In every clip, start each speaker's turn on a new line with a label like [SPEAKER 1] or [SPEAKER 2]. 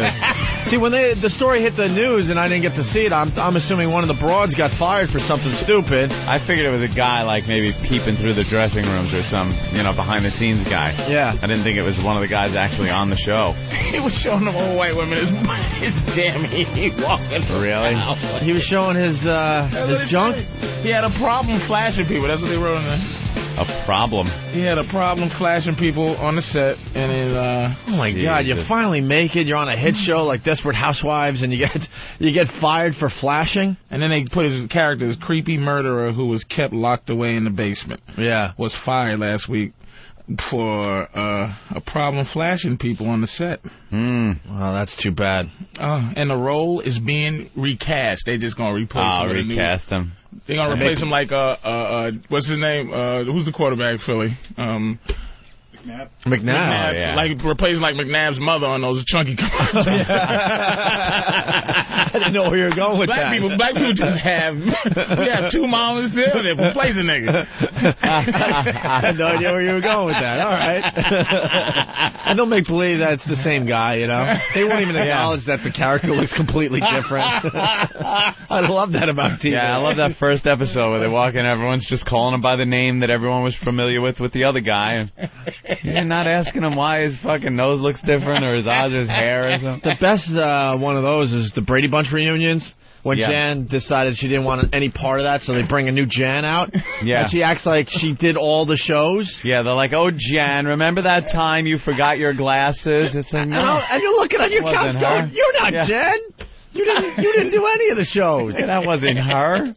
[SPEAKER 1] Yeah. see, when they the story hit the news and I didn't get to see it, I'm, I'm assuming one of the broads got fired for something stupid.
[SPEAKER 2] I figured it was a guy like maybe peeping through the dressing rooms or some you know behind the scenes guy.
[SPEAKER 1] Yeah.
[SPEAKER 2] I didn't think it was one of the guys actually on the show.
[SPEAKER 3] He was showing them all white women his, his jammy walking.
[SPEAKER 2] Really?
[SPEAKER 3] around.
[SPEAKER 1] He was showing his uh, his junk.
[SPEAKER 3] He had a problem flashing people. That's what they wrote in there.
[SPEAKER 2] A problem.
[SPEAKER 3] He had a problem flashing people on the set, and it, uh,
[SPEAKER 1] Oh my God! You
[SPEAKER 2] Jesus.
[SPEAKER 1] finally make it. You're on a hit show like Desperate Housewives, and you get you get fired for flashing.
[SPEAKER 3] and then they put his character, this creepy murderer who was kept locked away in the basement.
[SPEAKER 1] Yeah.
[SPEAKER 3] was fired last week for uh, a problem flashing people on the set.
[SPEAKER 2] Hmm.
[SPEAKER 1] Well, that's too bad.
[SPEAKER 3] Uh, and the role is being recast. They just gonna replace
[SPEAKER 1] Ah,
[SPEAKER 2] I'll
[SPEAKER 3] him. with a new-
[SPEAKER 2] recast him.
[SPEAKER 3] They gonna
[SPEAKER 1] They
[SPEAKER 3] replace
[SPEAKER 1] make-
[SPEAKER 3] him like uh, uh uh what's his name? Uh, who's the quarterback Philly? Um,
[SPEAKER 1] McNabb.
[SPEAKER 3] McNabb,
[SPEAKER 2] yeah.
[SPEAKER 3] like replacing like McNabb's mother on those chunky commercials.
[SPEAKER 1] I didn't know where you were going with
[SPEAKER 3] Black
[SPEAKER 1] that.
[SPEAKER 3] people, black people just have we have two mamas there. They replace a nigga.
[SPEAKER 1] I had no idea where you were going with that. All right. and they'll make believe that it's the same guy, you know? They won't even acknowledge that the character looks completely different. I love that about TV.
[SPEAKER 2] Yeah, I love that first episode where they walk in, everyone's just calling him by the name that everyone was familiar with with the other guy, and you're not asking him why his fucking nose looks different or his eyes or his hair or something.
[SPEAKER 1] The best uh, one of those is the Brady Bunch reunions. When
[SPEAKER 2] Yeah.
[SPEAKER 1] Jan decided she didn't want any part of that, so they bring a new Jan out.
[SPEAKER 2] Yeah.
[SPEAKER 1] And she acts like she did all the shows.
[SPEAKER 2] Yeah, they're like, oh, Jan, remember that time you forgot your glasses? It's like,
[SPEAKER 1] And,
[SPEAKER 2] no,
[SPEAKER 1] I'm- and you're looking at your couch
[SPEAKER 2] Wasn't
[SPEAKER 1] going,
[SPEAKER 2] her.
[SPEAKER 1] "You're not
[SPEAKER 2] Yeah.
[SPEAKER 1] Jen. You didn't. You didn't do any of the shows.
[SPEAKER 2] that wasn't her.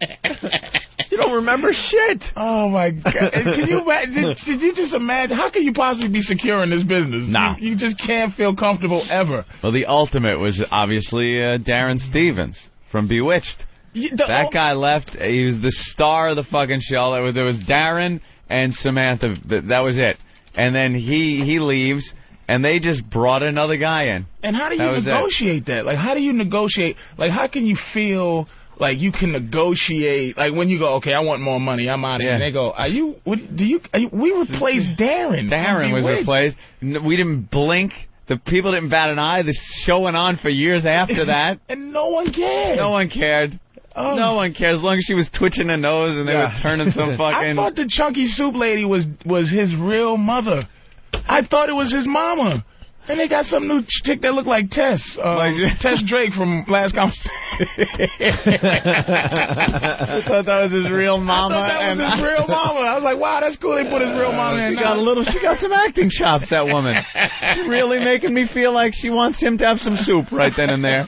[SPEAKER 1] You don't remember shit."
[SPEAKER 3] Oh my god! And Can you imagine? Did, did you just imagine? How can you possibly be secure in this business?
[SPEAKER 2] Nah.
[SPEAKER 3] you, you just can't feel comfortable ever.
[SPEAKER 2] Well, the ultimate was obviously uh, Darren Stevens from Bewitched.
[SPEAKER 3] You- the-
[SPEAKER 2] That guy left. He was the star of the fucking show. There was, there was Darren and Samantha. Th- That was it. And then he he leaves, and they just brought another guy in.
[SPEAKER 3] And how do you
[SPEAKER 2] That was it.
[SPEAKER 3] negotiate that? Like, how do you negotiate? Like, how can you feel like you can negotiate? Like when you go, okay, I want more money, I'm out
[SPEAKER 2] Yeah.
[SPEAKER 3] of here. And they go, are you? What, do you, are you? We replaced Darren.
[SPEAKER 2] Darren
[SPEAKER 3] from
[SPEAKER 2] was
[SPEAKER 3] Bewitched.
[SPEAKER 2] replaced. N- We didn't blink. The people didn't bat an eye. The show went on for years after that.
[SPEAKER 3] and no one cared.
[SPEAKER 2] No one cared.
[SPEAKER 3] Oh.
[SPEAKER 2] No one cared. As long as she was twitching her nose and they
[SPEAKER 1] Yeah.
[SPEAKER 2] were turning some
[SPEAKER 3] I
[SPEAKER 2] fucking.
[SPEAKER 3] thought the chunky soup lady was was his real mother. I thought it was his mama. And they got some new chick that looked like Tess, um,
[SPEAKER 2] Like-
[SPEAKER 3] Tess Drake from last conversation.
[SPEAKER 2] I thought that was his real mama.
[SPEAKER 3] that was
[SPEAKER 2] and
[SPEAKER 3] his real mama. I was like, wow, that's cool. They put his real mama in.
[SPEAKER 2] She got a little. She got some acting chops. That woman. She's really making me feel like she wants him to have some soup right then and there.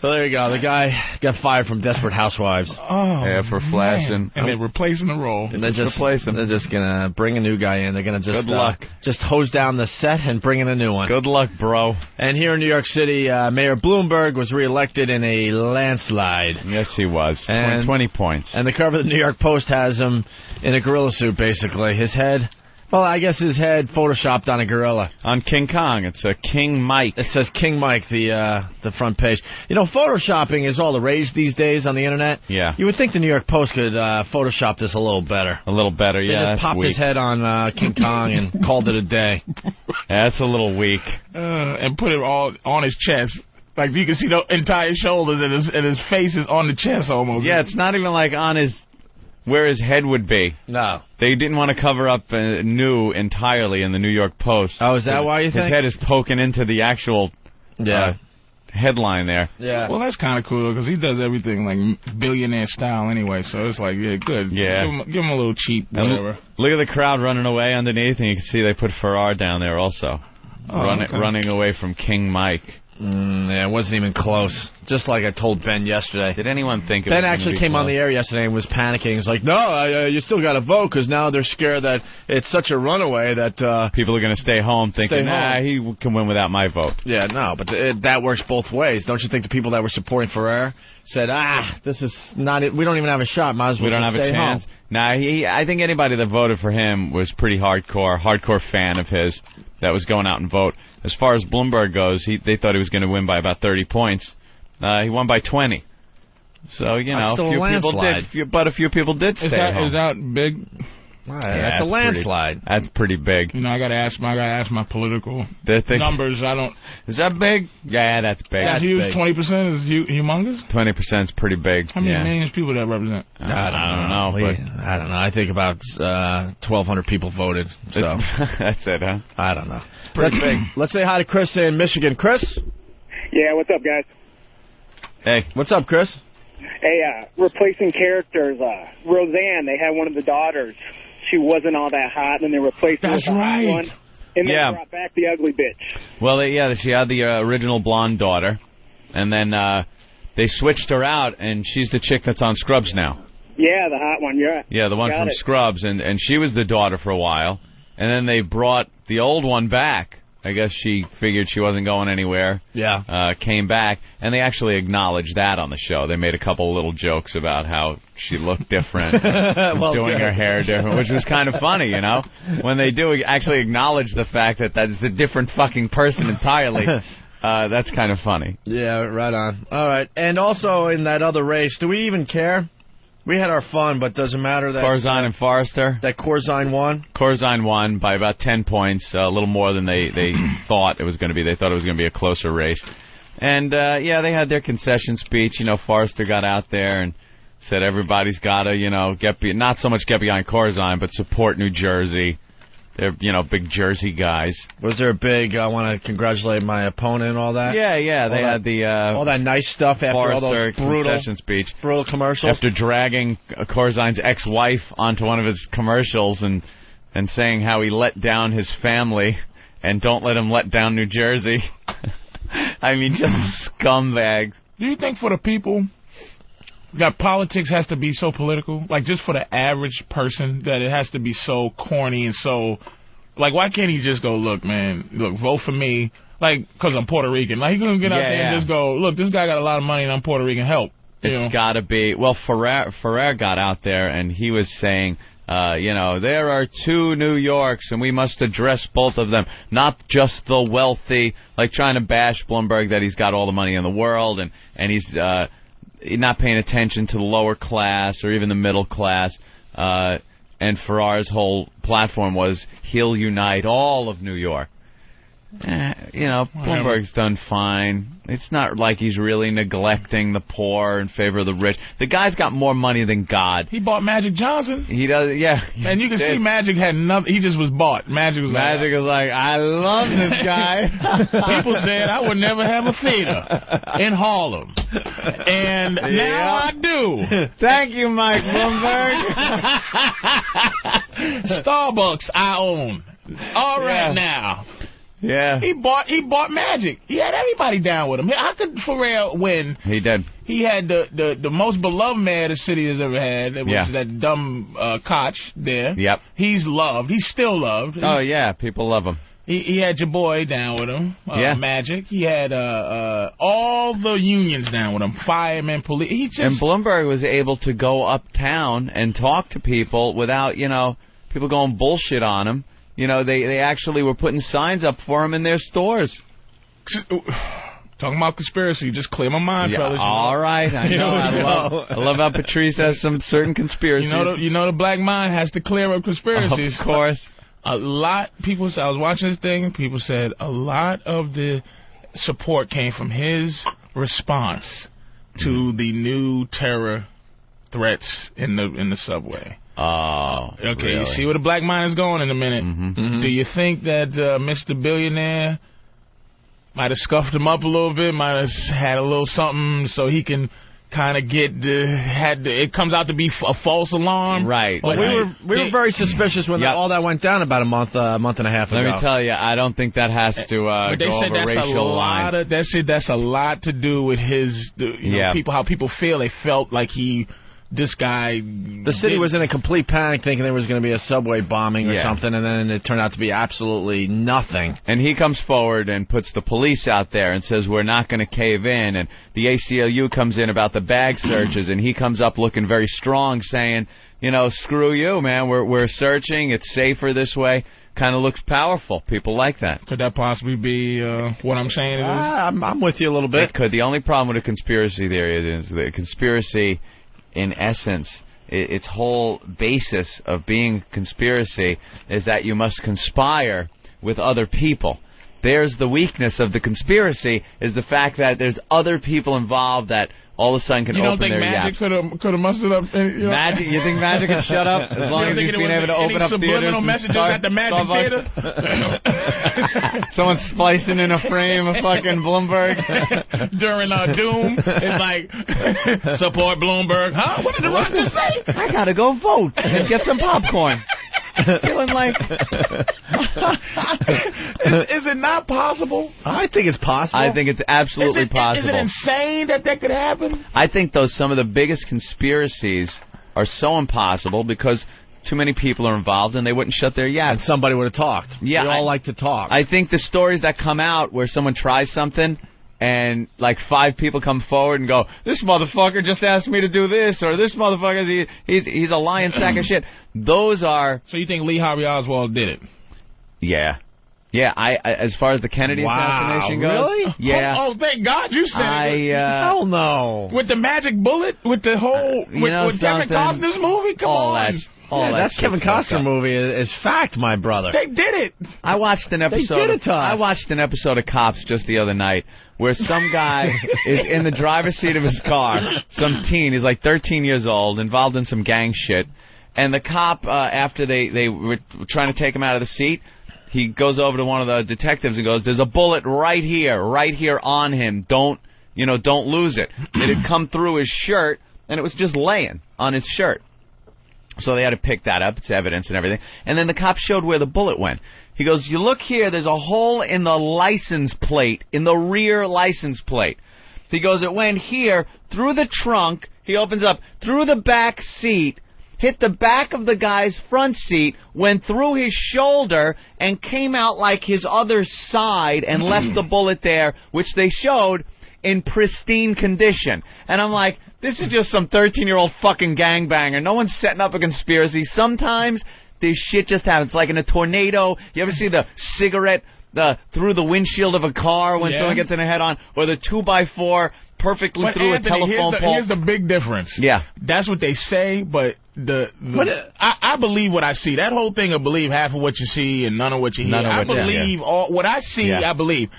[SPEAKER 1] So there you go. The guy got fired from Desperate Housewives,
[SPEAKER 3] Oh,
[SPEAKER 2] Yeah, for flashing.
[SPEAKER 3] man. and they're replacing the role.
[SPEAKER 1] and they're just
[SPEAKER 2] replace him.
[SPEAKER 1] They're just gonna bring a new guy in. They're gonna just
[SPEAKER 2] Good
[SPEAKER 1] uh,
[SPEAKER 2] luck.
[SPEAKER 1] just hose down the set and bring in a new one.
[SPEAKER 2] Good luck, bro.
[SPEAKER 1] And here in New York City, uh, Mayor Bloomberg was reelected in a landslide.
[SPEAKER 2] Yes, he was.
[SPEAKER 1] And-
[SPEAKER 2] Twenty points.
[SPEAKER 1] And the cover of the New York Post has him in a gorilla suit, basically. His head, well, I guess his head photoshopped on a gorilla.
[SPEAKER 2] On King Kong, it's a King Mike.
[SPEAKER 1] It says King Mike, the uh, the front page. You know, photoshopping is all the rage these days on the internet.
[SPEAKER 2] Yeah.
[SPEAKER 1] You would think the New York Post could uh, photoshop this a little better.
[SPEAKER 2] A little better,
[SPEAKER 1] They
[SPEAKER 2] yeah.
[SPEAKER 1] just popped
[SPEAKER 2] weak.
[SPEAKER 1] his head on uh, King Kong and called it a day.
[SPEAKER 2] Yeah, that's a little weak.
[SPEAKER 3] Uh, and put it all on his chest. Like, you can see the entire shoulders and his, and his face is on the chest almost.
[SPEAKER 2] Yeah, it's not even like on his where his head would be.
[SPEAKER 1] No.
[SPEAKER 2] They didn't want to cover up uh, new entirely in the New York Post.
[SPEAKER 1] Oh, is that why you
[SPEAKER 2] his
[SPEAKER 1] think?
[SPEAKER 2] head is poking into the actual
[SPEAKER 1] yeah.
[SPEAKER 2] uh, headline there?
[SPEAKER 1] yeah.
[SPEAKER 3] Well, that's kind of cool because he does everything like billionaire style anyway. So it's like, yeah, good.
[SPEAKER 2] Yeah.
[SPEAKER 3] give him, give him a little cheap
[SPEAKER 2] And
[SPEAKER 3] whatever.
[SPEAKER 2] Look at the crowd running away underneath, and you can see they put Farrar down there also,
[SPEAKER 3] Oh,
[SPEAKER 2] Run,
[SPEAKER 3] okay.
[SPEAKER 2] running away from King Mike.
[SPEAKER 1] Mm, yeah, it wasn't even close. Just like I told Ben yesterday.
[SPEAKER 2] Did anyone think it was
[SPEAKER 1] Ben
[SPEAKER 2] gonna
[SPEAKER 1] actually
[SPEAKER 2] be
[SPEAKER 1] came on
[SPEAKER 2] close?
[SPEAKER 1] the air yesterday and was panicking. He's like, "No, I, uh, you still got to vote because now they're scared that it's such a runaway that uh,
[SPEAKER 2] People are going to stay home thinking,
[SPEAKER 1] Stay
[SPEAKER 2] nah,
[SPEAKER 1] home.
[SPEAKER 2] he w- can win without my vote.
[SPEAKER 1] Yeah, no, but th- it, that works both ways. Don't you think the people that were supporting Ferrer said, ah, this is not it. We don't even have a shot. Might as well
[SPEAKER 2] We don't have
[SPEAKER 1] just
[SPEAKER 2] a
[SPEAKER 1] stay home."
[SPEAKER 2] chance. Nah, he. I think anybody that voted for him was pretty hardcore, hardcore fan of his that was going out and vote. As far as Bloomberg goes, he they thought he was going to win by about 30 points. Uh, he won by 20. So you
[SPEAKER 1] That's
[SPEAKER 2] know,
[SPEAKER 1] still a
[SPEAKER 2] few people
[SPEAKER 1] landslide.
[SPEAKER 2] did, few, but a few people did stay
[SPEAKER 3] Is that,
[SPEAKER 2] home.
[SPEAKER 3] is that big?
[SPEAKER 4] All right,
[SPEAKER 2] Yeah,
[SPEAKER 4] that's, a
[SPEAKER 2] pretty-
[SPEAKER 4] landslide.
[SPEAKER 2] that's pretty big.
[SPEAKER 3] You know, I gotta ask my I gotta ask my political
[SPEAKER 2] They think-
[SPEAKER 3] numbers. I don't.
[SPEAKER 2] Is that big? Yeah, that's big.
[SPEAKER 3] That's huge. Twenty percent is hu- humongous.
[SPEAKER 2] Twenty percent is pretty big.
[SPEAKER 3] How many
[SPEAKER 2] yeah.
[SPEAKER 3] millions of people that represent?
[SPEAKER 2] I don't, know,
[SPEAKER 4] We- I don't know. I think about uh, 1,200 people voted.
[SPEAKER 2] but
[SPEAKER 4] So
[SPEAKER 2] that's it, huh?
[SPEAKER 4] I don't know.
[SPEAKER 2] pretty
[SPEAKER 4] let's, let's say hi to Chris in Michigan. Chris,
[SPEAKER 5] Yeah, what's up, guys?
[SPEAKER 2] Hey,
[SPEAKER 4] what's up, Chris?
[SPEAKER 5] Hey, uh, replacing characters. Uh, Roseanne, they had one of the daughters. She wasn't all that hot, and they replaced her
[SPEAKER 3] That's
[SPEAKER 5] with a hot
[SPEAKER 3] right.
[SPEAKER 5] one. And they
[SPEAKER 2] Yeah.
[SPEAKER 5] brought back the ugly bitch.
[SPEAKER 2] well, they, yeah, she had the uh, original blonde daughter, and then uh, they switched her out, and she's the chick that's on Scrubs now.
[SPEAKER 5] Yeah, the hot one. Yeah.
[SPEAKER 2] Yeah, the one
[SPEAKER 5] Got
[SPEAKER 2] from
[SPEAKER 5] it.
[SPEAKER 2] Scrubs, and and she was the daughter for a while, and then they brought the old one back. I guess she figured she wasn't going anywhere.
[SPEAKER 4] Yeah.
[SPEAKER 2] uh, came back, and they actually acknowledged that on the show. They made a couple little jokes about how she looked different, was
[SPEAKER 4] Well,
[SPEAKER 2] doing
[SPEAKER 4] good.
[SPEAKER 2] her hair different, which was kind of funny, you know, when they do actually acknowledge the fact that that's a different fucking person entirely. Uh, that's kind of funny.
[SPEAKER 4] Yeah, right on. All right, and also in that other race, do we even care? We had our fun, but does it matter that
[SPEAKER 2] Corzine and Forrester.
[SPEAKER 4] that Corzine won?
[SPEAKER 2] Corzine won by about 10 points, a little more than they, they thought it was going to be. They thought it was going to be a closer race. And, uh, yeah, they had their concession speech. You know, Forrester got out there and said everybody's got to, you know, get be- not so much get behind Corzine, but support New Jersey. They're, you know, big Jersey guys.
[SPEAKER 4] Was there a big? I want to congratulate my opponent and all that.
[SPEAKER 2] Yeah, yeah, they
[SPEAKER 4] All that-
[SPEAKER 2] had the uh,
[SPEAKER 4] all that nice stuff after all
[SPEAKER 2] Forrester
[SPEAKER 4] those brutal,
[SPEAKER 2] concession speech.
[SPEAKER 4] brutal commercials.
[SPEAKER 2] after dragging Corzine's ex-wife onto one of his commercials and and saying how he let down his family and don't let him let down New Jersey. I mean, just scumbags.
[SPEAKER 3] Do you think for the people that politics has to be so political? Like just for the average person that it has to be so corny and so like why can't he just go look man look vote for me like because I'm Puerto Rican like he gonna get out
[SPEAKER 2] Yeah,
[SPEAKER 3] there
[SPEAKER 2] yeah.
[SPEAKER 3] and just go look this guy got a lot of money and I'm Puerto Rican help you know?
[SPEAKER 2] It's got to be. Well, Ferrer, Ferrer got out there and he was saying, uh, you know, there are two New Yorks and we must address both of them, not just the wealthy, like trying to bash Bloomberg that he's got all the money in the world and, and he's uh, not paying attention to the lower class or even the middle class. Uh, and Ferrar's whole platform was he'll unite all of New York. Eh, you know, Bloomberg's done fine. It's not like he's really neglecting the poor in favor of the rich. The guy's got more money than God.
[SPEAKER 3] he bought Magic Johnson
[SPEAKER 2] He does, yeah.
[SPEAKER 3] and you can see Magic had nothing he just was bought Magic was like,
[SPEAKER 2] Magic is like, I love this guy.
[SPEAKER 3] People said I would never have a theater in Harlem. And now I do.
[SPEAKER 2] Thank you, Mike Bloomberg.
[SPEAKER 3] Starbucks I own. All right
[SPEAKER 2] Yeah.
[SPEAKER 3] now.
[SPEAKER 2] yeah,
[SPEAKER 3] He bought he bought Magic. He had everybody down with him. How could Pharrell win?
[SPEAKER 2] he did.
[SPEAKER 3] He had the, the, the most beloved mayor the city has ever had, which
[SPEAKER 2] Yeah.
[SPEAKER 3] is that dumb uh, Koch there.
[SPEAKER 2] Yep.
[SPEAKER 3] He's loved. He's still loved.
[SPEAKER 2] Oh yeah, people love him.
[SPEAKER 3] He, he had your boy down with him. Uh,
[SPEAKER 2] Yeah.
[SPEAKER 3] Magic. He had uh, uh, all the unions down with him. Firemen, police. He just
[SPEAKER 2] And Bloomberg was able to go uptown and talk to people without, you know, people going bullshit on him. You know, they they actually were putting signs up for him in their stores.
[SPEAKER 3] talking about conspiracy. Just clear my mind,
[SPEAKER 2] Yeah,
[SPEAKER 3] fellas.
[SPEAKER 2] all right. I
[SPEAKER 3] You
[SPEAKER 2] know.
[SPEAKER 3] know,
[SPEAKER 2] I
[SPEAKER 3] you
[SPEAKER 2] love,
[SPEAKER 3] know.
[SPEAKER 2] I love how Patrice has some certain
[SPEAKER 3] You
[SPEAKER 2] conspiracies.
[SPEAKER 3] know, the, you know the black mind has to clear up conspiracies.
[SPEAKER 2] of course.
[SPEAKER 3] a lot people said I was watching this thing, people said a lot of the support came from his response to
[SPEAKER 2] Mm-hmm.
[SPEAKER 3] the new terror threats in the in the subway.
[SPEAKER 2] Oh,
[SPEAKER 3] Okay,
[SPEAKER 2] really? Mm-hmm.
[SPEAKER 3] you see where the black mind is going in a minute. Do you think that uh, Mr. Billionaire might have scuffed him up a little bit, might have had a little something so he can kind of get the had the, it comes out to be f- a false alarm?
[SPEAKER 2] Right,
[SPEAKER 3] Like,
[SPEAKER 4] we were we were
[SPEAKER 3] they-
[SPEAKER 4] very suspicious when
[SPEAKER 2] Yeah.
[SPEAKER 4] all that went down about a month a month and a half
[SPEAKER 2] Let
[SPEAKER 4] ago.
[SPEAKER 2] me tell you, I don't think that has to uh,
[SPEAKER 3] But they
[SPEAKER 2] go
[SPEAKER 3] said
[SPEAKER 2] over
[SPEAKER 3] that's a
[SPEAKER 2] racial
[SPEAKER 3] lot
[SPEAKER 2] lines.
[SPEAKER 3] of that's it. That's a lot to do with his the, you know,
[SPEAKER 2] Yeah.
[SPEAKER 3] people how people feel. They felt like he this guy.
[SPEAKER 4] the city
[SPEAKER 3] did-
[SPEAKER 4] was in a complete panic, thinking there was going to be a subway bombing or
[SPEAKER 2] Yeah.
[SPEAKER 4] something, and then it turned out to be absolutely nothing.
[SPEAKER 2] and he comes forward and puts the police out there and says we're not going to cave in and the ACLU comes in about the bag searches and he comes up looking very strong saying you know screw you man we're we're searching it's safer this way kind of looks powerful people like that
[SPEAKER 3] Could that possibly be uh, what I'm saying? It is?
[SPEAKER 4] Ah, I'm, I'm with you a little bit.
[SPEAKER 2] It could. The only problem with a conspiracy theory is the conspiracy, in essence, i- its whole basis of being a conspiracy is that you must conspire with other people. There's the weakness of the conspiracy is the fact that there's other people involved that all of a sudden can
[SPEAKER 3] You
[SPEAKER 2] open
[SPEAKER 3] don't think
[SPEAKER 2] their
[SPEAKER 3] Magic
[SPEAKER 2] yaps.
[SPEAKER 3] could have could have mustered up? any- You know?
[SPEAKER 2] Magic, you think Magic can shut up as long
[SPEAKER 3] You
[SPEAKER 2] as
[SPEAKER 3] think
[SPEAKER 2] he's
[SPEAKER 3] there
[SPEAKER 2] being
[SPEAKER 3] was
[SPEAKER 2] able to
[SPEAKER 3] any
[SPEAKER 2] open up theaters
[SPEAKER 3] subliminal
[SPEAKER 2] and
[SPEAKER 3] messages
[SPEAKER 2] Star-
[SPEAKER 3] at the Magic
[SPEAKER 2] Starbucks?
[SPEAKER 3] Theater
[SPEAKER 2] Someone's splicing in a frame of fucking Bloomberg.
[SPEAKER 3] during uh, Doom? It's like support Bloomberg, huh? What did the Rock just say?
[SPEAKER 2] I gotta go vote and get some popcorn. Feeling like
[SPEAKER 3] Is, is it not possible?
[SPEAKER 4] I think it's possible.
[SPEAKER 2] I think it's absolutely
[SPEAKER 3] is it, Is
[SPEAKER 2] possible.
[SPEAKER 3] it insane that that could happen?
[SPEAKER 2] I think though some of the biggest conspiracies are so impossible because too many people are involved and they wouldn't shut their
[SPEAKER 4] and
[SPEAKER 2] yaps.
[SPEAKER 4] somebody would have talked.
[SPEAKER 2] Yeah,
[SPEAKER 4] we all
[SPEAKER 2] I-
[SPEAKER 4] like to talk.
[SPEAKER 2] I think the stories that come out where someone tries something and like five people come forward and go, "This motherfucker just asked me to do this," or "This motherfucker he, he's he's a lying sack of shit." Those are
[SPEAKER 3] So you think Lee Harvey Oswald did it?
[SPEAKER 2] yeah, yeah. I, I as far as the Kennedy
[SPEAKER 4] Wow,
[SPEAKER 2] assassination goes,
[SPEAKER 4] really?
[SPEAKER 2] yeah.
[SPEAKER 3] Oh, oh, thank God you said
[SPEAKER 2] I
[SPEAKER 3] it.
[SPEAKER 2] uh,
[SPEAKER 4] Hell no.
[SPEAKER 3] With the magic bullet, with the whole,
[SPEAKER 2] you
[SPEAKER 3] with,
[SPEAKER 2] know
[SPEAKER 3] with Kevin
[SPEAKER 2] something?
[SPEAKER 3] Costner's movie, come
[SPEAKER 2] all
[SPEAKER 3] on.
[SPEAKER 2] that, all
[SPEAKER 4] yeah,
[SPEAKER 2] that.
[SPEAKER 4] that
[SPEAKER 2] shit's
[SPEAKER 4] Kevin
[SPEAKER 2] fucked
[SPEAKER 4] Costner
[SPEAKER 2] up.
[SPEAKER 4] movie is, is fact, my brother.
[SPEAKER 3] They did it.
[SPEAKER 2] I watched an episode.
[SPEAKER 4] did it
[SPEAKER 2] of-
[SPEAKER 4] to us.
[SPEAKER 2] I watched an episode of Cops just the other night where some guy is in the driver's seat of his car. Some teen, he's like 13 years old, involved in some gang shit, and the cop uh, after they they were trying to take him out of the seat. He goes over to one of the detectives and goes, "There's a bullet right here, right here on him. Don't, you know, don't lose it." It had come through his shirt, and it was just laying on his shirt. So they had to pick that up. It's evidence and everything. And then the cop showed where the bullet went. He goes, You look here, there's a hole in the license plate, in the rear license plate. He goes, It went here, through the trunk. He opens up, through the back seat, hit the back of the guy's front seat, went through his shoulder, and came out like his other side and left the bullet there, which they showed in pristine condition. And I'm like, this is just some 13 year old fucking gangbanger. No one's setting up a conspiracy. Sometimes this shit just happens. Like in a tornado, you ever see the cigarette the, through the windshield of a car when
[SPEAKER 3] Yeah.
[SPEAKER 2] someone gets in a head on, or the 2 by 4 perfectly
[SPEAKER 3] But
[SPEAKER 2] through
[SPEAKER 3] Anthony,
[SPEAKER 2] a telephone
[SPEAKER 3] here's the,
[SPEAKER 2] pole?
[SPEAKER 3] here's the big difference.
[SPEAKER 2] Yeah.
[SPEAKER 3] That's what they say, but the, the I, I believe what I see. That whole thing of believe half of what you see and none of what you hear.
[SPEAKER 2] None of
[SPEAKER 3] I
[SPEAKER 2] what you hear.
[SPEAKER 3] believe all what I see.
[SPEAKER 2] Yeah.
[SPEAKER 3] I believe.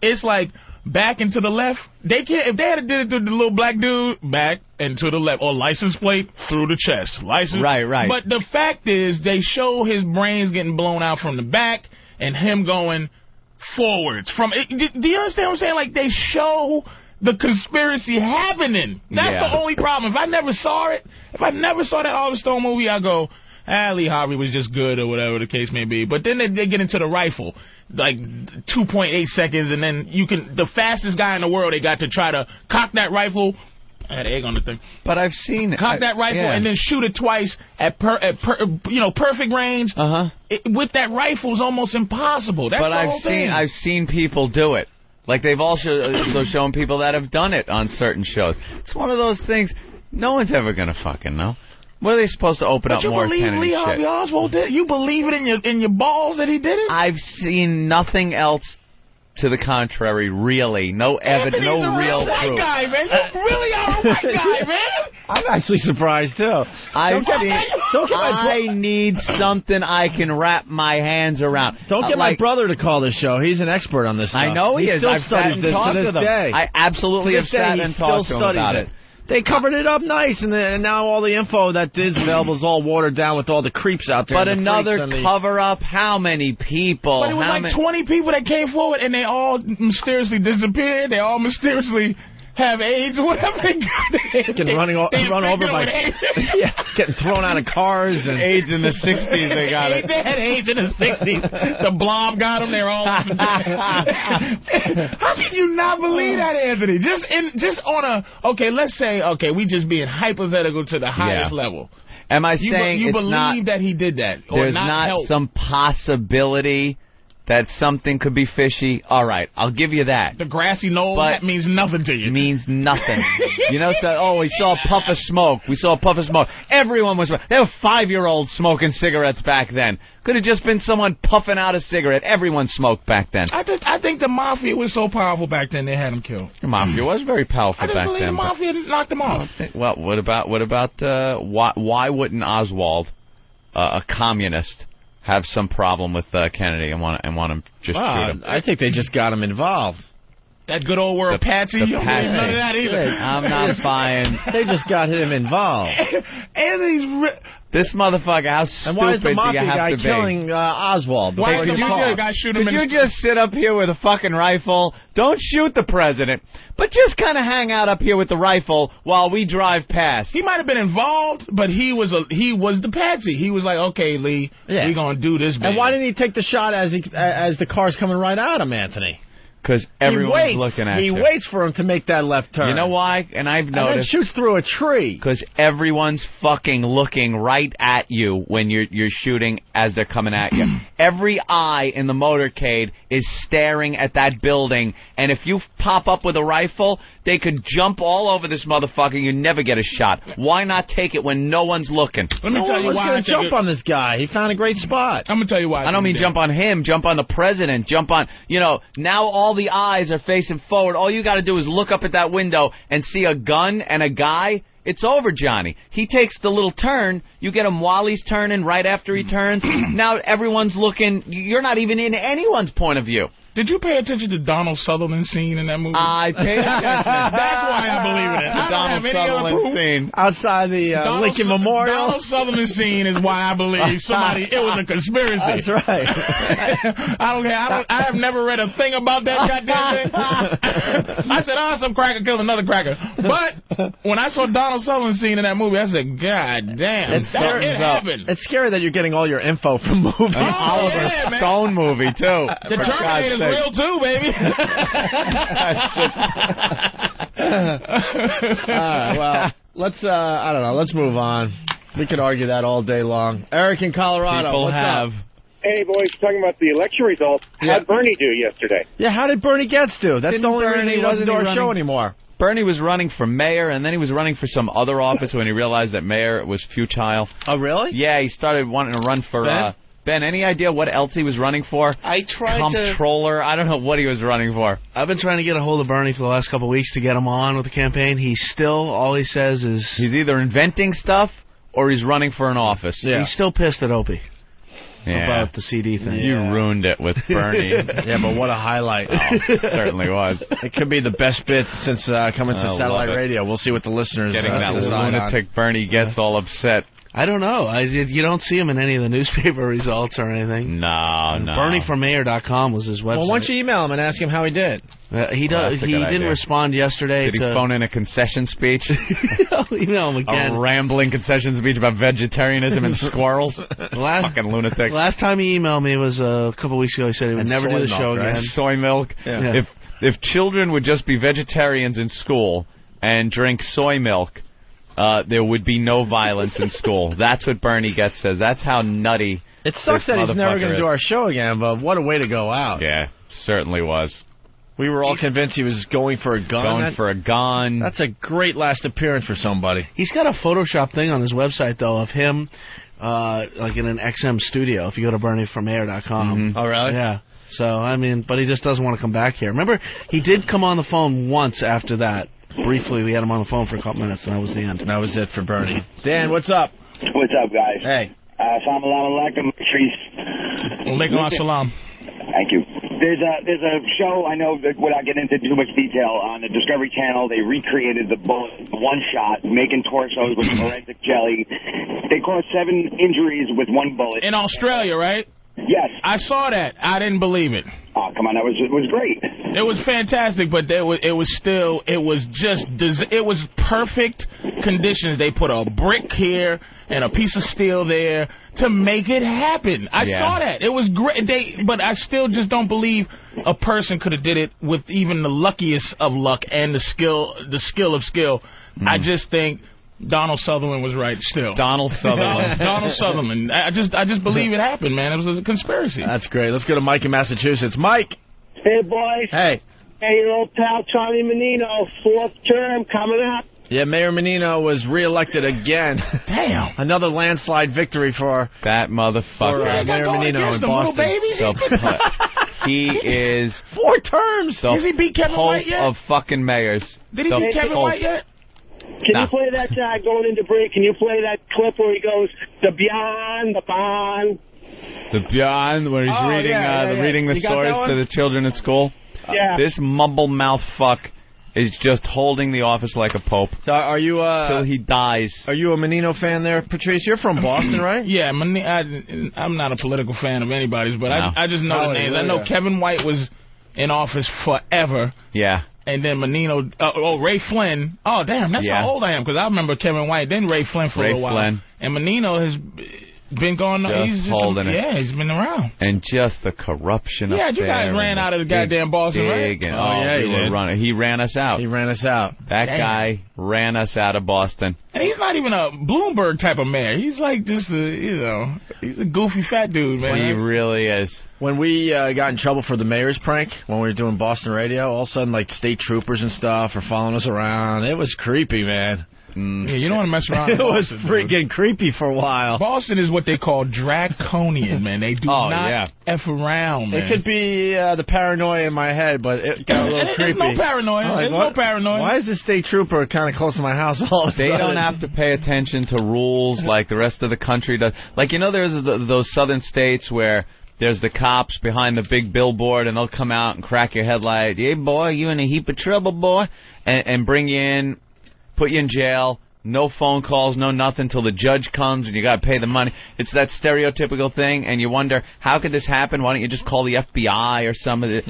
[SPEAKER 3] It's like back and to the left. They can't if they had did it to the little black dude back and to the left or license plate through the chest. License.
[SPEAKER 2] Right, right.
[SPEAKER 3] But the fact is, they show his brains getting blown out from the back and him going forwards from it, do- do you understand what i'm saying like they show the conspiracy happening that's
[SPEAKER 2] Yeah.
[SPEAKER 3] the only problem if i never saw it if i never saw that oliver stone movie i go ah lee harvey was just good or whatever the case may be but then they, they get into the rifle like 2.8 seconds and then you can the fastest guy in the world they got to try to cock that rifle i had an egg on the thing
[SPEAKER 2] but I've seen
[SPEAKER 3] cock that rifle
[SPEAKER 2] yeah.
[SPEAKER 3] and then shoot it twice at per, at per you know perfect range
[SPEAKER 2] Uh huh.
[SPEAKER 3] it, with that rifle is almost impossible that's
[SPEAKER 2] But
[SPEAKER 3] the
[SPEAKER 2] I've
[SPEAKER 3] whole
[SPEAKER 2] seen
[SPEAKER 3] thing.
[SPEAKER 2] I've seen people do it. Like they've also also shown people that have done it on certain shows. It's one of those things. No one's ever gonna fucking know. What are they supposed to open up
[SPEAKER 3] But you
[SPEAKER 2] more
[SPEAKER 3] believe
[SPEAKER 2] Kennedy
[SPEAKER 3] Lee
[SPEAKER 2] shit?
[SPEAKER 3] Harvey Oswald did? it? You believe it in your in your balls that he did it?
[SPEAKER 2] I've seen nothing else to the contrary. Really, no evidence,
[SPEAKER 3] Anthony's
[SPEAKER 2] no
[SPEAKER 3] a
[SPEAKER 2] real
[SPEAKER 3] white
[SPEAKER 2] proof.
[SPEAKER 3] guy, man. You really are a white guy, man.
[SPEAKER 4] I'm actually surprised too.
[SPEAKER 2] I've
[SPEAKER 4] don't get,
[SPEAKER 2] seen,
[SPEAKER 4] don't get my
[SPEAKER 2] I need something I can wrap my hands around.
[SPEAKER 4] don't
[SPEAKER 2] Uh,
[SPEAKER 4] get my
[SPEAKER 2] like-
[SPEAKER 4] brother to call this show. He's an expert on this. Stuff.
[SPEAKER 2] I know he, is.
[SPEAKER 4] Still
[SPEAKER 2] I've sat
[SPEAKER 4] studies
[SPEAKER 2] and
[SPEAKER 4] this
[SPEAKER 2] talked
[SPEAKER 4] to this
[SPEAKER 2] to them.
[SPEAKER 4] day.
[SPEAKER 2] I absolutely
[SPEAKER 4] To
[SPEAKER 2] have
[SPEAKER 4] this day,
[SPEAKER 2] sat
[SPEAKER 4] he
[SPEAKER 2] and
[SPEAKER 4] still
[SPEAKER 2] talked to him
[SPEAKER 4] studies
[SPEAKER 2] about
[SPEAKER 4] it.
[SPEAKER 2] it.
[SPEAKER 4] They covered it up nice, and, then, and now all the info that is available is all watered down with all the creeps out there.
[SPEAKER 2] But
[SPEAKER 4] and the freaks
[SPEAKER 2] another
[SPEAKER 4] and the-
[SPEAKER 2] cover up. How many people?
[SPEAKER 3] But it was
[SPEAKER 2] How
[SPEAKER 3] like
[SPEAKER 2] ma-
[SPEAKER 3] 20 people that came forward, and they all mysteriously disappeared. They all mysteriously have AIDS or whatever they got.
[SPEAKER 4] Getting running o-
[SPEAKER 3] They
[SPEAKER 4] run over
[SPEAKER 3] infected
[SPEAKER 4] by-
[SPEAKER 3] with AIDS.
[SPEAKER 4] yeah, getting thrown out of cars and
[SPEAKER 2] AIDS in the '60s. They got it.
[SPEAKER 3] They had AIDS in the 60s. The blob got them. They're all. How can you not believe that,
[SPEAKER 2] Oh.
[SPEAKER 3] Anthony? Just in, just on a okay. Let's say okay, we just being hypothetical to the highest
[SPEAKER 2] Yeah.
[SPEAKER 3] level.
[SPEAKER 2] Am I
[SPEAKER 3] You, be-
[SPEAKER 2] saying
[SPEAKER 3] you
[SPEAKER 2] it's
[SPEAKER 3] believe
[SPEAKER 2] not?
[SPEAKER 3] that he did that? Or
[SPEAKER 2] There's
[SPEAKER 3] not,
[SPEAKER 2] not
[SPEAKER 3] help.
[SPEAKER 2] some possibility that something could be fishy, all right, I'll give you that.
[SPEAKER 3] The grassy knoll
[SPEAKER 2] But-
[SPEAKER 3] that means nothing to you.
[SPEAKER 2] It means nothing. you know, so oh, we saw a puff of smoke. We saw a puff of smoke. Everyone was. There were five-year-olds smoking cigarettes back then. Could have just been someone puffing out a cigarette. Everyone smoked back then.
[SPEAKER 3] I just I think the mafia was so powerful back then they had him killed.
[SPEAKER 2] The mafia was very powerful
[SPEAKER 3] I just
[SPEAKER 2] back
[SPEAKER 3] believe the
[SPEAKER 2] then. but-
[SPEAKER 3] mafia knocked him off.
[SPEAKER 2] Well, what about what about uh, why why wouldn't Oswald, uh, a communist, have some problem with uh, Kennedy and want and want him just shoot
[SPEAKER 1] Wow,
[SPEAKER 2] him?
[SPEAKER 1] I think they just got him involved.
[SPEAKER 3] That good old world
[SPEAKER 2] The-
[SPEAKER 3] patsy.
[SPEAKER 2] the
[SPEAKER 3] you don't believe
[SPEAKER 2] patsy.
[SPEAKER 3] none of that either.
[SPEAKER 2] I'm not buying
[SPEAKER 1] They just got him involved.
[SPEAKER 3] And he's ri-
[SPEAKER 2] this motherfucker. How
[SPEAKER 1] And
[SPEAKER 2] stupid
[SPEAKER 1] why is the
[SPEAKER 2] do you
[SPEAKER 1] mafia
[SPEAKER 2] have
[SPEAKER 1] guy
[SPEAKER 2] to be?
[SPEAKER 1] killing uh, Oswald?
[SPEAKER 3] Why
[SPEAKER 1] before
[SPEAKER 3] is
[SPEAKER 1] he
[SPEAKER 3] the
[SPEAKER 1] was
[SPEAKER 3] mafia
[SPEAKER 1] caught?
[SPEAKER 3] guy shooting him
[SPEAKER 2] Could
[SPEAKER 3] in
[SPEAKER 2] you
[SPEAKER 3] the-
[SPEAKER 2] just sit up here with a fucking rifle? Don't shoot the president, but just kind of hang out up here with the rifle while we drive past.
[SPEAKER 3] he might have been involved, but he was a he was the patsy. He was like, okay, Lee,
[SPEAKER 1] Yeah.
[SPEAKER 3] we gonna do this.
[SPEAKER 1] And why didn't he take the shot as he, as the car's coming right at him, Anthony?
[SPEAKER 2] Because
[SPEAKER 1] he
[SPEAKER 2] everyone's
[SPEAKER 1] waits.
[SPEAKER 2] looking at
[SPEAKER 1] he
[SPEAKER 2] you.
[SPEAKER 1] waits for him to make that left turn.
[SPEAKER 2] You know why? And I've
[SPEAKER 1] And then
[SPEAKER 2] noticed.
[SPEAKER 1] shoots through a tree.
[SPEAKER 2] Because everyone's fucking looking right at you when you're you're shooting as they're coming at you. Every eye in the motorcade is staring at that building, and if you pop up with a rifle, they could jump all over this motherfucker. You never get a shot. Why not take it when no one's looking?
[SPEAKER 3] Let me
[SPEAKER 1] No
[SPEAKER 3] tell
[SPEAKER 1] one
[SPEAKER 3] you
[SPEAKER 1] was
[SPEAKER 3] why.
[SPEAKER 1] going to jump on this guy. He found a great spot.
[SPEAKER 3] I'm gonna tell you why.
[SPEAKER 2] I don't mean jump on him, jump on the president, jump on, you know, now all the eyes are facing forward. All you got to do is look up at that window and see a gun and a guy. It's over, Johnny. He takes the little turn. You get him while he's turning, right after he turns. now everyone's looking. You're not even in anyone's point of view.
[SPEAKER 3] Did you pay attention to Donald Sutherland scene in that movie?
[SPEAKER 2] I pay attention.
[SPEAKER 3] That's why I believe in it. I don't have
[SPEAKER 2] Donald
[SPEAKER 3] any other proof.
[SPEAKER 2] Sutherland scene.
[SPEAKER 1] Outside the uh,
[SPEAKER 3] Donald
[SPEAKER 1] Lincoln
[SPEAKER 3] Su-
[SPEAKER 1] Memorial.
[SPEAKER 3] Donald Sutherland scene is why I believe somebody. It was a conspiracy.
[SPEAKER 1] That's right.
[SPEAKER 3] I don't care. I, don't, I have never read a thing about that goddamn thing. I said, oh, some cracker killed another cracker. But when I saw Donald Sutherland scene in that movie, I said, God damn,
[SPEAKER 1] It's
[SPEAKER 3] that,
[SPEAKER 1] scary.
[SPEAKER 3] it happened.
[SPEAKER 1] it's scary that you're getting all your info from movies.
[SPEAKER 2] An
[SPEAKER 3] Oh,
[SPEAKER 2] Oliver
[SPEAKER 3] yeah, man.
[SPEAKER 2] Stone movie too.
[SPEAKER 3] The
[SPEAKER 2] For God's
[SPEAKER 3] Terminator's
[SPEAKER 2] sake.
[SPEAKER 3] real too, baby.
[SPEAKER 1] All right, well, let's. Uh, I don't know. Let's move on. We could argue that all day long. Eric in Colorado.
[SPEAKER 2] People
[SPEAKER 1] what's
[SPEAKER 2] have.
[SPEAKER 1] Up?
[SPEAKER 6] Hey, boys, talking about the election results.
[SPEAKER 2] Yeah.
[SPEAKER 6] How'd Bernie do yesterday?
[SPEAKER 1] Yeah, how did Bernie Getz do? That's
[SPEAKER 2] Didn't
[SPEAKER 1] the only
[SPEAKER 2] Bernie-
[SPEAKER 1] reason he doesn't
[SPEAKER 2] wasn't
[SPEAKER 1] do
[SPEAKER 2] he
[SPEAKER 1] our
[SPEAKER 2] running?
[SPEAKER 1] show anymore.
[SPEAKER 2] Bernie was running for mayor, and then he was running for some other office when he realized that mayor was futile.
[SPEAKER 1] Oh, really?
[SPEAKER 2] Yeah, he started wanting to run for.
[SPEAKER 1] Ben?
[SPEAKER 2] Uh, ben, any idea what else he was running for?
[SPEAKER 7] I tried to.
[SPEAKER 2] Comptroller. I don't know what he was running for.
[SPEAKER 7] I've been trying to get a hold of Bernie for the last couple of weeks to get him on with the campaign. He still, all he says is
[SPEAKER 2] He's either inventing stuff or he's running for an office.
[SPEAKER 1] Yeah.
[SPEAKER 7] he's still pissed at Opie
[SPEAKER 2] Yeah.
[SPEAKER 7] about the CD thing.
[SPEAKER 2] You ruined it with Bernie.
[SPEAKER 1] Yeah, but what a highlight.
[SPEAKER 2] It certainly was.
[SPEAKER 1] It could be the best bit since uh, coming
[SPEAKER 2] I
[SPEAKER 1] to
[SPEAKER 2] love
[SPEAKER 1] satellite
[SPEAKER 2] it.
[SPEAKER 1] radio. We'll see what the listeners
[SPEAKER 2] Getting
[SPEAKER 1] uh,
[SPEAKER 2] that
[SPEAKER 1] decide on.
[SPEAKER 2] lunatic Bernie gets all upset.
[SPEAKER 7] I don't know. I you don't see him in any of the newspaper results or anything.
[SPEAKER 2] No, no.
[SPEAKER 7] BernieForMayor.com was his website.
[SPEAKER 1] Well, why don't you email him and ask him how he did?
[SPEAKER 7] Uh, he
[SPEAKER 2] Well,
[SPEAKER 7] does.
[SPEAKER 2] that's a
[SPEAKER 7] he
[SPEAKER 2] good
[SPEAKER 7] didn't
[SPEAKER 2] idea.
[SPEAKER 7] respond yesterday
[SPEAKER 2] Did he
[SPEAKER 7] to
[SPEAKER 2] phone in a concession speech?
[SPEAKER 7] you know him again.
[SPEAKER 2] A rambling concession speech about vegetarianism and squirrels.
[SPEAKER 7] Last,
[SPEAKER 2] Fucking lunatic.
[SPEAKER 7] last time he emailed me was uh, a couple weeks ago. He said he would
[SPEAKER 1] And
[SPEAKER 7] never do
[SPEAKER 1] soy
[SPEAKER 7] the
[SPEAKER 1] milk,
[SPEAKER 7] show
[SPEAKER 1] right?
[SPEAKER 7] again.
[SPEAKER 2] soy milk.
[SPEAKER 1] Yeah.
[SPEAKER 2] If if children would just be vegetarians in school and drink soy milk, uh, there would be no violence in school. That's what Bernie Getz says. That's how nutty.
[SPEAKER 1] It sucks
[SPEAKER 2] This
[SPEAKER 1] that he's never going
[SPEAKER 2] motherfucker
[SPEAKER 1] to do
[SPEAKER 2] is-
[SPEAKER 1] our show again, but what a way to go out.
[SPEAKER 2] Yeah, certainly was
[SPEAKER 1] We were all convinced he was going for a gun.
[SPEAKER 2] going
[SPEAKER 1] That-
[SPEAKER 2] for a gun.
[SPEAKER 1] That's a great last appearance for somebody.
[SPEAKER 7] He's got a Photoshop thing on his website though of him, uh, like in an XM studio. If you go to BernieForMayor.com,
[SPEAKER 1] Oh, really?
[SPEAKER 7] yeah. So I mean, but he just doesn't want to come back here. Remember, he did come on the phone once after that. Briefly, we had him on the phone for a couple minutes, and that was the end.
[SPEAKER 1] And that was it for Bernie. Dan, what's up?
[SPEAKER 6] What's up, guys?
[SPEAKER 1] Hey.
[SPEAKER 6] Uh, Assalamu alaikum. Make sure you
[SPEAKER 3] Alaikum assalam.
[SPEAKER 6] Thank you. There's a there's a show I know that without getting into too much detail on the Discovery Channel. They recreated the bullet one shot, making torsos with forensic jelly. They caused seven injuries with one bullet.
[SPEAKER 3] In Australia, right?
[SPEAKER 6] yes.
[SPEAKER 3] I saw that. I didn't believe it.
[SPEAKER 6] Oh, come on, that was it was great.
[SPEAKER 3] It was fantastic, but there was, it was still it was just dis- it was perfect conditions. They put a brick here and a piece of steel there to make it happen. I
[SPEAKER 2] Yeah.
[SPEAKER 3] saw that. It was great. They but I still just don't believe a person could have did it with even the luckiest of luck and the skill the skill of skill. I just think Donald Sutherland was right still.
[SPEAKER 2] Hmm. Donald Sutherland.
[SPEAKER 3] Donald Sutherland. I I just I just believe it happened, man. It was a conspiracy.
[SPEAKER 1] That's great. Let's go to Mike in Massachusetts. Mike.
[SPEAKER 6] Hey, boys.
[SPEAKER 1] Hey.
[SPEAKER 6] Hey, your old pal Charlie Menino, fourth term coming up.
[SPEAKER 1] Yeah, Mayor Menino was reelected again.
[SPEAKER 3] Damn.
[SPEAKER 1] Another landslide victory for
[SPEAKER 2] That
[SPEAKER 1] for, uh,
[SPEAKER 2] motherfucker.
[SPEAKER 1] Mayor Menino in
[SPEAKER 3] against them little
[SPEAKER 1] Boston.
[SPEAKER 3] babies?
[SPEAKER 2] The pu- uh, he is
[SPEAKER 1] Four terms.
[SPEAKER 2] the
[SPEAKER 3] Has he beat Kevin
[SPEAKER 2] Pope
[SPEAKER 3] White yet?
[SPEAKER 2] of fucking mayors.
[SPEAKER 3] Did he
[SPEAKER 2] The
[SPEAKER 3] beat Kevin
[SPEAKER 2] Pope.
[SPEAKER 3] White yet?
[SPEAKER 6] Can
[SPEAKER 2] Nah.
[SPEAKER 6] you play that uh, going into break? Can you play that clip where he goes, the beyond, the bond?
[SPEAKER 2] The Beyond, where he's
[SPEAKER 1] Oh,
[SPEAKER 2] reading
[SPEAKER 1] yeah,
[SPEAKER 2] uh,
[SPEAKER 1] yeah,
[SPEAKER 2] the
[SPEAKER 1] yeah.
[SPEAKER 2] reading the
[SPEAKER 1] You got
[SPEAKER 2] stories
[SPEAKER 1] that one?
[SPEAKER 2] to the children at school. Uh,
[SPEAKER 6] Yeah.
[SPEAKER 2] This mumble mouth fuck is just holding the office like a pope
[SPEAKER 1] Are, are you
[SPEAKER 2] till
[SPEAKER 1] uh,
[SPEAKER 2] he dies.
[SPEAKER 1] are you a Menino fan there, Patrice? You're from Boston, right?
[SPEAKER 3] Yeah, my, na- I, I'm not a political fan of anybody's, but
[SPEAKER 2] No.
[SPEAKER 3] I, I just know
[SPEAKER 1] Oh,
[SPEAKER 3] the names. I know
[SPEAKER 1] Hallelujah.
[SPEAKER 3] Kevin White was in office forever,
[SPEAKER 2] Yeah.
[SPEAKER 3] and then Menino. Uh, oh, Ray Flynn. Oh, damn, that's
[SPEAKER 2] Yeah.
[SPEAKER 3] how old I am because I remember Kevin White, then Ray Flynn for
[SPEAKER 2] Ray
[SPEAKER 3] a little while,
[SPEAKER 2] Flynn.
[SPEAKER 3] and Menino has been going.
[SPEAKER 2] Just
[SPEAKER 3] he's just
[SPEAKER 2] holding it.
[SPEAKER 3] Yeah, he's been around.
[SPEAKER 2] And just the corruption
[SPEAKER 3] Yeah,
[SPEAKER 2] up
[SPEAKER 3] you guys
[SPEAKER 2] there
[SPEAKER 3] ran
[SPEAKER 2] and
[SPEAKER 3] out of the
[SPEAKER 2] big
[SPEAKER 3] goddamn Boston, right?
[SPEAKER 2] dig and
[SPEAKER 1] Oh,
[SPEAKER 2] all.
[SPEAKER 1] yeah,
[SPEAKER 2] We
[SPEAKER 1] he
[SPEAKER 2] were
[SPEAKER 1] did.
[SPEAKER 2] running- he ran us out.
[SPEAKER 1] He ran us out.
[SPEAKER 2] that
[SPEAKER 3] Damn.
[SPEAKER 2] guy ran us out of Boston.
[SPEAKER 3] And he's not even a Bloomberg type of mayor. He's like just a, you know, he's a goofy fat dude, man.
[SPEAKER 2] He really is.
[SPEAKER 1] When we uh, got in trouble for the mayor's prank, when we were doing Boston radio, all of a sudden, like, state troopers and stuff are following us around. It was creepy, man.
[SPEAKER 2] Mm.
[SPEAKER 3] Yeah, you don't want to mess around.
[SPEAKER 1] It
[SPEAKER 3] in
[SPEAKER 1] was
[SPEAKER 3] Boston, dude.
[SPEAKER 1] freaking creepy for a while.
[SPEAKER 3] Boston is what they call draconian, man. They do
[SPEAKER 2] Oh,
[SPEAKER 3] not
[SPEAKER 2] yeah.
[SPEAKER 3] f around, Oh, man.
[SPEAKER 1] It could be uh, the paranoia in my head, but it got a little
[SPEAKER 3] There's
[SPEAKER 1] creepy.
[SPEAKER 3] no paranoia.
[SPEAKER 1] I'm like,
[SPEAKER 3] There's
[SPEAKER 1] what-
[SPEAKER 3] no paranoia.
[SPEAKER 1] Why is this state trooper kind of close to my house all of a
[SPEAKER 2] They
[SPEAKER 1] sudden?
[SPEAKER 2] don't have to pay attention to rules like the rest of the country does. Like you know, there's th those southern states where there's the cops behind the big billboard, and they'll come out and crack your headlight. Hey, boy, you in a heap of trouble, boy, and, and bring you in, put you in jail. No phone calls, no nothing till the judge comes and you gotta pay the money. It's that stereotypical thing, and you wonder how could this happen? Why don't you just call the FBI or some of it?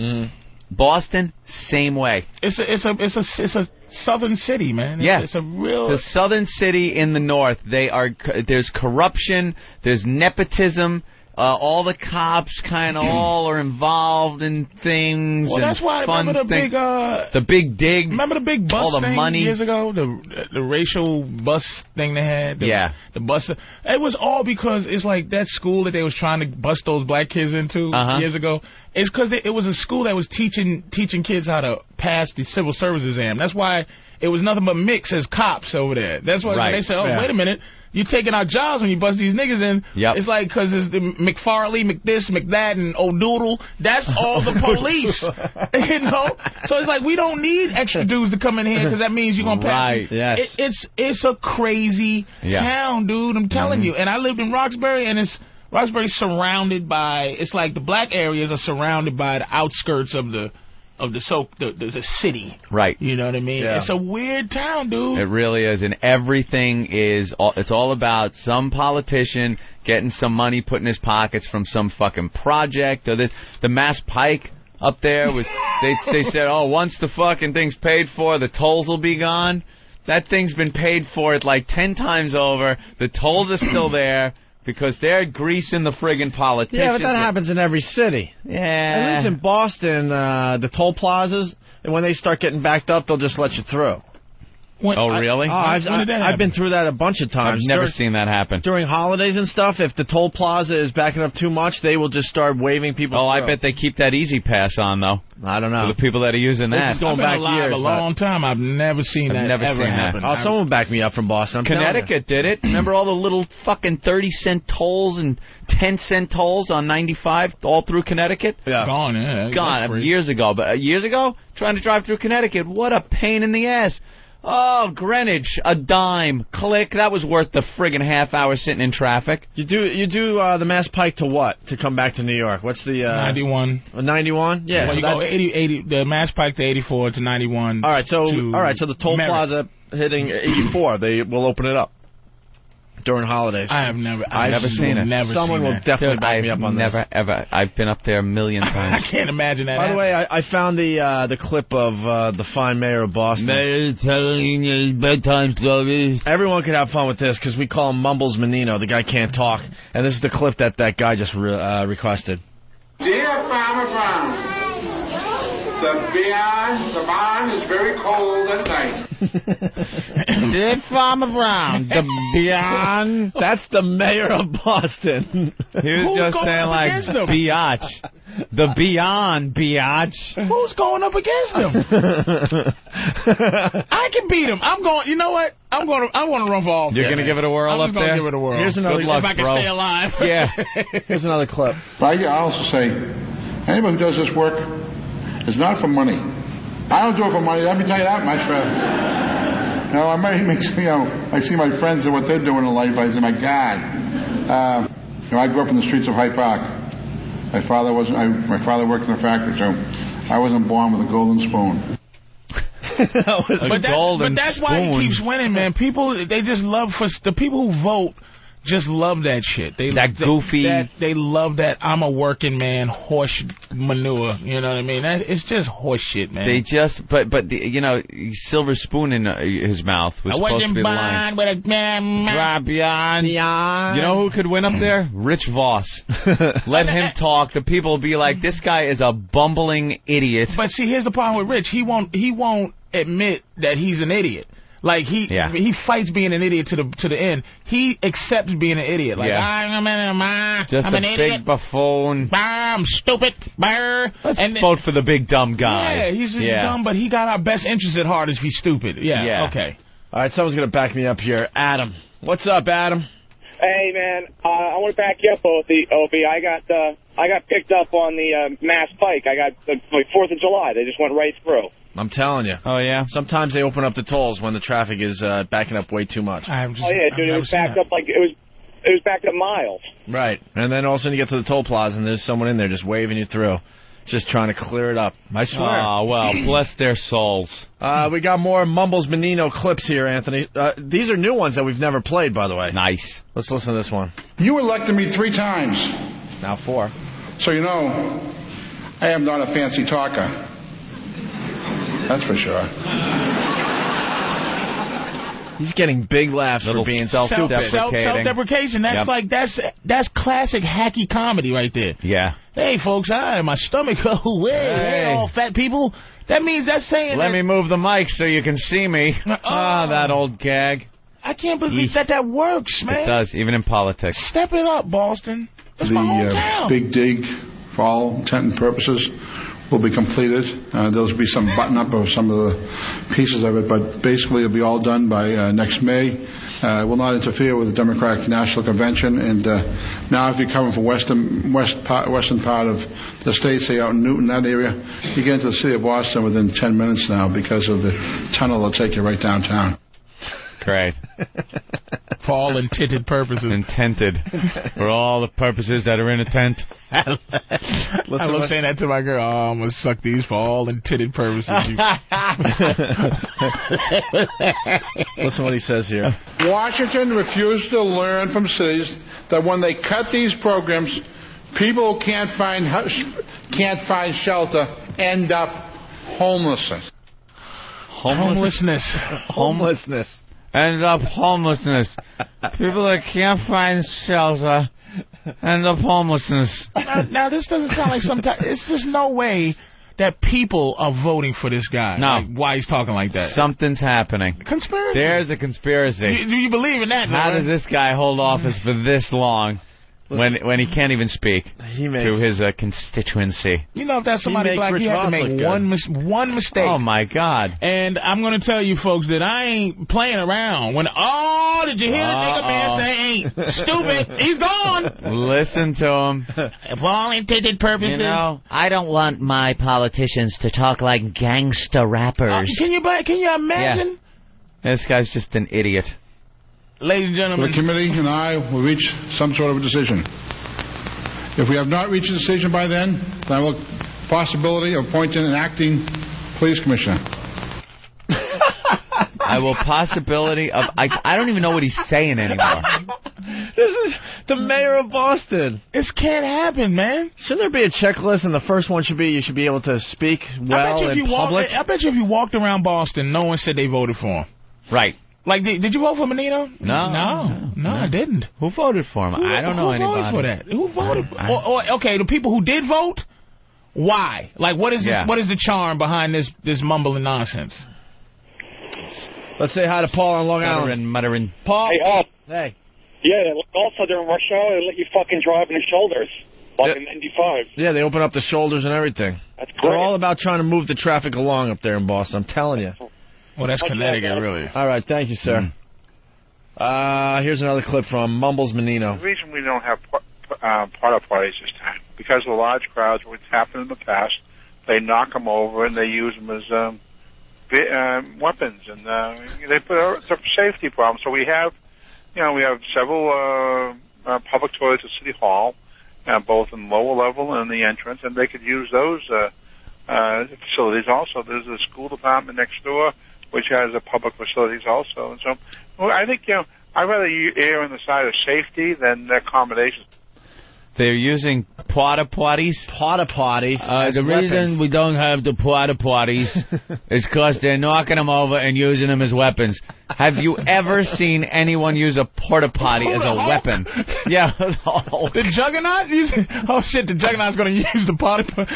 [SPEAKER 2] Boston, same way.
[SPEAKER 3] Mm. It's a, it's a, it's a, it's a southern city, man. It's,
[SPEAKER 2] Yeah.
[SPEAKER 3] It's a real.
[SPEAKER 2] It's a southern city in the north. They are there's corruption, there's nepotism. Uh, all the cops kind of all are involved in things.
[SPEAKER 3] well,
[SPEAKER 2] and
[SPEAKER 3] that's why I
[SPEAKER 2] fun
[SPEAKER 3] remember the
[SPEAKER 2] thing-
[SPEAKER 3] big, uh,
[SPEAKER 2] the big dig.
[SPEAKER 3] remember the big bus
[SPEAKER 2] all the
[SPEAKER 3] thing
[SPEAKER 2] money.
[SPEAKER 3] years ago. The the racial bus thing they had. The,
[SPEAKER 2] Yeah.
[SPEAKER 3] The bus. It was all because it's like that school that they was trying to bust those black kids into
[SPEAKER 2] Uh-huh.
[SPEAKER 3] years ago. It's because it was a school that was teaching teaching kids how to pass the civil service exam. That's why it was nothing but mix as cops over there. That's why
[SPEAKER 2] Right.
[SPEAKER 3] they said, oh
[SPEAKER 1] Yeah.
[SPEAKER 3] wait a minute. You're taking our jobs when you bust these niggas in.
[SPEAKER 2] Yep.
[SPEAKER 3] It's like, because it's the McFarley, McThis, McThat, and O'Doodle. That's all the police. you know? So it's like, we don't need extra dudes to come in here because that means you're going to pass.
[SPEAKER 2] Right.
[SPEAKER 1] Yes.
[SPEAKER 3] It- it's it's a crazy
[SPEAKER 2] Yeah. Mm-hmm.
[SPEAKER 3] town, dude. I'm telling you. And I lived in Roxbury, and it's Roxbury surrounded by. It's like the black areas are surrounded by the outskirts of the of the so the the, the city.
[SPEAKER 2] right.
[SPEAKER 3] You know what I mean?
[SPEAKER 1] Yeah.
[SPEAKER 3] It's a weird town, dude.
[SPEAKER 2] It really is, and everything is. all It's all about some politician getting some money put in his pockets from some fucking project or this. The Mass Pike up there was. They they said, oh, once the fucking thing's paid for, the tolls will be gone. That thing's been paid for it like ten times over. The tolls are still there because they're greasing the friggin' politicians.
[SPEAKER 1] Yeah, but that happens in every city. At
[SPEAKER 2] Yeah.
[SPEAKER 1] least in Boston, uh, the toll plazas, and when they start getting backed up, they'll just let you through.
[SPEAKER 3] When-
[SPEAKER 2] oh,
[SPEAKER 3] I-
[SPEAKER 2] really?
[SPEAKER 1] Oh, I've,
[SPEAKER 3] When did that
[SPEAKER 1] I, have
[SPEAKER 3] happen?
[SPEAKER 1] been through that a bunch of
[SPEAKER 2] I've
[SPEAKER 1] times.
[SPEAKER 2] never
[SPEAKER 1] during,
[SPEAKER 2] seen that happen.
[SPEAKER 1] during holidays and stuff. If the toll plaza is backing up too much, they will just start waving people.
[SPEAKER 2] Oh, I
[SPEAKER 1] through.
[SPEAKER 2] bet they keep that easy pass on though
[SPEAKER 1] I don't
[SPEAKER 2] for
[SPEAKER 1] know.
[SPEAKER 2] the people that are using that.
[SPEAKER 1] going
[SPEAKER 3] I've been
[SPEAKER 1] back
[SPEAKER 3] alive
[SPEAKER 1] years,
[SPEAKER 3] a
[SPEAKER 1] but-
[SPEAKER 3] long time. I've never seen
[SPEAKER 2] I've
[SPEAKER 3] that
[SPEAKER 2] never
[SPEAKER 3] ever
[SPEAKER 2] seen that.
[SPEAKER 3] happen.
[SPEAKER 1] Oh, someone backed me up from Boston. I'm telling you.
[SPEAKER 2] Connecticut did it. Remember all the little fucking 30 cent tolls and 10 cent tolls on 95 all through Connecticut?
[SPEAKER 1] Yeah.
[SPEAKER 3] Gone, yeah.
[SPEAKER 2] God, years ago. But uh, years ago, trying to drive through Connecticut, what a pain in the ass. Oh, Greenwich, a dime. Click. That was worth the friggin' half hour sitting in traffic.
[SPEAKER 1] You do you do uh, the Mass Pike to what to come back to New York? What's the uh,
[SPEAKER 3] 91.
[SPEAKER 1] 91? Yeah.
[SPEAKER 3] Well,
[SPEAKER 1] so
[SPEAKER 3] you
[SPEAKER 1] that-
[SPEAKER 3] go 80, 80, the Mass Pike to 84 to 91.
[SPEAKER 1] all right. So
[SPEAKER 3] to
[SPEAKER 1] all right. So the toll
[SPEAKER 3] Merritt.
[SPEAKER 1] plaza hitting 84. They will open it up during holidays.
[SPEAKER 3] I have never, I've,
[SPEAKER 2] never
[SPEAKER 3] just
[SPEAKER 2] seen it.
[SPEAKER 3] Never
[SPEAKER 1] Someone
[SPEAKER 3] seen
[SPEAKER 1] will
[SPEAKER 3] that.
[SPEAKER 1] definitely
[SPEAKER 2] Dude,
[SPEAKER 1] back
[SPEAKER 2] I've
[SPEAKER 1] me up on
[SPEAKER 2] never,
[SPEAKER 1] this.
[SPEAKER 2] ever. I've been up there a million
[SPEAKER 3] I
[SPEAKER 2] times.
[SPEAKER 3] can't imagine that.
[SPEAKER 1] By the way, I, I found the uh, the clip of uh, the fine mayor of Boston.
[SPEAKER 2] telling you bedtime stories.
[SPEAKER 1] Everyone could have fun with this because we call him Mumbles Menino. The guy can't talk, and this is the clip that that guy just re- uh, requested.
[SPEAKER 8] Dear Farmer Brown, the beyond, the barn is very cold at night.
[SPEAKER 2] If I'm around the beyond,
[SPEAKER 1] That's the mayor of Boston.
[SPEAKER 2] he was
[SPEAKER 3] Who's
[SPEAKER 2] just
[SPEAKER 3] going
[SPEAKER 2] saying
[SPEAKER 3] up
[SPEAKER 2] like
[SPEAKER 3] against him?
[SPEAKER 2] biatch, the beyond biatch.
[SPEAKER 3] Who's going up against him? I can beat him. I'm going. You know what? I'm going. to I'm going to run for all.
[SPEAKER 2] You're gonna give it a whirl
[SPEAKER 3] I'm
[SPEAKER 2] up
[SPEAKER 3] just gonna
[SPEAKER 2] there?
[SPEAKER 3] give it a whirl.
[SPEAKER 1] Here's another-
[SPEAKER 2] Good luck,
[SPEAKER 3] if I can
[SPEAKER 2] bro.
[SPEAKER 3] stay alive.
[SPEAKER 2] Yeah.
[SPEAKER 1] Here's another clip.
[SPEAKER 8] But I also say, anybody who does this work is not for money. I don't do it for money. Let me tell you that, my friend. Now, I might make you know, I see my friends and what they're doing in life. I say, my God. Uh, you know, I grew up in the streets of Hyde Park. My father wasn't. I, my father worked in a factory, so I wasn't born with a golden spoon.
[SPEAKER 1] that was
[SPEAKER 3] but that's,
[SPEAKER 2] golden
[SPEAKER 3] but that's why
[SPEAKER 2] spoon.
[SPEAKER 3] he keeps winning, man. People, they just love for the people who vote. Just love that shit. They
[SPEAKER 2] That
[SPEAKER 3] they-
[SPEAKER 2] goofy-
[SPEAKER 3] That, they love that. I'm a working man. Horse manure. You know what I mean? That, it's just horse shit, man.
[SPEAKER 2] They just, but but the, you know, silver spoon in uh, his mouth was
[SPEAKER 3] I
[SPEAKER 2] supposed to
[SPEAKER 3] wasn't
[SPEAKER 2] be the
[SPEAKER 3] born
[SPEAKER 2] line.
[SPEAKER 3] with a man.
[SPEAKER 2] Right beyond. You know who could win up there? Rich Voss. Let him talk. The people will be like, this guy is a bumbling idiot.
[SPEAKER 3] But see, here's the problem with Rich. He won't. He won't admit that he's an idiot. Like he
[SPEAKER 2] Yeah.
[SPEAKER 3] he fights being an idiot to the to the end. He accepts being an idiot. Like "Ah,
[SPEAKER 2] Yeah.
[SPEAKER 3] I'm an, I'm,
[SPEAKER 2] Just
[SPEAKER 3] I'm
[SPEAKER 2] a
[SPEAKER 3] an
[SPEAKER 2] big
[SPEAKER 3] idiot.
[SPEAKER 2] buffoon.
[SPEAKER 3] Bah, I'm stupid. Bah.
[SPEAKER 2] Let's
[SPEAKER 3] And then-
[SPEAKER 2] vote for the big dumb guy.
[SPEAKER 3] Yeah, he's just dumb, but he got our best interest at heart if he's stupid. Yeah,
[SPEAKER 2] Yeah.
[SPEAKER 3] okay.
[SPEAKER 1] All right, someone's gonna back me up here. Adam, what's up, Adam?
[SPEAKER 6] Hey man, uh, I want to back you up, OB. OB. I got uh, I got picked up on the uh, Mass Pike. I got the like Fourth of July. They just went right through.
[SPEAKER 1] I'm telling you.
[SPEAKER 2] Oh yeah.
[SPEAKER 1] Sometimes they open up the tolls when the traffic is uh, backing up way too much.
[SPEAKER 3] I'm just,
[SPEAKER 6] Oh yeah, dude, it was backed up like it was it was backed up miles.
[SPEAKER 1] Right. And then all of a sudden you get to the toll plaza and there's someone in there just waving you through, just trying to clear it up. I swear.
[SPEAKER 2] Oh well, bless their souls.
[SPEAKER 1] Uh, we got more Mumbles Menino clips here, Anthony. Uh, these are new ones that we've never played, by the way.
[SPEAKER 2] Nice.
[SPEAKER 1] Let's listen to this one.
[SPEAKER 8] You elected me three times.
[SPEAKER 1] Now four.
[SPEAKER 8] So you know, I am not a fancy talker. That's for sure.
[SPEAKER 1] He's getting big laughs
[SPEAKER 2] Little
[SPEAKER 1] for being
[SPEAKER 2] self-
[SPEAKER 1] stupid.
[SPEAKER 2] self-
[SPEAKER 3] Self
[SPEAKER 2] Deprecating.
[SPEAKER 3] self deprecation. That's
[SPEAKER 2] Yep.
[SPEAKER 3] like that's that's classic hacky comedy right there.
[SPEAKER 2] Yeah.
[SPEAKER 3] Hey folks, I my stomach. Oh way,
[SPEAKER 2] Hey.
[SPEAKER 3] all fat people. That means that's saying
[SPEAKER 2] Let
[SPEAKER 3] that-
[SPEAKER 2] me move the mic so you can see me. Ah, that old gag.
[SPEAKER 3] I can't believe that that works,
[SPEAKER 2] It
[SPEAKER 3] man.
[SPEAKER 2] does, even in politics.
[SPEAKER 3] Step it up, Boston. It's
[SPEAKER 8] The
[SPEAKER 3] my hometown.
[SPEAKER 8] uh, big dig, for all intent and purposes, will be completed. Uh, there'll be some button up of some of the pieces of it, but basically it'll be all done by uh, next May. Uh, it will not interfere with the Democratic National Convention. And uh, now, if you're coming from western west part, western part of the state, say out in Newton that area, you get into the city of Boston within 10 minutes now because of the tunnel that'll take you right downtown.
[SPEAKER 2] Great.
[SPEAKER 3] For all intended purposes.
[SPEAKER 2] Intented. For all the purposes that are in a tent.
[SPEAKER 3] I love saying that to my girl. Oh, I'm gonna suck these for all intended purposes. You-
[SPEAKER 1] Listen what he says here.
[SPEAKER 8] Washington refused to learn from cities that when they cut these programs, people who can't find hu- can't find shelter end up homelessness.
[SPEAKER 3] Homelessness.
[SPEAKER 1] Homelessness.
[SPEAKER 2] End up homelessness. People that can't find shelter end up homelessness.
[SPEAKER 3] now, now this doesn't sound like some. T- it's just no way that people are voting for this guy.
[SPEAKER 2] No.
[SPEAKER 3] Like, why he's talking like that?
[SPEAKER 2] Something's happening.
[SPEAKER 3] Conspiracy.
[SPEAKER 2] There's a
[SPEAKER 3] Do
[SPEAKER 2] conspiracy.
[SPEAKER 3] you, do you believe in that?
[SPEAKER 2] How
[SPEAKER 3] Norman?
[SPEAKER 2] does this guy hold office for this long when when he can't even speak
[SPEAKER 1] He makes
[SPEAKER 2] to his uh, constituency?
[SPEAKER 3] you know if that's somebody
[SPEAKER 1] makes
[SPEAKER 3] black,
[SPEAKER 1] Rich
[SPEAKER 3] you have to
[SPEAKER 1] Voss look
[SPEAKER 3] make
[SPEAKER 1] good.
[SPEAKER 3] one mis- one mistake.
[SPEAKER 2] Oh my God.
[SPEAKER 3] And I'm gonna tell you folks that I ain't playing around. When oh, did you hear the nigga man
[SPEAKER 2] Uh-oh.
[SPEAKER 3] say ain't stupid? He's gone.
[SPEAKER 2] Listen to him.
[SPEAKER 3] For all intended purposes.
[SPEAKER 7] You know, I don't want my politicians to talk like gangster
[SPEAKER 3] Uh,
[SPEAKER 7] rappers.
[SPEAKER 3] can you bu- can you imagine,
[SPEAKER 2] This guy's just an idiot.
[SPEAKER 3] ladies and
[SPEAKER 8] The
[SPEAKER 3] gentlemen?
[SPEAKER 8] committee and I will reach some sort of a decision. If we have not reached a decision by then, then I will possibility of appointing an acting police commissioner.
[SPEAKER 2] I will possibility of I I don't even know what he's saying anymore.
[SPEAKER 1] This is the mayor of Boston.
[SPEAKER 3] this can't happen, man.
[SPEAKER 1] Shouldn't there be a checklist? And the first one should be you should be able to speak
[SPEAKER 3] I bet
[SPEAKER 1] well
[SPEAKER 3] you if
[SPEAKER 1] in
[SPEAKER 3] you
[SPEAKER 1] public.
[SPEAKER 3] walked, I bet you if you walked around Boston, no one said they voted for him.
[SPEAKER 2] Right.
[SPEAKER 3] Like, did, did you vote for Menino?
[SPEAKER 2] No.
[SPEAKER 3] no, no, I didn't.
[SPEAKER 2] Who voted for him? I don't know
[SPEAKER 3] who
[SPEAKER 2] anybody.
[SPEAKER 3] voted for that? Who voted?
[SPEAKER 2] I-
[SPEAKER 3] or, or, okay, the people who did vote, why? Like, what is
[SPEAKER 2] Yeah.
[SPEAKER 3] this, what is the charm behind this this mumbling nonsense?
[SPEAKER 1] Let's say hi to Paul on Long Island.
[SPEAKER 2] Muttering, muttering.
[SPEAKER 1] Paul.
[SPEAKER 9] Hey, Al.
[SPEAKER 1] Hey.
[SPEAKER 9] Yeah, also during rush hour, they let you fucking drive on the shoulders. Like in 95.
[SPEAKER 1] Yeah, they open up the shoulders and everything.
[SPEAKER 9] That's great.
[SPEAKER 1] They're all about trying to move the traffic along up there in Boston. I'm telling you.
[SPEAKER 3] Well, that's Connecticut, really. Mm.
[SPEAKER 1] All right, thank you, sir. Uh, here's another clip from Mumbles Menino.
[SPEAKER 10] The reason we don't have par- um, parlor parties this time because the large crowds, what's happened in the past, they knock them over and they use them as um, vi- um, weapons, and uh, they put a, it's a safety problem. So we have, you know, we have several uh, uh, public toilets at City Hall, uh, both in lower level and the entrance, and they could use those uh, uh, facilities also. There's a school department next door which has a public facilities also, and so well, I think you know. I'd rather you err on the side of safety than accommodations.
[SPEAKER 2] They're using porta potties.
[SPEAKER 1] Potter parties.
[SPEAKER 7] Uh,
[SPEAKER 1] as
[SPEAKER 7] the reason
[SPEAKER 1] weapons.
[SPEAKER 7] we don't have the porta potties is because they're knocking them over and using them as weapons.
[SPEAKER 2] Have you ever seen anyone use a porta potty as a weapon? Yeah, the Hulk.
[SPEAKER 3] The Juggernaut? He's, oh shit! The Juggernaut's gonna use the potty. po-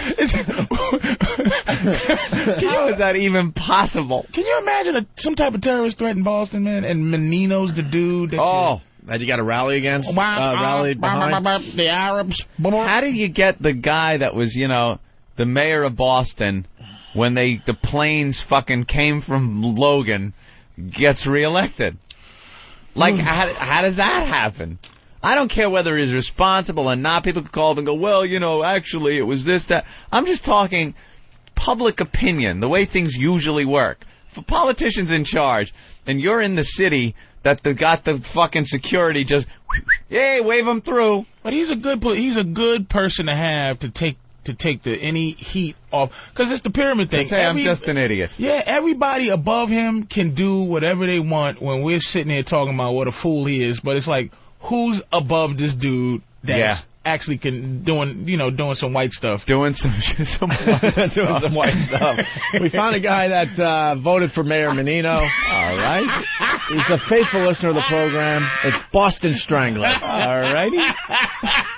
[SPEAKER 3] It's-
[SPEAKER 2] How is that even possible?
[SPEAKER 3] Can you imagine a, some type of terrorist threat in Boston, man? And Menino's the dude. That
[SPEAKER 2] Oh,
[SPEAKER 1] that you got to rally against.
[SPEAKER 3] you-
[SPEAKER 1] Uh, rallied behind.
[SPEAKER 3] the Arabs.
[SPEAKER 2] how do you get the guy that was, you know, the mayor of Boston when they the planes fucking came from Logan gets reelected?
[SPEAKER 3] Hmm.
[SPEAKER 2] Like, how, how does that happen? I don't care whether he's responsible or not. People could call up and go, well, you know, actually it was this, that. I'm just talking public opinion, the way things usually work. For politicians in charge, and you're in the city that they got the fucking security just, yay, wave them through.
[SPEAKER 3] But he's a good pl- he's a good person to have to take to take the any heat off because it's the pyramid thing.
[SPEAKER 2] Say I'm
[SPEAKER 3] Every-
[SPEAKER 2] just an idiot.
[SPEAKER 3] Yeah, everybody above him can do whatever they want when we're sitting here talking about what a fool he is, but it's like who's above this dude that's
[SPEAKER 2] Yeah.
[SPEAKER 3] actually can doing you know doing some white stuff.
[SPEAKER 2] doing some some white
[SPEAKER 1] doing
[SPEAKER 2] stuff.
[SPEAKER 1] some white stuff. We found a guy that uh, voted for Mayor Menino. All right. He's a faithful listener of the program. It's Boston Strangler. All righty.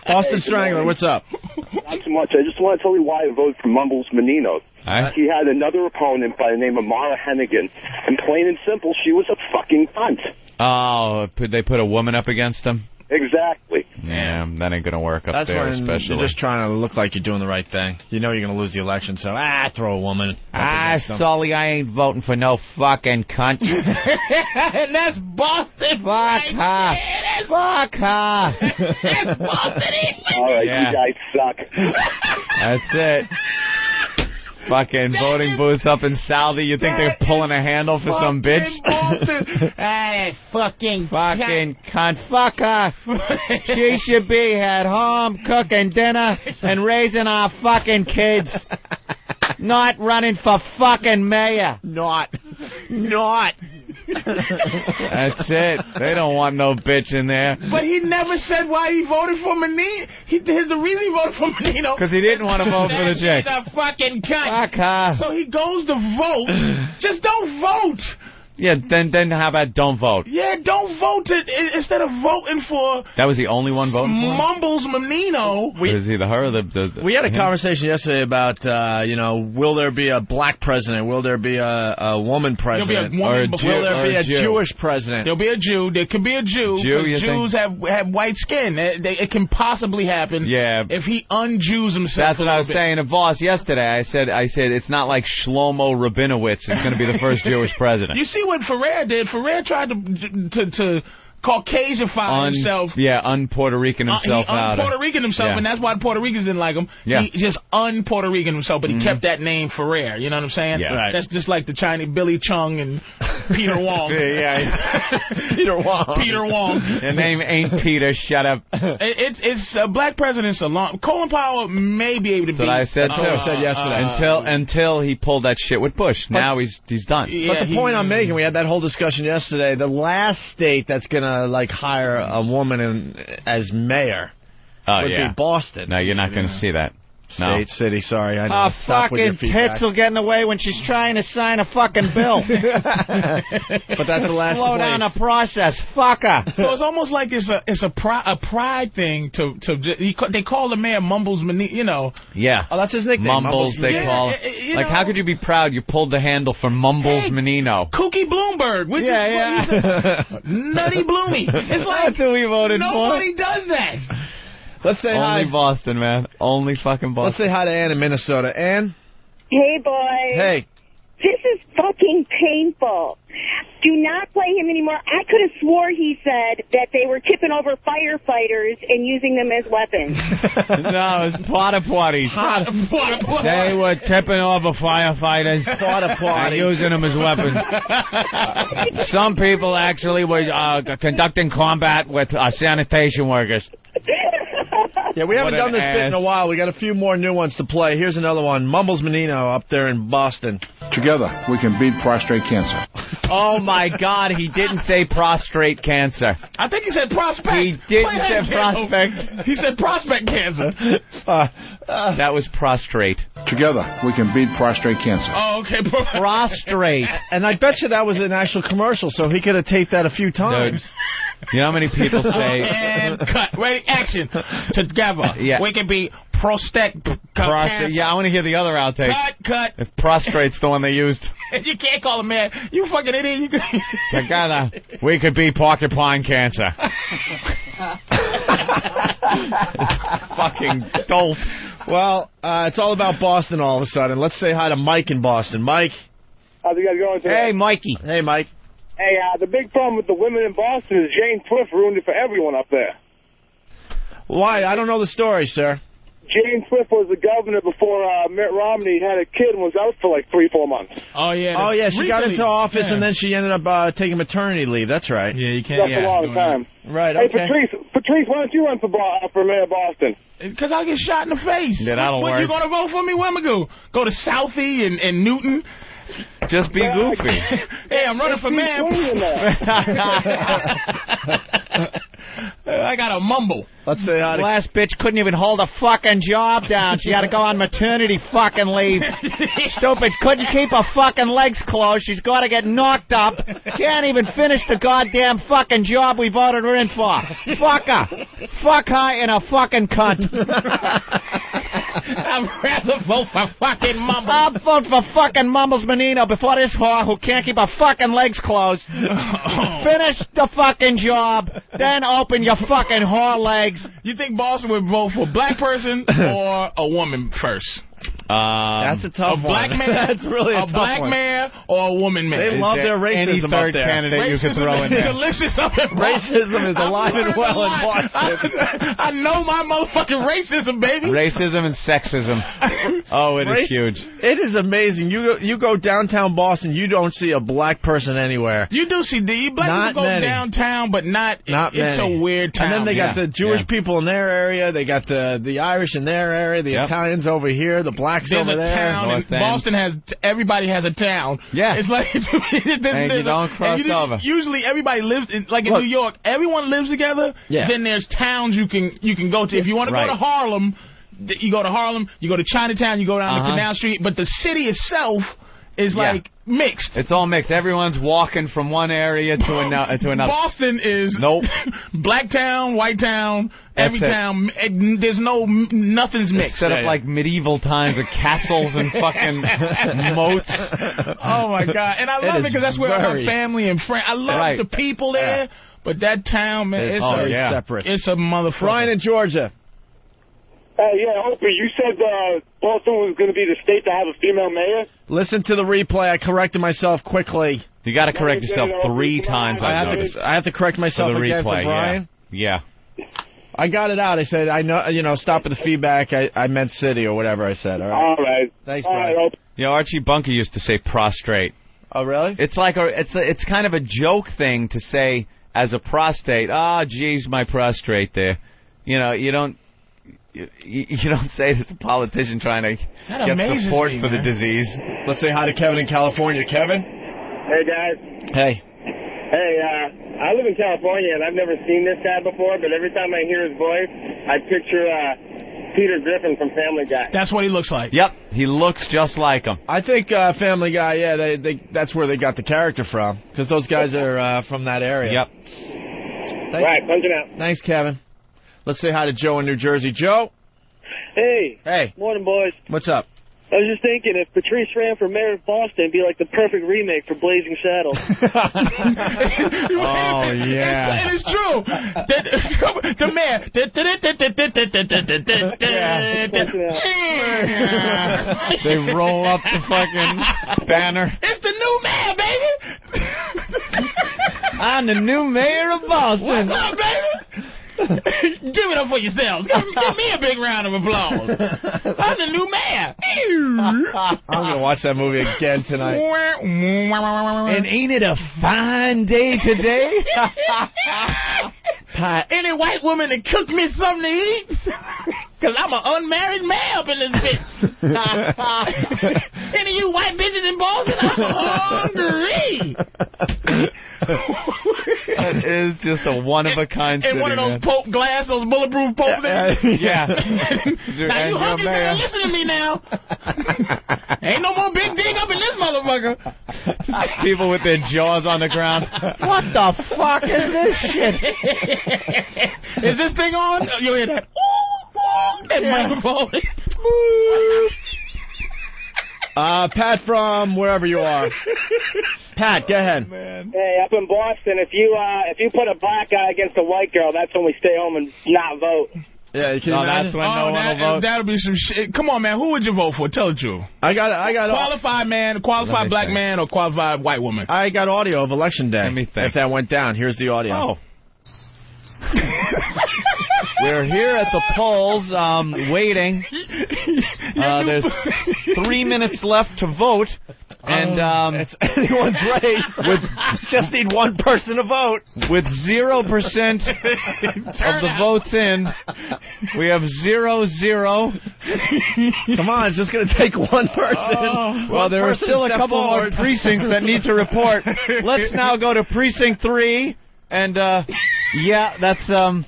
[SPEAKER 1] Boston Strangler, what's up?
[SPEAKER 6] Not too much. I just want to tell you why I voted for Mumbles Menino.
[SPEAKER 2] Alright.
[SPEAKER 6] He had another opponent by the name of Mara Hennigan, and plain and simple, she was a fucking cunt.
[SPEAKER 2] Oh, put- they put a woman up against them.
[SPEAKER 6] Exactly.
[SPEAKER 2] Yeah, that ain't gonna work up
[SPEAKER 1] That's
[SPEAKER 2] there,
[SPEAKER 1] when
[SPEAKER 2] especially.
[SPEAKER 1] you're just trying to look like you're doing the right thing. You know you're going to lose the election, so ah, throw a woman. up
[SPEAKER 2] Ah,
[SPEAKER 1] against them.
[SPEAKER 2] Sully, I ain't voting for no fucking cunt.
[SPEAKER 7] and that's Boston.
[SPEAKER 2] Fuck her. Fuck her.
[SPEAKER 6] All right,
[SPEAKER 2] Yeah.
[SPEAKER 6] you guys suck.
[SPEAKER 2] That's it. Fucking voting booths up in Salvi. You think they're pulling a handle for some bitch?
[SPEAKER 7] that fucking
[SPEAKER 2] Fucking cunt. Fuck her. She should be at home cooking dinner and raising our fucking kids. Not running for fucking mayor.
[SPEAKER 1] Not. Not.
[SPEAKER 2] That's it. They don't want no bitch in there.
[SPEAKER 3] But he never said why he voted for Menino. He, his, the reason he voted for Menino
[SPEAKER 2] Because he didn't want to vote for the chick.
[SPEAKER 3] a fucking cunt.
[SPEAKER 2] Fuck her.
[SPEAKER 3] So he goes to vote. Just don't vote.
[SPEAKER 2] Yeah, then then how about don't vote?
[SPEAKER 3] Yeah, don't vote to, i- instead of voting for
[SPEAKER 2] That was the only one voting for him?
[SPEAKER 3] Mumbles Menino.
[SPEAKER 2] It was either her or the... the, the-
[SPEAKER 1] We had a
[SPEAKER 2] him?
[SPEAKER 1] conversation yesterday about, uh, you know, will there be a black president? Will there be a, a woman
[SPEAKER 3] There'll be a
[SPEAKER 1] president?
[SPEAKER 3] woman
[SPEAKER 2] Or a
[SPEAKER 3] before
[SPEAKER 1] will there
[SPEAKER 2] or
[SPEAKER 1] be a
[SPEAKER 2] Jew.
[SPEAKER 1] Jewish president?
[SPEAKER 3] There'll be a Jew. There could be a Jew.
[SPEAKER 2] Jew,
[SPEAKER 3] 'cause
[SPEAKER 2] you
[SPEAKER 3] Jews have have white skin. It, they, it can possibly happen.
[SPEAKER 2] Yeah.
[SPEAKER 3] If he un-Jews himself.
[SPEAKER 2] That's
[SPEAKER 3] a
[SPEAKER 2] what I was
[SPEAKER 3] little bit.
[SPEAKER 2] saying to Voss yesterday. I said, I said it's not like Shlomo Rabinowitz is going to be the first Jewish president.
[SPEAKER 3] You see what Ferrer did? Ferrer tried to to to Caucasianify
[SPEAKER 2] Un-
[SPEAKER 3] himself.
[SPEAKER 2] Yeah, un-Puerto Rican
[SPEAKER 3] Uh,
[SPEAKER 2] himself
[SPEAKER 3] he un
[SPEAKER 2] out. of-
[SPEAKER 3] Puerto Rican himself,
[SPEAKER 2] Yeah.
[SPEAKER 3] and that's why the Puerto Ricans didn't like him.
[SPEAKER 2] Yeah. Mm-hmm.
[SPEAKER 3] He just un Puerto Rican himself, but he kept that name Ferrer. You know what I'm saying?
[SPEAKER 2] Yeah. Right.
[SPEAKER 3] That's just like the Chinese Billy Chung and Peter Wong.
[SPEAKER 2] yeah, yeah. Peter Wong.
[SPEAKER 3] Peter Wong.
[SPEAKER 2] Your name ain't Peter. Shut up. That's
[SPEAKER 3] It- It's it's uh, black presidents a long. Colin Powell may be able to
[SPEAKER 2] what
[SPEAKER 3] beat.
[SPEAKER 2] I said
[SPEAKER 3] uh,
[SPEAKER 2] too.
[SPEAKER 3] uh,
[SPEAKER 2] Until until he pulled that shit with Bush. now he's he's done.
[SPEAKER 3] yeah,
[SPEAKER 1] But the
[SPEAKER 3] he-
[SPEAKER 1] point I'm making, we had that whole discussion yesterday. The last state that's gonna like hire a woman in, as mayor
[SPEAKER 2] oh
[SPEAKER 1] would
[SPEAKER 2] yeah.
[SPEAKER 1] be Boston.
[SPEAKER 2] No, you're not going to see that.
[SPEAKER 1] State, city, sorry. I know.
[SPEAKER 7] Oh,
[SPEAKER 1] Stop with your
[SPEAKER 7] fucking
[SPEAKER 1] feedback.
[SPEAKER 7] tits will get in the way when she's trying to sign a fucking bill.
[SPEAKER 1] But that's the last
[SPEAKER 7] Slow down the
[SPEAKER 1] place.
[SPEAKER 7] process, fucker.
[SPEAKER 3] So it's almost like it's a it's a pride a pride thing to to ju- he, ca- they call the mayor Mumbles Mani- you know
[SPEAKER 2] Yeah.
[SPEAKER 1] Oh, that's his nickname.
[SPEAKER 2] Mumbles,
[SPEAKER 3] Mumbles
[SPEAKER 2] they
[SPEAKER 3] Menino.
[SPEAKER 2] call.
[SPEAKER 3] Yeah, y- y- you
[SPEAKER 2] like,
[SPEAKER 3] know-
[SPEAKER 2] how could you be proud you pulled the handle for Mumbles Menino?
[SPEAKER 3] Kooky Bloomberg. Which yeah, is, yeah. nutty Bloomy. It's like
[SPEAKER 2] That's who we voted
[SPEAKER 3] nobody does that.
[SPEAKER 1] Let's say
[SPEAKER 2] for. Only
[SPEAKER 1] hi.
[SPEAKER 2] Boston, man. Only fucking
[SPEAKER 1] Let's
[SPEAKER 2] Boston.
[SPEAKER 1] say hi to Ann in Minnesota. Ann,
[SPEAKER 11] Hey, boy.
[SPEAKER 1] hey,
[SPEAKER 11] This is fucking painful. Do not play him anymore. I could have swore he said that they were tipping over firefighters and using them as weapons.
[SPEAKER 2] no, it's Potter Potties. They were tipping over firefighters
[SPEAKER 1] Potter
[SPEAKER 2] and
[SPEAKER 1] Potties.
[SPEAKER 2] using them as weapons. Some people actually were uh, conducting combat with uh, sanitation workers.
[SPEAKER 1] Yeah, we haven't
[SPEAKER 2] What
[SPEAKER 1] done
[SPEAKER 2] an
[SPEAKER 1] this bit in a
[SPEAKER 2] ass.
[SPEAKER 1] while. We got a few more new ones to play. Here's another one. Mumbles Menino up there in Boston.
[SPEAKER 8] Together, we can beat prostate cancer.
[SPEAKER 2] Oh my God, he didn't say prostrate cancer.
[SPEAKER 3] I think he said prospect.
[SPEAKER 2] He didn't
[SPEAKER 3] Play that
[SPEAKER 2] say
[SPEAKER 3] candle.
[SPEAKER 2] prospect.
[SPEAKER 3] He said prospect cancer.
[SPEAKER 2] That was prostrate.
[SPEAKER 8] Together, we can beat prostate cancer.
[SPEAKER 3] Oh, okay.
[SPEAKER 2] Prostrate.
[SPEAKER 1] And I bet you that was an actual commercial, so he could have taped that a few times.
[SPEAKER 2] Dude, you know how many people say
[SPEAKER 3] and cut. Ready? Action. Together.
[SPEAKER 2] Yeah.
[SPEAKER 3] We can be prospect. Cut.
[SPEAKER 2] prostrate?
[SPEAKER 3] cancer.
[SPEAKER 2] Yeah, I want to hear the other outtake.
[SPEAKER 3] Cut. Cut.
[SPEAKER 2] If prostrate's the one they used,
[SPEAKER 3] You can't call a man. You fucking idiot. You can-
[SPEAKER 2] together we could be porcupine cancer. Fucking dolt.
[SPEAKER 1] Well, uh, it's all about Boston all of a sudden. Let's say hi to Mike in Boston. Mike,
[SPEAKER 6] How's you guys going today?
[SPEAKER 2] Hey, Mikey.
[SPEAKER 1] hey, Mike.
[SPEAKER 6] Hey, uh, the big problem with the women in Boston is Jane Twift ruined it for everyone up there.
[SPEAKER 1] Why? I don't know the story, sir.
[SPEAKER 6] Jane Twift was the governor before uh, Mitt Romney had a kid and was out for like three, four months.
[SPEAKER 3] Oh yeah.
[SPEAKER 1] Oh yeah, she got
[SPEAKER 3] Recently.
[SPEAKER 1] into office
[SPEAKER 3] Yeah.
[SPEAKER 1] and then she ended up uh, taking maternity leave. That's right.
[SPEAKER 3] Yeah, you can't.
[SPEAKER 6] That's
[SPEAKER 3] Yeah,
[SPEAKER 6] a long
[SPEAKER 3] doing
[SPEAKER 6] time.
[SPEAKER 1] Right.
[SPEAKER 6] Hey,
[SPEAKER 1] Okay.
[SPEAKER 6] Patrice, Patrice, why don't you run for, Bo- uh, for mayor of Boston?
[SPEAKER 3] Because I get shot in the face.
[SPEAKER 2] Yeah, that'll
[SPEAKER 3] When
[SPEAKER 2] work.
[SPEAKER 3] you gonna vote for me? Where am I go? Go to Southie and, and Newton.
[SPEAKER 2] Just be goofy.
[SPEAKER 3] Hey, I'm running for mayor.
[SPEAKER 6] Swing in there.
[SPEAKER 3] I got a mumble.
[SPEAKER 1] Let's say hi to
[SPEAKER 7] Last bitch couldn't even hold a fucking job down. She had to go on maternity fucking leave. Stupid couldn't keep her fucking legs closed. She's got to get knocked up. Can't even finish the goddamn fucking job we voted her in for. Fuck her. Fuck her in a fucking cunt.
[SPEAKER 3] I'd rather vote for fucking mumble.
[SPEAKER 7] I'll vote for fucking Mumbles Menino before this whore who can't keep her fucking legs closed.
[SPEAKER 3] Oh.
[SPEAKER 7] Finish the fucking job, then open your fucking whore legs.
[SPEAKER 3] You think Boston would vote for black person or a woman first?
[SPEAKER 2] Um,
[SPEAKER 1] That's a tough one.
[SPEAKER 3] a black man,
[SPEAKER 1] That's really a,
[SPEAKER 3] a
[SPEAKER 1] tough
[SPEAKER 3] black
[SPEAKER 1] one.
[SPEAKER 3] man or a woman man.
[SPEAKER 1] They love their
[SPEAKER 2] any
[SPEAKER 1] racism up
[SPEAKER 2] third
[SPEAKER 1] there.
[SPEAKER 2] candidate you could throw in there.
[SPEAKER 3] delicious up in Boston.
[SPEAKER 1] Racism is
[SPEAKER 3] I've
[SPEAKER 1] alive and
[SPEAKER 3] learned
[SPEAKER 1] well
[SPEAKER 3] a
[SPEAKER 1] in
[SPEAKER 3] lot.
[SPEAKER 1] Boston.
[SPEAKER 3] I, I know my motherfucking racism, baby.
[SPEAKER 2] Racism and sexism. Oh, it is
[SPEAKER 1] Race-
[SPEAKER 2] huge.
[SPEAKER 1] It is amazing. You go, you go downtown Boston, you don't see a black person anywhere.
[SPEAKER 3] You do see the black
[SPEAKER 1] Not
[SPEAKER 3] people go
[SPEAKER 1] many.
[SPEAKER 3] downtown, but not.
[SPEAKER 1] Not
[SPEAKER 3] it's
[SPEAKER 1] many.
[SPEAKER 3] a weird town.
[SPEAKER 1] And then they got
[SPEAKER 2] yeah,
[SPEAKER 1] the Jewish
[SPEAKER 2] yeah.
[SPEAKER 1] people in their area. They got the the Irish in their area. The
[SPEAKER 2] Yep.
[SPEAKER 1] Italians over here. The blacks
[SPEAKER 3] There's
[SPEAKER 1] over
[SPEAKER 3] a
[SPEAKER 1] there.
[SPEAKER 3] town, and
[SPEAKER 2] North End.
[SPEAKER 3] Boston has everybody has a town.
[SPEAKER 2] Yeah.
[SPEAKER 3] it's like there's- there's a-
[SPEAKER 2] don't cross
[SPEAKER 3] and you just-
[SPEAKER 2] over.
[SPEAKER 3] Usually, everybody lives in like in
[SPEAKER 1] Look.
[SPEAKER 3] New York. Everyone lives together.
[SPEAKER 1] Yeah.
[SPEAKER 3] Then there's towns you can you can go to if you want
[SPEAKER 2] Right.
[SPEAKER 3] to go to Harlem. th- You go to Harlem. You go to Chinatown. You go down
[SPEAKER 2] Uh-huh.
[SPEAKER 3] to Canal Street. But the city itself is
[SPEAKER 2] Yeah.
[SPEAKER 3] like mixed.
[SPEAKER 2] It's all mixed. Everyone's walking from one area to another. To another.
[SPEAKER 3] Boston is
[SPEAKER 2] Nope.
[SPEAKER 3] black town, white town, every
[SPEAKER 2] That's it.
[SPEAKER 3] town. and There's no nothing's mixed.
[SPEAKER 2] Set up like medieval times with castles and fucking moats.
[SPEAKER 3] Oh my god! And I love it
[SPEAKER 1] is
[SPEAKER 3] because that's where all
[SPEAKER 1] very-
[SPEAKER 3] my family and friends. I love
[SPEAKER 2] Right.
[SPEAKER 3] the people there, but that town, man,
[SPEAKER 1] It's
[SPEAKER 3] it's,
[SPEAKER 1] very
[SPEAKER 3] a
[SPEAKER 2] yeah.
[SPEAKER 1] separate.
[SPEAKER 3] it's a motherfucker.
[SPEAKER 1] Brian in Georgia.
[SPEAKER 6] Hey, yeah, Opie, you said uh, Boston was going to be the state to have a female mayor.
[SPEAKER 1] Listen to the replay. I corrected myself quickly.
[SPEAKER 2] You got to correct yourself three times.
[SPEAKER 1] I
[SPEAKER 2] I've
[SPEAKER 1] have
[SPEAKER 2] noticed
[SPEAKER 1] to I have to correct
[SPEAKER 2] for
[SPEAKER 1] myself
[SPEAKER 2] the
[SPEAKER 1] again
[SPEAKER 2] replay.
[SPEAKER 1] for Brian.
[SPEAKER 2] Yeah.
[SPEAKER 1] I got it out. I said I know. You know, stop at the feedback. I, I meant city or whatever I said. All right.
[SPEAKER 6] All right.
[SPEAKER 1] Thanks,
[SPEAKER 6] All right,
[SPEAKER 1] Brian.
[SPEAKER 6] Opie.
[SPEAKER 2] Yeah. Yeah. Archie Bunker used to say prostrate.
[SPEAKER 1] Oh really?
[SPEAKER 2] It's like a, it's a, it's kind of a joke thing to say as a prostate. Ah, geez, my prostrate there. You know, you don't. You, you you don't say it as a politician trying to
[SPEAKER 3] That
[SPEAKER 2] get
[SPEAKER 3] amazes
[SPEAKER 2] support
[SPEAKER 3] me,
[SPEAKER 2] for the
[SPEAKER 3] man.
[SPEAKER 2] disease.
[SPEAKER 1] Let's say hi to Kevin in California. Kevin.
[SPEAKER 6] Hey, guys.
[SPEAKER 1] Hey.
[SPEAKER 6] Hey, uh, I live in California, and I've never seen this guy before, but every time I hear his voice, I picture uh, Peter Griffin from Family Guy.
[SPEAKER 3] That's what he looks like.
[SPEAKER 2] Yep, he looks just like him.
[SPEAKER 1] I think uh, Family Guy. Yeah, they, they that's where they got the character from because those guys are uh, from that area.
[SPEAKER 2] Yep.
[SPEAKER 6] All right, punch it out.
[SPEAKER 1] Thanks, Kevin. Let's say hi to Joe in New Jersey. Joe,
[SPEAKER 12] Hey.
[SPEAKER 1] Hey.
[SPEAKER 12] Morning, boys.
[SPEAKER 1] what's up?
[SPEAKER 12] I was just thinking if Patrice ran for mayor of Boston, it'd be like the perfect remake for Blazing Saddles.
[SPEAKER 1] oh
[SPEAKER 3] yeah. It is true. the, the man.
[SPEAKER 1] They roll up the fucking banner.
[SPEAKER 3] It's the new man, baby.
[SPEAKER 1] I'm the new mayor of Boston.
[SPEAKER 3] What's up, baby? Give it up for yourselves. Give, give me a big round of applause. I'm the new mayor.
[SPEAKER 1] I'm gonna watch that movie again tonight.
[SPEAKER 3] and
[SPEAKER 1] ain't it a fine day today? Pie.
[SPEAKER 3] Any white woman that cook me something to eat? Cause I'm an unmarried man up in this bitch. Any of you white bitches in Boston, I'm hungry.
[SPEAKER 2] That is just a one of a kind.
[SPEAKER 3] And one of those Pope glass, those bulletproof Pope things.
[SPEAKER 2] Yeah.
[SPEAKER 3] Uh, Now
[SPEAKER 2] And
[SPEAKER 3] you
[SPEAKER 2] you're
[SPEAKER 3] hungry,
[SPEAKER 2] mayor.
[SPEAKER 3] man? Listen to me now. Ain't no more big dig up in this motherfucker.
[SPEAKER 2] People with their jaws on the ground.
[SPEAKER 13] What the fuck is this shit?
[SPEAKER 3] Is this thing on? You hear that? Ooh, ooh, that microphone.
[SPEAKER 1] Uh, Pat from wherever you are. Pat, go ahead.
[SPEAKER 6] Hey, up in Boston, if you uh, if you put a black guy against a white girl, that's when we stay home and not vote.
[SPEAKER 1] Yeah, can you
[SPEAKER 3] Oh,
[SPEAKER 1] imagine?
[SPEAKER 3] that, that'll be some shit. Come on, man. Who would you vote for? Tell the truth.
[SPEAKER 1] I got, I got.
[SPEAKER 3] Qualified man,
[SPEAKER 1] Let
[SPEAKER 3] qualified
[SPEAKER 1] me
[SPEAKER 3] black
[SPEAKER 1] think.
[SPEAKER 3] man, or qualified white woman.
[SPEAKER 1] I got audio of election day.
[SPEAKER 2] Let me think.
[SPEAKER 1] If that went down, here's the audio.
[SPEAKER 2] Oh.
[SPEAKER 1] We're here at the polls, um, waiting.
[SPEAKER 2] Uh, there's three minutes left to vote, and um,
[SPEAKER 1] It's Oh. anyone's race. With just need one person to vote.
[SPEAKER 2] with zero percent of the votes in, we have zero zero.
[SPEAKER 1] Come on, it's just gonna take one person.
[SPEAKER 3] Oh.
[SPEAKER 2] Well, there are
[SPEAKER 1] person
[SPEAKER 2] still a
[SPEAKER 1] step
[SPEAKER 2] couple more
[SPEAKER 1] forward.
[SPEAKER 2] precincts that need to report. Let's now go to precinct three, and uh, yeah, that's um.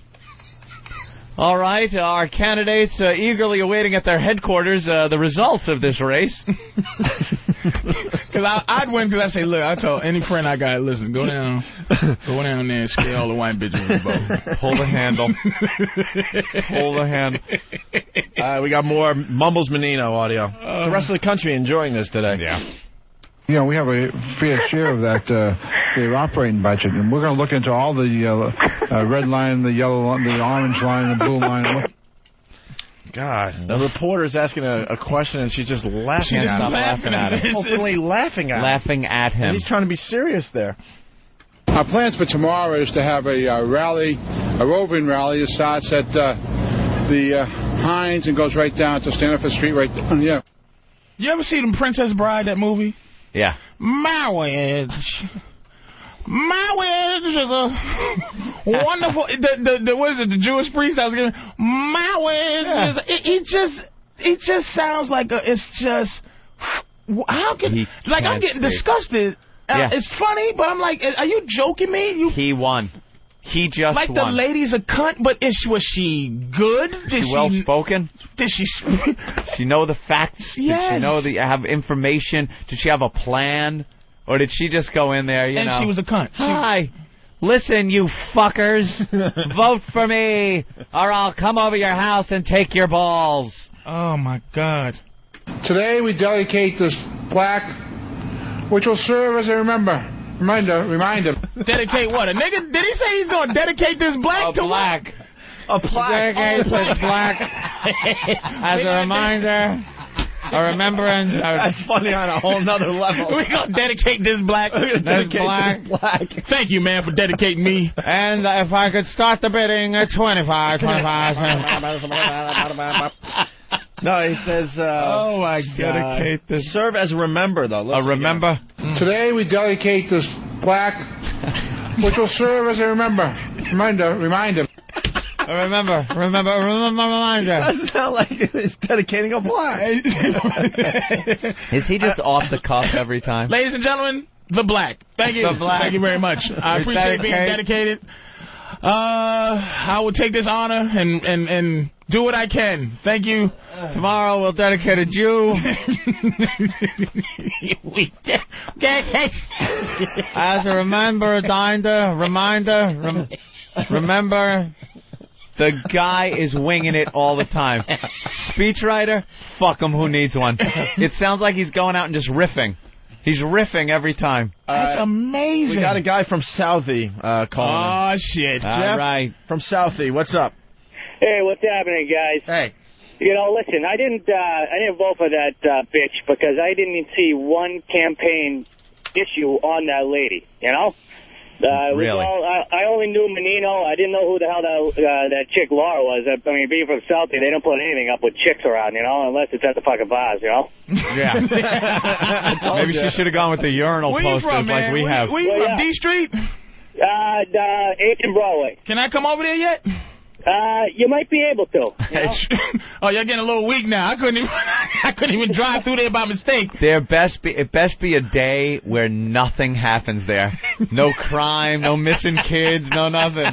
[SPEAKER 2] All right, our candidates uh, eagerly awaiting at their headquarters uh, the results of this race.
[SPEAKER 3] Cause I, I'd win. Cause I say, look, I told any friend I got, listen, go down, go down there and scare all the white bitches in vote.
[SPEAKER 2] Pull the handle. Pull the handle.
[SPEAKER 1] Uh, we got more Mumbles Menino audio. the rest of the country enjoying this today.
[SPEAKER 2] Yeah.
[SPEAKER 8] You know, we have a fair share of that, uh, the operating budget, and we're going to look into all the uh, uh, red line, the yellow line, the orange line, the blue line.
[SPEAKER 1] God, the reporter's asking a, a question and she's just laughing
[SPEAKER 2] She's
[SPEAKER 1] at
[SPEAKER 2] just
[SPEAKER 1] him.
[SPEAKER 2] laughing at him.
[SPEAKER 1] Openly laughing at him.
[SPEAKER 2] Laughing at him.
[SPEAKER 1] He's trying to be serious there.
[SPEAKER 8] Our plans for tomorrow is to have a uh, rally, a roving rally that starts at uh, the uh, Hines and goes right down to Stanford Street, right down, yeah.
[SPEAKER 3] You ever see them Princess Bride that movie?
[SPEAKER 2] Yeah.
[SPEAKER 3] Marriage. Marriage is a wonderful. The, the, the what is it? The Jewish priest I was giving. Marriage is. It, it just it just sounds like a. It's just how can
[SPEAKER 2] He
[SPEAKER 3] like I'm
[SPEAKER 2] can't
[SPEAKER 3] getting
[SPEAKER 2] speak.
[SPEAKER 3] disgusted. Uh,
[SPEAKER 2] Yeah.
[SPEAKER 3] It's funny, but I'm like, are you joking me? You
[SPEAKER 2] He won. He just
[SPEAKER 3] like the
[SPEAKER 2] won.
[SPEAKER 3] lady's a cunt, but is was she good? Did
[SPEAKER 2] She well spoken.
[SPEAKER 3] Did she?
[SPEAKER 2] She know the facts. Did she
[SPEAKER 3] Yes.
[SPEAKER 2] know the have information? Did she have a plan, or did she just go in there? You
[SPEAKER 3] and
[SPEAKER 2] know.
[SPEAKER 3] she was a cunt. She-
[SPEAKER 7] Hi. Listen, you fuckers. Vote for me, or I'll come over your house and take your balls.
[SPEAKER 3] oh my god.
[SPEAKER 8] Today we dedicate this plaque, which will serve as a remember, reminder, reminder.
[SPEAKER 3] Dedicate what? A nigga? Did he say he's gonna dedicate this black to black?
[SPEAKER 1] A plaque.
[SPEAKER 7] Dedicate
[SPEAKER 3] Oh,
[SPEAKER 7] this black as a reminder, a remembrance. of
[SPEAKER 1] That's funny on a whole nother level.
[SPEAKER 3] We gonna dedicate this black.
[SPEAKER 7] this black.
[SPEAKER 3] Thank you, man, for dedicating me.
[SPEAKER 7] And if I could start the bidding at 25, 25, 25.
[SPEAKER 1] no, he says. Uh,
[SPEAKER 3] Oh my
[SPEAKER 1] uh, Serve as a remember though.
[SPEAKER 2] a
[SPEAKER 1] Listen,
[SPEAKER 2] remember. Mm.
[SPEAKER 8] Today we dedicate this plaque, which will serve as a remember, reminder, reminder.
[SPEAKER 7] Uh, Remember, remember, remember,
[SPEAKER 1] you know.
[SPEAKER 7] reminder.
[SPEAKER 1] Doesn't sound like it's dedicating a plaque.
[SPEAKER 2] Is he
[SPEAKER 3] Uh,
[SPEAKER 2] just off the cuff every time?
[SPEAKER 3] Ladies and gentlemen, the black. Thank you.
[SPEAKER 2] The black.
[SPEAKER 3] Thank you very much. I
[SPEAKER 2] We
[SPEAKER 3] appreciate being
[SPEAKER 2] dedicate-
[SPEAKER 3] dedicated. Uh, I will take this honor and and and Do what I can. Thank you.
[SPEAKER 2] Tomorrow we'll dedicate a Jew.
[SPEAKER 3] we did.
[SPEAKER 2] As a remember, reminder, reminder, rem- remember, the guy is winging it all the time. Speechwriter, fuck him. Who needs one? It sounds like he's going out and just riffing. He's riffing every time.
[SPEAKER 3] That's amazing.
[SPEAKER 1] Uh, We got a guy from Southie uh, calling.
[SPEAKER 3] Oh, shit.
[SPEAKER 1] All right,
[SPEAKER 3] Jeff?
[SPEAKER 1] From Southie, what's up?
[SPEAKER 14] Hey, what's happening, guys?
[SPEAKER 1] Hey.
[SPEAKER 14] You know, listen, I didn't, uh, I didn't vote for that uh, bitch because I didn't even see one campaign issue on that lady. You know, uh, it was
[SPEAKER 2] Really?
[SPEAKER 14] All, I, I only knew Menino. I didn't know who the hell that uh, that chick Laura was. I, I mean, being from Southie, they don't put anything up with chicks around. You know, unless it's at the fucking bars. You know.
[SPEAKER 2] Yeah. Maybe she should have gone with the urinal
[SPEAKER 3] Where you
[SPEAKER 2] posters
[SPEAKER 3] from,
[SPEAKER 2] like
[SPEAKER 3] man?
[SPEAKER 2] we
[SPEAKER 3] Where you-
[SPEAKER 2] have.
[SPEAKER 3] where you
[SPEAKER 14] Well,
[SPEAKER 3] from
[SPEAKER 14] yeah.
[SPEAKER 3] D Street?
[SPEAKER 14] Uh, uh, 8th and Broadway.
[SPEAKER 3] Can I come over there yet?
[SPEAKER 14] Uh, you might be able to.
[SPEAKER 3] oh, you're getting a little weak now. I couldn't even, I couldn't even drive through there by mistake.
[SPEAKER 2] There best be it best be a day where nothing happens there. No crime, no missing kids, no nothing.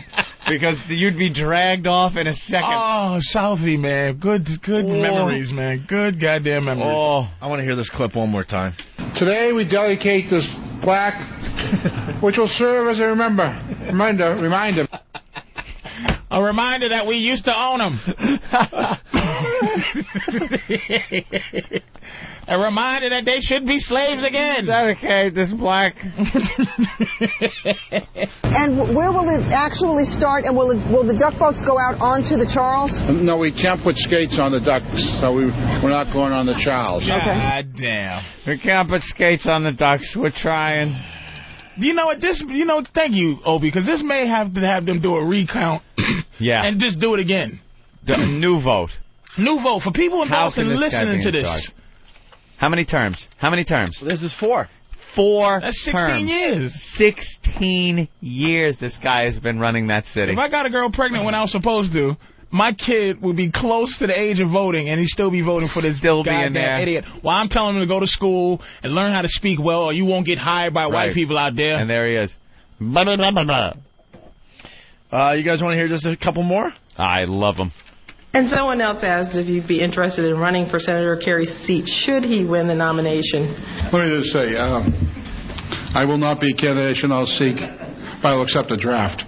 [SPEAKER 2] Because you'd be dragged off in a second.
[SPEAKER 3] Oh, Southie, man. Good, good memories, man. Good goddamn memories.
[SPEAKER 2] Oh,
[SPEAKER 1] I want to hear this clip one more time.
[SPEAKER 8] Today we dedicate this plaque, which will serve as a remember, reminder, reminder.
[SPEAKER 3] A reminder that we used to own them. a reminder that they should be slaves again.
[SPEAKER 2] Dedicate this black.
[SPEAKER 15] And where will it actually start? And will it, will the duck boats go out onto the Charles?
[SPEAKER 8] No, we can't put skates on the ducks, so we, we're not going on the Charles.
[SPEAKER 3] God damn.
[SPEAKER 2] We can't put skates on the ducks. We're trying.
[SPEAKER 3] You know what? This, you know, thank you, Obi, because this may have to have them do a recount
[SPEAKER 2] Yeah.
[SPEAKER 3] and just do it again.
[SPEAKER 2] The new vote.
[SPEAKER 3] New vote for people in
[SPEAKER 2] How
[SPEAKER 3] Boston
[SPEAKER 2] can this guy
[SPEAKER 3] listening
[SPEAKER 2] be
[SPEAKER 3] to
[SPEAKER 2] in
[SPEAKER 3] this.
[SPEAKER 2] charge? How many terms? How many terms?
[SPEAKER 1] This is four.
[SPEAKER 2] Four
[SPEAKER 3] That's 16
[SPEAKER 2] terms.
[SPEAKER 3] years.
[SPEAKER 2] 16 years this guy has been running that city.
[SPEAKER 3] If I got a girl pregnant when I was supposed to, my kid would be close to the age of voting, and he'd still be voting for this
[SPEAKER 2] Still be in
[SPEAKER 3] goddamn
[SPEAKER 2] there.
[SPEAKER 3] idiot. Well, I'm telling him to go to school and learn how to speak well, or you won't get hired by
[SPEAKER 2] Right.
[SPEAKER 3] white people out there.
[SPEAKER 2] And there he is. Blah, blah, blah, blah, blah.
[SPEAKER 1] Uh, you guys want to hear just a couple more?
[SPEAKER 2] I love him.
[SPEAKER 16] And someone else asked if you'd be interested in running for Senator Kerry's seat should he win the nomination.
[SPEAKER 8] Let me just say, uh, I will not be a candidate. I'll seek, but I'll accept the draft.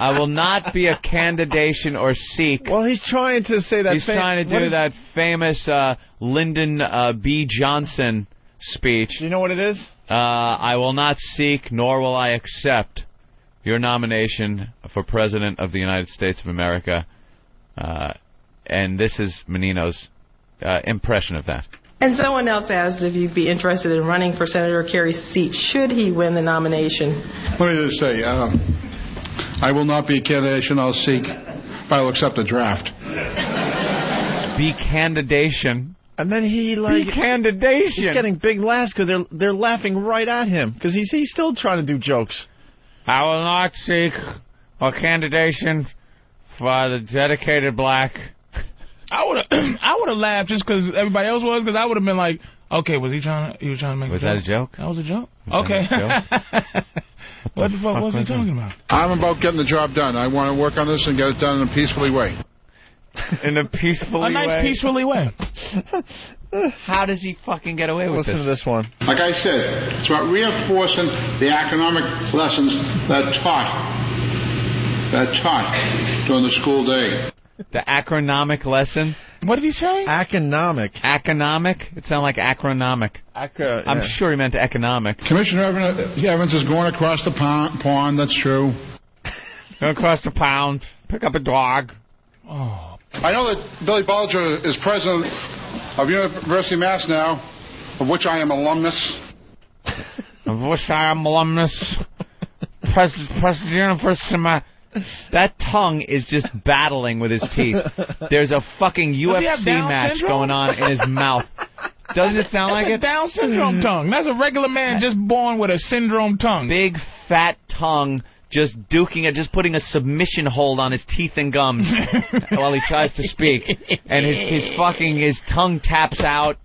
[SPEAKER 2] I will not be a candidation or seek.
[SPEAKER 1] Well, he's trying to say that.
[SPEAKER 2] He's
[SPEAKER 1] fa-
[SPEAKER 2] trying to
[SPEAKER 1] what
[SPEAKER 2] do
[SPEAKER 1] is-
[SPEAKER 2] that famous uh, Lyndon uh, B. Johnson speech.
[SPEAKER 1] You know what it is?
[SPEAKER 2] Uh, I will not seek, nor will I accept your nomination for president of the United States of America. Uh, and this is Menino's uh, impression of that.
[SPEAKER 16] And someone else asked if you'd be interested in running for Senator Kerry's seat should he win the nomination.
[SPEAKER 8] Let me just say, uh, I will not be a candidate. I'll seek, but I'll accept the draft.
[SPEAKER 2] Be candidation.
[SPEAKER 1] And then he like
[SPEAKER 2] candidation.
[SPEAKER 1] He's getting big laughs because they're they're laughing right at him because he's he's still trying to do jokes.
[SPEAKER 2] I will not seek a candidation for the dedicated black.
[SPEAKER 3] I would have, I would have laughed just because everybody else was, because I would have been like, okay, was he trying to, he was trying to make
[SPEAKER 2] Was
[SPEAKER 3] a
[SPEAKER 2] that a
[SPEAKER 3] joke?
[SPEAKER 2] joke?
[SPEAKER 3] That was a joke.
[SPEAKER 2] Was
[SPEAKER 3] okay.
[SPEAKER 2] that
[SPEAKER 3] what the fuck,
[SPEAKER 2] fuck
[SPEAKER 3] was he
[SPEAKER 2] was that?
[SPEAKER 3] talking about?
[SPEAKER 8] I'm about getting the job done. I want to work on this and get it done in a peacefully way.
[SPEAKER 2] In a peaceful
[SPEAKER 3] A nice, peacefully way.
[SPEAKER 2] How does he fucking get away with
[SPEAKER 1] Listen to this one.
[SPEAKER 8] Like I said, it's about reinforcing the economic lessons that taught that taught during the school day.
[SPEAKER 2] The acronomic lesson.
[SPEAKER 3] What did he say?
[SPEAKER 1] Economic.
[SPEAKER 2] Acronomic? It sounded like acronomic.
[SPEAKER 1] Acro-
[SPEAKER 2] I'm
[SPEAKER 1] yeah.
[SPEAKER 2] sure he meant economic.
[SPEAKER 8] Commissioner Evans- uh, Evans is going across the pond. pond that's true.
[SPEAKER 2] Go across the pound, pick up a dog. Oh.
[SPEAKER 8] I know that Billy Bulger is president of University of Mass now, of which I am alumnus.
[SPEAKER 2] Of which I am alumnus. Pres- President University of Ma- That tongue is just battling with his teeth. There's a fucking
[SPEAKER 3] Does he have
[SPEAKER 2] UFC
[SPEAKER 3] Down
[SPEAKER 2] match
[SPEAKER 3] syndrome?
[SPEAKER 2] going on in his mouth. Does it sound
[SPEAKER 3] That's
[SPEAKER 2] like
[SPEAKER 3] a
[SPEAKER 2] it? Hmm.
[SPEAKER 3] Down syndrome tongue. That's a regular man just born with a syndrome tongue.
[SPEAKER 2] Big fat tongue just duking it, just putting a submission hold on his teeth and gums while he tries to speak. And his, his fucking, his tongue taps out.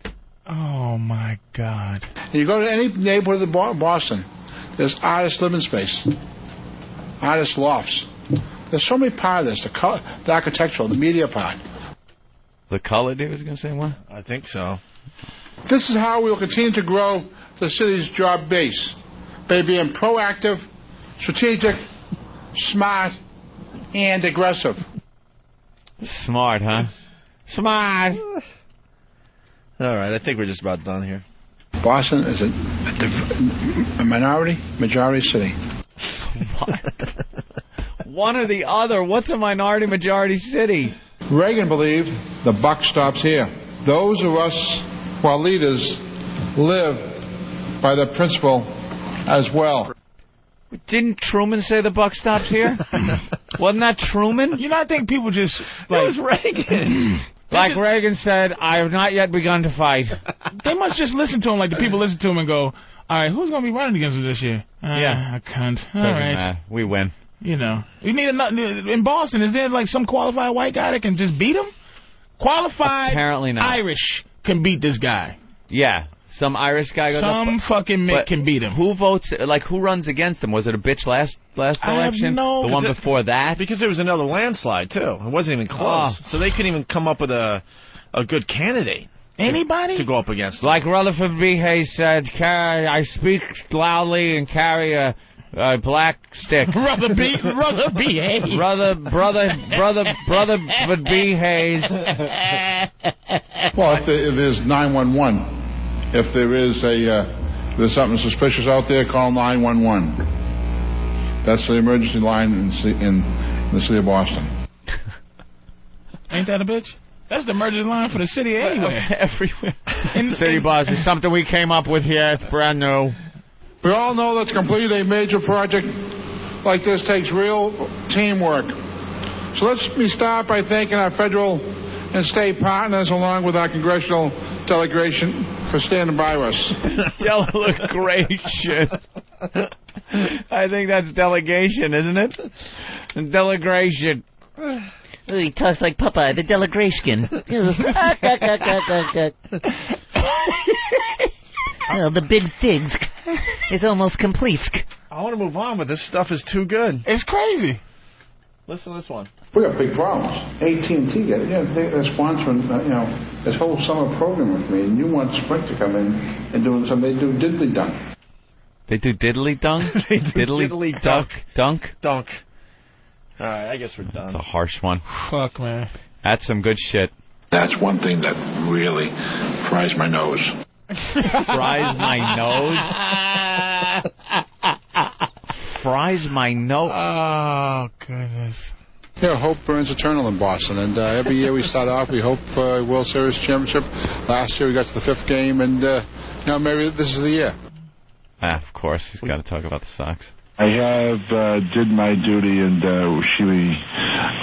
[SPEAKER 3] Oh my God.
[SPEAKER 8] You go to any neighborhood of Bo- Boston, there's artist living space, artist lofts. There's so many parts of this, the, color, the architectural, the media part.
[SPEAKER 2] The color, Dave was going to say what?
[SPEAKER 1] I think so.
[SPEAKER 8] This is how we will continue to grow the city's job base by being proactive, strategic, smart, and aggressive.
[SPEAKER 2] Smart, huh?
[SPEAKER 17] Smart.
[SPEAKER 1] All right, I think we're just about done here.
[SPEAKER 8] Boston is a, a, div- a minority, majority city.
[SPEAKER 7] One or the other. What's a minority majority city?
[SPEAKER 8] Reagan believed the buck stops here. Those of us who are leaders live by the principle as well.
[SPEAKER 7] Didn't Truman say the buck stops here? Wasn't that Truman?
[SPEAKER 3] You know, I think people just like
[SPEAKER 7] was Reagan. like Reagan said, I have not yet begun to fight.
[SPEAKER 3] they must just listen to him like the people listen to him and go, all right, who's going to be running against him this year? Uh,
[SPEAKER 7] Yeah.
[SPEAKER 3] a cunt. All
[SPEAKER 7] Doesn't
[SPEAKER 3] right.
[SPEAKER 7] matter. We win.
[SPEAKER 3] You know, you need another in Boston. Is there like some qualified white guy that can just beat him? Qualified
[SPEAKER 7] Apparently not.
[SPEAKER 3] Irish can beat this guy.
[SPEAKER 7] Yeah. Some Irish guy goes.
[SPEAKER 3] Some fucking mick can beat him.
[SPEAKER 7] Who votes? Like who runs against him? Was it a bitch last last
[SPEAKER 1] I have
[SPEAKER 7] election?
[SPEAKER 1] no-
[SPEAKER 7] The one
[SPEAKER 1] Is it-
[SPEAKER 7] before that.
[SPEAKER 1] Because there was another landslide too. It wasn't even close. So they couldn't even come up with a a good candidate.
[SPEAKER 3] Anybody
[SPEAKER 1] to go up against.
[SPEAKER 7] Like Rutherford B. Hayes said, carry, uh, I speak loudly and carry a, a black stick.
[SPEAKER 3] Brother B. Brother B. Hayes.
[SPEAKER 7] Brother, brother, brother, brother would be Hayes.
[SPEAKER 8] Well, if, there, if there's 911, if there is a uh, if there's something suspicious out there, call 911. That's the emergency line in, ci- in, in the city of Boston.
[SPEAKER 3] Ain't that a bitch? That's the emergency line for the city anyway.
[SPEAKER 7] Everywhere. City boss, it's something we came up with here. It's brand new.
[SPEAKER 8] We all know that to complete a major project like this takes real teamwork. So let me start by thanking our federal and state partners along with our congressional delegation for standing by us.
[SPEAKER 7] Delegation. I think that's delegation, isn't it? Delegation.
[SPEAKER 18] Oh, he talks like Popeye, the delegration. well, the big digs is almost complete.
[SPEAKER 1] I want to move on, but this stuff is too good.
[SPEAKER 3] It's crazy.
[SPEAKER 1] Listen to this one.
[SPEAKER 8] We got big problems. AT&T got it. You know, they, they're sponsoring, uh, you know, this whole summer program with me, and you want Sprint to come in and do something they do diddly dunk.
[SPEAKER 2] They do diddly dunk? diddly,
[SPEAKER 1] diddly
[SPEAKER 2] dunk. Dunk?
[SPEAKER 1] Dunk. All right, I guess we're done.
[SPEAKER 2] That's a harsh one.
[SPEAKER 3] Fuck, man.
[SPEAKER 2] That's some good shit.
[SPEAKER 8] That's one thing that really fries my nose.
[SPEAKER 7] Fries my nose. Fries my nose.
[SPEAKER 3] Oh goodness.
[SPEAKER 8] Yeah, hope burns eternal in Boston, and uh, every year we start off. We hope uh, World Series championship. Last year we got to the fifth game, and uh, you know maybe this is the year.
[SPEAKER 2] Ah, of course, he's got to talk about the Sox.
[SPEAKER 10] I have uh, did my duty, and uh, she.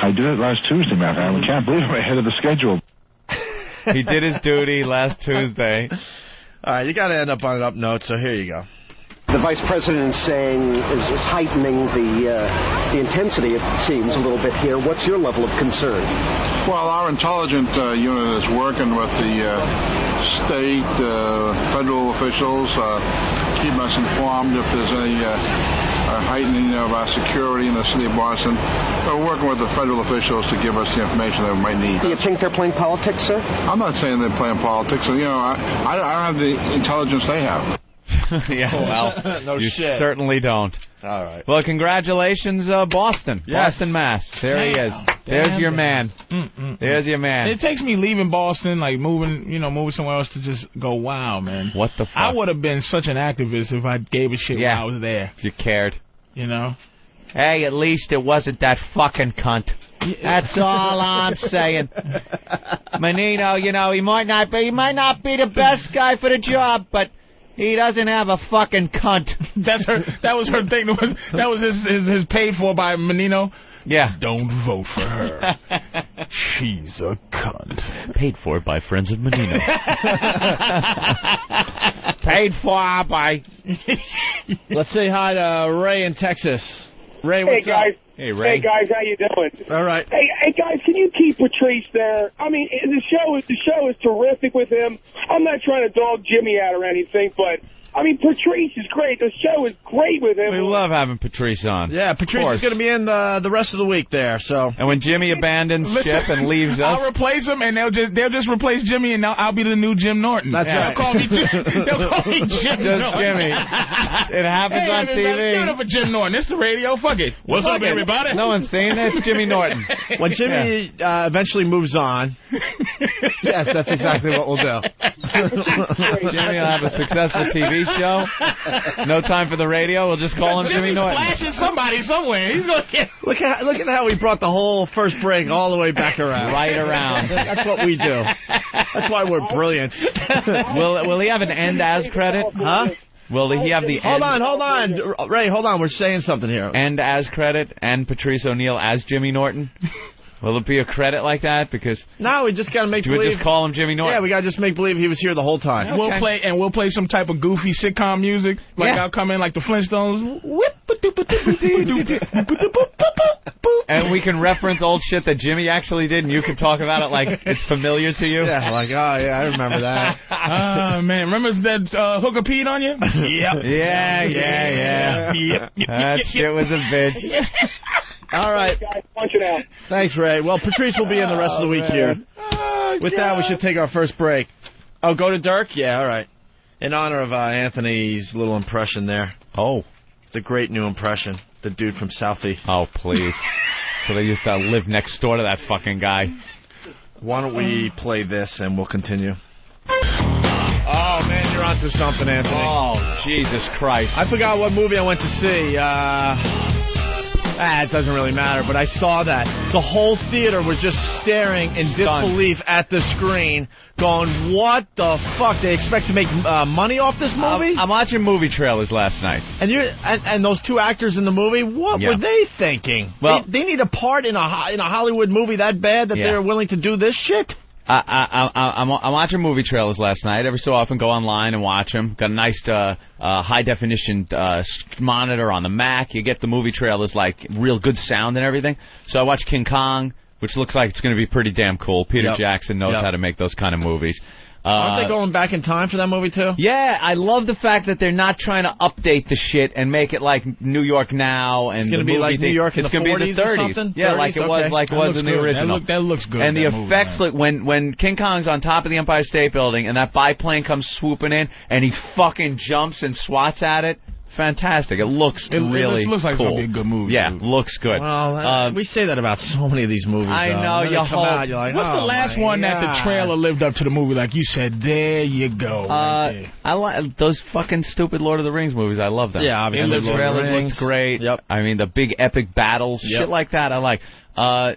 [SPEAKER 10] I did it last Tuesday, Matt. I can't believe I'm ahead of the schedule.
[SPEAKER 2] He did his duty last Tuesday.
[SPEAKER 1] All right, you got to end up on an up note, so here you go.
[SPEAKER 15] The vice president is saying is, is heightening the uh, the intensity. It seems a little bit here. What's your level of concern?
[SPEAKER 8] Well, our intelligence uh, unit is working with the uh, state, uh, federal officials, uh, keep us informed if there's any uh, uh, heightening of our security in the city of Boston. We're working with the federal officials to give us the information that we might need.
[SPEAKER 15] Do you think they're playing politics, sir?
[SPEAKER 8] I'm not saying they're playing politics. You know, I, I I don't have the intelligence they have.
[SPEAKER 7] yeah, well,
[SPEAKER 1] No
[SPEAKER 7] you
[SPEAKER 1] shit.
[SPEAKER 7] certainly don't.
[SPEAKER 1] All right.
[SPEAKER 7] Well, congratulations, uh, Boston.
[SPEAKER 1] Yes.
[SPEAKER 7] Boston, Mass. There he is.
[SPEAKER 3] Damn.
[SPEAKER 7] There's
[SPEAKER 3] Damn,
[SPEAKER 7] your
[SPEAKER 3] damn.
[SPEAKER 7] man. There's your man.
[SPEAKER 3] It takes me leaving Boston, like moving, you know, moving somewhere else to just go, wow, man.
[SPEAKER 7] What the fuck?
[SPEAKER 3] I would have been such an activist if I gave a shit
[SPEAKER 7] Yeah.
[SPEAKER 3] while I was there.
[SPEAKER 7] if you cared.
[SPEAKER 3] You know?
[SPEAKER 7] Hey, at least it wasn't that fucking cunt. That's all I'm saying. Menino, you know, he might not be, he might not be the best guy for the job, but he doesn't have a fucking cunt.
[SPEAKER 3] That's her. That was her thing. That was, that was his, his his paid for by Menino.
[SPEAKER 7] Yeah.
[SPEAKER 3] Don't vote for her. She's a cunt.
[SPEAKER 2] Paid for by friends of Menino.
[SPEAKER 7] Paid for by.
[SPEAKER 1] Let's say hi to Ray in Texas. Ray, what's
[SPEAKER 6] hey guys.
[SPEAKER 1] up?
[SPEAKER 6] Hey guys, how you doing?
[SPEAKER 1] All right.
[SPEAKER 6] Hey, hey guys, can you keep Patrice there? I mean, eh, the show is the show is terrific with him. I'm not trying to dog Jimmy out or anything, but I mean, Patrice is great. The show is great with him.
[SPEAKER 2] We love having Patrice on.
[SPEAKER 1] Yeah, Patrice is going to be in the the rest of the week there. So
[SPEAKER 2] And when Jimmy abandons ship and leaves us,
[SPEAKER 3] I'll replace him, and they'll just they'll just replace Jimmy, and now I'll be the new Jim Norton.
[SPEAKER 2] That's right.
[SPEAKER 3] They'll call me Jim. They'll call me
[SPEAKER 2] Just
[SPEAKER 3] Jim Norton.
[SPEAKER 2] Jimmy. It happens
[SPEAKER 3] hey,
[SPEAKER 2] on
[SPEAKER 3] there's
[SPEAKER 2] TV.
[SPEAKER 3] nothing good for Jim Norton. It's the radio. Fuck it. What's
[SPEAKER 1] Fuck
[SPEAKER 3] up,
[SPEAKER 1] it.
[SPEAKER 3] everybody?
[SPEAKER 1] No one's saying that. It's Jimmy Norton. when Jimmy uh, eventually moves on, yes, that's exactly what we'll do.
[SPEAKER 2] Jimmy will have a successful TV show. No time for the radio. We'll just call him Jimmy
[SPEAKER 3] Jimmy's
[SPEAKER 2] Norton.
[SPEAKER 3] flashing somebody somewhere. He's gonna get.
[SPEAKER 1] Look at look at how we brought the whole first break all the way back around.
[SPEAKER 2] Right around.
[SPEAKER 1] That's what we do. That's why we're brilliant.
[SPEAKER 2] will Will he have an end as credit?
[SPEAKER 1] Huh?
[SPEAKER 2] Will he have the
[SPEAKER 1] Hold
[SPEAKER 2] end,
[SPEAKER 1] on, hold on, Ray. Hold on. We're saying something here.
[SPEAKER 2] end as credit and Patrice O'Neill as Jimmy Norton? Will it be a credit like that? Because
[SPEAKER 1] No, we just got to make
[SPEAKER 2] do we
[SPEAKER 1] believe.
[SPEAKER 2] just call him Jimmy Norton?
[SPEAKER 1] Yeah, we got to just make believe he was here the whole time.
[SPEAKER 3] And We'll play and we'll play some type of goofy sitcom music. Like
[SPEAKER 1] Yeah.
[SPEAKER 3] I'll come in like the Flintstones. Whip.
[SPEAKER 2] and we can reference old shit that Jimmy actually did, and you can talk about it like it's familiar to you.
[SPEAKER 1] Yeah, like oh yeah, I remember that.
[SPEAKER 3] Ah man, remember that uh, hooker peed on you? Yep.
[SPEAKER 2] Yeah, yeah, yeah.
[SPEAKER 3] Yep. yep,
[SPEAKER 2] That
[SPEAKER 3] yep,
[SPEAKER 2] shit was a bitch.
[SPEAKER 1] All right.
[SPEAKER 6] Punch it out.
[SPEAKER 1] Thanks, Ray. Well, Patrice will be in the rest of the
[SPEAKER 2] Oh,
[SPEAKER 1] week here.
[SPEAKER 3] Oh,
[SPEAKER 1] With that, we should take our first break. Oh, go to Dirk? Yeah, all right. In honor of uh, Anthony's little impression there.
[SPEAKER 2] Oh.
[SPEAKER 1] It's a great new impression. The dude from Southie.
[SPEAKER 2] Oh, please. so they used to live next door to that fucking guy.
[SPEAKER 1] Why don't we play this and we'll continue? Oh, man, you're onto something, Anthony.
[SPEAKER 2] Oh, Jesus Christ.
[SPEAKER 1] I forgot what movie I went to see. Uh, ah, it doesn't really matter, but I saw that. The whole theater was just staring in disbelief at the screen, going, what the fuck? They expect to make uh, money off this movie?
[SPEAKER 2] I'm watching movie trailers last night.
[SPEAKER 1] And you and, and those two actors in the movie, what
[SPEAKER 2] Yeah.
[SPEAKER 1] were they thinking?
[SPEAKER 2] Well-
[SPEAKER 1] they, they need a part in a ho- in a Hollywood movie that bad that
[SPEAKER 2] Yeah.
[SPEAKER 1] they're willing to do this shit.
[SPEAKER 2] I, I, I, I'm, I'm watching movie trailers last night. Every so often, go online and watch them. Got a nice uh, uh, high definition uh, s- monitor on the Mac. You get the movie trailers like real good sound and everything. So I watch King Kong, which looks like it's going to be pretty damn cool. Peter
[SPEAKER 1] Yep.
[SPEAKER 2] Jackson knows
[SPEAKER 1] Yep.
[SPEAKER 2] how to make those kind of movies. Uh,
[SPEAKER 1] Aren't they going back in time for that movie too?
[SPEAKER 2] yeah, I love the fact that they're not trying to update the shit and make it like New York now and
[SPEAKER 1] It's gonna
[SPEAKER 2] the
[SPEAKER 1] be
[SPEAKER 2] movie
[SPEAKER 1] like
[SPEAKER 2] thing.
[SPEAKER 1] New York in
[SPEAKER 2] it's
[SPEAKER 1] the
[SPEAKER 2] gonna be
[SPEAKER 1] 40s
[SPEAKER 2] the
[SPEAKER 1] or
[SPEAKER 2] 30s.
[SPEAKER 1] something?
[SPEAKER 2] Yeah, like it
[SPEAKER 1] 30s,
[SPEAKER 2] was
[SPEAKER 1] okay.
[SPEAKER 2] like it
[SPEAKER 1] That
[SPEAKER 2] was
[SPEAKER 1] looks
[SPEAKER 2] in the
[SPEAKER 1] good. That
[SPEAKER 2] original.
[SPEAKER 1] look- that looks good,
[SPEAKER 2] And the
[SPEAKER 1] that movie, man.
[SPEAKER 2] effects look when when King Kong's on top of the Empire State Building and that biplane comes swooping in and he fucking jumps and swats at it. Fantastic! It looks
[SPEAKER 3] It- it
[SPEAKER 2] really
[SPEAKER 3] looks like it's
[SPEAKER 2] cool.
[SPEAKER 3] gonna be a good movie,
[SPEAKER 2] Yeah,
[SPEAKER 3] dude.
[SPEAKER 2] looks good.
[SPEAKER 1] Well,
[SPEAKER 2] Uh,
[SPEAKER 1] we say that about so many of these movies.
[SPEAKER 2] I
[SPEAKER 1] though.
[SPEAKER 2] know,
[SPEAKER 1] When they
[SPEAKER 2] you
[SPEAKER 1] come
[SPEAKER 2] hope.
[SPEAKER 1] out, you're like,
[SPEAKER 3] What's the
[SPEAKER 1] "Oh,
[SPEAKER 3] last
[SPEAKER 1] my
[SPEAKER 3] one that the
[SPEAKER 1] God."
[SPEAKER 3] trailer lived up to the movie? Like you said, there you go.
[SPEAKER 2] uh, I like those fucking stupid Lord of the Rings movies. I love them.
[SPEAKER 1] Yeah, obviously,
[SPEAKER 2] And the
[SPEAKER 1] Lord of the
[SPEAKER 2] trailers looked
[SPEAKER 1] Rings.
[SPEAKER 2] great. Yep. I mean, the big epic battles,
[SPEAKER 1] Yep.
[SPEAKER 2] shit like that. I like. Uh,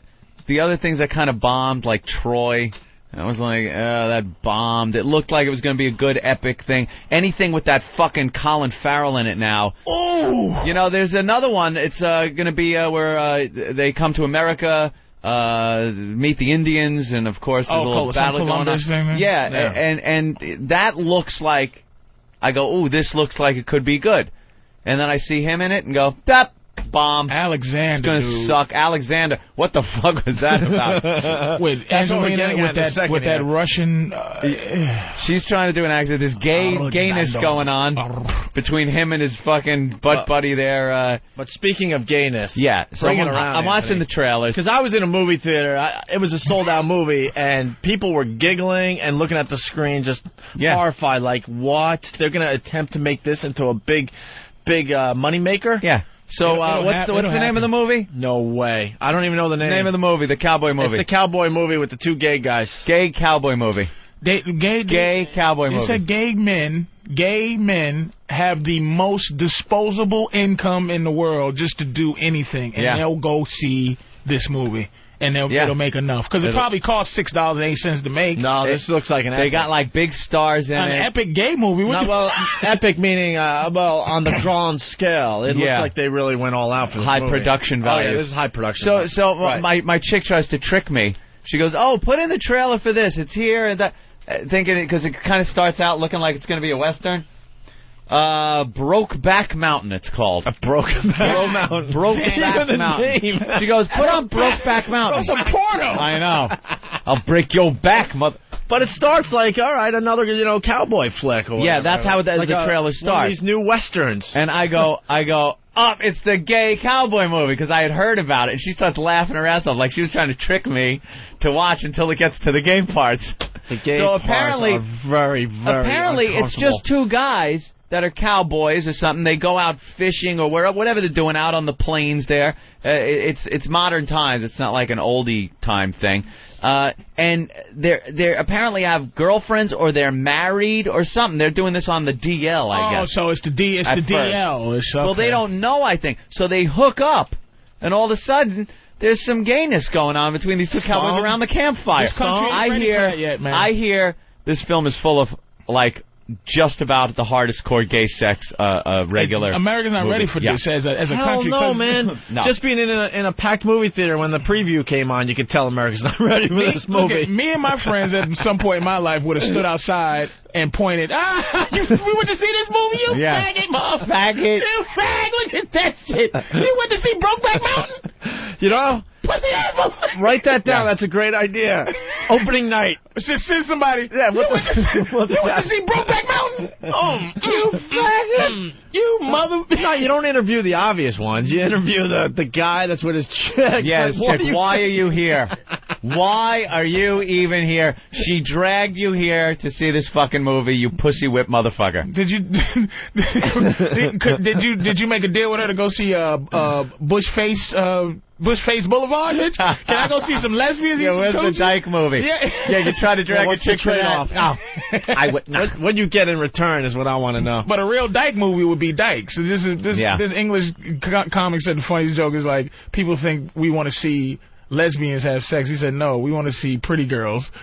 [SPEAKER 2] the other things that kind of bombed, like Troy. I was like, uh, that bombed. It looked like it was going to be a good epic thing. Anything with that fucking Colin Farrell in it now.
[SPEAKER 1] Oh.
[SPEAKER 2] You know, there's another one. It's uh, going to be uh, where uh, they come to America, uh, meet the Indians, and of course there's
[SPEAKER 3] Oh,
[SPEAKER 2] a little
[SPEAKER 3] Col- some
[SPEAKER 2] battle going on.
[SPEAKER 3] Columbus thing, man?
[SPEAKER 2] yeah,
[SPEAKER 3] Yeah.
[SPEAKER 2] a- and and that looks like I go, ooh, this looks like it could be good, and then I see him in it and go, that bomb.
[SPEAKER 3] Alexander.
[SPEAKER 2] It's gonna
[SPEAKER 3] dude.
[SPEAKER 2] suck, Alexander. What the fuck was that about?
[SPEAKER 3] With
[SPEAKER 2] That's what we're
[SPEAKER 3] Angelina,
[SPEAKER 2] getting at
[SPEAKER 3] with
[SPEAKER 2] in a
[SPEAKER 3] that,
[SPEAKER 2] second
[SPEAKER 3] with that
[SPEAKER 2] here.
[SPEAKER 3] Russian. Uh,
[SPEAKER 2] She's trying to do an accent. This gay
[SPEAKER 3] Alexander.
[SPEAKER 2] gayness going on between him and his fucking butt buddy there. Uh,
[SPEAKER 1] But speaking of gayness,
[SPEAKER 2] yeah, so
[SPEAKER 1] bring it
[SPEAKER 2] I'm,
[SPEAKER 1] around,
[SPEAKER 2] I'm watching the trailers.
[SPEAKER 1] Because I was in a movie theater, I, it was a sold out movie, and people were giggling and looking at the screen, just
[SPEAKER 2] Yeah.
[SPEAKER 1] horrified. Like, what? They're gonna attempt to make this into a big, big uh, moneymaker?
[SPEAKER 2] Yeah. So
[SPEAKER 1] It'll-
[SPEAKER 2] uh,
[SPEAKER 1] it'll
[SPEAKER 2] what's
[SPEAKER 1] hap-
[SPEAKER 2] the, what's
[SPEAKER 1] it'll
[SPEAKER 2] the name of the movie?
[SPEAKER 1] No way. I don't even know the name.
[SPEAKER 2] Name of the movie, the cowboy
[SPEAKER 1] It's
[SPEAKER 2] movie.
[SPEAKER 1] the cowboy movie with the two gay guys.
[SPEAKER 2] gay cowboy movie.
[SPEAKER 3] they, gay,
[SPEAKER 2] Gay cowboy
[SPEAKER 3] They
[SPEAKER 2] movie.
[SPEAKER 3] said gay men, gay men have the most disposable income in the world just to do anything, and
[SPEAKER 2] Yeah.
[SPEAKER 3] they'll go see this movie, and they'll,
[SPEAKER 2] Yeah.
[SPEAKER 3] they'll make enough because it
[SPEAKER 2] It'll-
[SPEAKER 3] probably costs six dollars and eight cents to make.
[SPEAKER 1] No, this looks like an.
[SPEAKER 2] they
[SPEAKER 1] epic.
[SPEAKER 2] got like big stars in
[SPEAKER 3] an
[SPEAKER 2] it.
[SPEAKER 3] epic gay movie. What
[SPEAKER 1] Not,
[SPEAKER 3] the
[SPEAKER 1] well, epic meaning uh, well on the grand scale. It
[SPEAKER 2] Yeah.
[SPEAKER 1] looks like they really went all out for this
[SPEAKER 2] High
[SPEAKER 1] movie.
[SPEAKER 2] production
[SPEAKER 1] Oh, yeah,
[SPEAKER 2] values.
[SPEAKER 1] this is high production.
[SPEAKER 2] so
[SPEAKER 1] value.
[SPEAKER 2] so
[SPEAKER 1] Right.
[SPEAKER 2] my my chick tries to trick me. She goes, "Oh, put in the trailer for this. It's here." And that uh, thinking because it kind of starts out looking like it's going to be a western. Uh, Brokeback Mountain, it's called.
[SPEAKER 1] broke Bro Mountain.
[SPEAKER 2] Brokeback
[SPEAKER 1] Even the
[SPEAKER 2] Mountain.
[SPEAKER 1] name.
[SPEAKER 2] She goes, put on Brokeback Mountain.
[SPEAKER 3] porno.
[SPEAKER 2] I know. I'll break your back, mother.
[SPEAKER 1] But it starts like, all right, another you know cowboy flick. Or
[SPEAKER 2] Yeah,
[SPEAKER 1] whatever.
[SPEAKER 2] that's how the,
[SPEAKER 1] Like
[SPEAKER 2] the
[SPEAKER 1] a-
[SPEAKER 2] trailer
[SPEAKER 1] One of
[SPEAKER 2] starts.
[SPEAKER 1] these new westerns.
[SPEAKER 2] And I go, I go, up, it's the gay cowboy movie because I had heard about it. And she starts laughing her ass off like she was trying to trick me to watch until it gets to the gay parts. The
[SPEAKER 1] gay
[SPEAKER 2] so
[SPEAKER 1] parts
[SPEAKER 2] apparently,
[SPEAKER 1] are very very
[SPEAKER 2] apparently it's
[SPEAKER 1] uncomfortable.
[SPEAKER 2] just two guys that are cowboys or something. They go out fishing or wherever, whatever they're doing out on the plains. There, uh, it- it's it's modern times. It's not like an oldie time thing. Uh, and they're they're apparently have girlfriends or they're married or something. They're doing this on the DL, I
[SPEAKER 3] Oh,
[SPEAKER 2] guess.
[SPEAKER 3] so it's the D. It's
[SPEAKER 2] At
[SPEAKER 3] the
[SPEAKER 2] first.
[SPEAKER 3] DL. It's,
[SPEAKER 2] Well, they
[SPEAKER 3] okay.
[SPEAKER 2] don't know, I think. So they hook up, and all of a sudden, there's some gayness going on between these two cowboys
[SPEAKER 3] Some.
[SPEAKER 2] around the campfire.
[SPEAKER 3] This country ain't
[SPEAKER 2] I
[SPEAKER 3] ready
[SPEAKER 2] hear,
[SPEAKER 3] for that yet, man.
[SPEAKER 2] I hear this film is full of like just about the hardest core gay sex uh, uh, regular.
[SPEAKER 3] America's not
[SPEAKER 2] movie.
[SPEAKER 3] ready for
[SPEAKER 2] Yeah.
[SPEAKER 3] this as a, as a
[SPEAKER 1] Hell
[SPEAKER 3] country.
[SPEAKER 1] no,
[SPEAKER 3] 'cause-
[SPEAKER 1] man.
[SPEAKER 2] No.
[SPEAKER 1] Just being in a, in a packed movie theater when the preview came on, you could tell America's not ready for
[SPEAKER 3] me,
[SPEAKER 1] this
[SPEAKER 3] look
[SPEAKER 1] movie.
[SPEAKER 3] at- me and my friends at some point in my life would have stood outside and pointed, ah, you, we went to see this movie, you
[SPEAKER 1] Yeah.
[SPEAKER 3] faggot, motherfucker.
[SPEAKER 2] Faggot.
[SPEAKER 3] You fag, look at that shit. You went to see Brokeback Mountain?
[SPEAKER 1] you know,
[SPEAKER 3] Pussy ass motherfucker.
[SPEAKER 1] write that down. That's a great idea. Opening night.
[SPEAKER 3] Just send somebody.
[SPEAKER 1] Yeah, what
[SPEAKER 3] you went to,
[SPEAKER 1] what the
[SPEAKER 3] you went
[SPEAKER 1] fuck?
[SPEAKER 3] to see Brokeback Mountain?
[SPEAKER 2] Mm,
[SPEAKER 3] Oh, you faggot. you mother.
[SPEAKER 1] No, you don't interview the obvious ones. You interview the, the guy that's with his chick.
[SPEAKER 2] Yeah,
[SPEAKER 1] Like,
[SPEAKER 2] this
[SPEAKER 1] what
[SPEAKER 2] chick,
[SPEAKER 1] are you-
[SPEAKER 2] why are you here? Why are you even here? She dragged you here to see this fucking movie, you pussy whip motherfucker.
[SPEAKER 3] Did you did, could- did you did you make a deal with her to go see uh uh Bush Face uh Bush Face Boulevard? bitch? Can I go see some lesbians? eat
[SPEAKER 2] Yeah,
[SPEAKER 3] some
[SPEAKER 2] where's the
[SPEAKER 3] coochie?
[SPEAKER 2] Dyke movie?
[SPEAKER 3] Yeah.
[SPEAKER 2] yeah you try to drag
[SPEAKER 1] Yeah,
[SPEAKER 2] a
[SPEAKER 1] what's the
[SPEAKER 2] chick for that.
[SPEAKER 1] trade-off?
[SPEAKER 2] I would not.
[SPEAKER 1] What, what you get in return is what I want to know.
[SPEAKER 3] But a real Dyke movie would be Dyke. So this is this
[SPEAKER 2] Yeah.
[SPEAKER 3] this English co- comic said the funniest joke is like people think we want to see lesbians have sex. He said no, we want to see pretty girls.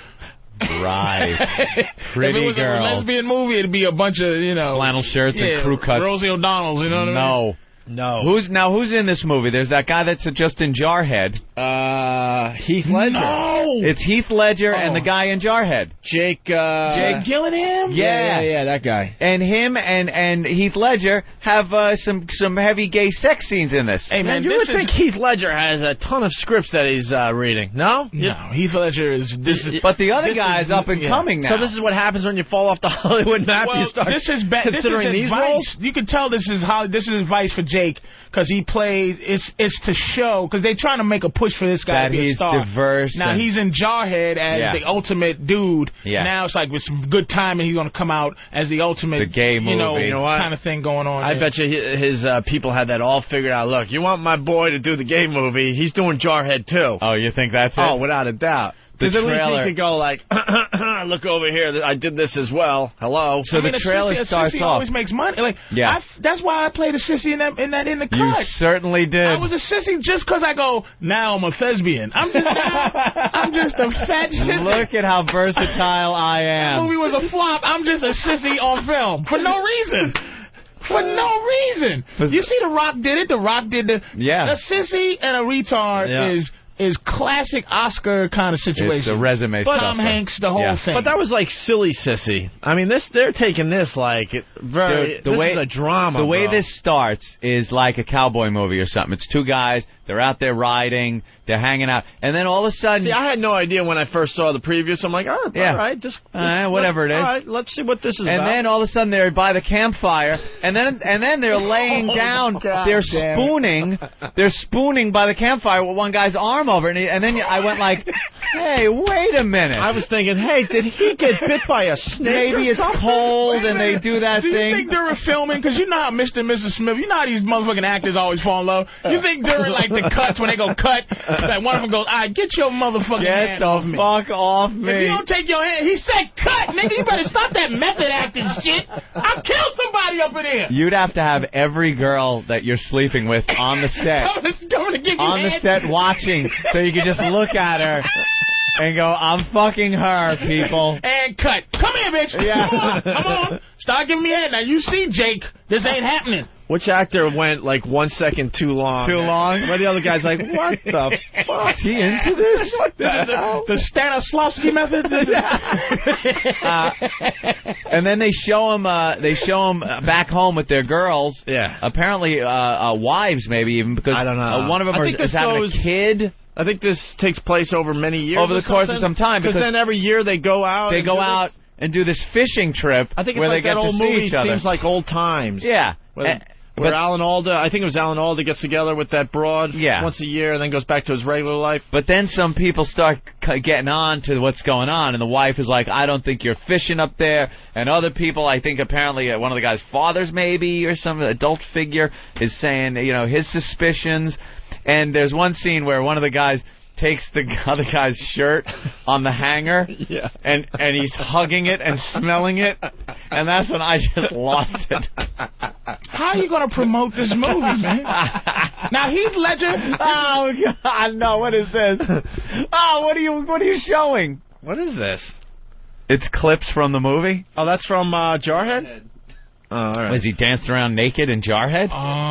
[SPEAKER 2] Right.
[SPEAKER 3] if it
[SPEAKER 2] Pretty
[SPEAKER 3] was a
[SPEAKER 2] girls.
[SPEAKER 3] lesbian movie, it'd be a bunch of you know
[SPEAKER 2] Flannel shirts
[SPEAKER 3] yeah,
[SPEAKER 2] and crew cuts.
[SPEAKER 3] Rosie O'Donnell's. You know what I mean?
[SPEAKER 2] No.
[SPEAKER 1] No.
[SPEAKER 2] Who's now? Who's in this movie? There's that guy that's just in Jarhead.
[SPEAKER 1] Uh, Heath Ledger. Oh.
[SPEAKER 3] No.
[SPEAKER 2] It's Heath Ledger and the guy in Jarhead,
[SPEAKER 1] Jake. Uh,
[SPEAKER 2] Jake
[SPEAKER 3] Gillingham.
[SPEAKER 1] Yeah, yeah,
[SPEAKER 2] Yeah.
[SPEAKER 1] yeah, that guy.
[SPEAKER 2] and him and and Heath Ledger have uh, some some heavy gay sex scenes in this.
[SPEAKER 3] Hey man,
[SPEAKER 1] you would
[SPEAKER 3] this is
[SPEAKER 1] think Heath Ledger has a ton of scripts that he's uh, reading. No.
[SPEAKER 3] No, Heath Ledger is this. Is,
[SPEAKER 2] But the other
[SPEAKER 3] This
[SPEAKER 2] guy
[SPEAKER 3] is-
[SPEAKER 2] is, up and
[SPEAKER 3] yeah.
[SPEAKER 2] coming now.
[SPEAKER 1] So this is what happens when you fall off the Hollywood map.
[SPEAKER 3] well,
[SPEAKER 1] you start
[SPEAKER 3] this is ba-
[SPEAKER 1] considering
[SPEAKER 3] this is
[SPEAKER 1] these
[SPEAKER 3] advice.
[SPEAKER 1] roles.
[SPEAKER 3] You can tell this is how this is advice for Jake because he plays. It's it's to show because they're trying to make a push for this guy
[SPEAKER 2] That
[SPEAKER 3] to be
[SPEAKER 2] he's
[SPEAKER 3] a star.
[SPEAKER 2] diverse
[SPEAKER 3] Now
[SPEAKER 2] and-
[SPEAKER 3] he's in Jarhead as
[SPEAKER 2] Yeah.
[SPEAKER 3] the ultimate dude.
[SPEAKER 2] Yeah.
[SPEAKER 3] Now it's like with some good timing, he's gonna come out as the ultimate
[SPEAKER 2] The gay
[SPEAKER 3] you know,
[SPEAKER 2] movie. You know
[SPEAKER 1] what?
[SPEAKER 3] kind of thing going on.
[SPEAKER 1] I
[SPEAKER 3] there.
[SPEAKER 1] bet you hi- his uh, people had that all figured out. Look, you want my boy to do the gay movie? He's doing Jarhead too.
[SPEAKER 2] oh, you think that's it?
[SPEAKER 1] Oh, without a doubt.
[SPEAKER 2] The
[SPEAKER 1] Because at least
[SPEAKER 2] trailer-
[SPEAKER 1] he could go like, look over here. I did this as well. Hello.
[SPEAKER 2] So
[SPEAKER 3] I mean,
[SPEAKER 2] the
[SPEAKER 3] a
[SPEAKER 2] trailer
[SPEAKER 3] sissy, a
[SPEAKER 2] starts
[SPEAKER 3] sissy
[SPEAKER 2] off.
[SPEAKER 3] always makes money. Like,
[SPEAKER 2] Yeah.
[SPEAKER 3] I f- that's why I played a sissy in that in that in the
[SPEAKER 2] you
[SPEAKER 3] cut.
[SPEAKER 2] certainly did.
[SPEAKER 3] I was a sissy just 'cause I go, now I'm a thespian. I'm just, I'm just a fat sissy.
[SPEAKER 2] Look at how versatile I
[SPEAKER 3] That movie
[SPEAKER 2] am.
[SPEAKER 3] was a flop. I'm just a sissy on film for no reason. For no reason. You see, The Rock did it. The Rock did the.
[SPEAKER 2] Yeah.
[SPEAKER 3] A sissy and a retard
[SPEAKER 1] Yeah.
[SPEAKER 3] is is classic Oscar kind of situation.
[SPEAKER 2] It's a resume
[SPEAKER 3] But
[SPEAKER 2] stuffer.
[SPEAKER 3] Tom Hanks, the whole
[SPEAKER 2] Yeah.
[SPEAKER 3] thing.
[SPEAKER 1] But that was like silly sissy. I mean, this they're taking this like it- very.
[SPEAKER 2] Dude, the
[SPEAKER 1] this
[SPEAKER 2] way-
[SPEAKER 1] is a drama.
[SPEAKER 2] The way
[SPEAKER 1] bro.
[SPEAKER 2] this starts is like a cowboy movie or something. It's two guys. They're out there riding. They're hanging out, and then all of a sudden,
[SPEAKER 1] See, I had no idea when I first saw the preview, so I'm like, all right,
[SPEAKER 2] Yeah.
[SPEAKER 1] all right, just
[SPEAKER 2] All right, whatever it is.
[SPEAKER 1] All right, let's see what this is
[SPEAKER 2] and
[SPEAKER 1] about.
[SPEAKER 2] then all of a sudden they're by the campfire, and then and then they're laying
[SPEAKER 1] Oh,
[SPEAKER 2] down,
[SPEAKER 1] God
[SPEAKER 2] they're
[SPEAKER 1] damn it.
[SPEAKER 2] spooning, they're spooning by the campfire with one guy's arm over, and, he, and then I went like, hey, wait a minute,
[SPEAKER 1] I was thinking, hey, did he get bit by a snake?
[SPEAKER 2] maybe
[SPEAKER 1] or
[SPEAKER 2] it's
[SPEAKER 1] something?
[SPEAKER 2] cold, and they do that
[SPEAKER 3] do you
[SPEAKER 2] thing.
[SPEAKER 3] think during filming, because you know how Mr. and Mrs. Smith, you know how these motherfucking actors always fall in love? You think during, like, the cuts, when they go cut, like, one of them goes, all right, get your motherfucking
[SPEAKER 2] Get
[SPEAKER 3] hand
[SPEAKER 2] the
[SPEAKER 3] off me.
[SPEAKER 2] fuck off
[SPEAKER 3] If you
[SPEAKER 2] me!
[SPEAKER 3] don't take your hand, he said cut, nigga. You better stop that method acting shit. I'll kill somebody up in here.
[SPEAKER 2] You'd have to have every girl that you're sleeping with on the set,
[SPEAKER 3] I'm just going to give you
[SPEAKER 2] on the
[SPEAKER 3] head.
[SPEAKER 2] set watching, so you could just look at her and go, I'm fucking her, people.
[SPEAKER 3] And cut. Come here, bitch.
[SPEAKER 2] Yeah.
[SPEAKER 3] Come on. Come on. Start giving me head. Now you see, Jake, this ain't happening.
[SPEAKER 1] Which actor went like one second too long?
[SPEAKER 2] Too long?
[SPEAKER 1] Where the other guy's like, what the fuck?
[SPEAKER 2] Is he into this?
[SPEAKER 3] This is the, the Stanislavski method. This is-
[SPEAKER 2] Uh, and then they show him. Uh, they show him uh, back home with their girls.
[SPEAKER 1] Yeah.
[SPEAKER 2] Apparently, uh, uh, wives maybe even because
[SPEAKER 1] I don't know.
[SPEAKER 2] Uh, one of them
[SPEAKER 1] I
[SPEAKER 2] are,
[SPEAKER 1] think this
[SPEAKER 2] is having
[SPEAKER 1] goes-
[SPEAKER 2] a kid.
[SPEAKER 1] I think this takes place over many years.
[SPEAKER 2] Over the
[SPEAKER 1] or
[SPEAKER 2] course of
[SPEAKER 1] something.
[SPEAKER 2] some time,
[SPEAKER 1] Because
[SPEAKER 2] because-
[SPEAKER 1] then every year they go out.
[SPEAKER 2] They
[SPEAKER 1] and
[SPEAKER 2] go
[SPEAKER 1] do this-
[SPEAKER 2] out and do this fishing trip
[SPEAKER 1] I think it's
[SPEAKER 2] where
[SPEAKER 1] like
[SPEAKER 2] they get
[SPEAKER 1] that
[SPEAKER 2] to
[SPEAKER 1] old
[SPEAKER 2] see
[SPEAKER 1] movie
[SPEAKER 2] each other.
[SPEAKER 1] seems like old times.
[SPEAKER 2] Yeah.
[SPEAKER 1] Where,
[SPEAKER 2] Eh,
[SPEAKER 1] where
[SPEAKER 2] but-
[SPEAKER 1] Alan Alda, I think it was Alan Alda, gets together with that broad
[SPEAKER 2] Yeah.
[SPEAKER 1] once a year and then goes back to his regular life.
[SPEAKER 2] But then some people start c- getting on to what's going on, and the wife is like, "I don't think you're fishing up there." And other people, I think apparently uh, one of the guy's fathers, maybe or some adult figure, is saying, you know, his suspicions. And there's one scene where one of the guys takes the other guy's shirt on the hanger, yeah. and and he's hugging it and smelling it, and that's when I just lost it.
[SPEAKER 3] How are you going to promote this movie, man? now Heath Ledger.
[SPEAKER 2] Oh God, no! What is this? Oh, what are you? What are you showing?
[SPEAKER 1] What is this?
[SPEAKER 2] It's clips from the movie.
[SPEAKER 1] Oh, that's from uh, Jarhead? Oh, all right.
[SPEAKER 2] Was he danced around naked in Jarhead?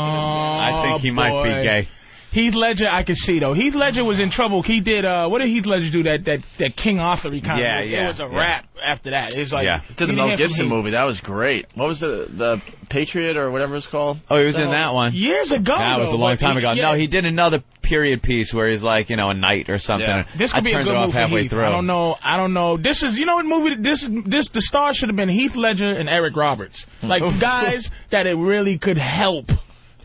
[SPEAKER 2] I think he might be
[SPEAKER 3] Oh, boy.
[SPEAKER 2] gay.
[SPEAKER 3] Heath Ledger, I could see though. Heath Ledger was in trouble. He did. uh What did Heath Ledger do? That that that King Arthur he kind
[SPEAKER 1] Yeah,
[SPEAKER 3] of.
[SPEAKER 1] yeah,
[SPEAKER 3] It was a
[SPEAKER 1] yeah.
[SPEAKER 3] wrap after that. It's like.
[SPEAKER 1] yeah. Did the
[SPEAKER 3] you
[SPEAKER 1] Mel
[SPEAKER 3] didn't hear from
[SPEAKER 1] Gibson
[SPEAKER 3] Heath.
[SPEAKER 1] movie. That was great. What was the the Patriot or whatever it's called?
[SPEAKER 2] Oh, he was in that one
[SPEAKER 3] Years ago,
[SPEAKER 2] That was a
[SPEAKER 3] though,
[SPEAKER 2] long
[SPEAKER 3] but
[SPEAKER 2] time
[SPEAKER 3] he-
[SPEAKER 2] ago.
[SPEAKER 3] yeah.
[SPEAKER 2] No, he did another period piece where he's like, you know, a knight or something.
[SPEAKER 3] This could
[SPEAKER 2] I
[SPEAKER 3] be a
[SPEAKER 2] turned
[SPEAKER 3] good
[SPEAKER 2] it off
[SPEAKER 3] move for
[SPEAKER 2] halfway
[SPEAKER 3] Heath.
[SPEAKER 2] through.
[SPEAKER 3] I don't know. I don't know. This is you know what movie this is- this the star should have been Heath Ledger and Eric Roberts. Like guys that it really could help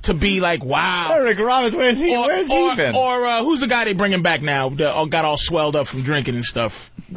[SPEAKER 3] to be like wow.
[SPEAKER 2] Eric Roberts, where's he?
[SPEAKER 3] Or,
[SPEAKER 2] where's he
[SPEAKER 3] or,
[SPEAKER 2] been?
[SPEAKER 3] Or uh, who's the guy they bringing back now? That all- got all swelled up from drinking and stuff.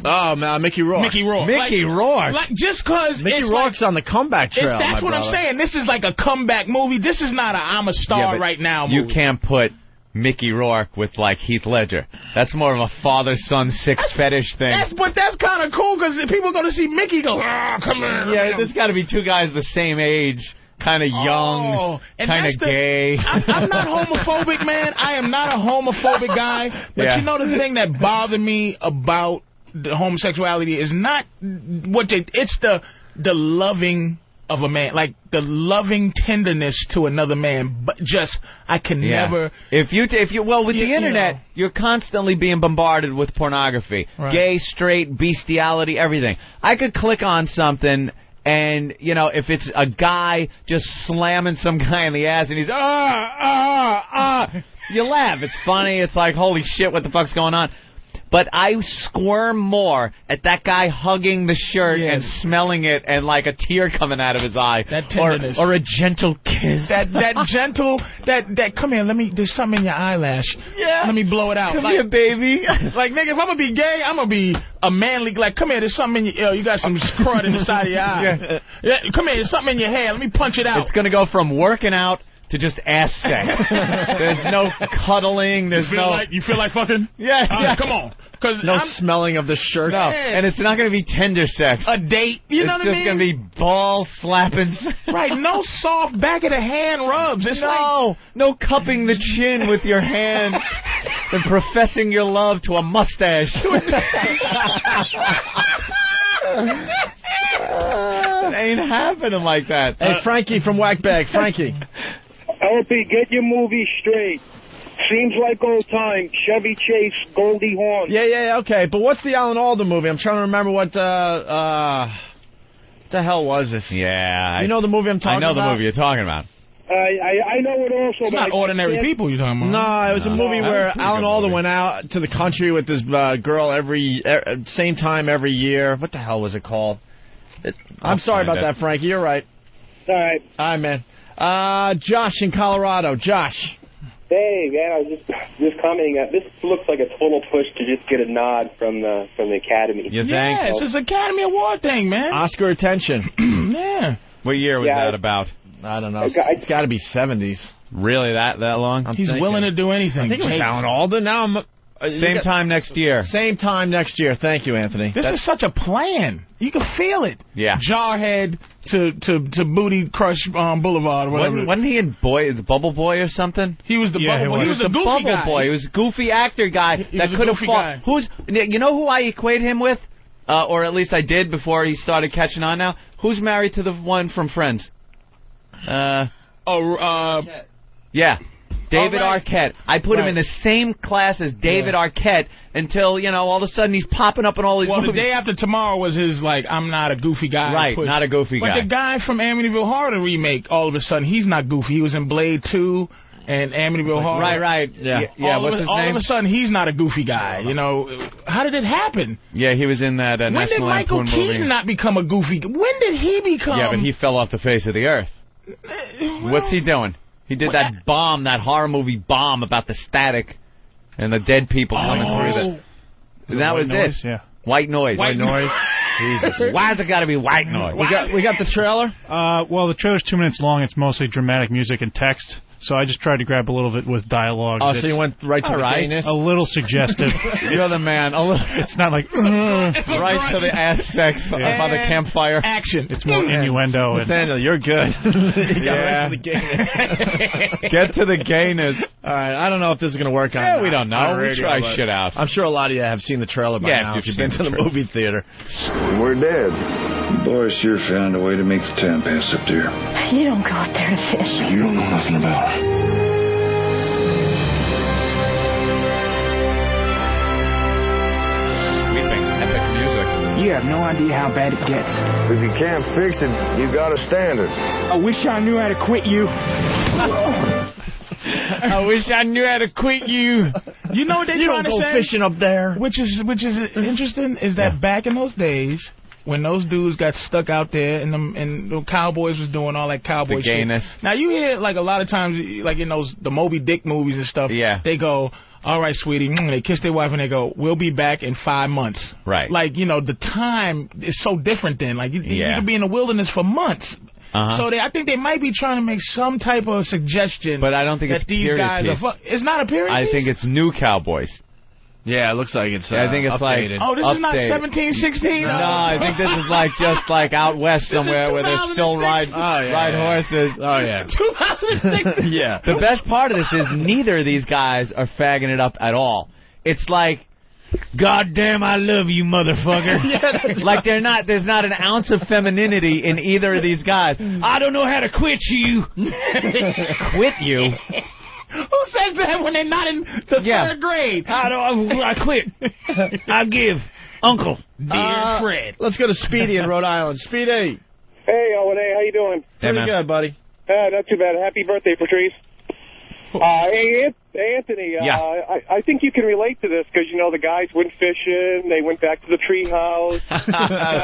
[SPEAKER 1] Oh man, Mickey Rourke.
[SPEAKER 3] Mickey Rourke.
[SPEAKER 1] Mickey
[SPEAKER 3] like,
[SPEAKER 1] Rourke.
[SPEAKER 3] Like just cause
[SPEAKER 1] Mickey
[SPEAKER 3] it's
[SPEAKER 1] Rourke's
[SPEAKER 3] like,
[SPEAKER 1] on the comeback
[SPEAKER 3] it's-
[SPEAKER 1] trail.
[SPEAKER 3] that's
[SPEAKER 1] my
[SPEAKER 3] what I'm
[SPEAKER 1] brother.
[SPEAKER 3] saying. This is like a comeback movie. This is not a I'm a
[SPEAKER 2] Yeah,
[SPEAKER 3] star
[SPEAKER 2] but
[SPEAKER 3] right now.
[SPEAKER 2] You
[SPEAKER 3] movie.
[SPEAKER 2] can't put Mickey Rourke with like Heath Ledger. That's more of a father-son six fetish thing.
[SPEAKER 3] That's but that's kind of cool because people go to see Mickey go. "Ah, Come on.
[SPEAKER 2] yeah, there's got to be two guys the same age, kind of young,
[SPEAKER 3] Oh, and
[SPEAKER 2] kind
[SPEAKER 3] that's
[SPEAKER 2] of
[SPEAKER 3] the-
[SPEAKER 2] gay.
[SPEAKER 3] I'm, I'm not homophobic, man. I am not a homophobic guy. But
[SPEAKER 2] Yeah.
[SPEAKER 3] you know the thing that bothered me about the homosexuality is not what they, it's the the loving of a man, like the loving tenderness to another man. But just I can
[SPEAKER 2] Yeah.
[SPEAKER 3] never.
[SPEAKER 2] If you if you well with
[SPEAKER 3] You-
[SPEAKER 2] the
[SPEAKER 3] you
[SPEAKER 2] internet,
[SPEAKER 3] know.
[SPEAKER 2] you are constantly being bombarded with pornography,
[SPEAKER 3] Right.
[SPEAKER 2] gay, straight, bestiality, everything. I could click on something. And you know, if it's a guy just slamming some guy in the ass, and he's ah ah ah, you laugh. It's funny. It's like holy shit, what the fuck's going on? But I squirm more at that guy hugging the shirt and smelling it, and like a tear coming out of his eye, that
[SPEAKER 3] tenderness.
[SPEAKER 2] or, or a gentle kiss.
[SPEAKER 3] That that gentle that that come here let me there's something in your eyelash yeah let me blow it out
[SPEAKER 2] Come here, baby
[SPEAKER 3] like nigga if I'm gonna be gay I'm gonna be a manly like come here there's something in your yo, you got some crud in the side of your eye
[SPEAKER 2] Yeah.
[SPEAKER 3] Yeah, come here there's something in your hair let me punch it out
[SPEAKER 2] It's going to go from working out to just ass sex. there's no cuddling. There's
[SPEAKER 3] you feel
[SPEAKER 2] no.
[SPEAKER 3] like you feel like fucking
[SPEAKER 2] yeah,
[SPEAKER 3] All right,
[SPEAKER 2] yeah.
[SPEAKER 3] come on because
[SPEAKER 1] No smelling of the shirt.
[SPEAKER 2] No, and it's not going to be tender sex.
[SPEAKER 3] a date you know
[SPEAKER 2] it's
[SPEAKER 3] what I
[SPEAKER 2] just
[SPEAKER 3] mean
[SPEAKER 2] going to be ball slapping. sex.
[SPEAKER 3] right no soft back of the hand rubs it's like
[SPEAKER 2] No, no cupping the chin with your hand and professing your love to a mustache. it ain't happening like that.
[SPEAKER 1] Hey, Frankie from Whackbag. Frankie.
[SPEAKER 6] LP, get your movie straight. Seems like old time. Chevy Chase, Goldie Hawn.
[SPEAKER 1] Yeah, yeah, yeah, okay. But what's the Alan Alda movie? I'm trying to remember what uh uh the hell was it?
[SPEAKER 2] yeah, I-
[SPEAKER 1] You know the movie I'm
[SPEAKER 2] I
[SPEAKER 1] talking
[SPEAKER 2] know
[SPEAKER 1] about?
[SPEAKER 2] the movie you're talking about.
[SPEAKER 6] I, I, I know it also.
[SPEAKER 3] it's not ordinary people you're talking about
[SPEAKER 1] No, it was a movie
[SPEAKER 3] That
[SPEAKER 1] where
[SPEAKER 3] was a pretty
[SPEAKER 1] Alan
[SPEAKER 3] good
[SPEAKER 1] Alda
[SPEAKER 3] movie.
[SPEAKER 1] went out to the country with this uh, girl every er, same time every year. What the hell was it called? It, I'm
[SPEAKER 2] I'll
[SPEAKER 1] sorry
[SPEAKER 2] find
[SPEAKER 1] about
[SPEAKER 2] it.
[SPEAKER 1] that, Frankie. You're right.
[SPEAKER 6] All right.
[SPEAKER 1] All right, man. Uh, Josh in Colorado. Josh.
[SPEAKER 19] Hey man, I was just just commenting. Uh, this looks like a total push to just get a nod from the from the academy.
[SPEAKER 2] You think?
[SPEAKER 3] yeah it's this Academy Award thing man
[SPEAKER 1] Oscar attention.
[SPEAKER 3] yeah
[SPEAKER 2] What year was
[SPEAKER 1] Yeah,
[SPEAKER 2] that about?
[SPEAKER 1] I don't know. It's, it's got to be 70s.
[SPEAKER 2] Really, that that long?
[SPEAKER 3] he's willing to do anything
[SPEAKER 1] I think it was
[SPEAKER 3] Jake.
[SPEAKER 1] Alan Alda. Now I'm. uh, you
[SPEAKER 2] Same
[SPEAKER 1] got-
[SPEAKER 2] time next year.
[SPEAKER 1] Same time next year. Thank you, Anthony.
[SPEAKER 3] This is such a plan. You can feel it.
[SPEAKER 2] Yeah.
[SPEAKER 3] Jarhead to to to Booty Crush um, Boulevard or whatever.
[SPEAKER 2] Wasn't, wasn't he in Boy, the Bubble Boy or something?
[SPEAKER 3] He was the
[SPEAKER 2] Yeah,
[SPEAKER 3] bubble boy. He was,
[SPEAKER 2] the
[SPEAKER 3] a goofy
[SPEAKER 2] Bubble
[SPEAKER 3] guy.
[SPEAKER 2] Boy. He was a goofy actor guy that
[SPEAKER 3] was a
[SPEAKER 2] could have
[SPEAKER 3] goofy guy.
[SPEAKER 2] fought. Who's you know who I equate him with, uh, or at least I did before he started catching on. Now, who's married to the one from Friends? Uh,
[SPEAKER 3] Oh, uh,
[SPEAKER 2] yeah. David
[SPEAKER 3] right.
[SPEAKER 2] Arquette. I put him
[SPEAKER 3] Right.
[SPEAKER 2] in the same class as David Arquette until, you know, all of a sudden he's popping up in all these
[SPEAKER 3] well, the
[SPEAKER 2] movies.
[SPEAKER 3] day after tomorrow was his like I'm not a goofy guy.
[SPEAKER 2] Right,
[SPEAKER 3] push.
[SPEAKER 2] not a goofy
[SPEAKER 3] But
[SPEAKER 2] guy.
[SPEAKER 3] the guy from Amityville Horror remake, all of a sudden he's not goofy. He was in Blade Two. and Amityville Horror.
[SPEAKER 7] Right, right. Yeah.
[SPEAKER 3] All
[SPEAKER 7] Yeah,
[SPEAKER 3] of
[SPEAKER 7] what's
[SPEAKER 3] a-
[SPEAKER 7] his
[SPEAKER 3] All
[SPEAKER 7] name?
[SPEAKER 3] of a sudden, he's not a goofy guy.
[SPEAKER 2] Uh-huh.
[SPEAKER 3] You know, how did it happen?
[SPEAKER 2] Yeah, he was in that uh,
[SPEAKER 3] when did
[SPEAKER 2] National
[SPEAKER 3] Michael
[SPEAKER 2] Lampoon
[SPEAKER 3] Keaton
[SPEAKER 2] movie.
[SPEAKER 3] not become a goofy? When did he become?
[SPEAKER 2] yeah, but he fell off the face of the earth. What's he doing? He did that bomb, that horror movie bomb about the static and the dead people coming
[SPEAKER 3] Oh.
[SPEAKER 2] through the. And that
[SPEAKER 7] White
[SPEAKER 2] was
[SPEAKER 7] noise?
[SPEAKER 2] it.
[SPEAKER 7] Yeah.
[SPEAKER 2] White noise.
[SPEAKER 7] White noise.
[SPEAKER 2] Jesus. Why has it got to be white noise?
[SPEAKER 7] We got-
[SPEAKER 2] we got the trailer.
[SPEAKER 20] Uh, well, the trailer's two minutes long. It's mostly dramatic music and text. So I just tried to grab a little bit with dialogue.
[SPEAKER 7] Oh, so
[SPEAKER 20] that's
[SPEAKER 7] you went right to the
[SPEAKER 20] Alright.
[SPEAKER 7] gayness?
[SPEAKER 20] A little suggestive.
[SPEAKER 7] You're the man. A little,
[SPEAKER 20] it's not like uh,
[SPEAKER 7] right to the ass sex
[SPEAKER 20] Yeah.
[SPEAKER 7] by the campfire.
[SPEAKER 3] Action.
[SPEAKER 20] It's more innuendo. And,
[SPEAKER 7] Nathaniel, you're good.
[SPEAKER 20] Yeah.
[SPEAKER 7] yeah. Get to the gayness.
[SPEAKER 4] All right, I don't know if this is going to work on. uh,
[SPEAKER 7] Yeah, we don't know.
[SPEAKER 4] on
[SPEAKER 7] We try
[SPEAKER 4] but
[SPEAKER 7] shit out.
[SPEAKER 4] I'm sure a lot of you have seen the trailer by
[SPEAKER 7] Yeah, if
[SPEAKER 4] now.
[SPEAKER 7] you've
[SPEAKER 4] If you've
[SPEAKER 7] seen
[SPEAKER 4] been to the
[SPEAKER 7] the trailer.
[SPEAKER 4] movie theater,
[SPEAKER 21] We're dead. Boris sure found a way to make the time pass up there.
[SPEAKER 22] You don't go up there to fish.
[SPEAKER 21] You don't know nothing about her.
[SPEAKER 2] Weeping epic music.
[SPEAKER 23] You have no idea how bad it gets.
[SPEAKER 21] If you can't fix it, you gotta stand it.
[SPEAKER 23] I wish I knew how to quit you.
[SPEAKER 3] I wish I knew how to quit you. You know what they're
[SPEAKER 4] You
[SPEAKER 3] trying
[SPEAKER 4] don't
[SPEAKER 3] to
[SPEAKER 4] go
[SPEAKER 3] say?
[SPEAKER 4] fishing up there.
[SPEAKER 3] Which is which is interesting is that back in those days when those dudes got stuck out there and them and the cowboys was doing all that cowboy
[SPEAKER 2] The gayness.
[SPEAKER 3] shit. Now you hear like a lot of times like in those the Moby Dick movies and stuff. Yeah. They go, all right, sweetie, mm, they kiss their wife and they go, we'll be back in five months.
[SPEAKER 2] Right.
[SPEAKER 3] Like you know the time is so different then. Like you, you
[SPEAKER 2] Yeah.
[SPEAKER 3] could be in the wilderness for months.
[SPEAKER 2] Uh-huh.
[SPEAKER 3] So they, I think they might be trying to make some type of suggestion.
[SPEAKER 2] But I don't think
[SPEAKER 3] that
[SPEAKER 2] it's
[SPEAKER 3] these
[SPEAKER 2] period
[SPEAKER 3] guys
[SPEAKER 2] piece.
[SPEAKER 3] are. Fu- it's not a period.
[SPEAKER 2] I
[SPEAKER 3] piece?
[SPEAKER 2] think it's new cowboys.
[SPEAKER 4] Yeah, it looks like it's.
[SPEAKER 2] I think
[SPEAKER 4] uh,
[SPEAKER 2] it's
[SPEAKER 4] updated.
[SPEAKER 2] like.
[SPEAKER 3] Oh, this is not
[SPEAKER 2] updated.
[SPEAKER 3] 1716.
[SPEAKER 2] No, I think this is like just like out west
[SPEAKER 3] This is
[SPEAKER 2] somewhere where they still ride
[SPEAKER 3] 2006.
[SPEAKER 4] Oh, yeah,
[SPEAKER 2] ride
[SPEAKER 4] yeah.
[SPEAKER 2] horses.
[SPEAKER 4] Oh yeah.
[SPEAKER 3] 2006.
[SPEAKER 4] Yeah.
[SPEAKER 2] The best part of this is neither of these guys are fagging it up at all. It's like, God damn, I love you, motherfucker. like they're not. There's not an ounce of femininity in either of these guys. I don't know how to quit you. quit you.
[SPEAKER 3] Who says that when they're not in the third grade?
[SPEAKER 2] I don't. I quit. I give. Uncle.
[SPEAKER 3] Dear
[SPEAKER 4] Uh,
[SPEAKER 3] Fred.
[SPEAKER 4] Let's go to Speedy in Rhode Island. Speedy,
[SPEAKER 6] Hey, Owen A, how you doing?
[SPEAKER 4] pretty good, buddy.
[SPEAKER 6] Uh, not too bad. Happy birthday, Patrice.
[SPEAKER 1] Oh.
[SPEAKER 6] Uh, hey, An- hey, Anthony, uh,
[SPEAKER 4] Yeah.
[SPEAKER 6] I, I think you can relate to this because, you know, the guys went fishing. They went back to the treehouse. I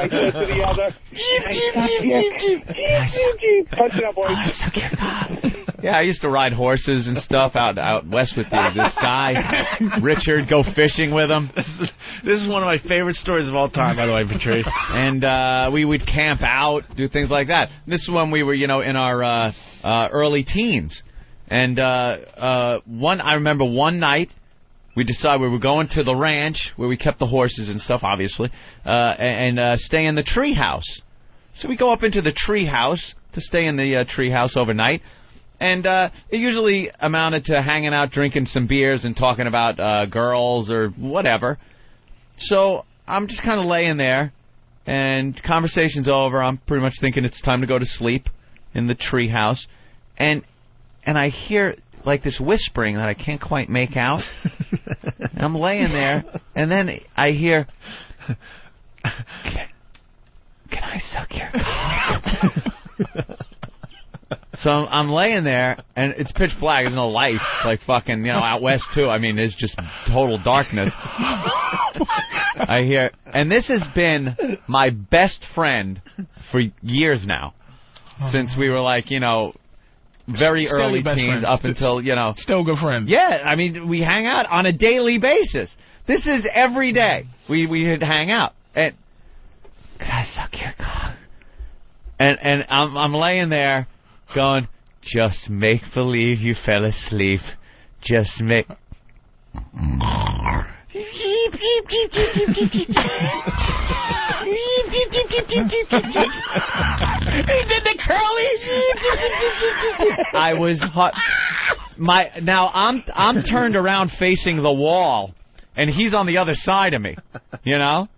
[SPEAKER 6] said to the other, punch it up, boys.
[SPEAKER 2] Yeah, I used to ride horses and stuff out out west with the, this guy, Richard. Go fishing with him.
[SPEAKER 4] This is one of my favorite stories of all time, by the way, Patrice.
[SPEAKER 2] and uh, we would camp out, do things like that. This is when we were, you know, in our uh, uh, early teens. And uh, uh, one, I remember one night we decided we were going to the ranch where we kept the horses and stuff, obviously, uh, and, and uh, stay in the tree house. So we go up into the tree house to stay in the uh, tree house overnight. And uh, it usually amounted to hanging out, drinking some beers, and talking about uh, girls or whatever. So I'm just kind of laying there, and conversation's over. I'm pretty much thinking it's time to go to sleep in the tree house, and and I hear like this whispering that I can't quite make out. And I'm laying there, and then I hear, "Can, can I suck your cock?" So I'm, I'm laying there, and it's pitch black. There's no light. It's like fucking, you know, out west too. I mean, it's just total darkness. I hear, and this has been my best friend for years now, since we were like, you know, very
[SPEAKER 3] Still your
[SPEAKER 2] early
[SPEAKER 3] best
[SPEAKER 2] teens
[SPEAKER 3] friends.
[SPEAKER 2] up until you know,
[SPEAKER 3] still good friends.
[SPEAKER 2] Yeah, I mean, we hang out on a daily basis. This is every day we we would hang out, and could I suck your cock? And and I'm I'm laying there, going, just make believe you fell asleep, just make.
[SPEAKER 3] he did the curly.
[SPEAKER 2] I was hot. My now I'm I'm turned around facing the wall, and he's on the other side of me, you know.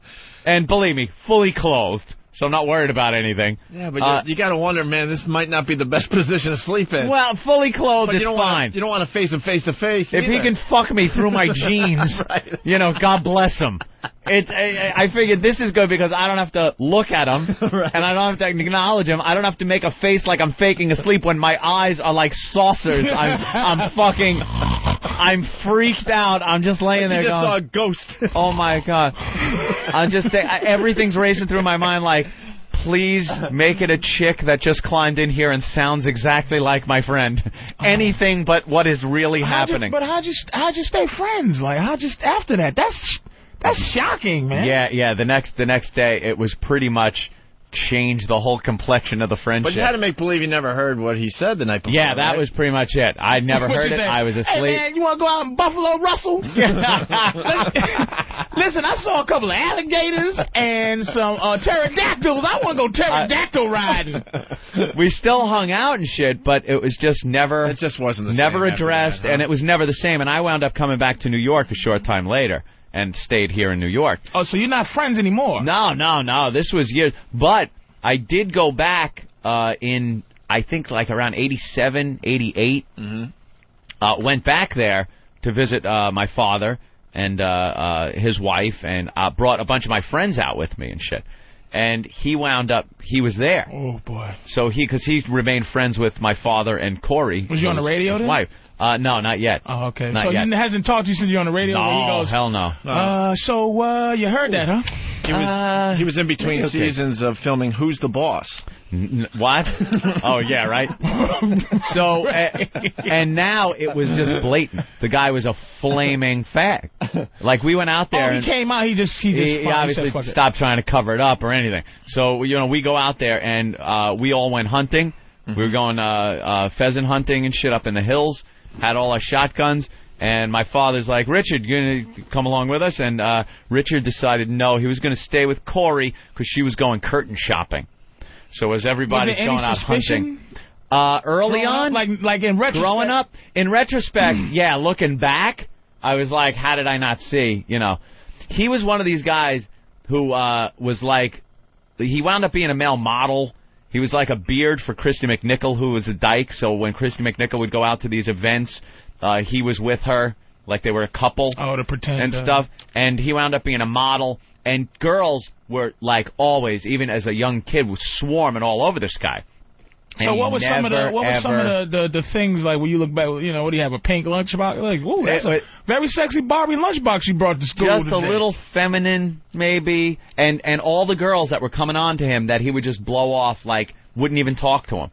[SPEAKER 2] And believe me, fully clothed, so I'm not worried about anything.
[SPEAKER 4] Yeah, but
[SPEAKER 2] Uh,
[SPEAKER 4] you, you got to wonder, man. This might not be the best position to sleep in.
[SPEAKER 2] Well, fully clothed
[SPEAKER 4] but you
[SPEAKER 2] is
[SPEAKER 4] don't
[SPEAKER 2] fine.
[SPEAKER 4] Wanna, you don't want to face him face to face.
[SPEAKER 2] if he
[SPEAKER 4] either.
[SPEAKER 2] can fuck me through my jeans,
[SPEAKER 4] Right.
[SPEAKER 2] you know, God bless him. It's I, I figured this is good because I don't have to look at him and I don't have to acknowledge him. I don't have to make a face like I'm faking asleep when my eyes are like saucers. I'm I'm fucking I'm freaked out. I'm just laying there
[SPEAKER 1] You just
[SPEAKER 2] going.
[SPEAKER 1] saw a ghost.
[SPEAKER 2] Oh my god! I'm just think, I- everything's racing through my mind like. Please make it a chick that just climbed in here and sounds exactly like my friend.
[SPEAKER 1] Oh.
[SPEAKER 2] Anything but what is really
[SPEAKER 3] How'd you-
[SPEAKER 2] happening.
[SPEAKER 3] but how'd you how'd you stay friends? Like how just after that? That's that's shocking, man.
[SPEAKER 2] Yeah, yeah. The next the next day, it was pretty much changed the whole complexion of the friendship.
[SPEAKER 1] But you had to make believe you never heard what he said the night before.
[SPEAKER 2] yeah, that
[SPEAKER 1] right?
[SPEAKER 2] was pretty much it. I never
[SPEAKER 1] What
[SPEAKER 2] heard
[SPEAKER 1] you
[SPEAKER 2] it.
[SPEAKER 1] saying?
[SPEAKER 2] I was
[SPEAKER 3] Hey
[SPEAKER 2] asleep.
[SPEAKER 3] man, you want to go out in Buffalo, Russell? Listen, I saw a couple of alligators and some uh, pterodactyls. I want to go pterodactyl riding.
[SPEAKER 2] we still hung out and shit, but it was just never. It
[SPEAKER 1] just wasn't the
[SPEAKER 2] never
[SPEAKER 1] same after
[SPEAKER 2] addressed,
[SPEAKER 1] that, huh?
[SPEAKER 2] and it was never the same. And I wound up coming back to New York a short time later and stayed here in New York.
[SPEAKER 3] Oh, so you're not friends anymore?
[SPEAKER 2] No, no, no. This was years, but I did go back uh, in I think like around 87, 88.
[SPEAKER 1] Mm-hmm.
[SPEAKER 2] Uh, went back there to visit uh, my father and uh, uh, his wife, and uh, brought a bunch of my friends out with me and shit. And he wound up. He was there.
[SPEAKER 3] Oh boy.
[SPEAKER 2] So he, because he remained friends with my father and Corey.
[SPEAKER 3] Was you on the
[SPEAKER 2] his-
[SPEAKER 3] radio
[SPEAKER 2] his
[SPEAKER 3] then?
[SPEAKER 2] Wife. Uh, no, not yet.
[SPEAKER 3] Oh, okay.
[SPEAKER 2] Not
[SPEAKER 3] so
[SPEAKER 2] yet.
[SPEAKER 3] he hasn't talked to you since you're on the radio. and he
[SPEAKER 2] No,
[SPEAKER 3] goes,
[SPEAKER 2] hell no.
[SPEAKER 3] Uh, so uh, you heard that, huh? Uh,
[SPEAKER 1] He was, he was in between
[SPEAKER 3] okay.
[SPEAKER 1] seasons of filming Who's the Boss.
[SPEAKER 2] What? oh yeah, right. So a- and now it was just blatant. The guy was a flaming fag. Like we went out there.
[SPEAKER 3] Oh, he
[SPEAKER 2] and
[SPEAKER 3] came out. He just he just
[SPEAKER 2] he
[SPEAKER 3] finally
[SPEAKER 2] obviously
[SPEAKER 3] said, "Fuck it."
[SPEAKER 2] stopped trying to cover it up or anything. So you know, we go out there and uh, we all went hunting. We
[SPEAKER 3] Mm-hmm.
[SPEAKER 2] were going uh, uh, pheasant hunting and shit up in the hills. Had all our shotguns. And my father's like, Richard, you gonna come along with us? And uh, Richard decided no, he was gonna stay with Corey because she was going curtain shopping. So as everybody's
[SPEAKER 3] any
[SPEAKER 2] going out
[SPEAKER 3] suspicion?
[SPEAKER 2] hunting, uh, early
[SPEAKER 3] Growing up?
[SPEAKER 2] on,
[SPEAKER 3] like like in retrospect, Hmm.
[SPEAKER 2] growing up in retrospect yeah looking back i was like how did i not see you know he was one of these guys who uh was like he wound up being a male model he was like a beard for christy mcnichol who was a dyke so when christy mcnichol would go out to these events uh he was with her like they were a couple
[SPEAKER 3] Oh, to pretend
[SPEAKER 2] and
[SPEAKER 3] uh,
[SPEAKER 2] stuff. And he wound up being a model. And girls were like always, even as a young kid, was swarming all over this guy.
[SPEAKER 3] So
[SPEAKER 2] And
[SPEAKER 3] what was some of the
[SPEAKER 2] never,
[SPEAKER 3] what was some
[SPEAKER 2] ever-
[SPEAKER 3] of the, the the things like when you look back? You know, what do you have a pink lunchbox? Like, ooh, that's
[SPEAKER 2] It-
[SPEAKER 3] a very sexy Barbie lunchbox you brought to school.
[SPEAKER 2] just a
[SPEAKER 3] today.
[SPEAKER 2] little feminine maybe and and all the girls that were coming on to him that he would just blow off like wouldn't even talk to him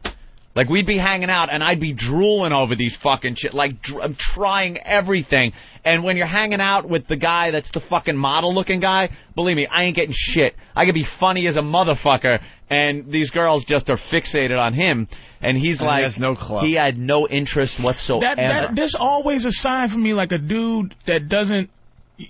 [SPEAKER 2] like we'd be hanging out and i'd be drooling over these fucking shit like dr- i'm trying everything and when you're hanging out with the guy that's the fucking model looking guy believe me i ain't getting shit i could be funny as a motherfucker and these girls just are fixated on him and he's
[SPEAKER 1] And he
[SPEAKER 2] like
[SPEAKER 1] has no club.
[SPEAKER 2] he had no interest whatsoever
[SPEAKER 3] That, that that's always a sign for me, like a dude that doesn't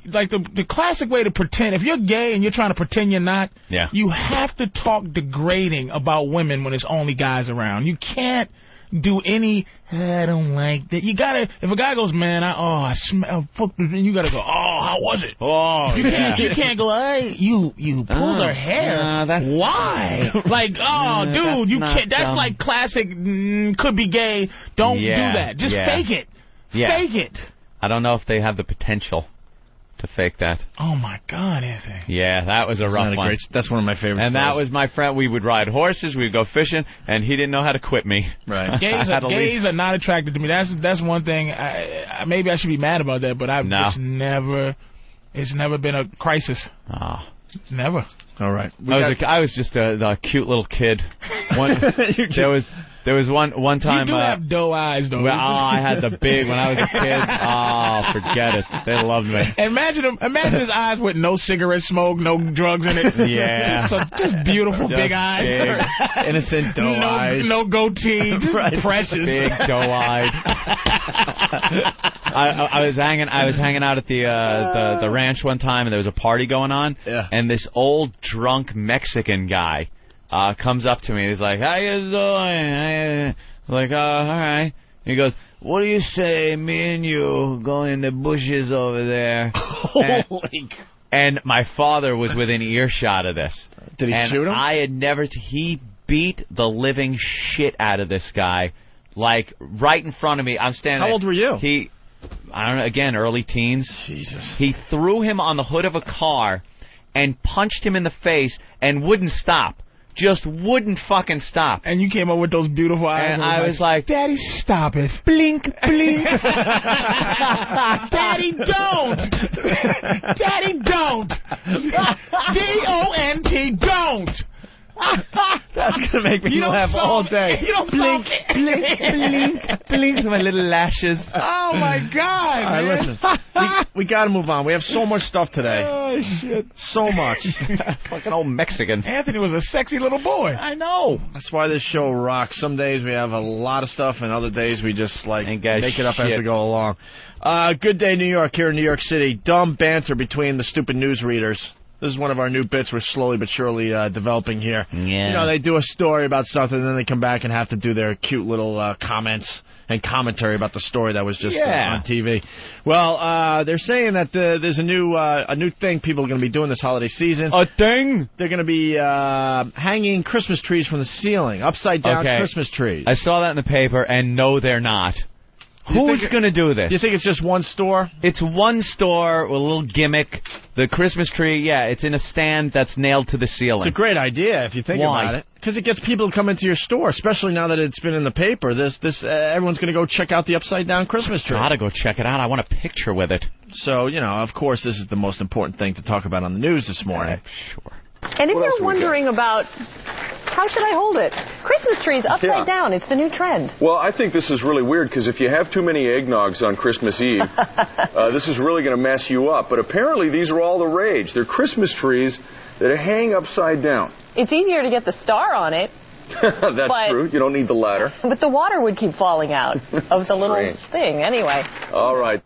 [SPEAKER 3] like the the classic way to pretend. If you're gay and you're trying to pretend you're not,
[SPEAKER 2] Yeah.
[SPEAKER 3] you have to talk degrading about women when it's only guys around. You can't do any. I don't like that. You gotta. If a guy goes, man, I oh I smell. Fuck, and you gotta go. Oh, how was it?
[SPEAKER 2] Oh,
[SPEAKER 3] you can't,
[SPEAKER 2] yeah.
[SPEAKER 3] you can't go. Hey, you you pulled
[SPEAKER 2] Oh,
[SPEAKER 3] her hair.
[SPEAKER 2] no, that's-
[SPEAKER 3] Why? like, oh,
[SPEAKER 2] No,
[SPEAKER 3] dude,
[SPEAKER 2] that's
[SPEAKER 3] you
[SPEAKER 2] not
[SPEAKER 3] can't. That's
[SPEAKER 2] dumb.
[SPEAKER 3] like classic. Mm, could be gay. Don't
[SPEAKER 2] Yeah,
[SPEAKER 3] do that. Just
[SPEAKER 2] yeah.
[SPEAKER 3] fake it.
[SPEAKER 2] Yeah.
[SPEAKER 3] Fake it.
[SPEAKER 2] i don't know if they have the potential to fake that
[SPEAKER 3] Oh my God, Anthony.
[SPEAKER 2] Yeah, that was a rough
[SPEAKER 1] not a
[SPEAKER 2] one.
[SPEAKER 1] great- that's one of my favorite.
[SPEAKER 2] and that was my friend. We would ride horses, we'd go fishing, and he didn't know how to quit me. Right.
[SPEAKER 3] Gays, are, gays are not attracted to me. That's that's one thing. I, I maybe I should be mad about that, but I've
[SPEAKER 2] No.
[SPEAKER 3] just never. It's never been a crisis.
[SPEAKER 2] Ah.
[SPEAKER 3] Never.
[SPEAKER 1] All right.
[SPEAKER 2] I was, a, I was just a, the cute little kid. One, there was there was one one time.
[SPEAKER 3] you do
[SPEAKER 2] uh,
[SPEAKER 3] have doe eyes though.
[SPEAKER 2] well, oh, I had the big when I was a kid. Oh, forget it. They loved me.
[SPEAKER 3] Imagine him. Imagine his eyes with no cigarette smoke, no drugs in it.
[SPEAKER 2] Yeah.
[SPEAKER 3] Just, so- just beautiful
[SPEAKER 2] Just
[SPEAKER 3] big eyes.
[SPEAKER 2] big, innocent doe
[SPEAKER 3] no,
[SPEAKER 2] eyes.
[SPEAKER 3] no goatee. Just
[SPEAKER 2] Right.
[SPEAKER 3] precious.
[SPEAKER 2] Big doe-eyed. I, I I was hanging I was hanging out at the uh, the the ranch one time and there was a party going on and this old drunk Mexican guy uh, comes up to me and he's like how you doing How you-" I'm like uh, all right he goes what do you say me and you go in the bushes over there and, and my father was within earshot of this
[SPEAKER 1] Did he
[SPEAKER 2] and
[SPEAKER 1] shoot him?
[SPEAKER 2] I had never he beat the living shit out of this guy like right in front of me I'm standing
[SPEAKER 1] How old were you?
[SPEAKER 2] he I don't know, again, early teens.
[SPEAKER 3] Jesus.
[SPEAKER 4] He threw him on the hood of a car and punched him in the face and wouldn't stop. Just wouldn't fucking stop.
[SPEAKER 3] And you came up with those beautiful eyes.
[SPEAKER 4] And I was like,
[SPEAKER 7] Daddy, stop it. Blink, blink. Daddy, don't. Daddy, don't. D-O-N-T, don't.
[SPEAKER 4] That's gonna make me
[SPEAKER 7] You don't
[SPEAKER 4] laugh
[SPEAKER 7] sound-
[SPEAKER 4] all day.
[SPEAKER 7] you don't
[SPEAKER 4] blink,
[SPEAKER 7] sound-
[SPEAKER 4] blink, blink, blink with my little lashes.
[SPEAKER 7] Oh, my God,
[SPEAKER 1] All right,
[SPEAKER 7] man.
[SPEAKER 1] listen. we we got to move on. We have so much stuff today.
[SPEAKER 3] Oh, shit.
[SPEAKER 1] So much.
[SPEAKER 4] Fucking old Mexican.
[SPEAKER 3] Anthony was a sexy little boy.
[SPEAKER 4] I know.
[SPEAKER 1] That's why this show rocks. Some days we have a lot of stuff, and other days we just like make it up as
[SPEAKER 4] shit.
[SPEAKER 1] we go along. Uh, good day, New York. Here in New York City, dumb banter between the stupid newsreaders. This is one of our new bits we're slowly but surely uh, developing here.
[SPEAKER 4] Yeah.
[SPEAKER 1] You know, they do a story about something, and then they come back and have to do their cute little uh, comments and commentary about the story that was just uh,
[SPEAKER 4] Yeah.
[SPEAKER 1] on TV. Well, uh, they're saying that the, there's a new uh, a new thing people are going to be doing this holiday season.
[SPEAKER 4] A thing?
[SPEAKER 1] They're going to be uh, hanging Christmas trees from the ceiling, upside down
[SPEAKER 4] okay.
[SPEAKER 1] Christmas trees.
[SPEAKER 4] I saw that in the paper, and no, they're not. Who's going to do this?
[SPEAKER 1] You think it's just one store?
[SPEAKER 4] It's one store with a little gimmick. The Christmas tree, yeah, it's in a stand that's nailed to the ceiling.
[SPEAKER 1] It's a great idea if you think
[SPEAKER 4] Why?
[SPEAKER 1] about it, because it gets people to come into your store, especially now that it's been in the paper. This this uh, everyone's going to go check out the upside down Christmas tree.
[SPEAKER 4] Gotta go check it out. I want a picture with it.
[SPEAKER 1] So you know, of course, this is the most important thing to talk about on the news this morning.
[SPEAKER 24] And if you're wondering about how should I hold it, Christmas trees upside
[SPEAKER 5] Yeah.
[SPEAKER 24] down. It's the new trend.
[SPEAKER 5] Well, I think this is really weird because if you have too many eggnogs on Christmas Eve, uh, this is really going to mess you up. But apparently, these are all the rage. They're Christmas trees that hang upside down.
[SPEAKER 24] It's easier to get the star on it,
[SPEAKER 5] That's
[SPEAKER 24] But-
[SPEAKER 5] true. You don't need the ladder.
[SPEAKER 24] but the water would keep falling out of the little
[SPEAKER 5] Strange.
[SPEAKER 24] thing anyway.
[SPEAKER 5] All right.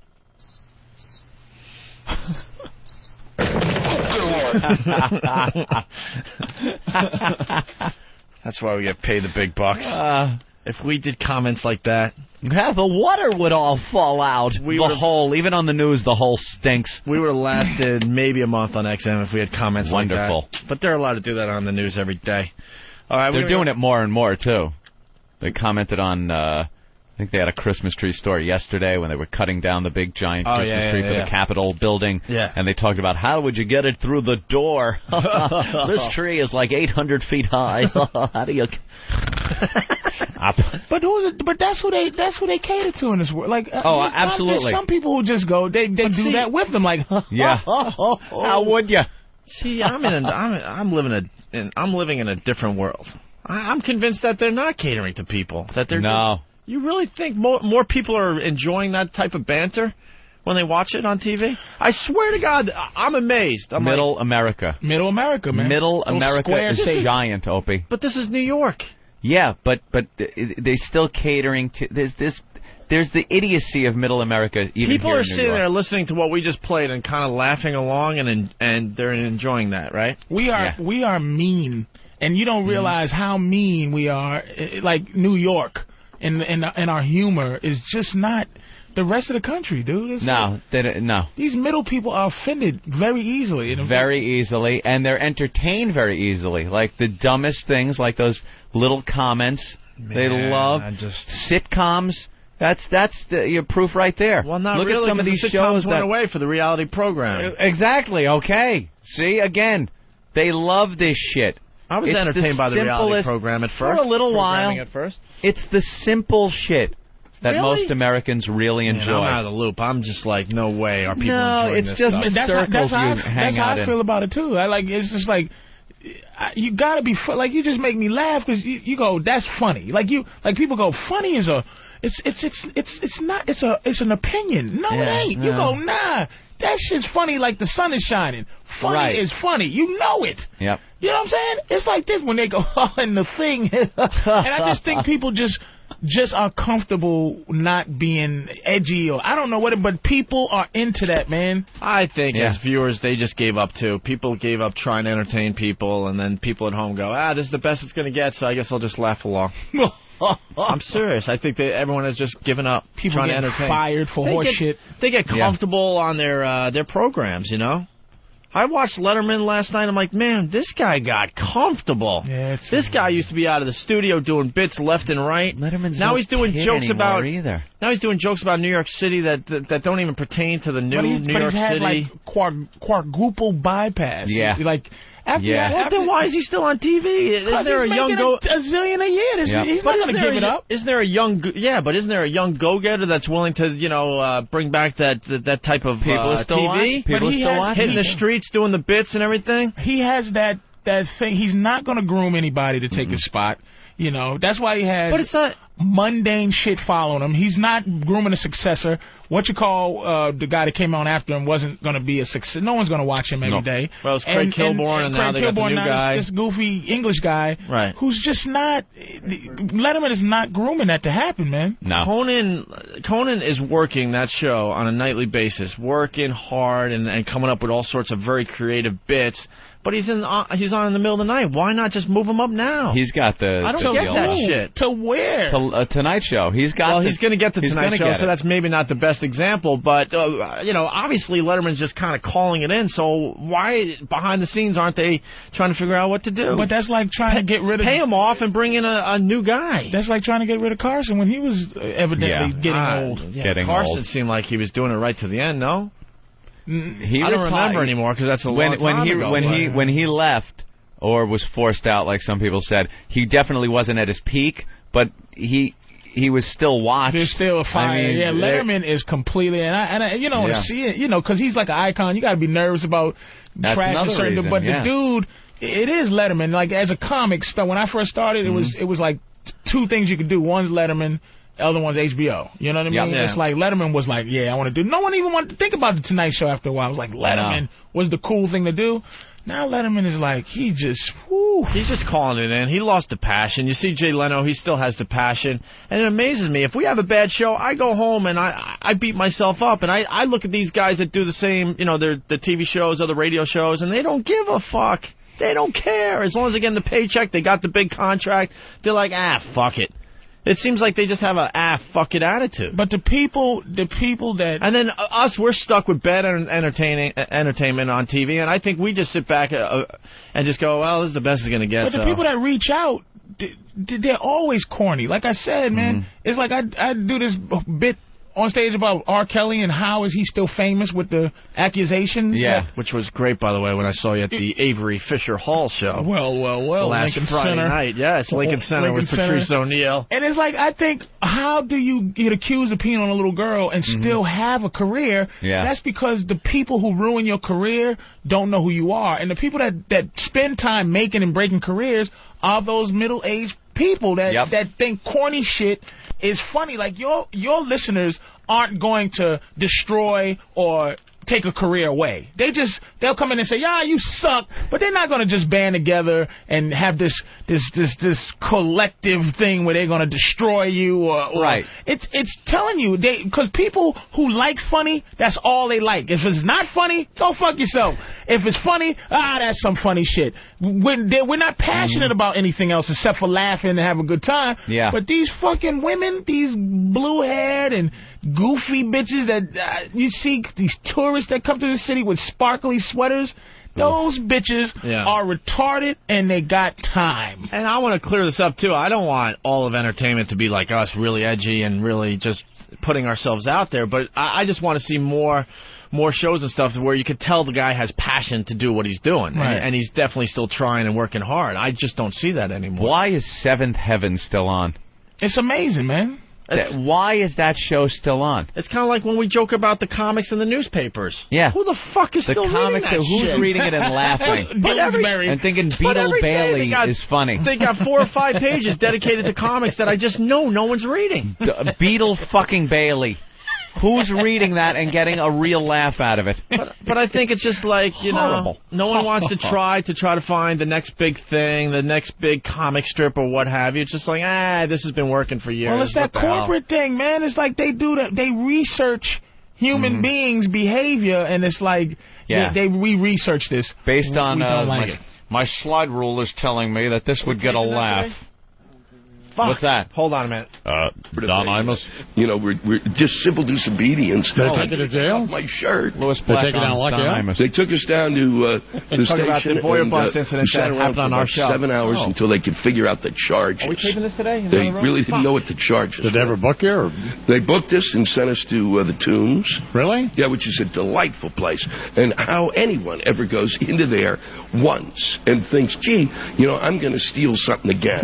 [SPEAKER 1] That's why we get paid the big bucks.
[SPEAKER 4] Uh,
[SPEAKER 1] if we did comments like that,
[SPEAKER 4] Yeah, the water would all fall out. the
[SPEAKER 1] would've-
[SPEAKER 4] whole, even on the news, the whole stinks.
[SPEAKER 1] we would have lasted maybe a month on XM if we had comments
[SPEAKER 4] Wonderful.
[SPEAKER 1] like that. But they're allowed to do that on the news every day. All right,
[SPEAKER 2] They're
[SPEAKER 1] we're
[SPEAKER 2] doing it more and more too. They commented on. Uh, I think they had a Christmas tree store yesterday when they were cutting down the big giant
[SPEAKER 1] Oh,
[SPEAKER 2] Christmas
[SPEAKER 1] yeah, yeah,
[SPEAKER 2] tree for
[SPEAKER 1] yeah.
[SPEAKER 2] the Capitol building.
[SPEAKER 1] Yeah.
[SPEAKER 2] And they talked about how would you get it through the door? this tree is like 800 feet high. how do you? Up.
[SPEAKER 3] But who's it, but that's who they that's who they cater to in this world. Like uh,
[SPEAKER 2] Oh,
[SPEAKER 3] there's some-
[SPEAKER 2] absolutely.
[SPEAKER 3] there's some people who just go they they do
[SPEAKER 1] see-
[SPEAKER 3] that with them. Like
[SPEAKER 2] Yeah.
[SPEAKER 3] how
[SPEAKER 4] would you?
[SPEAKER 1] See, I'm in. A, I'm, I'm living a. In, I'm living in a different world. I, I'm convinced that they're not catering to people. That they're
[SPEAKER 2] No.
[SPEAKER 1] you really think more more people are enjoying that type of banter when they watch it on TV? I swear to God, I- I'm amazed. Um, I'm like,
[SPEAKER 2] Middle America.
[SPEAKER 3] Middle America, man.
[SPEAKER 2] Middle
[SPEAKER 3] Those
[SPEAKER 2] America
[SPEAKER 3] square
[SPEAKER 2] is
[SPEAKER 3] states.
[SPEAKER 2] giant, Opie.
[SPEAKER 1] but this is New York.
[SPEAKER 2] Yeah, but but th- they still catering to there's this there's the idiocy of Middle America. Even
[SPEAKER 1] people
[SPEAKER 2] here
[SPEAKER 1] are
[SPEAKER 2] in New
[SPEAKER 1] sitting
[SPEAKER 2] York.
[SPEAKER 1] there listening to what we just played and kind of laughing along and en- and they're enjoying that, right?
[SPEAKER 3] We are
[SPEAKER 2] Yeah. Mm-hmm.
[SPEAKER 3] we are mean, and you don't realize how mean we are. Eh, Like New York, and and and our humor is just not the rest of the country, dude. It's like-
[SPEAKER 2] No, they don't- no.
[SPEAKER 3] these middle people are offended very easily. And
[SPEAKER 2] very easily, and they're entertained very easily. Like the dumbest things, like those little comments. they
[SPEAKER 1] Man,
[SPEAKER 2] love
[SPEAKER 1] I just-
[SPEAKER 2] sitcoms. That's that's the, your proof right there.
[SPEAKER 1] Well, not
[SPEAKER 2] Look
[SPEAKER 1] really.
[SPEAKER 2] at some of
[SPEAKER 1] 'cause
[SPEAKER 2] these
[SPEAKER 1] the sitcoms
[SPEAKER 2] shows
[SPEAKER 1] went
[SPEAKER 2] that Uh,
[SPEAKER 1] away for the reality program.
[SPEAKER 2] exactly okay. See again, they love this shit.
[SPEAKER 1] I was
[SPEAKER 2] It's the
[SPEAKER 1] entertained by the reality
[SPEAKER 2] simplest-
[SPEAKER 1] program at
[SPEAKER 2] for
[SPEAKER 1] first.
[SPEAKER 2] a little
[SPEAKER 1] Programming
[SPEAKER 2] while.
[SPEAKER 1] At first.
[SPEAKER 2] It's the simple shit that
[SPEAKER 1] Really?
[SPEAKER 2] most Americans really
[SPEAKER 1] Man,
[SPEAKER 2] enjoy.
[SPEAKER 1] I'm out of the loop. I'm just like, no way are people
[SPEAKER 2] No,
[SPEAKER 1] enjoying
[SPEAKER 2] it's
[SPEAKER 1] this
[SPEAKER 2] just
[SPEAKER 1] stuff.
[SPEAKER 2] mis-
[SPEAKER 3] that's how,
[SPEAKER 2] circles
[SPEAKER 3] that's how, I,
[SPEAKER 2] you
[SPEAKER 3] f-
[SPEAKER 2] hang
[SPEAKER 3] that's how
[SPEAKER 2] out
[SPEAKER 3] I
[SPEAKER 2] in.
[SPEAKER 3] feel about it too. I like it's just like I, you gotta be fu- like you just make me laugh because you, you go that's funny. Like you like people go funny is a it's it's it's it's it's not it's a it's an opinion. No,
[SPEAKER 2] Yeah,
[SPEAKER 3] it ain't. You
[SPEAKER 2] no.
[SPEAKER 3] go nah. That shit's funny like the sun is shining. Funny
[SPEAKER 2] Right.
[SPEAKER 3] is funny. You know it.
[SPEAKER 2] Yep.
[SPEAKER 3] You know what I'm saying? It's like this when they go oh, and the thing, and I just think people just just are comfortable not being edgy or I don't know what it, but people are into that man.
[SPEAKER 1] I think
[SPEAKER 2] Yeah.
[SPEAKER 1] as viewers, they just gave up too. People gave up trying to entertain people, and then people at home go, ah, this is the best it's going to get, so I guess I'll just laugh along. I'm serious. I think that everyone has just given up
[SPEAKER 3] People
[SPEAKER 1] trying to
[SPEAKER 3] getting
[SPEAKER 1] entertain.
[SPEAKER 3] fired for
[SPEAKER 1] They
[SPEAKER 3] horse
[SPEAKER 1] get-
[SPEAKER 3] shit.
[SPEAKER 1] They get
[SPEAKER 2] Yeah.
[SPEAKER 1] comfortable on their uh, their programs, you know. I watched Letterman last night. I'm like, man, this guy got comfortable. this guy used to be out of the studio doing bits left and right. Letterman's now
[SPEAKER 7] no
[SPEAKER 1] he's doing
[SPEAKER 7] kid
[SPEAKER 1] jokes
[SPEAKER 7] anymore
[SPEAKER 1] about
[SPEAKER 7] either.
[SPEAKER 1] Now he's doing jokes about New York City that that, that don't even pertain to the new
[SPEAKER 3] but he's,
[SPEAKER 1] New
[SPEAKER 3] but
[SPEAKER 1] York
[SPEAKER 3] he's had
[SPEAKER 1] City.
[SPEAKER 3] like quar- quadruple bypass.
[SPEAKER 1] Yeah.
[SPEAKER 3] Like after
[SPEAKER 1] Yeah.
[SPEAKER 3] that,
[SPEAKER 1] Well,
[SPEAKER 3] after,
[SPEAKER 1] then why is he still on TV? Is
[SPEAKER 3] Because
[SPEAKER 1] there
[SPEAKER 3] he's
[SPEAKER 1] a young
[SPEAKER 3] making
[SPEAKER 1] go-
[SPEAKER 3] a, a zillion a year? This,
[SPEAKER 1] But
[SPEAKER 3] He's not going to
[SPEAKER 1] isn't there
[SPEAKER 3] give it
[SPEAKER 1] a-
[SPEAKER 3] up.
[SPEAKER 1] Isn't there a young? g- Yeah, but isn't there a young go-getter that's willing to, you know, uh, bring back that that, that type of
[SPEAKER 7] People
[SPEAKER 1] uh,
[SPEAKER 7] are still
[SPEAKER 1] TV?
[SPEAKER 7] watch- people But are he still has- watching.
[SPEAKER 1] Hitting the streets, doing the bits and everything.
[SPEAKER 3] He has that that thing. He's not going to groom anybody to take his spot. You know, that's why he has. But it's
[SPEAKER 1] not
[SPEAKER 3] mundane shit following him. He's not grooming a successor. What you call uh, the guy that came on after him wasn't going to be a success. No one's going to watch him every
[SPEAKER 1] No.
[SPEAKER 3] day.
[SPEAKER 1] Well, it's Craig Kilborn, and now
[SPEAKER 3] Craig
[SPEAKER 1] they got the
[SPEAKER 3] Kilborn,
[SPEAKER 1] new
[SPEAKER 3] now
[SPEAKER 1] guy.
[SPEAKER 3] This, this goofy English guy,
[SPEAKER 1] Right.
[SPEAKER 3] Who's just not. Letterman is not grooming that to happen, man.
[SPEAKER 1] No. Conan Conan is working that show on a nightly basis, working hard and, and coming up with all sorts of very creative bits. But he's in uh, he's on in the middle of the night. Why not just move him up now?
[SPEAKER 2] He's got the.
[SPEAKER 1] I don't
[SPEAKER 2] the
[SPEAKER 1] get
[SPEAKER 2] deal
[SPEAKER 1] that
[SPEAKER 2] now.
[SPEAKER 1] shit.
[SPEAKER 3] To where?
[SPEAKER 2] To, uh, tonight show. He's got.
[SPEAKER 1] Well,
[SPEAKER 2] the-
[SPEAKER 1] he's going to get to
[SPEAKER 2] he's
[SPEAKER 1] Tonight
[SPEAKER 2] gonna
[SPEAKER 1] Show,
[SPEAKER 2] get
[SPEAKER 1] so
[SPEAKER 2] it.
[SPEAKER 1] that's maybe not the best example. But uh, you know, obviously Letterman's just kind of calling it in. So why behind the scenes aren't they trying to figure out what to do?
[SPEAKER 3] But that's like trying to get rid of
[SPEAKER 1] pay him off and bring in a, a new guy.
[SPEAKER 3] That's like trying to get rid of Carson when he was uh, evidently getting
[SPEAKER 1] Ah,
[SPEAKER 3] old.
[SPEAKER 1] yeah, Carson seemed like he was doing it right to the end. No,
[SPEAKER 2] He
[SPEAKER 1] I don't
[SPEAKER 2] retired-
[SPEAKER 1] remember anymore because that's a
[SPEAKER 2] when,
[SPEAKER 1] long
[SPEAKER 2] when
[SPEAKER 1] time
[SPEAKER 2] he
[SPEAKER 1] ago,
[SPEAKER 2] when
[SPEAKER 1] but-
[SPEAKER 2] he when he left or was forced out, like some people said, he definitely wasn't at his peak, but he he was still watched.
[SPEAKER 3] There's still a fire.
[SPEAKER 2] I mean,
[SPEAKER 3] yeah,
[SPEAKER 2] there-
[SPEAKER 3] Letterman is completely and I and I, you know
[SPEAKER 2] Yeah.
[SPEAKER 3] to see it, you know, because he's like an icon. You got to be nervous about
[SPEAKER 2] That's
[SPEAKER 3] trashing
[SPEAKER 2] another
[SPEAKER 3] certain.
[SPEAKER 2] reason,
[SPEAKER 3] but
[SPEAKER 2] yeah.
[SPEAKER 3] the dude, it is Letterman. Like as a comic star, when I first started, it
[SPEAKER 2] Mm-hmm.
[SPEAKER 3] was it was like t- two things you could do. One's Letterman. The other one's HBO. You know what I
[SPEAKER 2] Yeah.
[SPEAKER 3] mean?
[SPEAKER 2] Yeah.
[SPEAKER 3] It's like Letterman was like, yeah, I want to do. No one even wanted to think about the Tonight Show after a while. It was like Letterman was the cool thing to do. Now Letterman is like he just whoo.
[SPEAKER 1] He's just calling it in. He lost the passion. You see Jay Leno, he still has the passion. And it amazes me. If we have a bad show, I go home and I I beat myself up and I, I look at these guys that do the same, you know, their the TV shows, other radio shows, and they don't give a fuck. They don't care. As long as they're getting the paycheck, they got the big contract, they're like, ah, fuck it. It seems like they just have a ah fuck it attitude.
[SPEAKER 3] But the people, the people that
[SPEAKER 1] and then uh, us, we're stuck with bad en- entertaining uh, entertainment on TV, and I think we just sit back uh, uh, and just go, well, this is the best it's gonna get.
[SPEAKER 3] But the
[SPEAKER 1] so.
[SPEAKER 3] people that reach out, th- th- they're always corny. Like I said, man, it's like I I do this bit on stage about R. Kelly and how is he still famous with the accusations? Like,
[SPEAKER 1] Which was great, by the way, when I saw you at the Avery Fisher Hall show.
[SPEAKER 3] well, well, well,
[SPEAKER 1] last
[SPEAKER 3] Lincoln
[SPEAKER 1] Friday
[SPEAKER 3] Center. Oh,
[SPEAKER 1] night. Yes, Lincoln Center
[SPEAKER 3] Lincoln
[SPEAKER 1] with Patrice
[SPEAKER 3] Center.
[SPEAKER 1] O'Neill.
[SPEAKER 3] And it's like I think, how do you get accused of peeing on a little girl and still have a career?
[SPEAKER 1] Yeah.
[SPEAKER 3] That's because the people who ruin your career don't know who you are, and the people that that spend time making and breaking careers are those middle aged people that that think corny shit is funny. Like your your listeners aren't going to destroy or take a career away. They just they'll come in and say, "Yeah, you suck," but they're not going to just band together and have this this this this collective thing where they're going to destroy you or, or
[SPEAKER 2] Right.
[SPEAKER 3] It's it's telling you they because people who like funny, that's all they like. If it's not funny, go fuck yourself. If it's funny, ah, that's some funny shit. We're, they- we're not passionate about anything else except for laughing and have a good time.
[SPEAKER 2] Mm-hmm. Yeah.
[SPEAKER 3] But these fucking women, these blue haired and goofy bitches that uh, you see, these tourists that come to the city with sparkly sweaters, those bitches
[SPEAKER 1] Mm. Yeah.
[SPEAKER 3] are retarded and they got time.
[SPEAKER 1] And I want to clear this up too. I don't want all of entertainment to be like us, really edgy and really just putting ourselves out there. But I, I just want to see more, more shows and stuff where you could tell the guy has passion to do what he's doing,
[SPEAKER 2] Right.
[SPEAKER 1] and, and he's definitely still trying and working hard. I just don't see that anymore.
[SPEAKER 2] Why is Seventh Heaven still on?
[SPEAKER 3] It's amazing, man.
[SPEAKER 2] That- why is that show still on?
[SPEAKER 1] It's kind of like when we joke about the comics in the newspapers.
[SPEAKER 2] Yeah.
[SPEAKER 1] Who the fuck is
[SPEAKER 2] The
[SPEAKER 1] still
[SPEAKER 2] comics
[SPEAKER 1] reading that
[SPEAKER 2] are- who's
[SPEAKER 1] shit?
[SPEAKER 2] reading it and laughing?
[SPEAKER 1] But every-
[SPEAKER 2] Dillsbury. And thinking
[SPEAKER 1] but
[SPEAKER 2] Beetle
[SPEAKER 1] every day
[SPEAKER 2] Bailey
[SPEAKER 1] they got-
[SPEAKER 2] is funny.
[SPEAKER 1] They got four or five pages dedicated to comics that I just know no one's reading.
[SPEAKER 2] D- Beetle fucking Bailey. Who's reading that and getting a real laugh out of it?
[SPEAKER 1] But I think it's just like you
[SPEAKER 2] Horrible.
[SPEAKER 1] know, no one wants to try to try to find the next big thing, the next big comic strip or what have you. It's just like ah, this has been working for years.
[SPEAKER 3] Well, it's
[SPEAKER 1] What
[SPEAKER 3] that
[SPEAKER 1] the hell?
[SPEAKER 3] corporate thing, man. It's like they do that. They research human
[SPEAKER 1] Mm-hmm.
[SPEAKER 3] beings' behavior, and it's like
[SPEAKER 2] Yeah.
[SPEAKER 3] they, they we research this
[SPEAKER 2] Based on
[SPEAKER 3] We
[SPEAKER 2] uh,
[SPEAKER 3] don't like
[SPEAKER 2] my,
[SPEAKER 3] it.
[SPEAKER 2] my slide rule is telling me that this would get a laugh.
[SPEAKER 5] What's that?
[SPEAKER 1] Hold on a minute.
[SPEAKER 5] Uh, Don Imus? You know, we're, we're just civil disobedience.
[SPEAKER 1] They're
[SPEAKER 5] No,
[SPEAKER 1] taking
[SPEAKER 5] I
[SPEAKER 1] you to
[SPEAKER 5] took
[SPEAKER 1] jail?
[SPEAKER 5] off My shirt.
[SPEAKER 1] Louis They're Black taking on down Lucky Don Imus.
[SPEAKER 5] They took us down to uh, the
[SPEAKER 1] Let's talk
[SPEAKER 5] station.
[SPEAKER 1] about the Boyer
[SPEAKER 5] and,
[SPEAKER 1] Bus
[SPEAKER 5] uh,
[SPEAKER 1] incident
[SPEAKER 5] we sat
[SPEAKER 1] that
[SPEAKER 5] around
[SPEAKER 1] happened
[SPEAKER 5] for
[SPEAKER 1] on our
[SPEAKER 5] about
[SPEAKER 1] show.
[SPEAKER 5] Seven hours
[SPEAKER 1] Oh.
[SPEAKER 5] until they could figure out the charges.
[SPEAKER 1] Are we taping this today? Is that
[SPEAKER 5] They
[SPEAKER 1] on the road?
[SPEAKER 5] really didn't know what the charges. Did they ever book you? They booked us and sent us to uh, the Tombs. Really? Yeah, which is a delightful place. And how anyone ever goes into there once and thinks, "Gee, you know, I'm going to steal something again."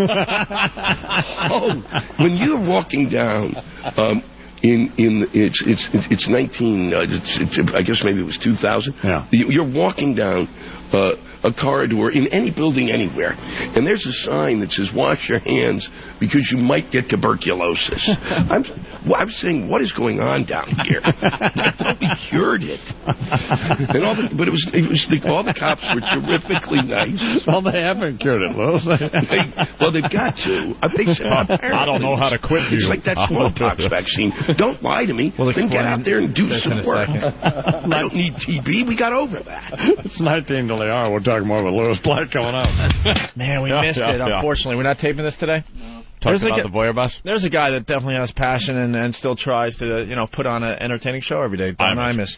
[SPEAKER 5] oh, when you're walking down um, in in it's it's it's 19 uh, it's, it's, I guess maybe it was 2000. Yeah. You're walking down uh, a corridor in any building anywhere, and there's a sign that says "Wash your hands because you might get tuberculosis." I'm well, I'm saying, what is going on down here? I thought we cured it, and all the, but it was it was the, all the cops were terrifically nice.
[SPEAKER 6] Well, they haven't cured it, Louis.
[SPEAKER 5] They- well, they've got to. I think so.
[SPEAKER 6] I don't know how to quit you.
[SPEAKER 5] It's like that smallpox vaccine. Don't lie to me.
[SPEAKER 6] We'll
[SPEAKER 5] then get
[SPEAKER 6] explain
[SPEAKER 5] out there and do
[SPEAKER 6] this in
[SPEAKER 5] some
[SPEAKER 6] a
[SPEAKER 5] work.
[SPEAKER 6] second.
[SPEAKER 5] I don't need TB. We got over that.
[SPEAKER 6] It's 19 till they are. We'll talk more with Louis Black coming up.
[SPEAKER 1] Man, we
[SPEAKER 6] Yeah,
[SPEAKER 1] missed
[SPEAKER 6] yeah,
[SPEAKER 1] it,
[SPEAKER 6] yeah.
[SPEAKER 1] unfortunately. We're not taping this today? No.
[SPEAKER 2] Talking about the Voyeur bus?
[SPEAKER 1] There's a guy that definitely has passion and, and still tries to, you know, put on an entertaining show every day. Don Imus.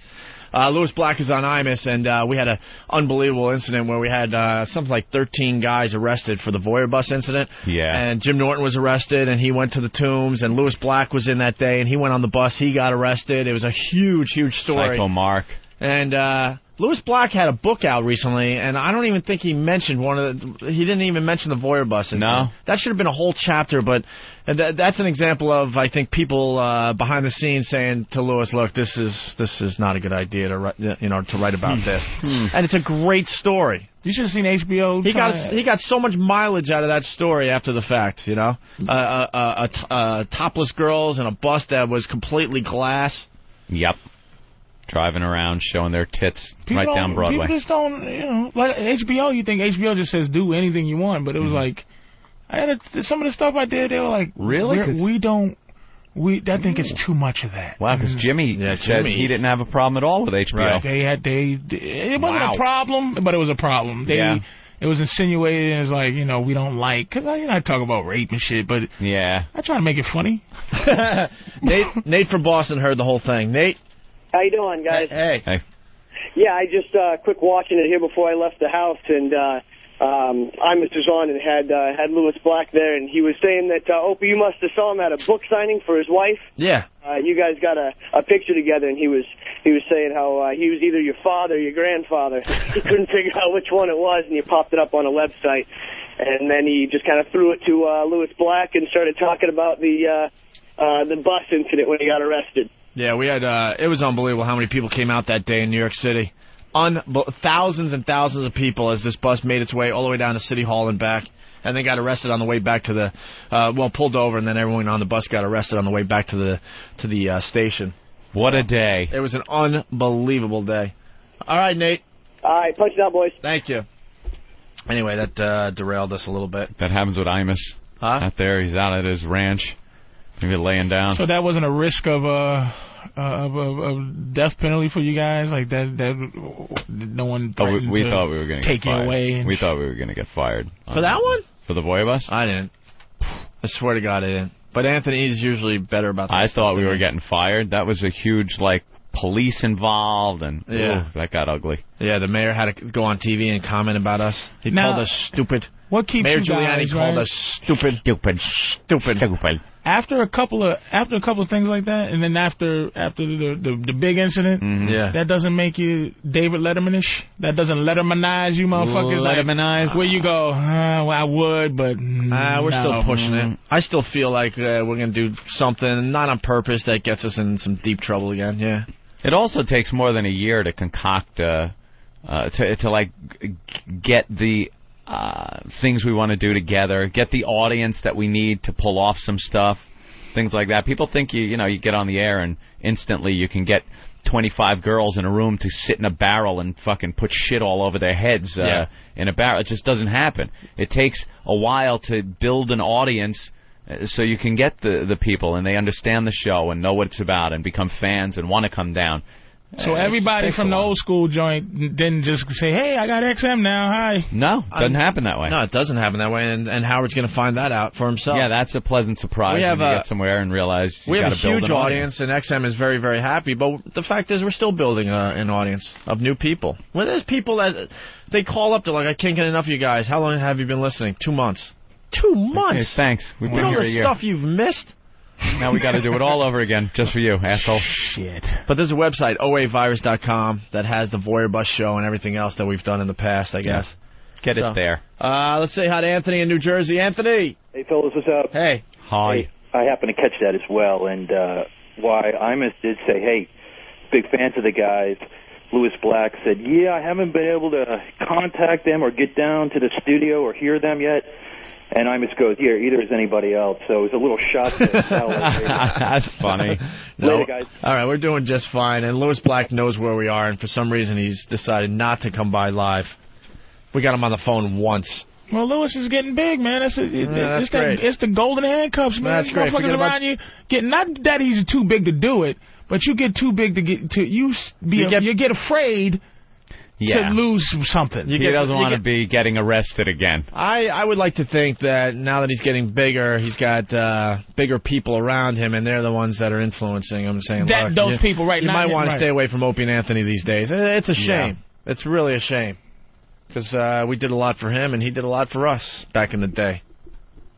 [SPEAKER 1] Uh, Lewis Black is on Imus, and uh, we had an unbelievable incident where we had uh, something like 13 guys arrested for the Voyeur bus incident.
[SPEAKER 2] Yeah.
[SPEAKER 1] And Jim Norton was arrested, and he went to the tombs, and Lewis Black was in that day, and he went on the bus. He got arrested. It was a huge, huge story.
[SPEAKER 2] Psycho Mark.
[SPEAKER 1] And uh, Lewis Black had a book out recently, and I don't even think he mentioned one of the. He didn't even mention the Voyeur bus. No, that should have been a whole chapter. But th- that's an example of I think people uh, behind the scenes saying to Lewis, "Look, this is this is not a good idea to write, you know, to write about this." and it's a great story.
[SPEAKER 3] You should have seen HBO.
[SPEAKER 1] He got
[SPEAKER 3] try-
[SPEAKER 1] he got so much mileage out of that story after the fact, you know, uh, uh, uh, uh, t- uh, topless girls and a bus that was completely glass.
[SPEAKER 2] Yep. Driving around, showing their tits
[SPEAKER 3] People
[SPEAKER 2] right down
[SPEAKER 3] don't-
[SPEAKER 2] Broadway.
[SPEAKER 3] People just don't, you know, like HBO. You think HBO just says do anything you want, but it was
[SPEAKER 2] Mm-hmm.
[SPEAKER 3] like, I had a, some of the stuff I did. They were like,
[SPEAKER 2] Really?
[SPEAKER 3] "We're-
[SPEAKER 2] 'Cause-
[SPEAKER 3] We don't. We I think it's too much of that.
[SPEAKER 2] Wow, because Jimmy said
[SPEAKER 3] Mm. Jimmy.
[SPEAKER 2] he didn't have a problem at all with HBO.
[SPEAKER 3] Right. They had they. It wasn't
[SPEAKER 2] Wow.
[SPEAKER 3] a problem, but it was a problem. They,
[SPEAKER 2] Yeah.
[SPEAKER 3] It was insinuated and it's like you know we don't like because I, you know, I talk about rape and shit, but
[SPEAKER 2] yeah,
[SPEAKER 3] I try to make it funny.
[SPEAKER 1] Nate Nate from Boston heard the whole thing. Nate,
[SPEAKER 12] How you doing, guys?
[SPEAKER 1] hey.
[SPEAKER 2] Hey.
[SPEAKER 12] Yeah, I just uh, quick watching it here before I left the house, and uh, um, I was just on and had uh, had Lewis Black there, and he was saying that uh, Opie, you must have saw him at a book signing for his wife.
[SPEAKER 1] Yeah.
[SPEAKER 12] Uh, you guys got a, a picture together, and he was he was saying how uh, he was either your father, or your grandfather. he couldn't figure out which one it was, and he popped it up on a website, and then he just kind of threw it to uh, Lewis Black and started talking about the uh, uh, the bus incident when he got arrested.
[SPEAKER 1] Yeah, we had. Uh, it was unbelievable how many people came out that day in New York City. Unbe- thousands and thousands of people as this bus made its way all the way down to City Hall and back, and they got arrested on the way back to the. Uh, well, pulled over, and then everyone on the bus got arrested on the way back to the to the uh, station.
[SPEAKER 2] What a day!
[SPEAKER 1] It was an unbelievable day. All right, Nate.
[SPEAKER 12] All right, punch it out, boys.
[SPEAKER 1] Thank you. Anyway, that uh, derailed us a little bit.
[SPEAKER 2] That happens with Imus.
[SPEAKER 1] Huh?
[SPEAKER 2] Out there, he's out at his ranch, maybe laying down.
[SPEAKER 3] So that wasn't a risk of uh, uh, of, of, of death penalty for you guys. Like that, that no one.
[SPEAKER 2] Oh, we,
[SPEAKER 3] threatened
[SPEAKER 2] we
[SPEAKER 3] to
[SPEAKER 2] thought we were going to
[SPEAKER 3] take
[SPEAKER 2] get fired.
[SPEAKER 3] it away. And
[SPEAKER 2] we thought we were going to get fired
[SPEAKER 1] For that one?
[SPEAKER 2] for the Voy bus.
[SPEAKER 1] I didn't. I swear to God, I didn't. But Anthony is usually better about.
[SPEAKER 2] I thought we were getting fired. That was a huge like police involved, and
[SPEAKER 1] Yeah.
[SPEAKER 2] ooh, that got ugly.
[SPEAKER 1] Yeah, the mayor had to go on TV and comment about us. He
[SPEAKER 3] Now-
[SPEAKER 1] called us stupid.
[SPEAKER 3] What keeps
[SPEAKER 1] Mayor
[SPEAKER 3] you
[SPEAKER 1] Giuliani
[SPEAKER 3] guys,
[SPEAKER 1] called
[SPEAKER 3] right?
[SPEAKER 1] us stupid,
[SPEAKER 2] stupid,
[SPEAKER 1] stupid,
[SPEAKER 2] stupid.
[SPEAKER 3] after a couple of after a couple of things like that, and then after after the the, the big incident,
[SPEAKER 2] Mm-hmm.
[SPEAKER 1] Mm-hmm. Yeah.
[SPEAKER 3] that doesn't make you David Lettermanish. That doesn't Lettermanize you, motherfuckers. like,
[SPEAKER 1] Lettermanize?
[SPEAKER 3] where you go? Uh, well, I would, but
[SPEAKER 1] Uh, we're
[SPEAKER 3] no."
[SPEAKER 1] still pushing it. I still feel like uh, we're gonna do something not on purpose that gets us in some deep trouble again. Yeah.
[SPEAKER 2] It also takes more than a year to concoct, uh, uh, to, to like g- get the uh, things we want to do together, get the audience that we need to pull off some stuff, things like that. People think you, you know, you get on the air and instantly you can get 25 girls in a room to sit in a barrel and fucking put shit all over their heads uh,
[SPEAKER 25] Yeah.
[SPEAKER 2] in a barrel. It just doesn't happen. It takes a while to build an audience uh, so you can get the the people and they understand the show and know what it's about and become fans and want to come down.
[SPEAKER 3] So everybody from the old school joint didn't just say, "Hey, I got XM now. Hi."
[SPEAKER 2] No, doesn't happen that way.
[SPEAKER 1] No, it doesn't happen that way, and, and Howard's going to find that out for himself.
[SPEAKER 2] Yeah, that's a pleasant surprise
[SPEAKER 1] We have
[SPEAKER 2] when you
[SPEAKER 1] a-
[SPEAKER 2] get somewhere and realize you
[SPEAKER 1] we have a
[SPEAKER 2] gotta build
[SPEAKER 1] huge
[SPEAKER 2] an
[SPEAKER 1] audience, and XM is very, very happy. But the fact is, we're still building uh, an audience of new people. Well, there's people that they call up to, like, I can't get enough of you guys. How long have you been listening? Two months. Two months.
[SPEAKER 2] thanks. We've
[SPEAKER 1] You
[SPEAKER 2] been
[SPEAKER 1] know
[SPEAKER 2] here
[SPEAKER 1] the
[SPEAKER 2] a year.
[SPEAKER 1] stuff you've missed.
[SPEAKER 2] Now we got to do it all over again just for you, asshole.
[SPEAKER 1] Shit. But there's a website, oavirus.com, that has the Voyeur Bus show and everything else that we've done in the past. I
[SPEAKER 2] Yeah.
[SPEAKER 1] guess.
[SPEAKER 2] Get
[SPEAKER 1] So-
[SPEAKER 2] it there.
[SPEAKER 1] Uh, let's say hi to Anthony in New Jersey. Anthony.
[SPEAKER 26] Hey, fellas, what's up?
[SPEAKER 1] Hey.
[SPEAKER 2] Hi.
[SPEAKER 26] I happen to catch that as well, and uh, why Imus did say, "Hey, big fans of the guys." Lewis Black said, "Yeah, I haven't been able to contact them or get down to the studio or hear them yet." And Imus goes, "Yeah, either is anybody else." So it was a little shot. to
[SPEAKER 1] That's
[SPEAKER 2] funny.
[SPEAKER 1] no.
[SPEAKER 26] Later, guys.
[SPEAKER 1] All right, we're doing just fine. And Lewis Black knows where we are, and for some reason he's decided not to come by live. We got him on the phone once.
[SPEAKER 3] Well, Lewis is getting big, man. That's, a, it,
[SPEAKER 1] Yeah, that's
[SPEAKER 3] it's, that,
[SPEAKER 1] great.
[SPEAKER 3] it's the golden handcuffs, man.
[SPEAKER 1] That's
[SPEAKER 3] These
[SPEAKER 1] great.
[SPEAKER 3] Motherfuckers
[SPEAKER 1] Forget about-
[SPEAKER 3] around you get not that he's too big to do it, but you get too big to get to you s- be
[SPEAKER 2] You
[SPEAKER 3] a-
[SPEAKER 2] get-
[SPEAKER 3] you get afraid
[SPEAKER 2] Yeah.
[SPEAKER 3] to lose something.
[SPEAKER 2] he doesn't want to be getting arrested again.
[SPEAKER 1] I, I would like to think that now that he's getting bigger, he's got uh, bigger people around him, and they're the ones that are influencing him, saying
[SPEAKER 3] That-
[SPEAKER 1] Look,
[SPEAKER 3] those
[SPEAKER 1] you,
[SPEAKER 3] people, right,
[SPEAKER 1] You
[SPEAKER 3] not
[SPEAKER 1] might
[SPEAKER 3] him,
[SPEAKER 1] want to
[SPEAKER 3] right.
[SPEAKER 1] stay away from Opie and Anthony these days. It- It's a
[SPEAKER 3] Yeah.
[SPEAKER 1] shame. It's really a shame because uh, we did a lot for him, and he did a lot for us back in the day.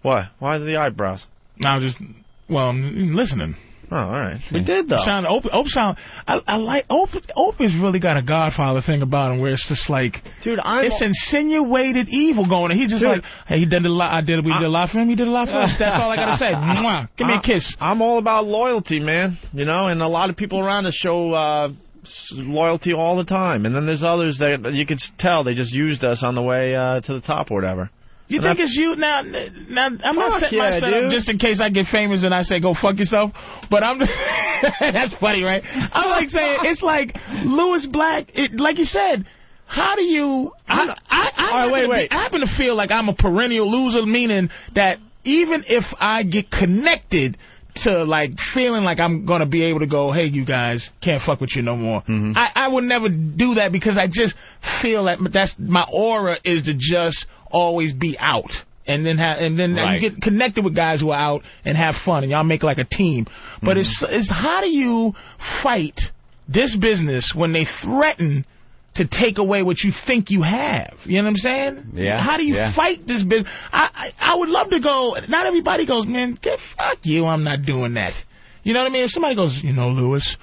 [SPEAKER 1] What? Why the eyebrows?
[SPEAKER 3] No, I'm just well, I'm listening.
[SPEAKER 1] Oh, all right. We did though.
[SPEAKER 3] Sound Ope, Ope sound. I, I like Ope. Ope's really got a Godfather thing about him, where it's just like,
[SPEAKER 1] dude, I'm
[SPEAKER 3] it's insinuated evil going. on. He's just like, hey, he did a lot. I did. We did a lot for him. He did a lot for us. That's all I gotta say. Mwah. Give me a
[SPEAKER 1] I-
[SPEAKER 3] kiss.
[SPEAKER 1] I'm all about loyalty, man. You know, and a lot of people around us show uh, s- loyalty all the time. And then there's others that that you could s- tell they just used us on the way uh, to the top or whatever.
[SPEAKER 3] You
[SPEAKER 1] And
[SPEAKER 3] think
[SPEAKER 1] I-
[SPEAKER 3] it's you now? Now I'm not
[SPEAKER 1] Fuck
[SPEAKER 3] setting
[SPEAKER 1] yeah,
[SPEAKER 3] myself up
[SPEAKER 1] dude.
[SPEAKER 3] just in case I get famous and I say go fuck yourself. But I'm that's funny, right? I'm like saying it's like Lewis Black. It, like you said, how do you? I I, I happen
[SPEAKER 1] wait,
[SPEAKER 3] to be-
[SPEAKER 1] wait.
[SPEAKER 3] I happen to feel like I'm a perennial loser, meaning that even if I get connected. To like feeling like I'm gonna be able to go, hey, you guys can't fuck with you no more.
[SPEAKER 1] Mm-hmm.
[SPEAKER 3] I, I would never do that because I just feel that that's my aura is to just always be out and then have and then
[SPEAKER 2] Right.
[SPEAKER 3] you get connected with guys who are out and have fun and y'all make like a team. But
[SPEAKER 1] Mm-hmm.
[SPEAKER 3] it's it's how do you fight this business when they threaten to take away what you think you have? You know what I'm saying?
[SPEAKER 2] Yeah,
[SPEAKER 3] How do you
[SPEAKER 2] yeah.
[SPEAKER 3] fight this business? I, I I would love to go. Not everybody goes, man. Get fuck you. I'm not doing that. You know what I mean? If somebody goes, you know, Lewis.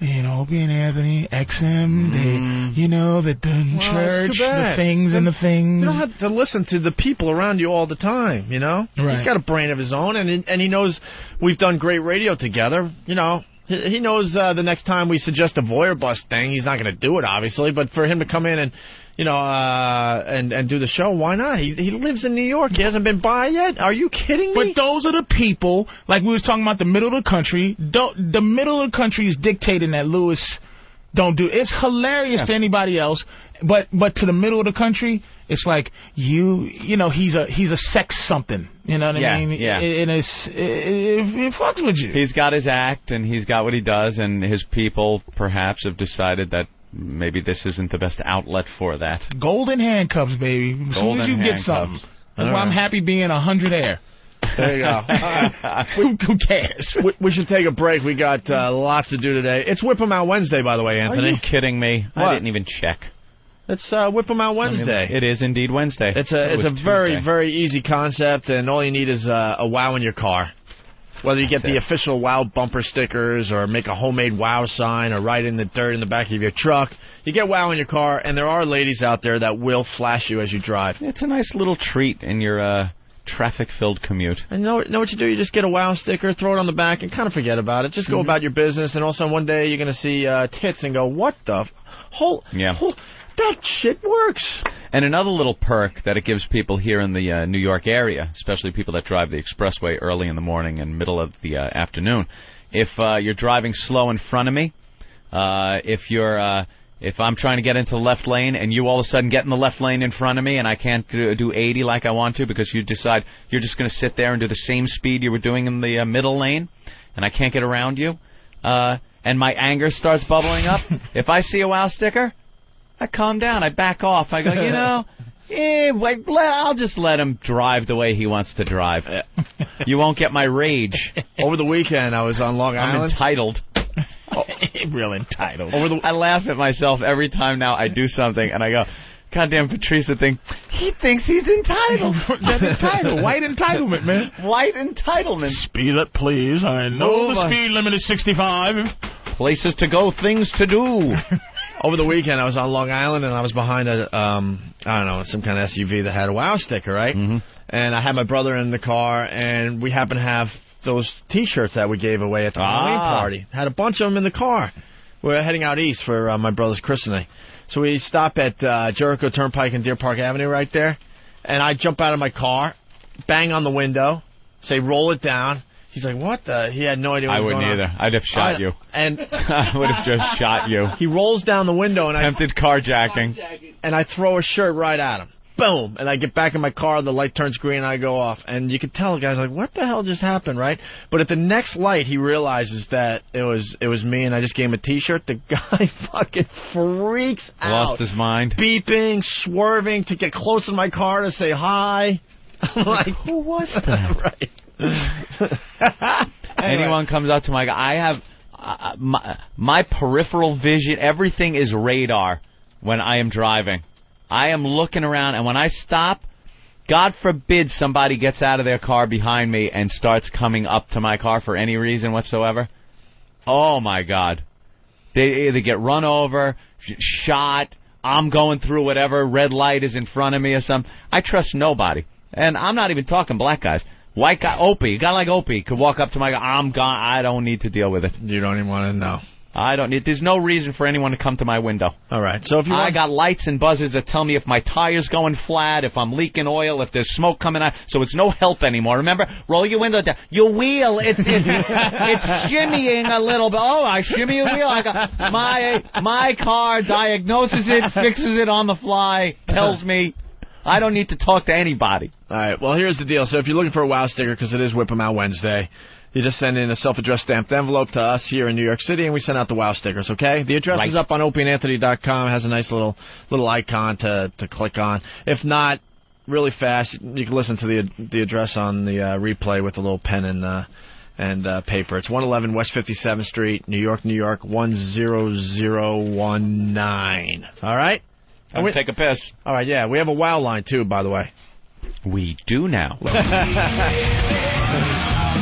[SPEAKER 3] You know, Opie and Anthony, XM, they, you know, the, the
[SPEAKER 1] Mm-hmm. Well, it's
[SPEAKER 3] church,
[SPEAKER 1] too
[SPEAKER 3] the
[SPEAKER 1] bad.
[SPEAKER 3] things and the things.
[SPEAKER 1] You don't have to listen to the people around you all the time, you know?
[SPEAKER 3] Right.
[SPEAKER 1] He's got a brain of his own, and he, and he knows we've done great radio together, you know? He he knows uh, the next time we suggest a voyeur bus thing, he's not going to do it, obviously, but for him to come in and, you know, uh, and, and do the show, why not? He, he lives in New York. He hasn't been by yet. Are you kidding me?
[SPEAKER 3] But those are the people, like we was talking about the middle of the country. Don't, the middle of the country is dictating that Lewis don't do. It's hilarious to anybody else, but but to the middle of the country, it's like you you know he's a he's a sex something. You know what
[SPEAKER 2] Yeah,
[SPEAKER 3] I mean?
[SPEAKER 2] yeah.
[SPEAKER 3] And it's it, it, it fucks with you.
[SPEAKER 2] He's got his act and he's got what he does, and his people perhaps have decided that maybe this isn't the best outlet for that.
[SPEAKER 3] Golden handcuffs, baby. As soon as
[SPEAKER 2] Golden
[SPEAKER 3] you get
[SPEAKER 2] handcuffs.
[SPEAKER 3] something, that's
[SPEAKER 2] All
[SPEAKER 3] why I'm
[SPEAKER 2] right.
[SPEAKER 3] happy being a hundred air.
[SPEAKER 1] There you go. All right.
[SPEAKER 3] who, who cares?
[SPEAKER 1] We, we should take a break. We got uh, lots to do today. It's Whip 'em Out Wednesday, by the way, Anthony.
[SPEAKER 2] Are you kidding me?
[SPEAKER 1] What?
[SPEAKER 2] I didn't even check.
[SPEAKER 1] It's uh, Whip 'em Out Wednesday.
[SPEAKER 2] it is indeed Wednesday.
[SPEAKER 1] It's a it's a very very easy concept, and all you need is uh, a wow in your car. Whether you get the official wow bumper stickers, or make a homemade wow sign, or write in the dirt in the back of your truck, you get wow in your car, and there are ladies out there that will flash you as you drive.
[SPEAKER 2] It's a nice little treat in your uh, traffic-filled commute.
[SPEAKER 1] And you know, know what you do? You just get a wow sticker, throw it on the back, and kind of forget about it. Just go
[SPEAKER 2] Mhm.
[SPEAKER 1] about your business, and also one day you're gonna see uh, tits and go, what the f- whole
[SPEAKER 2] Yeah.
[SPEAKER 1] that shit works.
[SPEAKER 2] And another little perk that it gives people here in the uh, New York area, especially people that drive the expressway early in the morning and middle of the uh, afternoon, if uh, you're driving slow in front of me, uh, if you're uh, if I'm trying to get into the left lane and you all of a sudden get in the left lane in front of me and I can't do, do 80 like I want to because you decide you're just going to sit there and do the same speed you were doing in the uh, middle lane and I can't get around you, uh, and my anger starts bubbling up, if I see a wow sticker, I calm down. I back off. I go, you know, eh, wait, le- I'll just let him drive the way he wants to drive. You won't get my rage.
[SPEAKER 1] Over the weekend, I was on Long
[SPEAKER 2] I'm
[SPEAKER 1] Island.
[SPEAKER 2] entitled.
[SPEAKER 1] Real entitled.
[SPEAKER 2] Over the, I laugh at myself every time now I do something, and I go, goddamn Patrice, the thing. He thinks he's entitled.
[SPEAKER 3] That entitled, white entitlement, man.
[SPEAKER 2] White entitlement.
[SPEAKER 3] Speed up, please. I know
[SPEAKER 1] Move
[SPEAKER 3] the
[SPEAKER 1] on.
[SPEAKER 3] speed limit is 65.
[SPEAKER 2] Places to go, things to do.
[SPEAKER 1] Over the weekend, I was on Long Island and I was behind a, um, I don't know, some kind of SUV that had a WoW sticker, right? Mm-hmm. And I had my brother in the car, and we happened to have those T-shirts that we gave away at the Halloween
[SPEAKER 2] Ah.
[SPEAKER 1] party. Had a bunch of them in the car. We were heading out east for uh, my brother's christening, so we stop at uh, Jericho Turnpike and Deer Park Avenue right there, and I jump out of my car, bang on the window, say roll it down. He's like, what the? He had no idea. What
[SPEAKER 2] I
[SPEAKER 1] was
[SPEAKER 2] wouldn't
[SPEAKER 1] going on.
[SPEAKER 2] either. I'd have shot
[SPEAKER 1] I-
[SPEAKER 2] you.
[SPEAKER 1] And
[SPEAKER 2] I would have just shot you.
[SPEAKER 1] He rolls down the window and I
[SPEAKER 2] Attempted carjacking.
[SPEAKER 1] and I throw a shirt right at him. Boom! And I get back in my car, the light turns green, and I go off. And you could tell the guy's like, "What the hell just happened?" Right? But at the next light, he realizes that it was it was me, and I just gave him a T-shirt. The guy fucking freaks out,
[SPEAKER 2] Lost his mind.
[SPEAKER 1] beeping, swerving to get close to my car to say hi. I'm like, "Who was that?" right?
[SPEAKER 2] Anyone comes up to my, I have uh, my, my peripheral vision. Everything is radar when I am driving. I am looking around, and when I stop, God forbid somebody gets out of their car behind me and starts coming up to my car for any reason whatsoever. Oh my God! They either get run over, sh- shot. I'm going through whatever red light is in front of me or something. I trust nobody, and I'm not even talking black guys. White guy, Opie, a guy like Opie could walk up to my guy. I'm gone. I don't need to deal with it.
[SPEAKER 1] You don't even want to know.
[SPEAKER 2] I don't need. There's no reason for anyone to come to my window.
[SPEAKER 1] All right. So if you
[SPEAKER 2] I
[SPEAKER 1] want-
[SPEAKER 2] got lights and buzzers that tell me if my tire's going flat, if I'm leaking oil, if there's smoke coming out. So it's no help anymore. Remember, roll your window down. Your wheel, it's it's it's shimmying a little bit. Oh, I shimmy a wheel. I got my my car diagnoses it, fixes it on the fly, tells me. I don't need to talk to anybody.
[SPEAKER 1] All right. Well, here's the deal. So if you're looking for a WoW sticker, because it is Whip 'Em Out Wednesday, you just send in a self-addressed stamped envelope to us here in New York City, and we send out the WoW stickers. Okay. The address is up on opieandanthony.com. It Has a nice little little icon to to click on. If not, really fast, you can listen to the the address on the uh, replay with a little pen and. Uh, and uh, paper. It's 111 West 57th Street, New York, New York 10019. All right?
[SPEAKER 2] I'm
[SPEAKER 1] And we-
[SPEAKER 2] take a piss.
[SPEAKER 1] All right, yeah. We have a wow line too, by the way.
[SPEAKER 2] We do now.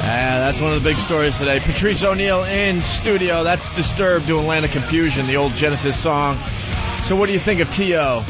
[SPEAKER 1] Ah, that's one of the big stories today. Patrice O'Neill in studio. That's Disturbed doing Land of Confusion, the old Genesis song. So, what do you think of T.O.?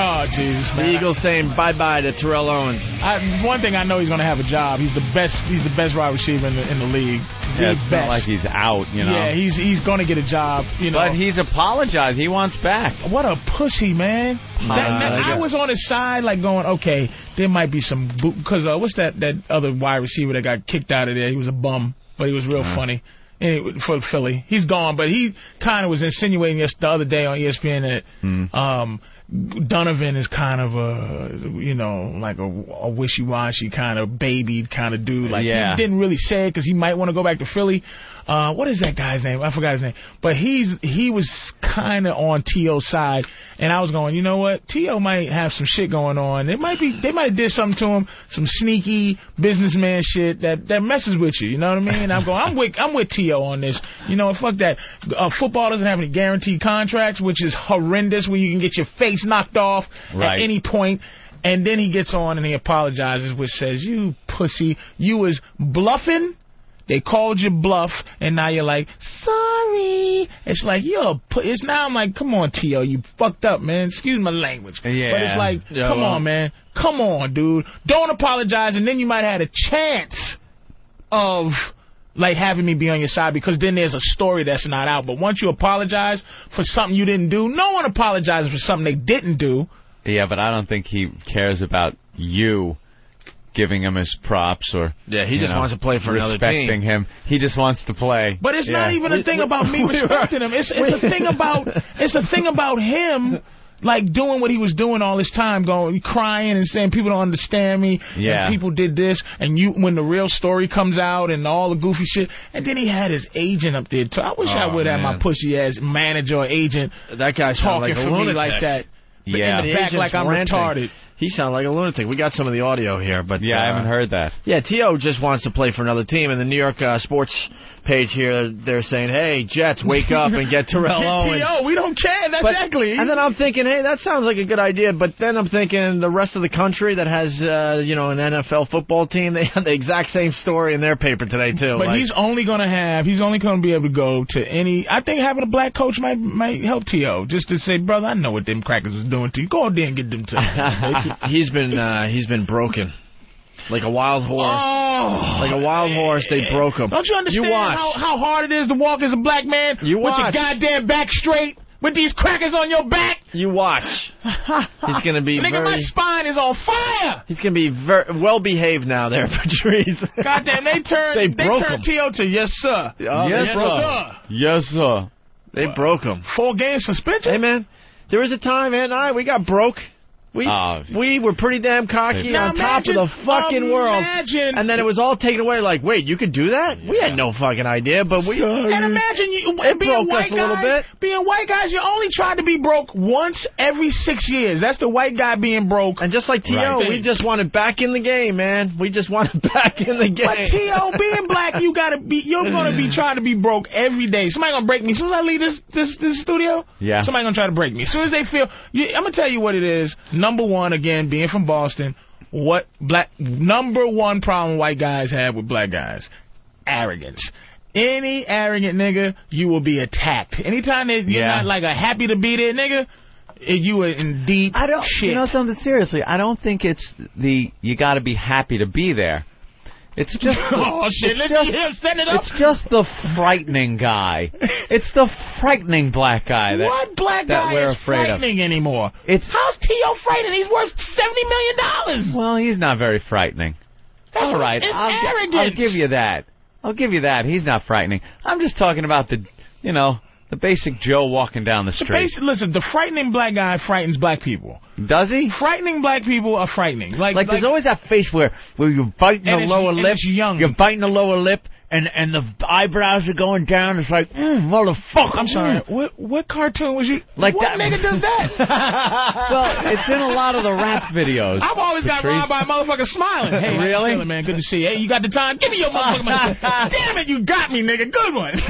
[SPEAKER 3] Oh, Jesus,
[SPEAKER 1] The Eagles saying bye bye to Terrell Owens.
[SPEAKER 3] I, one thing I know he's going to have a job. He's the best. He's the best wide receiver in the in the league. The
[SPEAKER 2] Yeah, it's
[SPEAKER 3] best.
[SPEAKER 2] not like he's out, you know.
[SPEAKER 3] Yeah, he's he's going to get a job. You know.
[SPEAKER 2] But he's apologized. He wants back. Uh,
[SPEAKER 3] What a pussy, man.
[SPEAKER 2] Nah,
[SPEAKER 3] That- that-
[SPEAKER 2] I
[SPEAKER 3] I
[SPEAKER 2] got-
[SPEAKER 3] was on his side, like going, okay, there might be some because uh, what's that that other wide receiver that got kicked out of there? He was a bum, but he was
[SPEAKER 2] Uh-huh.
[SPEAKER 3] real funny. Anyway, for Philly, he's gone, but he kind of was insinuating us the other day on E ESPN
[SPEAKER 2] Hmm.
[SPEAKER 3] that um, Donovan is kind of a you know like a, a wishy-washy kind of baby kind of dude. Like
[SPEAKER 2] Yeah.
[SPEAKER 3] he didn't really say it because he might want to go back to Philly. Uh, what is that guy's name? I forgot his name. But he's he was kind of on To's side, and I was going, you know what? To might have some shit going on. It might be they might have did something to him, some sneaky businessman shit that that messes with you. You know what I mean? And I'm going, I'm with I'm with To on this. You know, fuck that. Uh, football doesn't have any guaranteed contracts, which is horrendous. Where you can get your face knocked off
[SPEAKER 2] Right.
[SPEAKER 3] at any point. And then he gets on and he apologizes, which says, "You pussy, you was bluffing. They called you bluff, and now you're like, sorry. It's like you're. A pu- it's now I'm like, come on, T.O., you fucked up, man. Excuse my language,
[SPEAKER 2] Yeah.
[SPEAKER 3] but it's like,
[SPEAKER 2] Yeah,
[SPEAKER 3] come
[SPEAKER 2] well-
[SPEAKER 3] on, man, come on, dude. Don't apologize, and then you might have had a chance of like having me be on your side because then there's a story that's not out. But once you apologize for something you didn't do, no one apologizes for something they didn't do.
[SPEAKER 2] Yeah, but I don't think he cares about you giving him his props or
[SPEAKER 1] Yeah, he
[SPEAKER 2] you
[SPEAKER 1] just
[SPEAKER 2] know,
[SPEAKER 1] wants to play for another team.
[SPEAKER 2] respecting him. He just wants to play.
[SPEAKER 3] But it's
[SPEAKER 2] Yeah.
[SPEAKER 3] not even a thing about me respecting him. It's it's a thing about it's a thing about him like doing what he was doing all this time, going crying and saying people don't understand me,
[SPEAKER 2] Yeah.
[SPEAKER 3] and people did this, and you when the real story comes out and all the goofy shit, and then he had his agent up there too. I wish I
[SPEAKER 4] Oh,
[SPEAKER 3] would have
[SPEAKER 4] man.
[SPEAKER 3] my pussy ass manager or agent that guy talking
[SPEAKER 1] like a
[SPEAKER 3] for me
[SPEAKER 1] lunatic.
[SPEAKER 3] like that.
[SPEAKER 1] Yeah.
[SPEAKER 3] and back like I'm retarded.
[SPEAKER 1] He sounded like a lunatic. We got some of the audio here, but yeah,
[SPEAKER 2] I haven't heard that.
[SPEAKER 1] Yeah, T.O. just wants to play for another team, and the New York uh, sports page here they're saying, "Hey, Jets, wake up and get Terrell Owens."
[SPEAKER 3] Yo, we don't care. That's
[SPEAKER 1] But-
[SPEAKER 3] exactly.
[SPEAKER 1] And then I'm thinking, hey, that sounds like a good idea. But then I'm thinking the rest of the country that has, uh, you know, an NFL football team, they had the exact same story in their paper today too.
[SPEAKER 3] But
[SPEAKER 1] Like,
[SPEAKER 3] he's only gonna have he's only gonna be able to go to any. I think having a black coach might might help To just to say, brother, I know what them crackers was doing to you. Go out there and get them to.
[SPEAKER 1] he's been uh, he's been broken, like a wild horse, like a wild horse. They broke him.
[SPEAKER 3] Oh. Don't you understand
[SPEAKER 1] You watch.
[SPEAKER 3] how how hard it is to walk as a black man
[SPEAKER 1] You
[SPEAKER 3] with your
[SPEAKER 1] watch.
[SPEAKER 3] goddamn back straight with these crackers on your back?
[SPEAKER 1] You watch. He's gonna be
[SPEAKER 3] Nigga, my
[SPEAKER 1] very.
[SPEAKER 3] spine is on fire.
[SPEAKER 1] He's gonna be ver- well behaved now, there, Patrice.
[SPEAKER 3] Goddamn, they turned
[SPEAKER 1] They
[SPEAKER 3] they,
[SPEAKER 1] broke
[SPEAKER 3] turned
[SPEAKER 1] him.
[SPEAKER 3] T.O. to yes sir.
[SPEAKER 1] yes, sir.
[SPEAKER 2] Yes, sir.
[SPEAKER 1] They broke him.
[SPEAKER 3] Four game suspension.
[SPEAKER 1] Hey man, there was a time, Ant and I, we got broke. We
[SPEAKER 2] Oh.
[SPEAKER 1] we were pretty damn cocky
[SPEAKER 2] Now
[SPEAKER 1] on top of the
[SPEAKER 2] imagine-
[SPEAKER 1] fucking world,
[SPEAKER 3] uh, imagine-
[SPEAKER 1] and then it was all taken away. Like, wait, you could do that? We had no fucking idea, but we.
[SPEAKER 3] And imagine you
[SPEAKER 1] It
[SPEAKER 3] being
[SPEAKER 1] broke
[SPEAKER 3] white
[SPEAKER 1] us a little
[SPEAKER 3] guys-
[SPEAKER 1] bit.
[SPEAKER 3] Being white guys, you only tried to be broke once every six years. That's the white guy being broke.
[SPEAKER 1] And just like T.O., we just want it back in the game, man. We just want it back in the game.
[SPEAKER 3] But T.O. being black, you gotta be you're gonna be trying to be broke every day. Somebody gonna break me. As soon as I leave this this, this studio,
[SPEAKER 2] Yeah.
[SPEAKER 3] somebody gonna try to break me. As soon as they feel you, I'm gonna tell you what it is. Number one, again, being from Boston, what black number one problem white guys have with black guys. Arrogance. Any arrogant nigga, you will be attacked. Anytime that you're
[SPEAKER 7] Yeah.
[SPEAKER 3] not like a happy to be there nigga, you are in deep I don't, shit.
[SPEAKER 2] You know something? Seriously, I don't think it's the you got to be happy to be there. It's just the,
[SPEAKER 3] oh shit,
[SPEAKER 2] it's
[SPEAKER 3] let
[SPEAKER 2] just-
[SPEAKER 3] me hear him setting it up.
[SPEAKER 2] It's just the frightening guy. It's the frightening black guy that
[SPEAKER 3] what black
[SPEAKER 2] that
[SPEAKER 3] guy
[SPEAKER 2] we're
[SPEAKER 3] is
[SPEAKER 2] afraid
[SPEAKER 3] frightening anymore?
[SPEAKER 2] It's-
[SPEAKER 3] how's T.O. frightening? He's worth seventy million dollars.
[SPEAKER 2] of. Well, he's not very frightening.
[SPEAKER 3] That's
[SPEAKER 2] All right,
[SPEAKER 3] it's
[SPEAKER 2] I'll, gi- I'll
[SPEAKER 3] arrogance.
[SPEAKER 2] give you that. I'll give you that. He's not frightening. I'm just talking about the, you know, the basic Joe walking down the
[SPEAKER 3] The
[SPEAKER 2] street.
[SPEAKER 3] base, listen, the frightening black guy frightens black people.
[SPEAKER 2] Does he?
[SPEAKER 3] Frightening black people are frightening. Like,
[SPEAKER 7] Like, there's always that face where where you're biting
[SPEAKER 3] And
[SPEAKER 7] the
[SPEAKER 3] it's-
[SPEAKER 7] lower
[SPEAKER 3] and
[SPEAKER 7] lip.
[SPEAKER 3] it's young.
[SPEAKER 7] You're biting the lower lip, and and the eyebrows are going down. It's like, mm, motherfucker. Mm.
[SPEAKER 3] I'm sorry. What what cartoon was you? Like what
[SPEAKER 7] that-
[SPEAKER 3] nigga does that?
[SPEAKER 2] well, it's in a lot of the rap videos.
[SPEAKER 3] I've always got
[SPEAKER 2] Patrice.
[SPEAKER 3] robbed by a motherfucker smiling. Hey, how you
[SPEAKER 2] Really?
[SPEAKER 3] feeling, man. Good to see you. Hey, you got the time? Give me your motherfucking money. Damn it, you got me, nigga. Good one. Is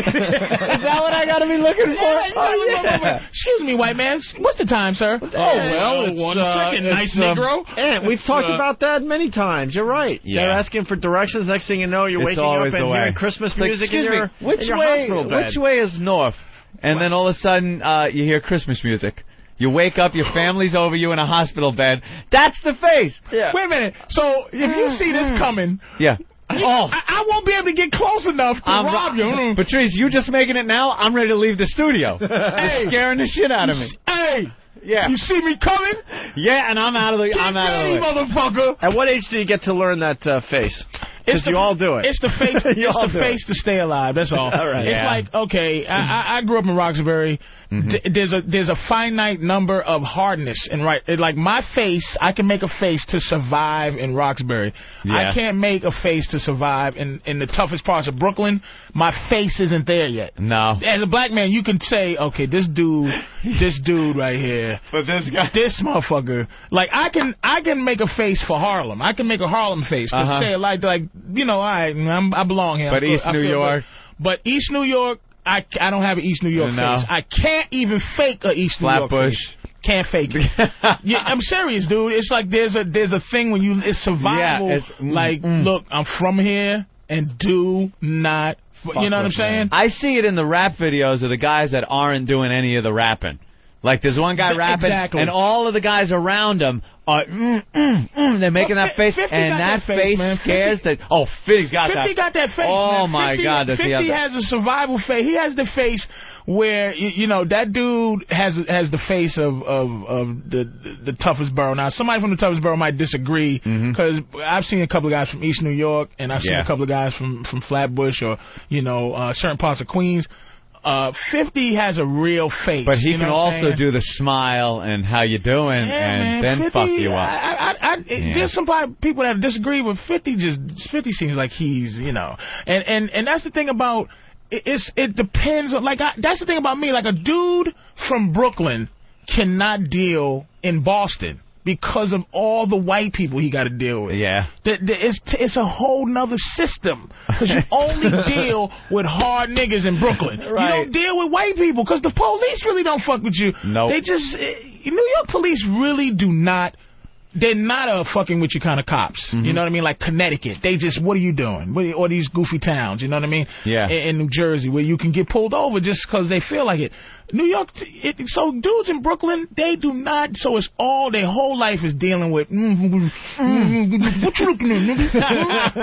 [SPEAKER 3] that
[SPEAKER 7] what I gotta be looking for?
[SPEAKER 3] Oh, yeah. Excuse me, white man. What's the time, sir? Oh, well, it's one second, nice Negro.
[SPEAKER 1] uh, um, And we've
[SPEAKER 3] It's,
[SPEAKER 1] talked
[SPEAKER 3] uh,
[SPEAKER 1] about that many times. You're right.
[SPEAKER 2] Yeah.
[SPEAKER 1] They're asking for directions. Next thing you know, you're
[SPEAKER 2] It's
[SPEAKER 1] waking up
[SPEAKER 2] always
[SPEAKER 1] and
[SPEAKER 2] the way.
[SPEAKER 1] hearing Christmas
[SPEAKER 2] It's like,
[SPEAKER 1] music in
[SPEAKER 2] excuse
[SPEAKER 1] your,
[SPEAKER 2] me, which
[SPEAKER 1] in your
[SPEAKER 2] way,
[SPEAKER 1] hospital bed.
[SPEAKER 2] Which way is north? And then all of a sudden, uh, you hear Christmas music. You wake up, your family's over you in a hospital bed. That's the face.
[SPEAKER 1] Yeah. Mm.
[SPEAKER 3] Wait a minute. So if you see this coming,
[SPEAKER 2] Yeah.
[SPEAKER 1] Oh.
[SPEAKER 3] I, I won't be able to get close enough to
[SPEAKER 2] I'm-
[SPEAKER 3] rob you. Mm.
[SPEAKER 2] Patrice, you just making it now. I'm ready to leave the studio.
[SPEAKER 3] Hey.
[SPEAKER 2] You're scaring the shit out of me.
[SPEAKER 3] Hey,
[SPEAKER 2] Yeah.
[SPEAKER 3] you see me coming?
[SPEAKER 2] Yeah, and I'm out of the. I'm out
[SPEAKER 3] Ready,
[SPEAKER 2] of the. Way.
[SPEAKER 3] motherfucker.
[SPEAKER 1] At what age do you get to learn that uh, face? Because you all do it.
[SPEAKER 3] It's the face.
[SPEAKER 1] You
[SPEAKER 3] it's
[SPEAKER 1] all
[SPEAKER 3] the
[SPEAKER 1] do it.
[SPEAKER 3] face to stay alive. That's all.
[SPEAKER 1] All right.
[SPEAKER 3] It's
[SPEAKER 1] Yeah. Mm-hmm.
[SPEAKER 3] like okay, I, I, I grew up in Roxbury. D- there's a there's a finite number of hardness and right. It, like my face, I can make a face to survive in Roxbury.
[SPEAKER 2] Yeah.
[SPEAKER 3] I can't make a face to survive in in the toughest parts of Brooklyn. My face isn't there yet.
[SPEAKER 2] No.
[SPEAKER 3] As a black man, you can say, okay, this dude, this dude right here,
[SPEAKER 2] But this guy.
[SPEAKER 3] this motherfucker. Like I can, I can make a face for Harlem. I can make a Harlem face to
[SPEAKER 2] Uh-huh.
[SPEAKER 3] stay alive. Like you know, I, I'm, I belong here.
[SPEAKER 2] But
[SPEAKER 3] I'm good.
[SPEAKER 2] East
[SPEAKER 3] I
[SPEAKER 2] New
[SPEAKER 3] feel good.
[SPEAKER 2] York?
[SPEAKER 3] But East New York, I, I don't have an East New York
[SPEAKER 2] No.
[SPEAKER 3] face. I can't even fake a East New York
[SPEAKER 2] Flatbush.
[SPEAKER 3] face. Can't fake it. yeah, I'm serious, dude. It's like there's a there's a thing when you it's survival.
[SPEAKER 2] Yeah, it's- mm,
[SPEAKER 3] like, look, I'm from here, and do not, f- you know what I'm saying?
[SPEAKER 2] I see it in the rap videos of the guys that aren't doing any of the rapping. Like there's one guy
[SPEAKER 3] Th-
[SPEAKER 2] rapping,
[SPEAKER 3] exactly.
[SPEAKER 2] and all of the guys around him are mm, mm, mm, they're making
[SPEAKER 3] Well,
[SPEAKER 2] that
[SPEAKER 3] fi-
[SPEAKER 2] face,
[SPEAKER 3] 50
[SPEAKER 2] and
[SPEAKER 3] got
[SPEAKER 2] that,
[SPEAKER 3] that face,
[SPEAKER 2] face,
[SPEAKER 3] man.
[SPEAKER 2] scares that. Oh, 50's got that.
[SPEAKER 3] 50 got that face.
[SPEAKER 2] Oh
[SPEAKER 3] man.
[SPEAKER 2] my
[SPEAKER 3] 50
[SPEAKER 2] God, does
[SPEAKER 3] 50
[SPEAKER 2] he have that?
[SPEAKER 3] has a survival face. He has the face where you, you know that dude has has the face of of of the the, the toughest borough. Now, somebody from the toughest borough might disagree because I've seen a couple of guys from East New York, and I've seen
[SPEAKER 2] Mm-hmm. Yeah.
[SPEAKER 3] a couple of guys from from Flatbush or you know uh, certain parts of Queens. uh, 50 has a real face.
[SPEAKER 2] But he
[SPEAKER 3] you know
[SPEAKER 2] can
[SPEAKER 3] what I'm
[SPEAKER 2] also
[SPEAKER 3] saying?
[SPEAKER 2] do the smile and how you doing
[SPEAKER 3] Yeah,
[SPEAKER 2] and
[SPEAKER 3] man,
[SPEAKER 2] then
[SPEAKER 3] 50,
[SPEAKER 2] fuck you
[SPEAKER 3] I,
[SPEAKER 2] up.
[SPEAKER 3] I, I, I-
[SPEAKER 2] Yeah.
[SPEAKER 3] There's some pi- people that disagree with 50. Just 50 seems like he's, you know, and and and that's the thing about it- it's. It depends on like I, that's the thing about me. Like a dude from Brooklyn cannot deal in Boston because of all the white people he got to deal with.
[SPEAKER 2] Yeah.
[SPEAKER 3] That, that it's t- it's a whole nother system because you only deal with hard niggas in Brooklyn. You don't deal with white people because the police really don't fuck with you. No,
[SPEAKER 2] Nope.
[SPEAKER 3] they just eh, New York police really do not. They're not a fucking with you kind of cops. You know what I mean? Like Connecticut, they just what are you doing? What are, or these goofy towns? You know what I mean?
[SPEAKER 2] Yeah.
[SPEAKER 3] In, in New Jersey, where you can get pulled over just because they feel like it. New York, it, so dudes in Brooklyn, they do not. So it's all their whole life is dealing with. Mm, mm, what you looking at, nigga?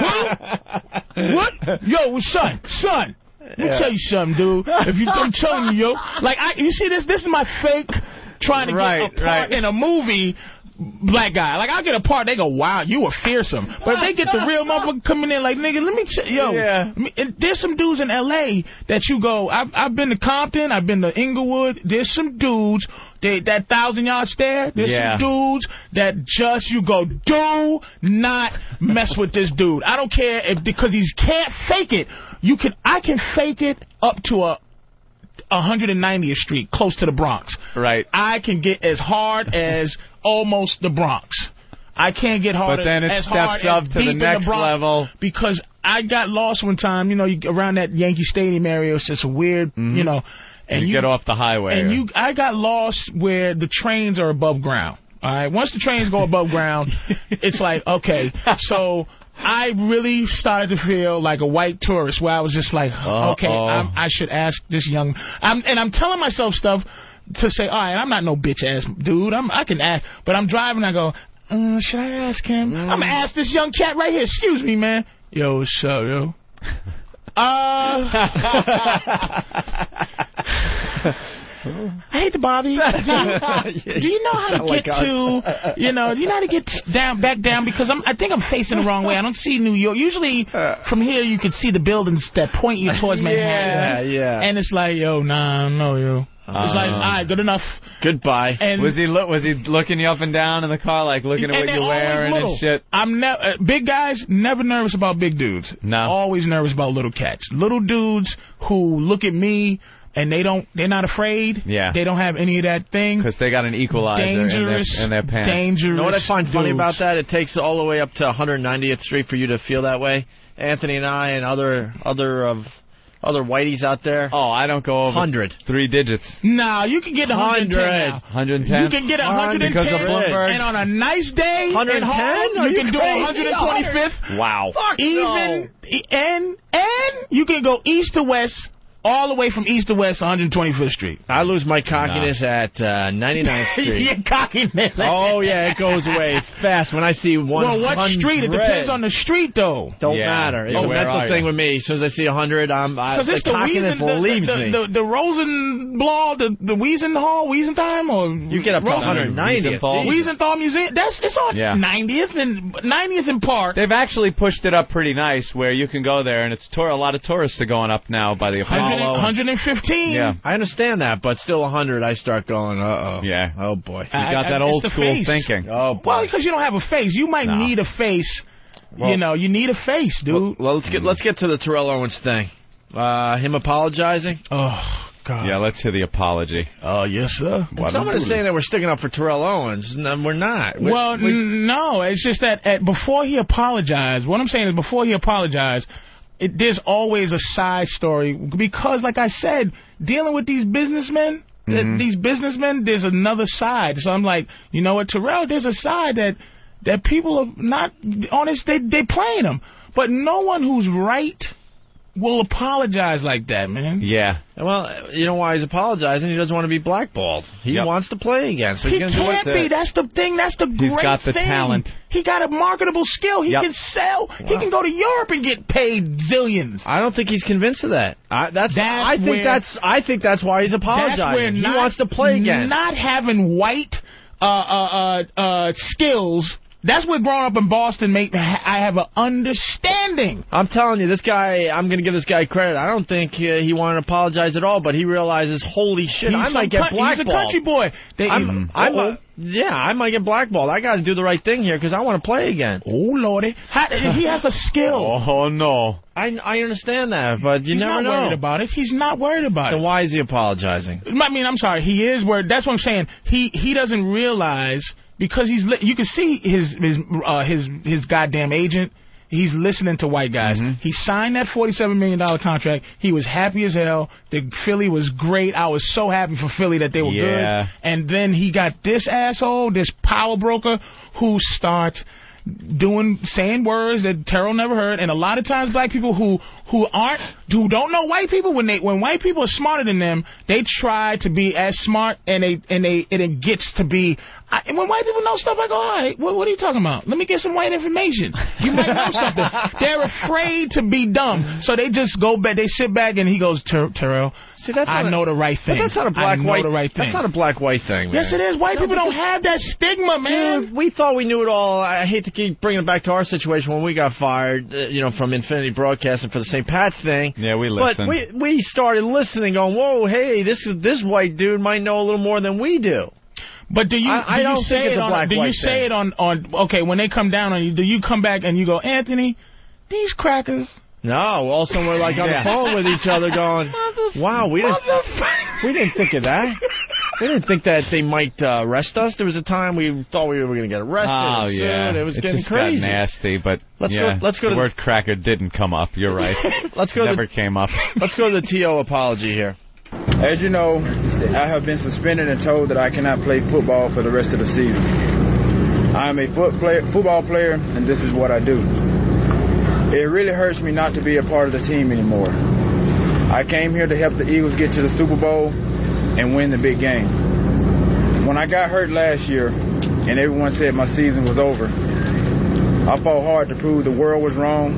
[SPEAKER 3] Huh? what? Yo, son, son. Let me
[SPEAKER 23] Yeah.
[SPEAKER 3] tell you something, dude. If you, I'm telling you, yo, like I, you see this, this is my fake trying to
[SPEAKER 23] Right,
[SPEAKER 3] get a part
[SPEAKER 23] right.
[SPEAKER 3] in a movie. Black guy, like I get a part, they go, "Wow, you were fearsome." But if they get the real motherfucker coming in, like nigga, let me tell yo,
[SPEAKER 23] Yeah.
[SPEAKER 3] I mean, and there's some dudes in L.A. that you go. I've, I've been to Compton, I've been to Inglewood. There's some dudes they, that thousand yard stare. There's
[SPEAKER 2] Yeah.
[SPEAKER 3] some dudes that just you go, do not mess with this dude. I don't care if because he can't fake it. You can I can fake it up to a 190th Street, close to the Bronx.
[SPEAKER 2] Right.
[SPEAKER 3] I can get as hard as almost the Bronx. I can't get
[SPEAKER 2] But
[SPEAKER 3] harder.
[SPEAKER 2] then it
[SPEAKER 3] as
[SPEAKER 2] steps
[SPEAKER 3] hard
[SPEAKER 2] up
[SPEAKER 3] as
[SPEAKER 2] to the
[SPEAKER 3] deep in
[SPEAKER 2] next
[SPEAKER 3] Bronx
[SPEAKER 2] level.
[SPEAKER 3] because I got lost one time. You know, you, around that Yankee Stadium area, it's just weird. You know,
[SPEAKER 2] And Mm-hmm. you, get off the highway.
[SPEAKER 3] and
[SPEAKER 2] or-
[SPEAKER 3] you, I got lost where the trains are above ground. All right, once the trains go above ground, it's like okay. So I really started to feel like a white tourist, where I was just like, okay,
[SPEAKER 2] Uh-oh.
[SPEAKER 3] I'm, I should ask this young. I'm, and I'm telling myself stuff to say, all right, I'm not no bitch ass dude. I'm, I can ask, but I'm driving. I go, uh, should I ask him?
[SPEAKER 2] Mm.
[SPEAKER 3] I'm gonna ask this young cat right here. Excuse me, man. Yo, what's up, yo? Uh, I hate to bother you. Do you, do you know how to
[SPEAKER 23] Sound like
[SPEAKER 3] get
[SPEAKER 23] us.
[SPEAKER 3] to? You know, do you know how to get down, back down? Because I'm, I think I'm facing the wrong way. I don't see New York. Usually,
[SPEAKER 2] Uh.
[SPEAKER 3] from here you could see the buildings that point you towards
[SPEAKER 1] Yeah,
[SPEAKER 3] Manhattan.
[SPEAKER 1] yeah.
[SPEAKER 3] And it's like, yo, nah, no, yo. It's like,
[SPEAKER 2] Um,
[SPEAKER 3] all right, good enough.
[SPEAKER 1] Goodbye.
[SPEAKER 3] And
[SPEAKER 2] was he look? Was he looking you up and down in the car, like looking at
[SPEAKER 3] and
[SPEAKER 2] what
[SPEAKER 3] they're
[SPEAKER 2] you're
[SPEAKER 3] always
[SPEAKER 2] wearing
[SPEAKER 3] little.
[SPEAKER 2] and shit?
[SPEAKER 3] I'm never uh, big guys. Never nervous about big dudes. No. Always nervous about little cats. Little dudes who look at me and they don't. They're not afraid.
[SPEAKER 2] Yeah.
[SPEAKER 3] They don't have any of that thing.
[SPEAKER 2] Because they got an equalizer in their-
[SPEAKER 3] Dangerous,
[SPEAKER 2] in their, pants.
[SPEAKER 3] dangerous.
[SPEAKER 1] You know what I find funny
[SPEAKER 3] dudes.
[SPEAKER 1] about that? It takes all the way up to 190th Street for you to feel that way. Anthony and I and other other of other whiteys out there.
[SPEAKER 2] Oh, I don't go over
[SPEAKER 1] hundred.
[SPEAKER 2] Three digits.
[SPEAKER 3] Nah, you can get 110 now.
[SPEAKER 2] 110.
[SPEAKER 3] You can get 110,
[SPEAKER 2] because of Bloomberg.
[SPEAKER 3] and on a nice day in
[SPEAKER 1] 110?
[SPEAKER 3] Harlem,
[SPEAKER 1] Are
[SPEAKER 3] you
[SPEAKER 1] you
[SPEAKER 3] can do
[SPEAKER 1] crazy?
[SPEAKER 3] 125th.
[SPEAKER 2] Wow.
[SPEAKER 1] Fuck
[SPEAKER 3] Even e- and and you can go east to west, all the way from east to west, 125th Street.
[SPEAKER 1] I lose my cockiness at uh, 99th Street.
[SPEAKER 3] Your cockiness.
[SPEAKER 1] Oh yeah, it goes away fast when I see one.
[SPEAKER 3] Well, what street? It depends on the street, though.
[SPEAKER 1] Don't matter. It's
[SPEAKER 3] Oh,
[SPEAKER 1] a
[SPEAKER 3] where are
[SPEAKER 1] mental
[SPEAKER 3] you?
[SPEAKER 1] thing with me. As soon as I see a hundred, I'm I, uh,
[SPEAKER 3] Because
[SPEAKER 1] the
[SPEAKER 3] it's the
[SPEAKER 1] cockiness
[SPEAKER 3] Wiesen,
[SPEAKER 1] leaves
[SPEAKER 3] the, the,
[SPEAKER 1] me.
[SPEAKER 3] the, the Rosenblau, the, the Wiesenthal, Wiesentheim, or
[SPEAKER 1] You get up to 190th,
[SPEAKER 3] Wiesenthal,
[SPEAKER 1] Jesus.
[SPEAKER 3] Wiesenthal Museum. That's it's on
[SPEAKER 2] Yeah.
[SPEAKER 3] 90th and 90th and Park.
[SPEAKER 2] They've actually pushed it up pretty nice, where you can go there, and it's tour. A lot of tourists are going up now by the Apollo.
[SPEAKER 3] 115.
[SPEAKER 2] Yeah.
[SPEAKER 1] I understand that, but still 100, I start going, uh oh.
[SPEAKER 2] Yeah.
[SPEAKER 1] Oh boy. You
[SPEAKER 3] I- I- it's the face.
[SPEAKER 1] Oh boy.
[SPEAKER 3] Well, because you don't have a face, you might
[SPEAKER 1] No.
[SPEAKER 3] need a face. you
[SPEAKER 1] Well-
[SPEAKER 3] know, you need a face, dude.
[SPEAKER 1] Well, well, let's get let's get to the Terrell Owens thing. Uh, him apologizing.
[SPEAKER 3] Oh God.
[SPEAKER 2] Yeah, let's hear the apology.
[SPEAKER 3] Oh yes, sir.
[SPEAKER 1] And someone is saying that we're sticking up for Terrell Owens, and we're not. We're-
[SPEAKER 3] well,
[SPEAKER 1] we-
[SPEAKER 3] n- no, it's just that at, before he apologized, what I'm saying is before he apologized, it, there's always a side story because, like I said, dealing with these businessmen. th-
[SPEAKER 2] Mhm.
[SPEAKER 3] These businessmen, there's another side. So I'm like, you know what, Terrell, there's a side that that people are not honest. They they playing him, but no one who's right will apologize like that, man.
[SPEAKER 2] Yeah.
[SPEAKER 1] well, you know why he's apologizing? He doesn't want to be blackballed. He
[SPEAKER 2] Yep.
[SPEAKER 1] wants to play again, so
[SPEAKER 3] he
[SPEAKER 1] he's going to do
[SPEAKER 3] can't
[SPEAKER 1] it.
[SPEAKER 3] be. That's the thing. That's the
[SPEAKER 1] He's
[SPEAKER 3] great
[SPEAKER 1] got the
[SPEAKER 3] thing.
[SPEAKER 1] talent.
[SPEAKER 3] He got a marketable skill. He
[SPEAKER 1] Yep.
[SPEAKER 3] can sell. He
[SPEAKER 1] Wow.
[SPEAKER 3] can go to Europe and get paid zillions.
[SPEAKER 1] I don't think he's convinced of that. I, that's,
[SPEAKER 3] That's
[SPEAKER 1] I think
[SPEAKER 3] where-
[SPEAKER 1] that's I think that's why he's apologizing.
[SPEAKER 3] That's where
[SPEAKER 1] he
[SPEAKER 3] not,
[SPEAKER 1] wants to play again.
[SPEAKER 3] Not having white uh, uh, uh, uh, skills That's what growing up in Boston made I have an understanding.
[SPEAKER 1] I'm telling you, this guy. I'm going to give this guy credit. I don't think uh, he wanted to apologize at all, but he realizes, holy shit,
[SPEAKER 3] He's
[SPEAKER 1] I might
[SPEAKER 3] some
[SPEAKER 1] get
[SPEAKER 3] coun- he's a
[SPEAKER 1] blackballed.
[SPEAKER 3] country boy. They- Mm-hmm.
[SPEAKER 1] I'm, I'm a-
[SPEAKER 3] Uh-oh.
[SPEAKER 1] yeah, I might get blackballed. I got to do the right thing here because I want to play again.
[SPEAKER 3] Oh lordy, How- he has a skill.
[SPEAKER 1] Oh no, I I understand that, but you
[SPEAKER 3] He's
[SPEAKER 1] never
[SPEAKER 3] not
[SPEAKER 1] know.
[SPEAKER 3] worried about it. He's not worried about
[SPEAKER 1] Then
[SPEAKER 3] it.
[SPEAKER 1] why is he apologizing?
[SPEAKER 3] I mean, I'm sorry. He is where. That's what I'm saying. He he doesn't realize because he's. Li- you can see his his uh, his his goddamn agent. He's listening to white guys. He signed that forty-seven million dollar contract. He was happy as hell. The Philly was great. I was so happy for Philly that they were
[SPEAKER 7] Yeah.
[SPEAKER 3] good. And then he got this asshole, this power broker, who starts doing saying words that Terrell never heard. And a lot of times, black people who who aren't who don't know white people when they when white people are smarter than them, they try to be as smart, and they and they and it gets to be. I, and when white people know stuff, I go, all right, what, what are you talking about? Let me get some white information. You might know something. They're afraid to be dumb, so they just go back. They sit back, and he goes, "Ter- Terrell, See,
[SPEAKER 1] that's
[SPEAKER 3] I
[SPEAKER 1] not a-
[SPEAKER 3] know the right
[SPEAKER 1] But
[SPEAKER 3] thing.
[SPEAKER 1] that's not a
[SPEAKER 3] I
[SPEAKER 1] black
[SPEAKER 3] know
[SPEAKER 1] white.
[SPEAKER 3] the right thing.
[SPEAKER 1] That's not a black white thing. Man.
[SPEAKER 3] Yes, it is. White people don't have that stigma, man.
[SPEAKER 1] Dude, we thought we knew it all. I hate to keep bringing it back to our situation when we got fired, uh, you know, from Infinity Broadcasting for the St. Pat's thing.
[SPEAKER 2] Yeah, we
[SPEAKER 1] But
[SPEAKER 2] listen.
[SPEAKER 1] we we started listening, going, "Whoa, hey, this this white dude might know a little more than we do."
[SPEAKER 3] But do you
[SPEAKER 1] I, I
[SPEAKER 3] do
[SPEAKER 1] don't
[SPEAKER 3] you say
[SPEAKER 1] think it's
[SPEAKER 3] it
[SPEAKER 1] a
[SPEAKER 3] on
[SPEAKER 1] black
[SPEAKER 3] do you say it on on okay when they come down on you do you come back and you go Anthony these crackers
[SPEAKER 1] No, also we're like on
[SPEAKER 3] Yeah.
[SPEAKER 1] the phone with each other, going, "Wow, we didn't we didn't think of that." We didn't think that they might uh, arrest us. There was a time we thought we were going to get arrested. and
[SPEAKER 2] Oh
[SPEAKER 1] sued.
[SPEAKER 2] yeah,
[SPEAKER 1] it was
[SPEAKER 2] It's
[SPEAKER 1] getting
[SPEAKER 2] just
[SPEAKER 1] crazy.
[SPEAKER 2] Got nasty, but
[SPEAKER 1] Let's go-
[SPEAKER 2] yeah,
[SPEAKER 1] let's go to
[SPEAKER 2] The
[SPEAKER 1] the-
[SPEAKER 2] word cracker didn't come up. You're right.
[SPEAKER 1] Let's go to
[SPEAKER 2] Never
[SPEAKER 1] the-
[SPEAKER 2] came up.
[SPEAKER 1] Let's go to the TO apology here.
[SPEAKER 27] As you know, I have been suspended and told that I cannot play football for the rest of the season. I am a foot player, football player, and this is what I do. It really hurts me not to be a part of the team anymore. I came here to help the Eagles get to the Super Bowl and win the big game. When I got hurt last year and everyone said my season was over, I fought hard to prove the world was wrong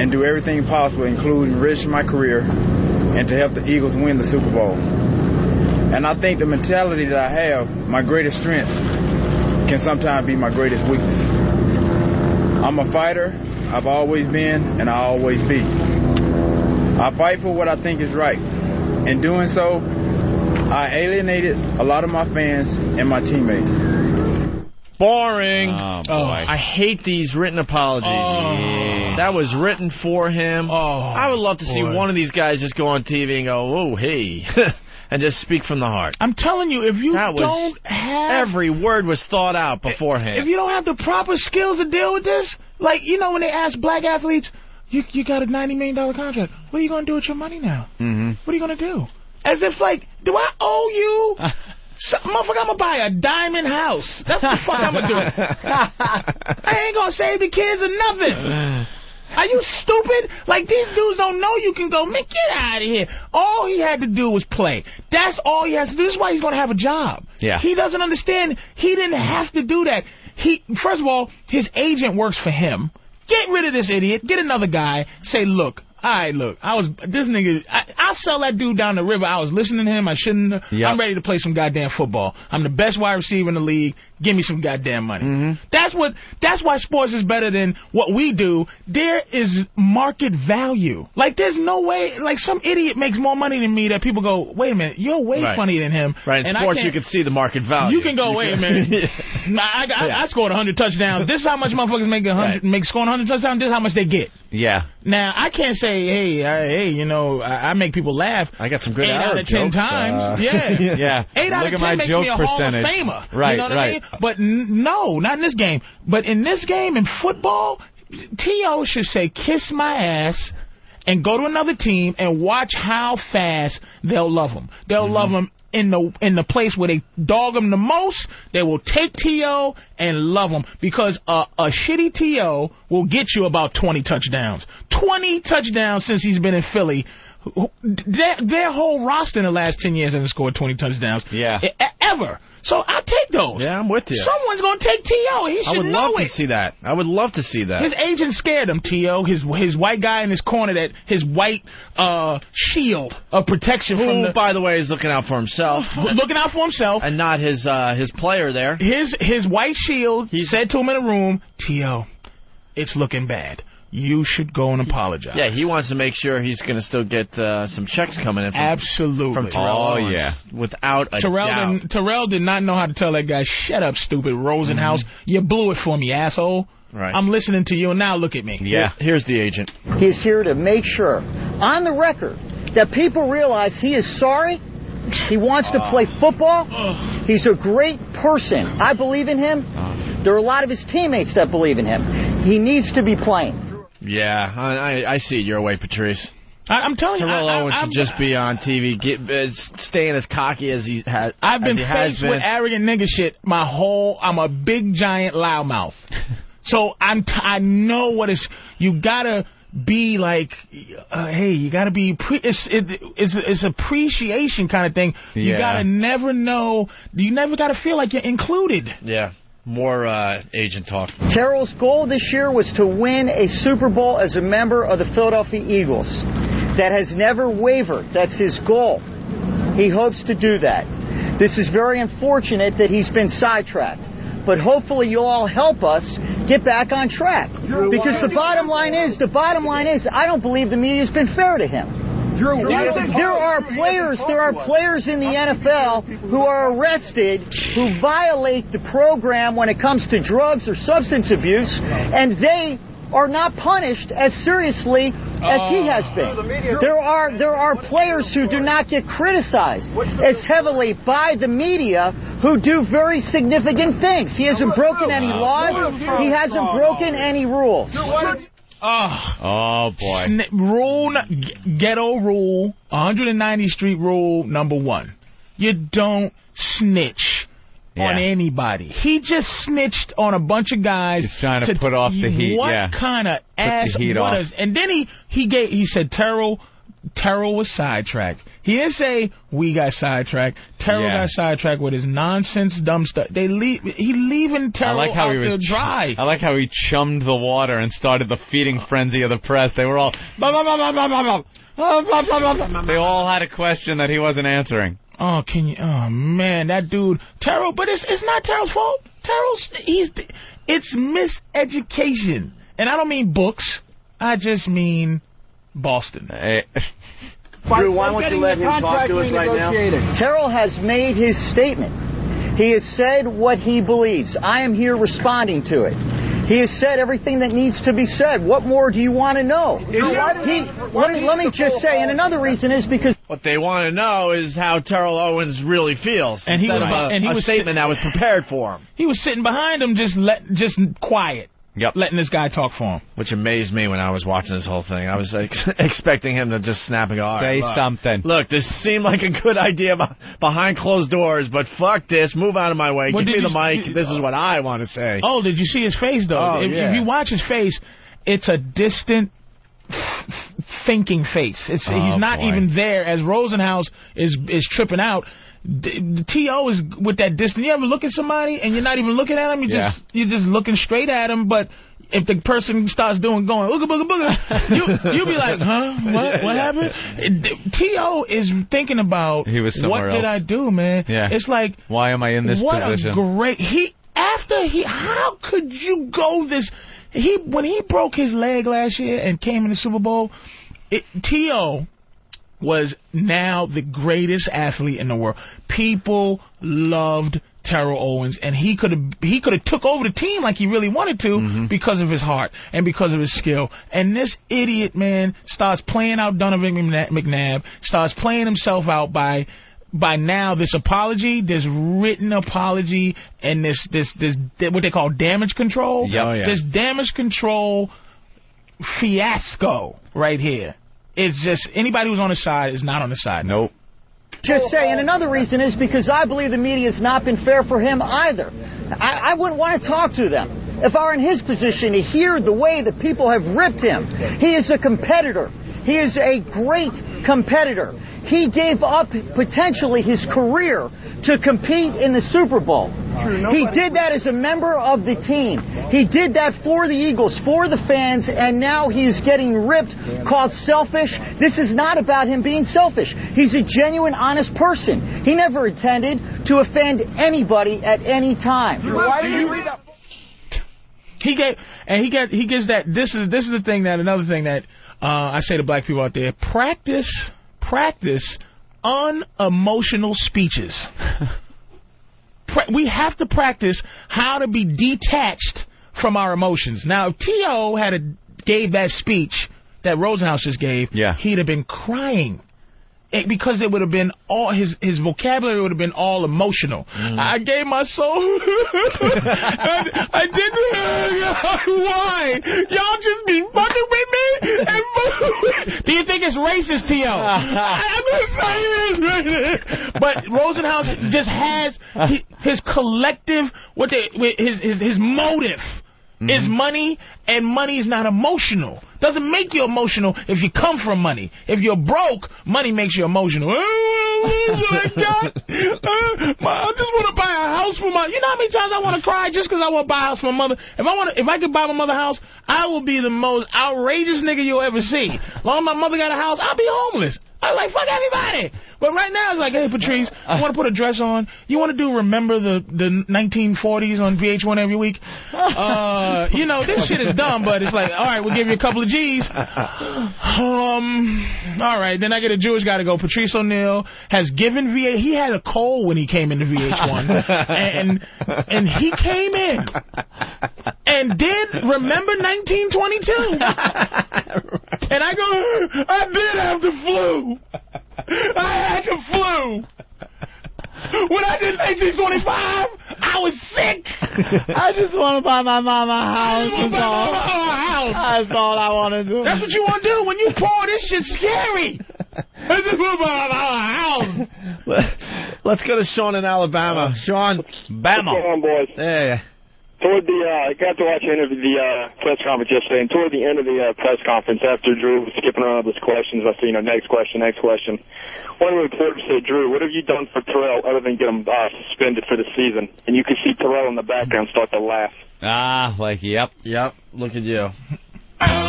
[SPEAKER 27] and do everything possible, including enriching my career and to help the Eagles win the Super Bowl. And I think the mentality that I have, my greatest strength, can sometimes be my greatest weakness. I'm a fighter. I've always been, and I always be. I fight for what I think is right. In doing so, I alienated a lot of my fans and my teammates.
[SPEAKER 1] Boring.
[SPEAKER 2] Oh,
[SPEAKER 1] I hate these written apologies.
[SPEAKER 3] Oh.
[SPEAKER 1] That was written for him. Oh, I would love to see
[SPEAKER 3] boy.
[SPEAKER 1] one of these guys just go on TV and go, "Oh, hey," and just speak from the heart.
[SPEAKER 3] I'm telling you if you
[SPEAKER 1] That was-
[SPEAKER 3] don't have Eh,
[SPEAKER 1] Every word was thought out beforehand.
[SPEAKER 3] if you don't have the proper skills to deal with this like you know when they ask black athletes you you got a 90 million dollar contract what are you going to do with your money now
[SPEAKER 2] Mm-hmm.
[SPEAKER 3] what are you going to do as if like do I owe you Some, motherfucker, I'm gonna buy a diamond house. That's what the fuck I'm gonna do. I ain't gonna save the kids or nothing. Are you stupid? Like these dudes don't know you can go, man, get out of here. All he had to do was play. That's all he has to do. This is why he's gonna have a job.
[SPEAKER 2] Yeah.
[SPEAKER 3] He doesn't understand he didn't have to do that. He first of all, his agent works for him. Get rid of this idiot, get another guy, say, look, all right, look, I was this nigga. I, I sell that dude down the river. I was listening to him. I shouldn't. have.
[SPEAKER 2] Yep.
[SPEAKER 3] I'm ready to play some goddamn football. I'm the best wide receiver in the league. Give me some goddamn money.
[SPEAKER 1] Mm-hmm.
[SPEAKER 3] That's what. That's why sports is better than what we do. There is market value. Like there's no way. Like some idiot makes more money than me. That people go, wait a minute, you're way
[SPEAKER 1] Right.
[SPEAKER 3] funnier than him.
[SPEAKER 1] Right, in
[SPEAKER 3] eh, and I
[SPEAKER 1] sports,
[SPEAKER 3] can't-
[SPEAKER 1] you can see the market
[SPEAKER 2] Oh,
[SPEAKER 1] value.
[SPEAKER 3] you can go, wait a minute. I, I, I scored 100 touchdowns. This is how much motherfuckers make 100, make scoring 100 touchdowns. This is how much they get.
[SPEAKER 2] Yeah.
[SPEAKER 3] Now I can't say, hey, I, hey, you know, I, I make people laugh.
[SPEAKER 1] I got some
[SPEAKER 2] good
[SPEAKER 3] eight out
[SPEAKER 2] Arab
[SPEAKER 3] of ten
[SPEAKER 2] jokes,
[SPEAKER 3] times.
[SPEAKER 2] uh,
[SPEAKER 3] yeah,
[SPEAKER 2] Yeah.
[SPEAKER 3] Eight out
[SPEAKER 2] Look
[SPEAKER 3] of
[SPEAKER 2] at
[SPEAKER 3] ten
[SPEAKER 2] my
[SPEAKER 3] makes me a
[SPEAKER 2] joke
[SPEAKER 3] Hall of
[SPEAKER 2] percentage.
[SPEAKER 3] Famer.
[SPEAKER 2] Right,
[SPEAKER 3] you know what I
[SPEAKER 2] right.
[SPEAKER 3] mean? But n- no, not in this game. But in this game, in football, To should say, kiss my ass. And go to another team and watch how fast they'll love him. They'll
[SPEAKER 1] Mm-hmm.
[SPEAKER 3] love him in the in the place where they dog him the most. They will take To and love him because a, a shitty To will get you about 20 touchdowns. 20 touchdowns since he's been in Philly who- their their whole roster in the last ten years hasn't scored twenty touchdowns. Yeah, ever. So I'll take those.
[SPEAKER 1] Yeah, I'm with you.
[SPEAKER 3] Someone's gonna take To. He should
[SPEAKER 1] I would
[SPEAKER 3] know
[SPEAKER 1] love
[SPEAKER 3] it.
[SPEAKER 1] to see that. I would love to see that.
[SPEAKER 3] His agent scared him, T.O. His his white guy in his corner, that his white uh, shield of protection from
[SPEAKER 1] Who,
[SPEAKER 3] the,
[SPEAKER 1] by the way, is looking out for himself.
[SPEAKER 3] looking out for himself,
[SPEAKER 1] and not his uh, his player there.
[SPEAKER 3] His his white shield. He said to him in a room, T.O., it's looking bad. You should go and apologize.
[SPEAKER 1] Yeah, he wants to make sure he's going to still get uh, some checks coming in. From,
[SPEAKER 3] Absolutely.
[SPEAKER 1] From Terrell
[SPEAKER 3] Oh,
[SPEAKER 1] Owens,
[SPEAKER 3] yeah.
[SPEAKER 1] Without a
[SPEAKER 3] Terrell
[SPEAKER 1] doubt.
[SPEAKER 3] did, Terrell did not know how to tell that guy, shut up, stupid Rosenhaus. You blew it for me, asshole.
[SPEAKER 1] Mm-hmm. Right.
[SPEAKER 3] I'm listening to you, and now look at me.
[SPEAKER 1] Here's the agent.
[SPEAKER 15] He's here to make sure, on the record, that people realize he is sorry. He wants to play football. He's a great person. I believe in him. There are a lot of his teammates that believe in him. He needs to be playing.
[SPEAKER 1] Yeah, I, I, I see it your way, Patrice.
[SPEAKER 3] I, I'm telling you,
[SPEAKER 1] Terrell
[SPEAKER 3] I- I-
[SPEAKER 1] Owens
[SPEAKER 3] I'm-
[SPEAKER 1] should just be on TV, get, uh, staying as cocky as he has.
[SPEAKER 3] I've been
[SPEAKER 1] as he has
[SPEAKER 3] faced
[SPEAKER 1] been.
[SPEAKER 3] with arrogant nigga shit my whole. I'm a big giant loudmouth, so I'm. T- I know what it's. You gotta be like, uh, hey, you gotta be. Pre- it's it, it's it's appreciation kind of thing. You
[SPEAKER 1] Yeah.
[SPEAKER 3] gotta never know. You never gotta feel like you're included.
[SPEAKER 1] Yeah, more uh, agent talk.
[SPEAKER 15] Terrell's goal this year was to win a Super Bowl as a member of the Philadelphia Eagles. That has never wavered. That's his goal. He hopes to do that. This is very unfortunate that he's been sidetracked. But hopefully you'll all help us get back on track. Because the bottom line is, the bottom line is, I don't believe the media's been fair to him.
[SPEAKER 14] wild and
[SPEAKER 15] There
[SPEAKER 14] hard.
[SPEAKER 15] are
[SPEAKER 14] You haven't
[SPEAKER 15] players,
[SPEAKER 14] talked
[SPEAKER 15] there are
[SPEAKER 14] to us.
[SPEAKER 15] players in the NFL who are arrested who violate the program when it comes to drugs or substance abuse, and they are not punished as seriously as he has been. There are there are players who do not get criticized as heavily by the media who do very significant things. He hasn't broken any laws. He hasn't broken any rules.
[SPEAKER 3] Oh,
[SPEAKER 2] Oh boy.
[SPEAKER 3] Sn- rule, n- g- ghetto rule, 190th Street rule number one. You don't snitch on
[SPEAKER 2] Yeah.
[SPEAKER 3] anybody. He just snitched on a bunch of guys. He's
[SPEAKER 2] trying to put off the heat,
[SPEAKER 3] What
[SPEAKER 2] yeah.
[SPEAKER 3] kind of
[SPEAKER 2] the
[SPEAKER 3] ass?
[SPEAKER 2] heat
[SPEAKER 3] what
[SPEAKER 2] off.
[SPEAKER 3] is- and then he he gave he said Terrell. Terrell was sidetracked. He didn't say we got sidetracked. Terrell
[SPEAKER 2] Yeah.
[SPEAKER 3] got sidetracked with his nonsense, dumb stuff. They leave. He leaving
[SPEAKER 2] I
[SPEAKER 3] Terrell
[SPEAKER 2] like how
[SPEAKER 3] out
[SPEAKER 2] he was
[SPEAKER 3] there dry.
[SPEAKER 2] I like how he chummed the water and started the feeding frenzy of the press. They were all "Blah, blah, blah, blah, blah, blah, blah, blah, blah, blah, blah." they all had a question that he wasn't answering.
[SPEAKER 3] Oh, can you? Oh man, that dude Terrell. But it's it's not Terrell's fault. Terrell's he's it's miseducation, and I don't mean books. I just mean Boston.
[SPEAKER 1] Eh.
[SPEAKER 15] Drew, why won't you let him talk to us right now? Terrell has made his statement. He has said what he believes. I am here responding to it. He has said everything that needs to be said. What more do you want to know?
[SPEAKER 1] why did-
[SPEAKER 15] He- let me, let me just say, and another reason is because
[SPEAKER 1] What they want to know is how Terrell Owens really feels.
[SPEAKER 3] And he
[SPEAKER 1] instead
[SPEAKER 3] was-
[SPEAKER 1] of a,
[SPEAKER 3] and he
[SPEAKER 1] a
[SPEAKER 3] was
[SPEAKER 1] statement that was prepared for him.
[SPEAKER 3] He was sitting behind him, just let just quiet.
[SPEAKER 2] Yep.
[SPEAKER 3] Letting this guy talk for him.
[SPEAKER 1] Which amazed me when I was watching this whole thing. I was like, expecting him to just snap and go, All right,
[SPEAKER 2] Say
[SPEAKER 1] look,
[SPEAKER 2] something.
[SPEAKER 1] Look, this seemed like a good idea be- behind closed doors, but fuck this. Move out of my way.
[SPEAKER 3] What
[SPEAKER 1] Give me
[SPEAKER 3] did
[SPEAKER 1] the
[SPEAKER 3] you-
[SPEAKER 1] mic. This is what I want to say.
[SPEAKER 3] Oh, did you see his face though?
[SPEAKER 1] Oh,
[SPEAKER 3] if,
[SPEAKER 1] yeah.
[SPEAKER 3] if you watch his face, it's a distant thinking face. It's
[SPEAKER 1] Oh,
[SPEAKER 3] he's not
[SPEAKER 1] boy.
[SPEAKER 3] even there as Rosenhaus is is tripping out. D- The to is with that distance. You ever look at somebody and you're not even looking at them. You
[SPEAKER 2] Yeah.
[SPEAKER 3] just you're just looking straight at them. But if the person starts doing going ooga booga booga, you you'll be like, huh? What what
[SPEAKER 2] Yeah.
[SPEAKER 3] happened? It- To is thinking about
[SPEAKER 2] He was
[SPEAKER 3] what
[SPEAKER 2] somewhere
[SPEAKER 3] did I
[SPEAKER 2] else."
[SPEAKER 3] do, man?
[SPEAKER 2] Yeah.
[SPEAKER 3] It's like
[SPEAKER 2] Why am I in this
[SPEAKER 3] what
[SPEAKER 2] position?
[SPEAKER 3] a great he after he how could you go this he when he broke his leg last year and came in the Super Bowl, it, T.O. was now the greatest athlete in the world. People loved Terrell Owens and he could have he could have took over the team like he really wanted to
[SPEAKER 2] Mm-hmm.
[SPEAKER 3] because of his heart and because of his skill. And this idiot man starts playing out Donovan McNa- McNabb, starts playing himself out by by now this apology, this written apology, and this this this what they call damage control.
[SPEAKER 2] Yep. Oh, yeah.
[SPEAKER 3] This damage control fiasco right here. It's just anybody who's on the side is not on the side.
[SPEAKER 2] Nope.
[SPEAKER 15] Just say, and another reason is because I believe the media has not been fair for him either. I, I wouldn't want to talk to them if I were in his position to hear the way that people have ripped him. He is a competitor. He is a great competitor. He gave up potentially his career to compete in the Super Bowl. He did that as a member of the team. He did that for the Eagles, for the fans, and now he is getting ripped, called selfish. This is not about him being selfish. He's a genuine, honest person. He never intended to offend anybody at any time.
[SPEAKER 23] Why do you read that?
[SPEAKER 3] He get and he get he gets that. This is this is the thing that another thing that uh, I say to black people out there: practice practice unemotional speeches. pra- we have to practice how to be detached from our emotions. Now, if T.O. had a, gave that speech that Rosenhaus just gave, yeah. he'd have been crying. It- because it would have been all his his vocabulary would have been all emotional. I gave my soul. I, I didn't. Why? Y'all just be fucking with me. And fucking- Do you think it's racist, T.O.? I'm just saying. But Rosenhaus just has he- his collective what they, with his his his motive. Is money and money is not emotional. Doesn't make you emotional if you come from money. If you're broke, money makes you emotional. I got, uh, my- I just want to buy a house for my. You know how many times I want to cry just because I want to buy a house for my mother. If I want, to, if I could buy my mother a house, I will be the most outrageous nigga you'll ever see. As long as my mother got a house, I'll be homeless. I was like, fuck everybody. But right now, it's like, hey, Patrice, you want to put a dress on? You want to do remember the, the 1940s on VH1 every week? Uh, you know, this shit is dumb, but it's like, all right, we'll give you a couple of G's. Um, all right, then I get a Jewish guy to go. Patrice O'Neill has given VH. He had a cold when he came into VH1, and and he came in and did remember 1922. And I go, I did have the flu. I had the flu. When I did 1825, I was sick.
[SPEAKER 23] I just want to buy my mama a house.
[SPEAKER 3] I just wanna buy my mama a house.
[SPEAKER 23] That's all I want to do.
[SPEAKER 3] That's what you want to do when you poor. This shit's scary. I just want to buy my house.
[SPEAKER 1] Let's go to Sean in Alabama. Sean,
[SPEAKER 14] What's
[SPEAKER 1] Bama.
[SPEAKER 14] going on, boys?
[SPEAKER 1] Yeah.
[SPEAKER 14] Toward the, uh, I got to watch the end of the uh, press conference yesterday, and toward the end of the uh, press conference, after Drew was skipping around with his questions, I said, you know, next question, next question. One of the reporters said, Drew, what have you done for Terrell other than get him uh, suspended for the season? And you could see Terrell in the background start to laugh.
[SPEAKER 2] Ah, like, yep.
[SPEAKER 1] Yep, look at you.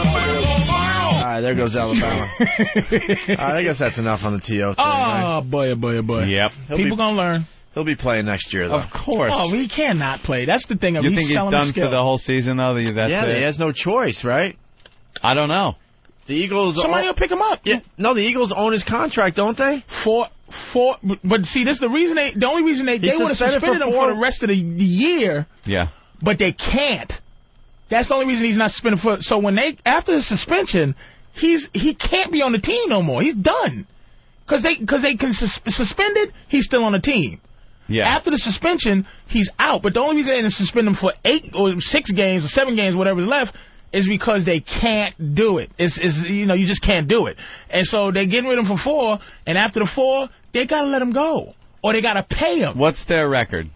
[SPEAKER 1] All right, there goes Alabama. All right, I guess that's enough on the TO. Thing,
[SPEAKER 3] Oh, boy, oh, boy, oh, boy.
[SPEAKER 1] Yep.
[SPEAKER 3] People gonna learn.
[SPEAKER 1] He'll be playing next year, though.
[SPEAKER 2] Of course.
[SPEAKER 3] Oh, he cannot play. That's the thing. of
[SPEAKER 2] you
[SPEAKER 3] he's
[SPEAKER 2] think he's
[SPEAKER 3] selling the
[SPEAKER 2] done for
[SPEAKER 3] skill.
[SPEAKER 2] the whole season, though? that- That's
[SPEAKER 1] yeah,
[SPEAKER 2] it?
[SPEAKER 1] he has no choice, right?
[SPEAKER 2] I don't know.
[SPEAKER 1] The Eagles.
[SPEAKER 3] Somebody
[SPEAKER 1] own-
[SPEAKER 3] will pick him up.
[SPEAKER 1] Yeah. No, the Eagles own his contract, don't they?
[SPEAKER 3] Four, four. But see, that's the reason they. The only reason they
[SPEAKER 1] He's
[SPEAKER 3] they would have
[SPEAKER 1] suspended for
[SPEAKER 3] suspended him
[SPEAKER 1] four-
[SPEAKER 3] for the rest of the year,
[SPEAKER 2] Yeah.
[SPEAKER 3] but they can't. That's the only reason he's not suspended for. So when they after the suspension, he's he can't be on the team no more. He's done. Cause they cause they can sus- suspend it. He's still on the team.
[SPEAKER 2] Yeah.
[SPEAKER 3] After the suspension, he's out. But the only reason they didn't suspend him for eight or six games or seven games, whatever's left, is because they can't do it. It's, it's you know you just can't do it. And so they're getting rid of him for four. And after the four, they gotta let him go, or they gotta pay him.
[SPEAKER 2] What's their record?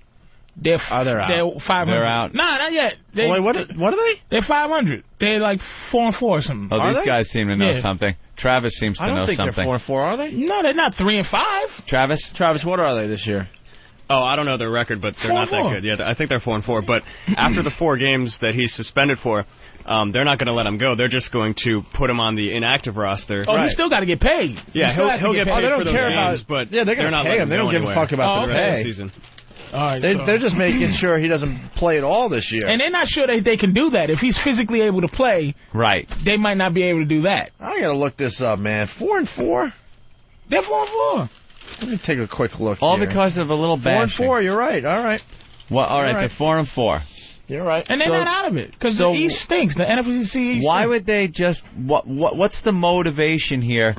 [SPEAKER 3] They're, oh, they're
[SPEAKER 2] out.
[SPEAKER 3] They're five hundred.
[SPEAKER 2] They're out.
[SPEAKER 3] Nah, not yet. They,
[SPEAKER 2] Wait, what-
[SPEAKER 1] What are they?
[SPEAKER 3] They're five hundred. They're like four and four or something.
[SPEAKER 2] Oh, these guys seem to know
[SPEAKER 3] Yeah.
[SPEAKER 2] something. Travis seems to
[SPEAKER 3] I don't
[SPEAKER 2] know
[SPEAKER 3] think they're
[SPEAKER 2] something.
[SPEAKER 3] four
[SPEAKER 1] and four, are they?
[SPEAKER 3] No, they're not three and five.
[SPEAKER 2] Travis?
[SPEAKER 1] Travis, what are they this year?
[SPEAKER 24] Oh, I don't know their record, but they're
[SPEAKER 3] Four
[SPEAKER 24] not
[SPEAKER 3] and four.
[SPEAKER 24] that good. Yeah, I think they're four and four. But after the four games that he's suspended for, um, they're not going to let him go. They're just going to put him on the inactive roster.
[SPEAKER 3] Oh, he still got to get paid.
[SPEAKER 24] Yeah,
[SPEAKER 3] He still
[SPEAKER 24] he'll-
[SPEAKER 3] has to
[SPEAKER 24] he'll get paid
[SPEAKER 3] Oh,
[SPEAKER 24] They don't for those care games, about- but yeah, they're gonna they're not pay letting him. They him don't go give a anywhere. fuck about the rest of the season.
[SPEAKER 3] Oh, All right,
[SPEAKER 1] They,
[SPEAKER 3] so-
[SPEAKER 1] They're just making sure he doesn't play at all this year.
[SPEAKER 3] And they're not sure that they can do that. If he's physically able to play,
[SPEAKER 2] right?
[SPEAKER 3] They might not be able to do that.
[SPEAKER 1] I gotta look this up, man. Four and four.
[SPEAKER 3] They're four and four.
[SPEAKER 1] Let me take a quick look.
[SPEAKER 2] All
[SPEAKER 1] here.
[SPEAKER 2] because of a little
[SPEAKER 1] four and
[SPEAKER 2] bashing.
[SPEAKER 1] four. You're right. All right.
[SPEAKER 2] Well, all right,
[SPEAKER 1] All right.
[SPEAKER 2] they're four and four.
[SPEAKER 1] You're right.
[SPEAKER 3] And they're
[SPEAKER 2] So-
[SPEAKER 3] not out of it because
[SPEAKER 2] so-
[SPEAKER 3] the East stinks. The NFC East.
[SPEAKER 2] Why
[SPEAKER 3] stinks.
[SPEAKER 2] would they just? What? What? What's the motivation here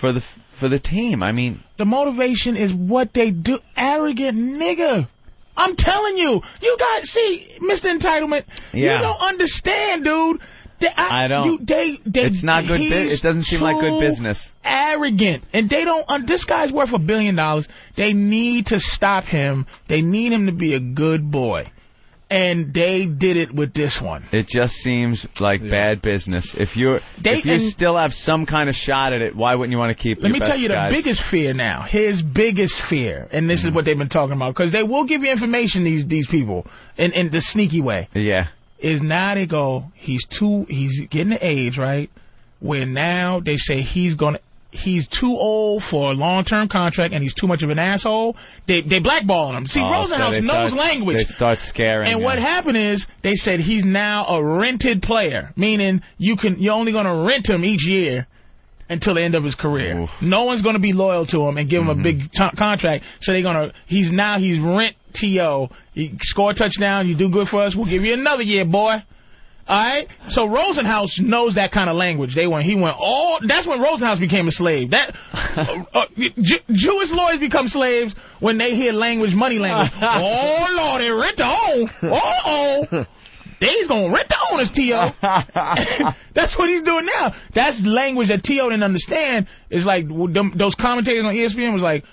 [SPEAKER 2] for the for the team? I mean,
[SPEAKER 3] The motivation is what they do. Arrogant nigga. I'm telling you. You got see, Mr. Entitlement.
[SPEAKER 2] Yeah.
[SPEAKER 3] You don't understand, dude. They-
[SPEAKER 2] I don't.
[SPEAKER 3] You, they, they,
[SPEAKER 2] It's not good bu-
[SPEAKER 3] he's
[SPEAKER 2] it doesn't seem like good
[SPEAKER 3] too
[SPEAKER 2] business.
[SPEAKER 3] Arrogant, and they don't. un this guy's worth a billion dollars. They need to stop him. They need him to be a good boy. and they did it with this one.
[SPEAKER 7] It just seems like bad business. If you're
[SPEAKER 3] They-
[SPEAKER 7] if you
[SPEAKER 3] and-
[SPEAKER 7] still have some kind of shot at it, why wouldn't you want to keep?
[SPEAKER 3] Let
[SPEAKER 7] your
[SPEAKER 3] me
[SPEAKER 7] best
[SPEAKER 3] tell you the
[SPEAKER 7] guys?
[SPEAKER 3] biggest fear now. His biggest fear, and this is what they've been talking about, because they will give you information. These these people, in in the sneaky way,
[SPEAKER 7] Yeah.
[SPEAKER 3] is now they go. He's too. He's getting the age right, where now they say he's gonna. He's too old for a long term contract, and he's too much of an asshole. They they blackballing him. See,
[SPEAKER 7] Oh, so
[SPEAKER 3] Rosenhaus
[SPEAKER 7] they start-
[SPEAKER 3] knows language.
[SPEAKER 7] They start scaring.
[SPEAKER 3] And what
[SPEAKER 7] you.
[SPEAKER 3] happened is they said he's now a rented player, meaning you can you're only going to rent him each year until the end of his career. No one's going to be loyal to him and give him a big t- contract. So they're going to he's now he's rent to. You score a touchdown, you do good for us, we'll give you another year, boy. All right. So Rosenhaus knows that kind of language. They went. He went. all. that's when Rosenhaus became a slave. That uh, uh, Ju- Jewish lawyers become slaves when they hear language, money language. oh Lord, they rent the home. Oh oh. They's gonna rent the owners, T.O. That's what he's doing now. That's language that T.O. didn't understand. It's like w- them, those commentators on E ESPN was like,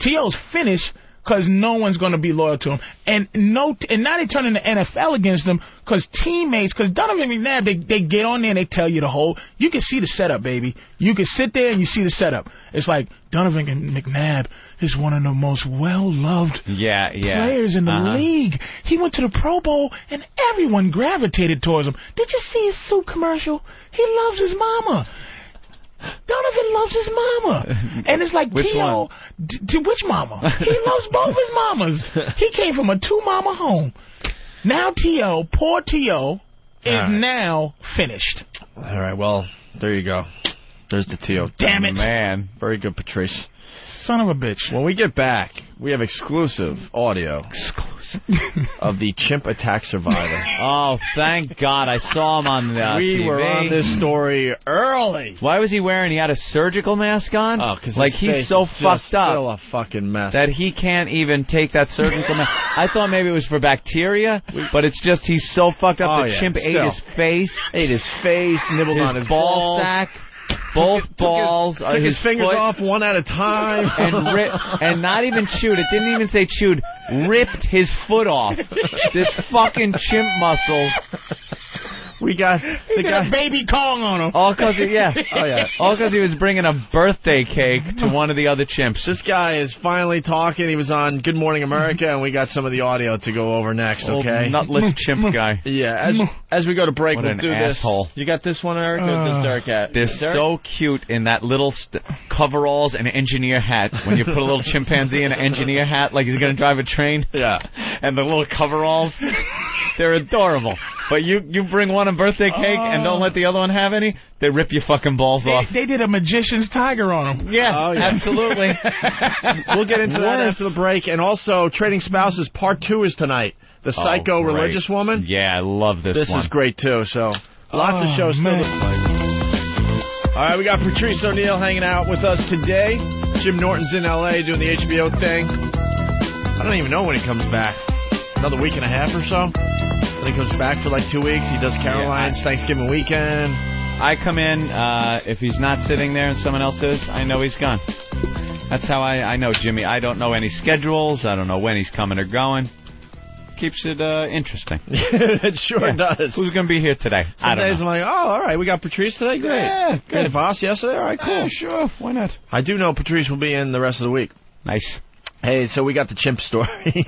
[SPEAKER 3] T.O.'s finished because no one's gonna be loyal to him. And no, and now they turning the NFL against him because teammates, because Donovan McNabb, they, they get on there and they tell you the whole, you can see the setup, baby. You can sit there and you see the setup. It's like, Donovan McNabb is one of the most well-loved
[SPEAKER 7] Yeah, yeah.
[SPEAKER 3] players in the
[SPEAKER 7] Uh-huh.
[SPEAKER 3] league. He went to the Pro Bowl and everyone gravitated towards him. Did you see his soup commercial? He loves his mama. Donovan loves his mama. And it's like
[SPEAKER 7] Which
[SPEAKER 3] T.O.
[SPEAKER 7] one?
[SPEAKER 3] D- to which mama? He loves both his mamas. He came from a two mama home. Now T.O., poor T.O., is
[SPEAKER 7] Uh-huh.
[SPEAKER 3] now finished.
[SPEAKER 1] All right, well, there you go. There's the TO.
[SPEAKER 3] Damn it.
[SPEAKER 1] Man, very good, Patrice.
[SPEAKER 3] Son of a bitch.
[SPEAKER 1] When we get back, we have exclusive audio. Exclusive. of the chimp attack survivor.
[SPEAKER 2] Oh, thank God! I saw him on the
[SPEAKER 1] we
[SPEAKER 2] TV.
[SPEAKER 1] were on this story early.
[SPEAKER 2] Why was he wearing? He had a surgical mask on. Oh,
[SPEAKER 1] because
[SPEAKER 2] like he's so fucked up.
[SPEAKER 1] Still a fucking mess.
[SPEAKER 2] that he can't even take that surgical mask. I thought maybe it was for bacteria, but it's just he's so fucked up.
[SPEAKER 1] Oh,
[SPEAKER 2] the
[SPEAKER 1] yeah,
[SPEAKER 2] chimp
[SPEAKER 1] still.
[SPEAKER 2] ate his face,
[SPEAKER 1] ate his face, nibbled on his
[SPEAKER 2] ball
[SPEAKER 1] balls.
[SPEAKER 2] sack. Both balls,
[SPEAKER 1] took
[SPEAKER 2] uh,
[SPEAKER 1] his
[SPEAKER 2] his,
[SPEAKER 1] fingers
[SPEAKER 2] foot,
[SPEAKER 1] off one at a time.
[SPEAKER 2] and ri- and not even chewed. It didn't even say chewed. Ripped his foot off. this fucking chimp muscle.
[SPEAKER 1] We got
[SPEAKER 3] He got a baby Kong on him.
[SPEAKER 2] All cause he, yeah,
[SPEAKER 1] Oh, yeah.
[SPEAKER 2] all cause he was bringing a birthday cake to one of the other chimps.
[SPEAKER 1] This guy is finally talking. He was on Good Morning America, and we got some of the audio to go over next.
[SPEAKER 2] Old
[SPEAKER 1] Okay,
[SPEAKER 2] nutless chimp guy.
[SPEAKER 1] Yeah, as as we go to break,
[SPEAKER 2] What
[SPEAKER 1] we'll
[SPEAKER 2] an
[SPEAKER 1] do
[SPEAKER 2] asshole.
[SPEAKER 1] this. You got this one, Eric. or
[SPEAKER 3] Uh,
[SPEAKER 1] this Derek at?
[SPEAKER 2] They're
[SPEAKER 1] Derek?
[SPEAKER 2] so cute in that little st- coveralls and engineer hat. When you put a little chimpanzee in an engineer hat, like he's gonna drive a train.
[SPEAKER 1] Yeah.
[SPEAKER 2] And the little coveralls, they're adorable. But you you bring one a birthday cake and don't let the other one have any, they rip your fucking balls off.
[SPEAKER 3] They did a magician's tiger on him.
[SPEAKER 2] Yeah,
[SPEAKER 1] absolutely. Oh, we'll get into that
[SPEAKER 2] Worse.
[SPEAKER 1] after the break, and also trading spouses part two is tonight. The
[SPEAKER 2] Oh,
[SPEAKER 1] psycho
[SPEAKER 2] great.
[SPEAKER 1] religious woman.
[SPEAKER 2] Yeah, I love this.
[SPEAKER 1] This
[SPEAKER 2] one.
[SPEAKER 1] is great too. So lots of
[SPEAKER 2] Oh,
[SPEAKER 1] shows still.
[SPEAKER 2] man.
[SPEAKER 1] to play. All right, we got Patrice O'Neill hanging out with us today. Jim Norton's in L.A. doing the HBO thing. I don't even know when he comes back. Another week and a half or so. Then he comes back for like two weeks. He does Caroline's Thanksgiving weekend.
[SPEAKER 2] I come in uh, if he's not sitting there and someone else is. I know he's gone. That's how I, I know Jimmy. I don't know any schedules. I don't know when he's coming or going. Keeps it uh, interesting.
[SPEAKER 1] it sure does.
[SPEAKER 2] Who's going to be here today? I
[SPEAKER 1] Some
[SPEAKER 2] don't
[SPEAKER 1] days
[SPEAKER 2] know.
[SPEAKER 1] I'm like, oh, all right, we got Patrice today. Great.
[SPEAKER 2] Yeah,
[SPEAKER 1] We had
[SPEAKER 2] good.
[SPEAKER 1] Voss yesterday. All right, cool.
[SPEAKER 2] Yeah, sure. Why not?
[SPEAKER 1] I do know Patrice will be in the rest of the week.
[SPEAKER 2] Nice.
[SPEAKER 1] Hey, so we got the chimp story.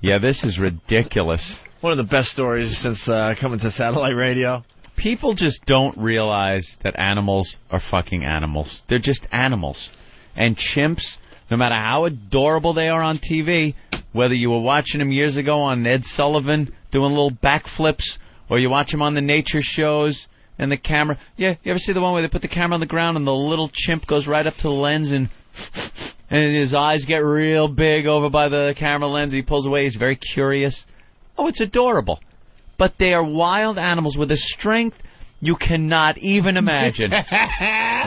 [SPEAKER 2] Yeah, this is ridiculous.
[SPEAKER 1] One of the best stories since uh, coming to satellite radio.
[SPEAKER 2] People just don't realize that animals are fucking animals. They're just animals. And chimps, no matter how adorable they are on TV, whether you were watching them years ago on Ed Sullivan doing little backflips, or you watch them on the nature shows and the camera. Yeah, you ever see the one where they put the camera on the ground and the little chimp goes right up to the lens and and his eyes get real big over by the camera lens. He pulls away. He's very curious. Oh, it's adorable. But they are wild animals with a strength you cannot even imagine.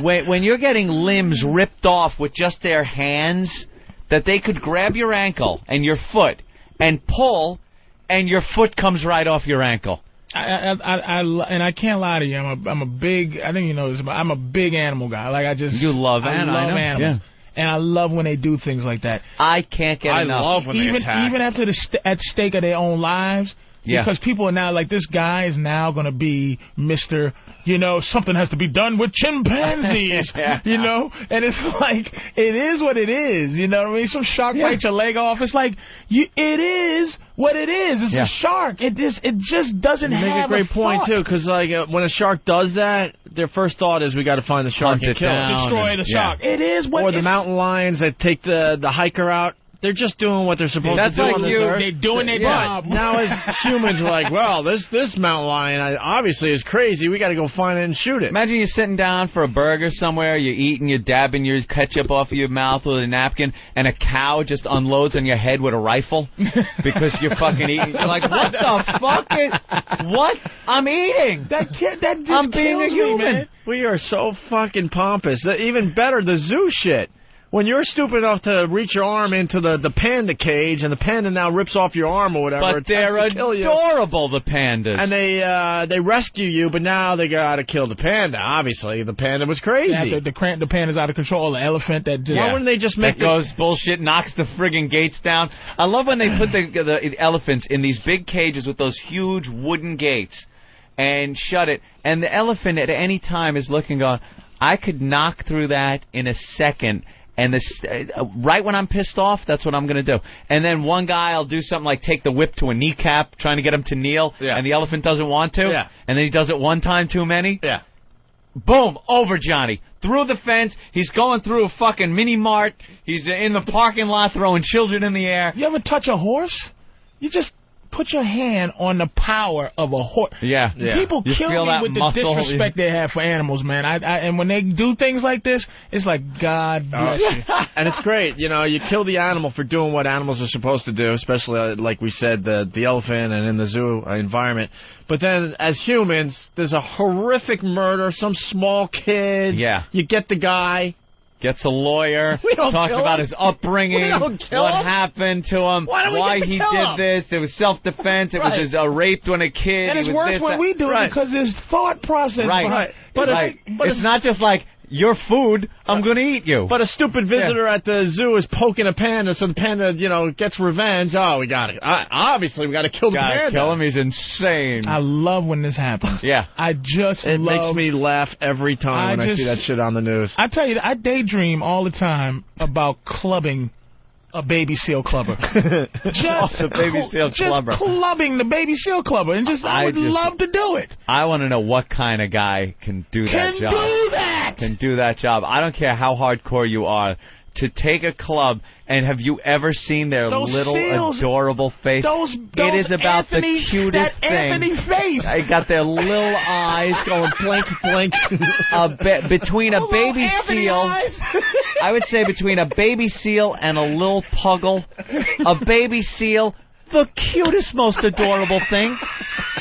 [SPEAKER 2] when, when you're getting limbs ripped off with just their hands, that they could grab your ankle and your foot and pull, and your foot comes right off your ankle.
[SPEAKER 3] I, I, I, I, and I can't lie to you. I'm a, I'm a big. I think you know this, but I'm a big animal guy. Like I just. You love I
[SPEAKER 2] an- I
[SPEAKER 3] love
[SPEAKER 2] know,
[SPEAKER 3] animals. And I love when they do things like that.
[SPEAKER 2] I can't get enough.
[SPEAKER 3] even, Even after the st- at stake of their own lives,
[SPEAKER 2] Yeah.
[SPEAKER 3] Because people are now like, this guy is now going to be Mr. You know, something has to be done with chimpanzees.
[SPEAKER 2] Yeah.
[SPEAKER 3] You know? Oh, And it's like, it is what it is. You know what I mean? Some shark
[SPEAKER 2] Yeah.
[SPEAKER 3] bites your leg off. It's like, you, it is what it is. It's
[SPEAKER 1] Yeah.
[SPEAKER 3] a shark. It just, it just doesn't
[SPEAKER 1] You make
[SPEAKER 3] have
[SPEAKER 1] a great point
[SPEAKER 3] thought.
[SPEAKER 1] too, because like uh, when a shark does that, their first thought is we got to find the shark
[SPEAKER 3] Hunt
[SPEAKER 1] and
[SPEAKER 3] it
[SPEAKER 1] kill
[SPEAKER 3] down
[SPEAKER 1] it,
[SPEAKER 3] Destroy and- the shark. It is what
[SPEAKER 1] or the
[SPEAKER 3] it's-
[SPEAKER 1] mountain lions that take the the hiker out. They're just doing what they're supposed
[SPEAKER 3] That's
[SPEAKER 1] to do
[SPEAKER 3] like
[SPEAKER 1] on this
[SPEAKER 3] you.
[SPEAKER 1] earth.
[SPEAKER 3] They're doing their
[SPEAKER 1] Yeah.
[SPEAKER 3] job.
[SPEAKER 1] Now as humans, we're like, well, this this mountain lion I, obviously is crazy. We got to go find it and shoot it.
[SPEAKER 2] Imagine you're sitting down for a burger somewhere, you're eating, you're dabbing your ketchup off of your mouth with a napkin, and a cow just unloads on your head with a rifle because you're fucking eating. You're like, what the fuck? Is, what? I'm eating.
[SPEAKER 1] That kid, that
[SPEAKER 2] just I'm being kills a me, human. man.
[SPEAKER 1] We are so fucking pompous. The- Even better, the zoo shit. When you're stupid enough to reach your arm into the, the panda cage and the panda now rips off your arm or whatever,
[SPEAKER 2] But
[SPEAKER 1] it tries
[SPEAKER 2] they're
[SPEAKER 1] to kill you.
[SPEAKER 2] adorable, the pandas.
[SPEAKER 1] And they uh, they rescue you, but now they gotta kill the panda. Obviously, the panda was
[SPEAKER 3] They
[SPEAKER 1] crazy.
[SPEAKER 3] have The, the, cran- the pan is out of control. The elephant that just.
[SPEAKER 2] Yeah. that goes bullshit, knocks the friggin' gates down. I love when they put the, the, the elephants in these big cages with those huge wooden gates and shut it. And the elephant at any time is looking, going, I could knock through that in a second. And this, uh, right when I'm pissed off, that's what I'm gonna do. And then one guy, I'll do something like take the whip to a kneecap, trying to get him to kneel, and the elephant doesn't want to.
[SPEAKER 1] Yeah.
[SPEAKER 2] And then he does it one time too many.
[SPEAKER 1] Yeah.
[SPEAKER 2] Boom, over Johnny. Through the fence. He's going through a fucking mini mart. He's in the parking lot throwing children in the air.
[SPEAKER 3] You ever touch a horse? You just put your hand on the power of a horse.
[SPEAKER 2] Yeah. Yeah.
[SPEAKER 3] People
[SPEAKER 2] You
[SPEAKER 3] kill
[SPEAKER 2] feel
[SPEAKER 3] me
[SPEAKER 2] that
[SPEAKER 3] with
[SPEAKER 2] muscle,
[SPEAKER 3] the disrespect they have for animals, man. I, I and when they do things like this, it's like God
[SPEAKER 1] Oh.
[SPEAKER 3] bless you.
[SPEAKER 1] and it's great, you know. You kill the animal for doing what animals are supposed to do, especially uh, like we said, the the elephant and in the zoo uh, environment. But then, as humans, there's a horrific murder, some small kid.
[SPEAKER 2] Yeah.
[SPEAKER 1] You get the guy.
[SPEAKER 2] Gets a lawyer.
[SPEAKER 1] We don't
[SPEAKER 2] talks
[SPEAKER 1] kill
[SPEAKER 2] about
[SPEAKER 1] him.
[SPEAKER 2] his upbringing.
[SPEAKER 1] We don't kill
[SPEAKER 2] what
[SPEAKER 1] him.
[SPEAKER 2] happened to him?
[SPEAKER 1] Why do we get to
[SPEAKER 2] he
[SPEAKER 1] kill
[SPEAKER 2] did
[SPEAKER 1] him?
[SPEAKER 2] this? It was self-defense. It
[SPEAKER 1] Right.
[SPEAKER 2] was his, uh, raped when a kid.
[SPEAKER 3] And
[SPEAKER 2] He
[SPEAKER 3] it's
[SPEAKER 2] was
[SPEAKER 3] worse
[SPEAKER 2] this,
[SPEAKER 3] when
[SPEAKER 2] that-
[SPEAKER 3] we do
[SPEAKER 2] right.
[SPEAKER 3] it because there's thought process.
[SPEAKER 2] Right.
[SPEAKER 3] behind-
[SPEAKER 2] But,
[SPEAKER 3] It's
[SPEAKER 2] it's, like, it's not just like your food. I'm gonna eat you.
[SPEAKER 1] Uh, But a stupid visitor at the zoo is poking a panda, so the panda, you know, gets revenge. Oh, we got to Obviously, we got to kill the
[SPEAKER 2] Gotta
[SPEAKER 1] panda.
[SPEAKER 2] kill him. He's insane.
[SPEAKER 3] I love when this happens.
[SPEAKER 2] Yeah.
[SPEAKER 3] I just
[SPEAKER 1] It makes
[SPEAKER 3] love
[SPEAKER 1] me laugh every time
[SPEAKER 3] I
[SPEAKER 1] when I see
[SPEAKER 3] just-
[SPEAKER 1] that shit on the news.
[SPEAKER 3] I tell you, I daydream all the time about clubbing a baby seal clubber. just
[SPEAKER 2] The baby seal
[SPEAKER 3] just
[SPEAKER 2] clubber.
[SPEAKER 3] clubbing the baby seal clubber, and just I,
[SPEAKER 2] I
[SPEAKER 3] would
[SPEAKER 2] just-
[SPEAKER 3] love to do it.
[SPEAKER 2] I want to know what kind of guy can do that
[SPEAKER 3] Can
[SPEAKER 2] job.
[SPEAKER 3] do that.
[SPEAKER 2] Can do that job. I don't care how hardcore you are. To take a club and have you ever seen their
[SPEAKER 3] Those
[SPEAKER 2] little
[SPEAKER 3] seals-
[SPEAKER 2] adorable face?
[SPEAKER 3] those-
[SPEAKER 2] it
[SPEAKER 3] those
[SPEAKER 2] is about
[SPEAKER 3] Anthony-
[SPEAKER 2] the cutest
[SPEAKER 3] that
[SPEAKER 2] thing.
[SPEAKER 3] Anthony face.
[SPEAKER 2] I got their little eyes going blink blink. A be- between a
[SPEAKER 3] Those little
[SPEAKER 2] baby
[SPEAKER 3] Anthony
[SPEAKER 2] seal,
[SPEAKER 3] eyes.
[SPEAKER 2] I would say between a baby seal and a little puggle, a baby seal, the cutest, most adorable thing.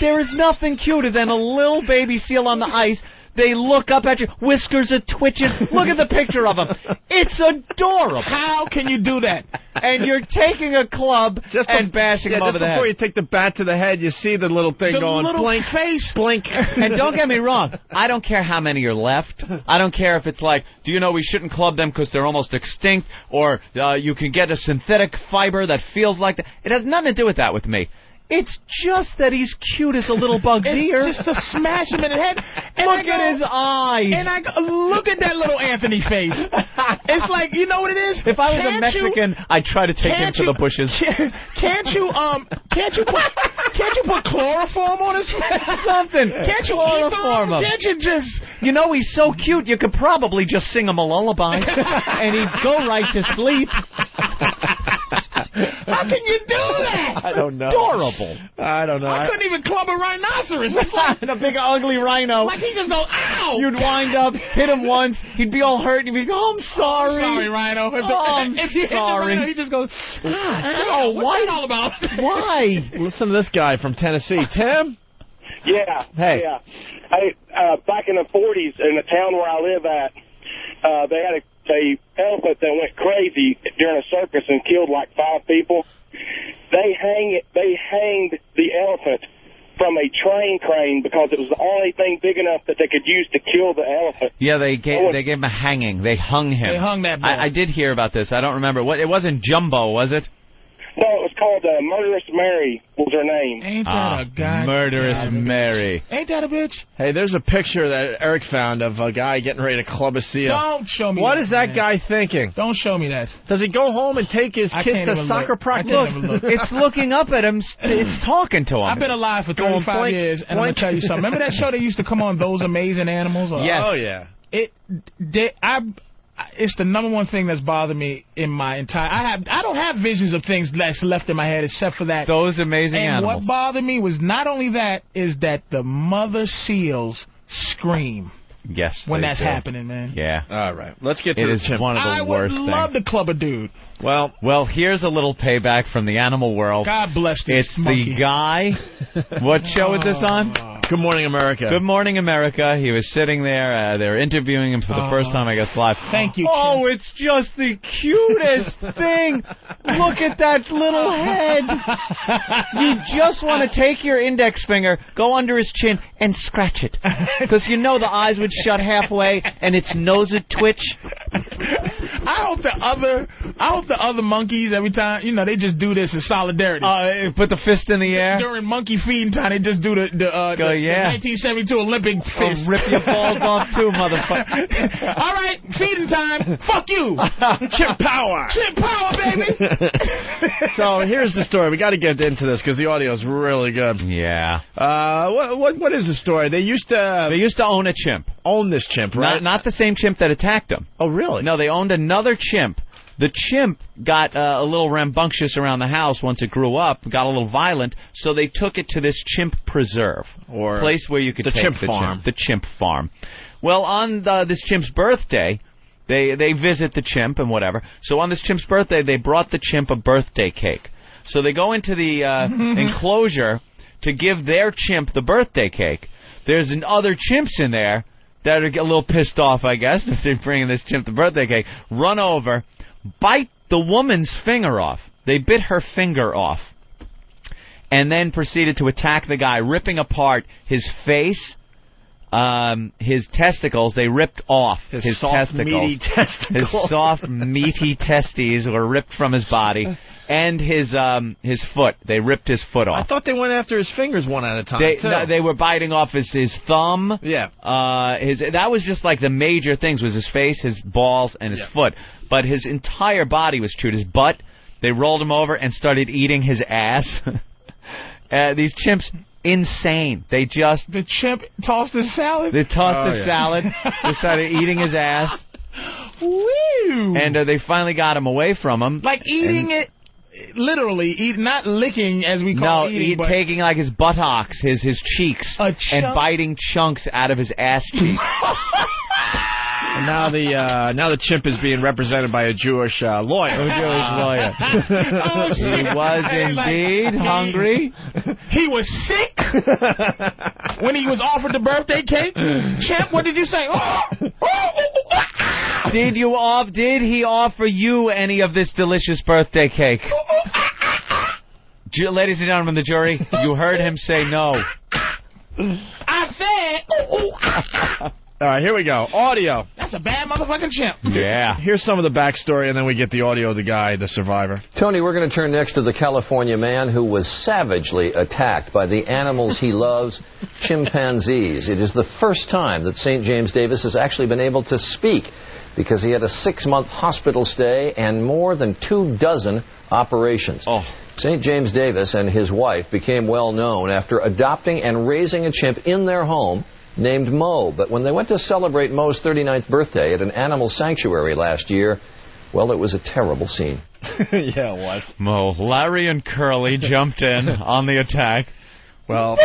[SPEAKER 2] There is nothing cuter than a little baby seal on the ice. They look up at you, whiskers are twitching. Look at the picture of them. It's adorable.
[SPEAKER 3] How can you do that?
[SPEAKER 2] And you're taking a club
[SPEAKER 1] Just
[SPEAKER 2] and
[SPEAKER 1] bef-
[SPEAKER 2] bashing
[SPEAKER 1] yeah,
[SPEAKER 2] them over
[SPEAKER 1] just
[SPEAKER 2] the head.
[SPEAKER 1] before you take the bat to the head, you see the little thing
[SPEAKER 2] The
[SPEAKER 1] going
[SPEAKER 2] little
[SPEAKER 1] blink,
[SPEAKER 3] face,
[SPEAKER 1] blink.
[SPEAKER 2] and don't get me wrong, I don't care how many are left. I don't care if it's like, do you know we shouldn't club them because they're almost extinct, or uh, you can get a synthetic fiber that feels like that. It has nothing to do with that with me. It's just that he's cute as a little bug deer.
[SPEAKER 3] Just to smash him in the head. And
[SPEAKER 2] Look
[SPEAKER 3] I go-
[SPEAKER 2] at his eyes.
[SPEAKER 3] And I go, look at that little Anthony face. It's like you know what it is.
[SPEAKER 2] if I was a
[SPEAKER 3] Can't you-
[SPEAKER 2] Mexican, I'd try to take him
[SPEAKER 3] can't
[SPEAKER 2] to
[SPEAKER 3] you-
[SPEAKER 2] the bushes.
[SPEAKER 3] Can't, can't you um? Can't you put? Can't you put chloroform on his face?
[SPEAKER 2] Something.
[SPEAKER 3] Can't you
[SPEAKER 2] Chloroform
[SPEAKER 3] chloroform
[SPEAKER 2] him.
[SPEAKER 3] Can't you just?
[SPEAKER 2] You know he's so cute. You could probably just sing him a lullaby, and he'd go right to sleep.
[SPEAKER 3] How can you do that?
[SPEAKER 1] I don't know.
[SPEAKER 2] Adorable.
[SPEAKER 1] I don't know.
[SPEAKER 3] I couldn't even club a rhinoceros. It's like,
[SPEAKER 2] and a big ugly rhino.
[SPEAKER 3] like he just go ow.
[SPEAKER 2] You'd wind up, hit him once, he'd be all hurt, and he'd be, oh, I'm sorry.
[SPEAKER 3] sorry, Rhino. If the-
[SPEAKER 2] Oh, I'm
[SPEAKER 3] if he hit the
[SPEAKER 2] sorry.
[SPEAKER 3] rhino, he just goes. Ah,
[SPEAKER 2] Oh,
[SPEAKER 3] what's
[SPEAKER 2] why-
[SPEAKER 3] that all about?
[SPEAKER 2] Why?
[SPEAKER 1] Listen to this guy from Tennessee, Tim.
[SPEAKER 14] Yeah.
[SPEAKER 1] Hey.
[SPEAKER 14] Yeah. I uh, back in the forties in the town where I live at, uh, they had a, a elephant that went crazy during a circus and killed like five people. They hang it. They hanged the elephant from a train crane because it was the only thing big enough that they could use to kill the elephant.
[SPEAKER 2] Yeah, they
[SPEAKER 3] Oh.
[SPEAKER 2] gave they gave him a hanging. They hung him.
[SPEAKER 14] They hung that boy.
[SPEAKER 2] I, I did hear about this. I don't remember what. It wasn't Jumbo, was it?
[SPEAKER 14] No, it was
[SPEAKER 6] called uh, Murderous Mary was her name.
[SPEAKER 3] Ain't
[SPEAKER 7] Ah, murderous Mary.
[SPEAKER 3] Ain't that a bitch?
[SPEAKER 1] Hey, there's a picture that Eric found of a guy getting ready to club a seal.
[SPEAKER 3] Don't show me
[SPEAKER 1] What
[SPEAKER 3] that,
[SPEAKER 1] is that
[SPEAKER 3] man.
[SPEAKER 1] guy thinking?
[SPEAKER 3] Don't show me that.
[SPEAKER 1] Does he go home and take his
[SPEAKER 3] I
[SPEAKER 1] kids
[SPEAKER 3] can't
[SPEAKER 1] to
[SPEAKER 3] even
[SPEAKER 1] soccer
[SPEAKER 3] look. I
[SPEAKER 1] practice?
[SPEAKER 3] can't even look.
[SPEAKER 7] It's looking up at him. It's talking to him.
[SPEAKER 3] I've been alive for
[SPEAKER 7] Going
[SPEAKER 3] 35
[SPEAKER 7] boink,
[SPEAKER 3] years, and I'm going
[SPEAKER 7] boink.
[SPEAKER 3] to tell you something. Remember that show that used to come on, Those Amazing Animals? Or-
[SPEAKER 7] Yes. Oh, yeah.
[SPEAKER 3] It, they, I, it's the number one thing that's bothered me in my entire. I have, I don't have visions of things that's left in my head except for that.
[SPEAKER 7] Those amazing
[SPEAKER 3] and
[SPEAKER 7] animals.
[SPEAKER 3] what bothered me was not only that, is that the mother seals scream
[SPEAKER 2] Yes.
[SPEAKER 3] when
[SPEAKER 2] they
[SPEAKER 3] that's
[SPEAKER 2] do.
[SPEAKER 3] happening, man.
[SPEAKER 2] Yeah.
[SPEAKER 1] All right. Let's get
[SPEAKER 3] to
[SPEAKER 2] It
[SPEAKER 3] the
[SPEAKER 2] is
[SPEAKER 3] chimp.
[SPEAKER 2] one of the
[SPEAKER 3] I would
[SPEAKER 2] worst
[SPEAKER 3] love
[SPEAKER 2] things.
[SPEAKER 3] to club a dude.
[SPEAKER 2] Well, well, here's a little payback from the animal world.
[SPEAKER 3] God bless this
[SPEAKER 2] It's
[SPEAKER 3] monkey. Ah.
[SPEAKER 2] the guy. What show is this on?
[SPEAKER 1] Good Morning America.
[SPEAKER 2] Good Morning America. He was sitting there. Uh, they were interviewing him for the
[SPEAKER 3] Ah.
[SPEAKER 2] first time, I guess, live.
[SPEAKER 3] Thank you.
[SPEAKER 7] Oh, it's just the cutest thing. Look at that little head. You just want to take your index finger, go under his chin, and scratch it. Because you know the eyes would shut halfway and its nose would twitch.
[SPEAKER 3] I hope the other, I hope the other monkeys every time, you know, they just do this in solidarity.
[SPEAKER 7] Uh, put the fist in the air.
[SPEAKER 3] During monkey feeding time, they just do the the, uh,
[SPEAKER 7] Go,
[SPEAKER 3] the- the
[SPEAKER 7] yeah.
[SPEAKER 3] 1972 Olympic fist.
[SPEAKER 7] rip your balls off too, motherfucker.
[SPEAKER 3] All right, feeding time. Fuck you.
[SPEAKER 1] Chip power.
[SPEAKER 3] Chip power, baby.
[SPEAKER 1] so here's the story. We got to get into this because the audio is really good.
[SPEAKER 2] Yeah.
[SPEAKER 1] Uh, what what what is the story? They used to they
[SPEAKER 2] used to own a chimp.
[SPEAKER 1] Own this chimp, right?
[SPEAKER 2] Not, not the same chimp that attacked him.
[SPEAKER 1] Oh, really?
[SPEAKER 2] No, they owned another chimp. The chimp got uh, a little rambunctious around the house once it grew up, got a little violent, so they took it to this chimp preserve,
[SPEAKER 1] or
[SPEAKER 2] place where you could
[SPEAKER 1] the
[SPEAKER 2] take
[SPEAKER 1] chimp
[SPEAKER 2] the
[SPEAKER 1] farm.
[SPEAKER 2] chimp, the chimp farm. Well, on the, this chimp's birthday, they they visit the chimp and whatever. So on this chimp's birthday, they brought the chimp a birthday cake. So they go into the uh, enclosure to give their chimp the birthday cake. There's an other chimps in there that are get a little pissed off, I guess, that they're bringing this chimp the birthday cake. Run over, bite the woman's finger off. They bit her finger off and then proceeded to attack the guy, ripping apart his face, um, his testicles. They ripped off his,
[SPEAKER 1] soft,
[SPEAKER 2] testicles.
[SPEAKER 1] meaty testicles.
[SPEAKER 2] His soft, meaty testes were ripped from his body, and his um, his foot. They ripped his foot
[SPEAKER 1] I
[SPEAKER 2] off.
[SPEAKER 1] thought they went after his fingers one at a time.
[SPEAKER 2] They
[SPEAKER 1] too.
[SPEAKER 2] no, they were biting off his his thumb.
[SPEAKER 1] Yeah.
[SPEAKER 2] Uh, his that was just like the major things was his face, his balls, and his foot. But his entire body was chewed. His butt. They rolled him over and started eating his ass. uh, these chimps insane. They just
[SPEAKER 3] the chimp tossed his salad.
[SPEAKER 2] They tossed
[SPEAKER 7] Oh,
[SPEAKER 2] the
[SPEAKER 7] yeah.
[SPEAKER 2] salad. They started eating his ass.
[SPEAKER 3] Woo!
[SPEAKER 2] And uh, they finally got him away from him.
[SPEAKER 3] Like eating
[SPEAKER 2] And-
[SPEAKER 3] it, literally, eat, not licking as we call
[SPEAKER 2] no,
[SPEAKER 3] eating,
[SPEAKER 2] eat-
[SPEAKER 3] but
[SPEAKER 2] taking like his buttocks, his his cheeks, and
[SPEAKER 3] chunk?
[SPEAKER 2] biting chunks out of his ass cheeks.
[SPEAKER 1] And now the uh, now the chimp is being represented by a Jewish uh, lawyer.
[SPEAKER 2] A Jewish lawyer.
[SPEAKER 3] Oh,
[SPEAKER 2] He
[SPEAKER 3] shit.
[SPEAKER 2] was
[SPEAKER 3] Hey, like,
[SPEAKER 2] indeed
[SPEAKER 3] he-
[SPEAKER 2] hungry.
[SPEAKER 3] He was sick when he was offered the birthday cake. Chimp, what did you say?
[SPEAKER 2] Did you off? Did he offer you any of this delicious birthday cake? Ju- Ladies and gentlemen, of the jury, you heard him say no.
[SPEAKER 3] I said, "Ooh, ooh, ah, ah."
[SPEAKER 1] All right, here we go. Audio.
[SPEAKER 3] that's a bad motherfucking chimp.
[SPEAKER 2] Yeah.
[SPEAKER 1] Here's some of the backstory, and then we get the audio of the guy, the survivor.
[SPEAKER 8] Tony, we're going to turn next to the California man who was savagely attacked by the animals he loves, chimpanzees. It is the first time that St. James Davis has actually been able to speak because he had a six month hospital stay and more than two dozen operations. St. James Davis and his wife became well known after adopting and raising a chimp in their home named Mo. But when they went to celebrate Mo's 39th birthday at an animal sanctuary last year, well, it was a terrible scene.
[SPEAKER 1] yeah, it was.
[SPEAKER 2] Mo, Larry and Curly jumped in on the attack.
[SPEAKER 1] Well,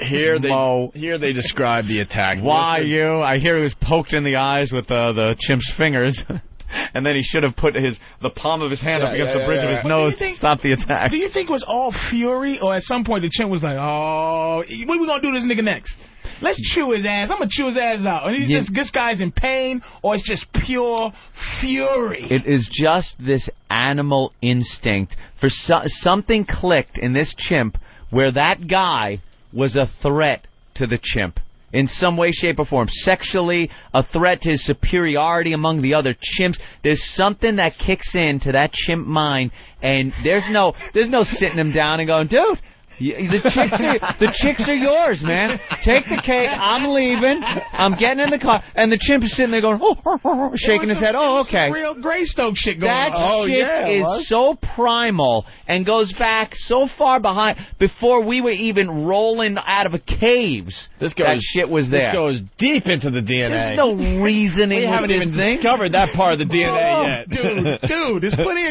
[SPEAKER 1] here they here they describe the attack.
[SPEAKER 2] Why
[SPEAKER 1] Listen.
[SPEAKER 2] you? I hear he was poked in the eyes with uh, the chimp's fingers, and then he should have put his the palm of his hand
[SPEAKER 3] Yeah,
[SPEAKER 2] up against
[SPEAKER 3] yeah,
[SPEAKER 2] the bridge
[SPEAKER 3] yeah,
[SPEAKER 2] of
[SPEAKER 3] yeah.
[SPEAKER 2] his
[SPEAKER 3] But do you
[SPEAKER 2] nose
[SPEAKER 3] think-
[SPEAKER 2] to stop the attack.
[SPEAKER 3] Do you think it was all fury, or at some point the chimp was like, "Oh, what we gonna do to this nigga next? Let's chew his ass. I'm gonna chew his ass out." And he's
[SPEAKER 2] Yeah.
[SPEAKER 3] just this guy's in pain, or it's just pure fury.
[SPEAKER 2] It is just this animal instinct for so- something clicked in this chimp where that guy was a threat to the chimp.
[SPEAKER 7] in some way, shape, or form, sexually, a threat to his superiority among the other chimps. There's something that kicks into that chimp mind, and there's no there's no sitting him down and going, dude. y- The chicks, are, the chicks are yours, man. Take the cake. I'm leaving. I'm getting in the car, and the chimp is sitting there going, oh, shaking his head. Oh, okay.
[SPEAKER 3] Real Greystoke shit going
[SPEAKER 7] That
[SPEAKER 3] on.
[SPEAKER 7] shit Oh, is so primal and goes back so far behind before we were even rolling out of a caves. This that shit was
[SPEAKER 1] This
[SPEAKER 7] there.
[SPEAKER 1] goes deep into the DNA.
[SPEAKER 7] There's no reasoning.
[SPEAKER 1] We
[SPEAKER 7] with
[SPEAKER 1] haven't
[SPEAKER 7] this
[SPEAKER 1] even
[SPEAKER 7] thing.
[SPEAKER 1] discovered that part of the DNA
[SPEAKER 7] Oh,
[SPEAKER 1] yet.
[SPEAKER 7] Dude, hey,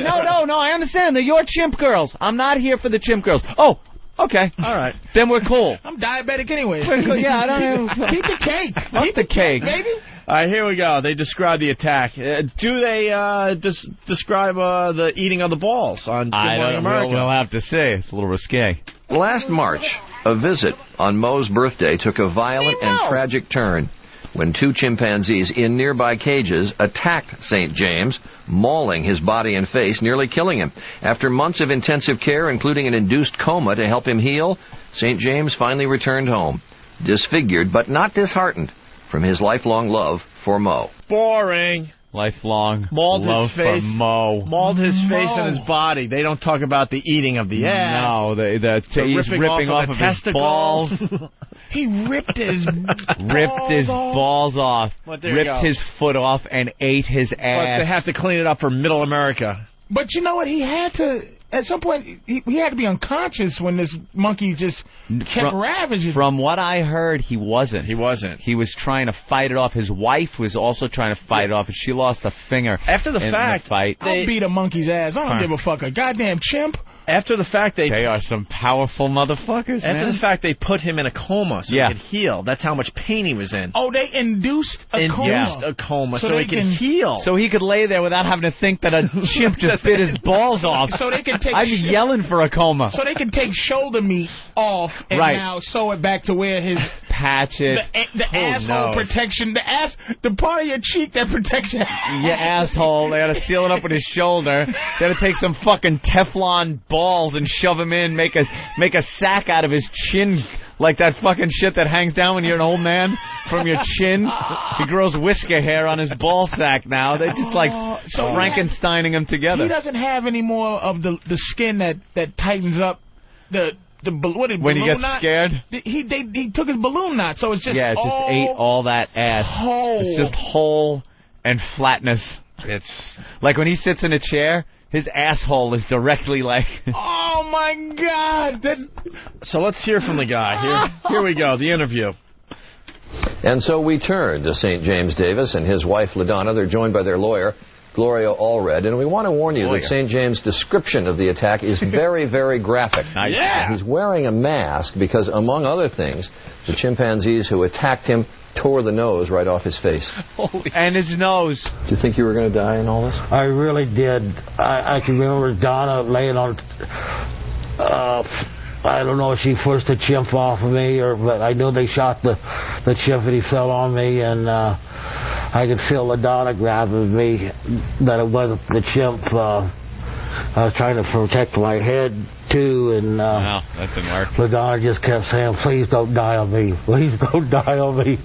[SPEAKER 7] no, no, no. I understand. They're your chimp girls. I'm not here for the chimp girls. Oh, okay. All right. Then we're cool.
[SPEAKER 3] I'm diabetic anyway.
[SPEAKER 7] Yeah, I don't know.
[SPEAKER 3] Keep the cake.
[SPEAKER 7] Fuck the cake.
[SPEAKER 3] Baby.
[SPEAKER 1] All right, here we go. They describe the attack. Uh, do they uh, des- describe uh, the eating of the balls on Good
[SPEAKER 2] I
[SPEAKER 1] Morning
[SPEAKER 2] don't.
[SPEAKER 1] America?
[SPEAKER 2] We'll, we'll have to see. It's a little risque.
[SPEAKER 8] Last March, a visit on Moe's birthday took a violent and tragic turn when two chimpanzees in nearby cages attacked St. James, mauling his body and face, nearly killing him. After months of intensive care, including an induced coma to help him heal, St. James finally returned home, disfigured but not disheartened from his lifelong love for Moe.
[SPEAKER 1] Boring.
[SPEAKER 2] Lifelong
[SPEAKER 1] Mauled
[SPEAKER 2] love
[SPEAKER 1] his face.
[SPEAKER 2] for Mo.
[SPEAKER 1] Mauled his face and his body. They don't talk about the eating of the ass.
[SPEAKER 2] No, they, the,
[SPEAKER 1] The
[SPEAKER 2] he's ripping, off,
[SPEAKER 1] the
[SPEAKER 2] of his
[SPEAKER 1] testicles.
[SPEAKER 2] balls.
[SPEAKER 3] He ripped his
[SPEAKER 2] ripped his balls off.
[SPEAKER 1] But there you
[SPEAKER 2] Ripped
[SPEAKER 1] go.
[SPEAKER 2] his foot off and ate his
[SPEAKER 1] But
[SPEAKER 2] ass.
[SPEAKER 1] they have to clean it up for Middle America.
[SPEAKER 3] But you know what? He had to. At some point, he, he had to be unconscious when this monkey just kept
[SPEAKER 2] From-
[SPEAKER 3] ravaging.
[SPEAKER 2] From what I heard, he wasn't. He
[SPEAKER 1] wasn't.
[SPEAKER 2] He was trying to fight it off. His wife was also trying to fight it off, and she lost a finger
[SPEAKER 1] after
[SPEAKER 2] in The fight.
[SPEAKER 3] I'll beat a monkey's ass. I don't
[SPEAKER 2] Fine.
[SPEAKER 3] give a fuck. A goddamn chimp.
[SPEAKER 1] After the fact, they
[SPEAKER 2] they are some powerful motherfuckers.
[SPEAKER 1] After
[SPEAKER 2] man.
[SPEAKER 1] the fact, they put him in a coma so
[SPEAKER 2] Yeah.
[SPEAKER 1] he could heal. That's how much pain he was in.
[SPEAKER 3] Oh, they induced a
[SPEAKER 1] Induced
[SPEAKER 3] coma.
[SPEAKER 1] a coma so,
[SPEAKER 3] they
[SPEAKER 1] he could heal.
[SPEAKER 2] So he could lay there without having to think that a chimp just bit his balls off.
[SPEAKER 3] So they can take
[SPEAKER 2] I'd be
[SPEAKER 3] shit.
[SPEAKER 2] yelling for a coma.
[SPEAKER 3] So they can take shoulder meat off and
[SPEAKER 2] Right.
[SPEAKER 3] now sew it back to where his
[SPEAKER 2] patch
[SPEAKER 3] the,
[SPEAKER 2] it.
[SPEAKER 3] a- the
[SPEAKER 2] Who
[SPEAKER 3] asshole
[SPEAKER 2] knows?
[SPEAKER 3] protection, the ass, the part of your cheek that protects your
[SPEAKER 2] You asshole. They gotta seal it up with his shoulder. They gotta take some fucking Teflon balls and shove them in, make a make a sack out of his chin like that fucking shit that hangs down when you're an old man from your chin. He grows whisker hair on his ball sack now. They're just like
[SPEAKER 3] so he
[SPEAKER 2] Frankensteining him
[SPEAKER 3] Oh, He
[SPEAKER 2] together.
[SPEAKER 3] doesn't have any more of the the skin that that tightens up the the bal- what is,
[SPEAKER 2] When he
[SPEAKER 3] balloon
[SPEAKER 2] gets
[SPEAKER 3] knot?
[SPEAKER 2] scared?
[SPEAKER 3] He they he took his balloon knot, so it's just
[SPEAKER 2] Yeah, it just
[SPEAKER 3] all,
[SPEAKER 2] ate all that ass.
[SPEAKER 3] whole.
[SPEAKER 2] It's just hole and flatness.
[SPEAKER 1] It's
[SPEAKER 2] like when he sits in a chair, his asshole is directly like
[SPEAKER 3] Oh my God! That,
[SPEAKER 1] So let's hear from the guy. Here, here we go. The interview.
[SPEAKER 8] And so we turn to St. James Davis and his wife Ladonna. They're joined by their lawyer, Gloria Allred. And we want to warn you
[SPEAKER 2] Lawyer.
[SPEAKER 8] that St. James' description of the attack is very, very graphic.
[SPEAKER 2] Yeah.
[SPEAKER 8] He's wearing a mask because, among other things, the chimpanzees who attacked him tore the nose right off his face.
[SPEAKER 2] and his nose.
[SPEAKER 8] Do you think you were going to die in all this?
[SPEAKER 18] I really did. I, I can remember Donna laying on. Uh, I don't know if she forced the chimp off of me, or but I know they shot the the chimp and he fell on me, and uh, I could feel the Donna grabbing me. That it wasn't the chimp. Uh, I was trying to protect my head too, and uh,
[SPEAKER 2] Wow, that didn't work.
[SPEAKER 18] Ladonna just kept saying, "Please don't die on me. Please don't die on me."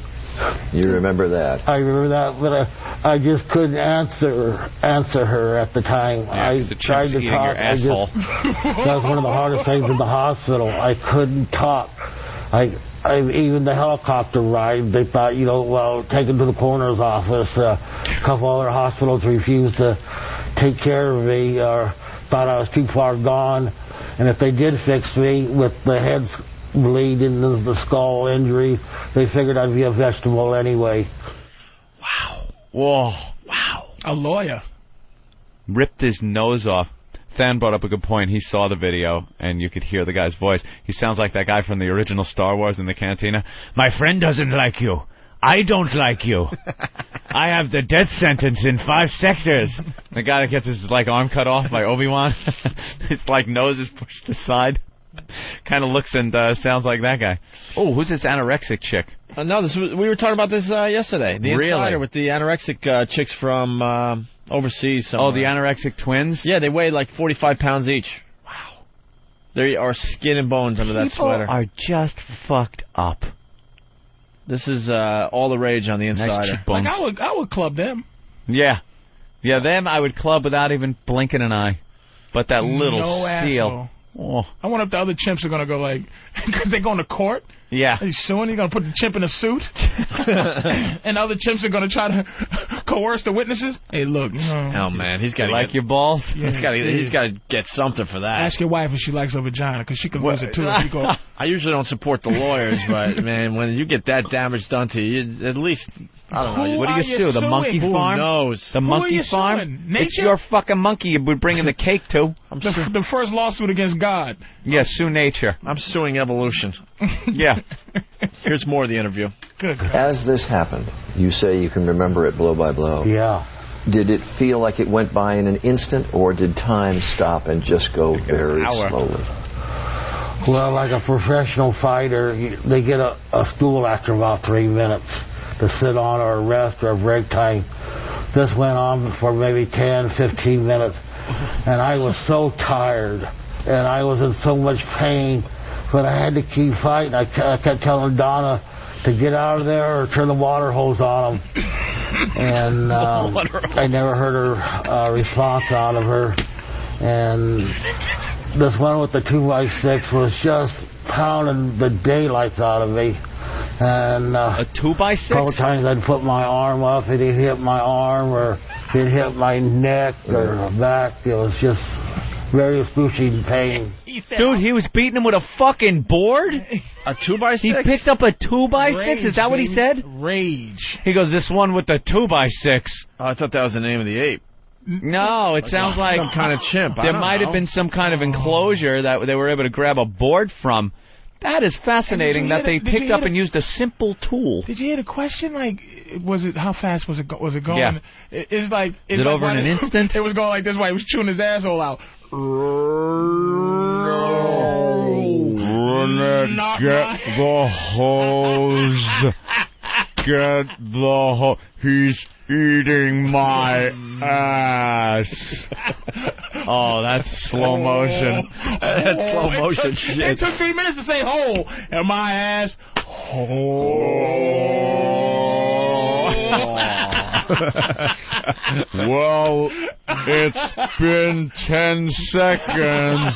[SPEAKER 8] You remember that?
[SPEAKER 18] I remember that, but I, I just couldn't answer answer her at the time. I tried to
[SPEAKER 2] eating
[SPEAKER 18] talk.
[SPEAKER 2] your
[SPEAKER 18] I just,
[SPEAKER 2] asshole.
[SPEAKER 18] that was one of the hardest things in the hospital. I couldn't talk. I, I even the helicopter ride. They thought, you know, well, take him to the coroner's office. Uh, a couple other hospitals refused to take care of me, or thought I was too far gone. And if they did fix me with the head's bleed and the the skull injury, they figured I'd be a vegetable anyway.
[SPEAKER 2] Whoa.
[SPEAKER 3] Wow. A lawyer.
[SPEAKER 2] ripped his nose off. Than brought up a good point. He saw the video, and you could hear the guy's voice. He sounds like that guy from the original Star Wars in the cantina. My friend doesn't like you. I don't like you. I have the death sentence in five sectors. The guy that gets his like arm cut off by Obi Wan, his like nose is pushed aside. Kind of looks and uh, sounds like that guy. Oh, who's this anorexic chick?
[SPEAKER 1] Uh, no, this was, we were talking about this uh, yesterday. The
[SPEAKER 2] Really?
[SPEAKER 1] insider with the anorexic uh, chicks from um, overseas. Somewhere.
[SPEAKER 2] Oh, the anorexic twins.
[SPEAKER 1] Yeah, they weigh like 45 pounds each. Wow. They are skin and bones under that
[SPEAKER 2] People
[SPEAKER 1] sweater.
[SPEAKER 2] are just fucked up.
[SPEAKER 1] This is uh, all the rage on the
[SPEAKER 3] Like,
[SPEAKER 1] insider.
[SPEAKER 3] I would, I would club them.
[SPEAKER 2] Yeah. Yeah, them I would club without even blinking an eye. But that little
[SPEAKER 3] No
[SPEAKER 2] seal. Oh.
[SPEAKER 3] I wonder if the other chimps are gonna go like, because they're going to court.
[SPEAKER 2] Yeah.
[SPEAKER 3] Are you suing? You gonna put the chimp in a suit? and other chimps are gonna try to coerce the witnesses. Hey, look. you know,
[SPEAKER 1] Oh man, he's got
[SPEAKER 3] You like
[SPEAKER 1] your
[SPEAKER 2] balls.
[SPEAKER 3] Yeah.
[SPEAKER 1] he's got he's got to get something for that.
[SPEAKER 3] Ask your wife if she likes her vagina, because she could lose it too if you go.
[SPEAKER 1] I usually don't support the lawyers, but man, when you get that damage done to you, at least I don't know.
[SPEAKER 2] Who What do you are you sue, the suing? monkey
[SPEAKER 1] Who
[SPEAKER 2] farm?
[SPEAKER 1] knows?
[SPEAKER 2] The monkey farm? It's your fucking monkey you would bring in the cake to. I'm
[SPEAKER 3] The, the first lawsuit against God.
[SPEAKER 2] Yeah, sue nature.
[SPEAKER 1] I'm suing evolution.
[SPEAKER 2] yeah.
[SPEAKER 1] Here's more of the interview.
[SPEAKER 3] Good.
[SPEAKER 4] As this happened, you say you can remember it blow by blow.
[SPEAKER 18] Yeah.
[SPEAKER 4] Did it feel like it went by in an instant, or did time stop and just go very
[SPEAKER 18] hour.
[SPEAKER 4] slowly?
[SPEAKER 18] Well, like a professional fighter, you- they get a, a stool after about three minutes to sit on or rest or break time. This went on for maybe 10, 15 minutes, and I was so tired, and I was in so much pain, but I had to keep fighting. I, ke- I kept telling Donna to get out of there or turn the water hose on him, and um, I never heard her uh, response out of her and this one with the two by six was just pounding the daylights out of me. And uh,
[SPEAKER 2] a two by six.
[SPEAKER 18] A couple times I'd put my arm up, and it hit my arm, or it hit my neck or back. It was just very excruciating pain.
[SPEAKER 2] Dude, he was beating him with a fucking board?
[SPEAKER 1] A two by
[SPEAKER 2] He picked up a two by six? Is that what he
[SPEAKER 1] Rage,
[SPEAKER 2] said?
[SPEAKER 3] Rage.
[SPEAKER 2] He goes, This one with the two by six.
[SPEAKER 1] Oh, I thought that was the name of the ape.
[SPEAKER 2] No, it sounds like
[SPEAKER 1] some kind of chimp. I
[SPEAKER 2] There
[SPEAKER 1] don't
[SPEAKER 2] might
[SPEAKER 1] know.
[SPEAKER 2] have been some kind of enclosure that they were able to grab a board from. That is fascinating
[SPEAKER 3] And
[SPEAKER 2] that
[SPEAKER 3] did
[SPEAKER 2] they
[SPEAKER 3] you hear the- did you
[SPEAKER 2] picked
[SPEAKER 3] hear
[SPEAKER 2] up
[SPEAKER 3] the-
[SPEAKER 2] and used a simple tool.
[SPEAKER 3] Did you hear the question? Like, was it how fast was it go- was it going?
[SPEAKER 2] Yeah.
[SPEAKER 3] It- it's like
[SPEAKER 2] Is
[SPEAKER 3] it's
[SPEAKER 2] it
[SPEAKER 3] like
[SPEAKER 2] over in
[SPEAKER 3] why-
[SPEAKER 2] an instant?
[SPEAKER 3] It was going like this way. He was chewing his asshole out.
[SPEAKER 7] Get the hose. Get the hose. He's eating my ass.
[SPEAKER 2] oh, that's slow motion.
[SPEAKER 1] That's slow motion
[SPEAKER 3] It
[SPEAKER 1] shit.
[SPEAKER 3] took three minutes to say "hole" and my ass.
[SPEAKER 7] Oh.
[SPEAKER 2] Oh.
[SPEAKER 7] well, it's been 10 seconds,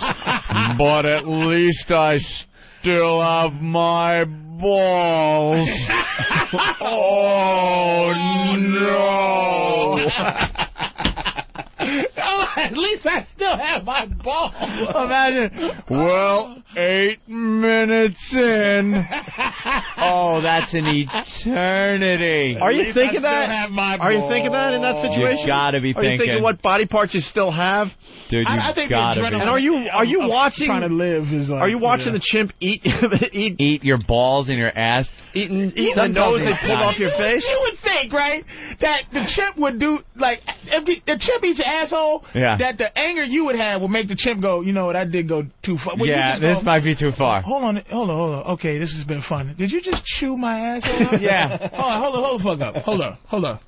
[SPEAKER 7] but at least I still have my balls. Oh, no.
[SPEAKER 3] Oh, at least I still have my ball.
[SPEAKER 7] Imagine. Well, eight minutes in.
[SPEAKER 2] Oh, that's an eternity.
[SPEAKER 1] Are you thinking that? Are you thinking that in that situation?
[SPEAKER 2] You gotta be
[SPEAKER 1] Are you thinking
[SPEAKER 2] thinking.
[SPEAKER 1] what body parts you still have?
[SPEAKER 2] Dude, I- I you've think the gotta be. adrenaline
[SPEAKER 1] And are you are you
[SPEAKER 3] of- of
[SPEAKER 1] watching?
[SPEAKER 3] trying to live is like-
[SPEAKER 1] are you watching
[SPEAKER 3] yeah.
[SPEAKER 1] the chimp eat eat
[SPEAKER 2] eat your balls and your ass?
[SPEAKER 1] Eating eating the nose they pulled off your face?
[SPEAKER 3] You would think, right, that the chimp would do like if the, the chimp eats your asshole.
[SPEAKER 2] Yeah.
[SPEAKER 3] That the anger you would have would make the chimp go, you know what, I did go too far. Well, you
[SPEAKER 2] yeah,
[SPEAKER 3] just
[SPEAKER 2] Uh, this
[SPEAKER 3] go,
[SPEAKER 2] might be too far.
[SPEAKER 3] Hold on, hold on, hold on. Okay, this has been fun. Did you just chew my asshole out?
[SPEAKER 2] Yeah.
[SPEAKER 3] Hold on, hold on, hold the fuck up. Hold on, hold on.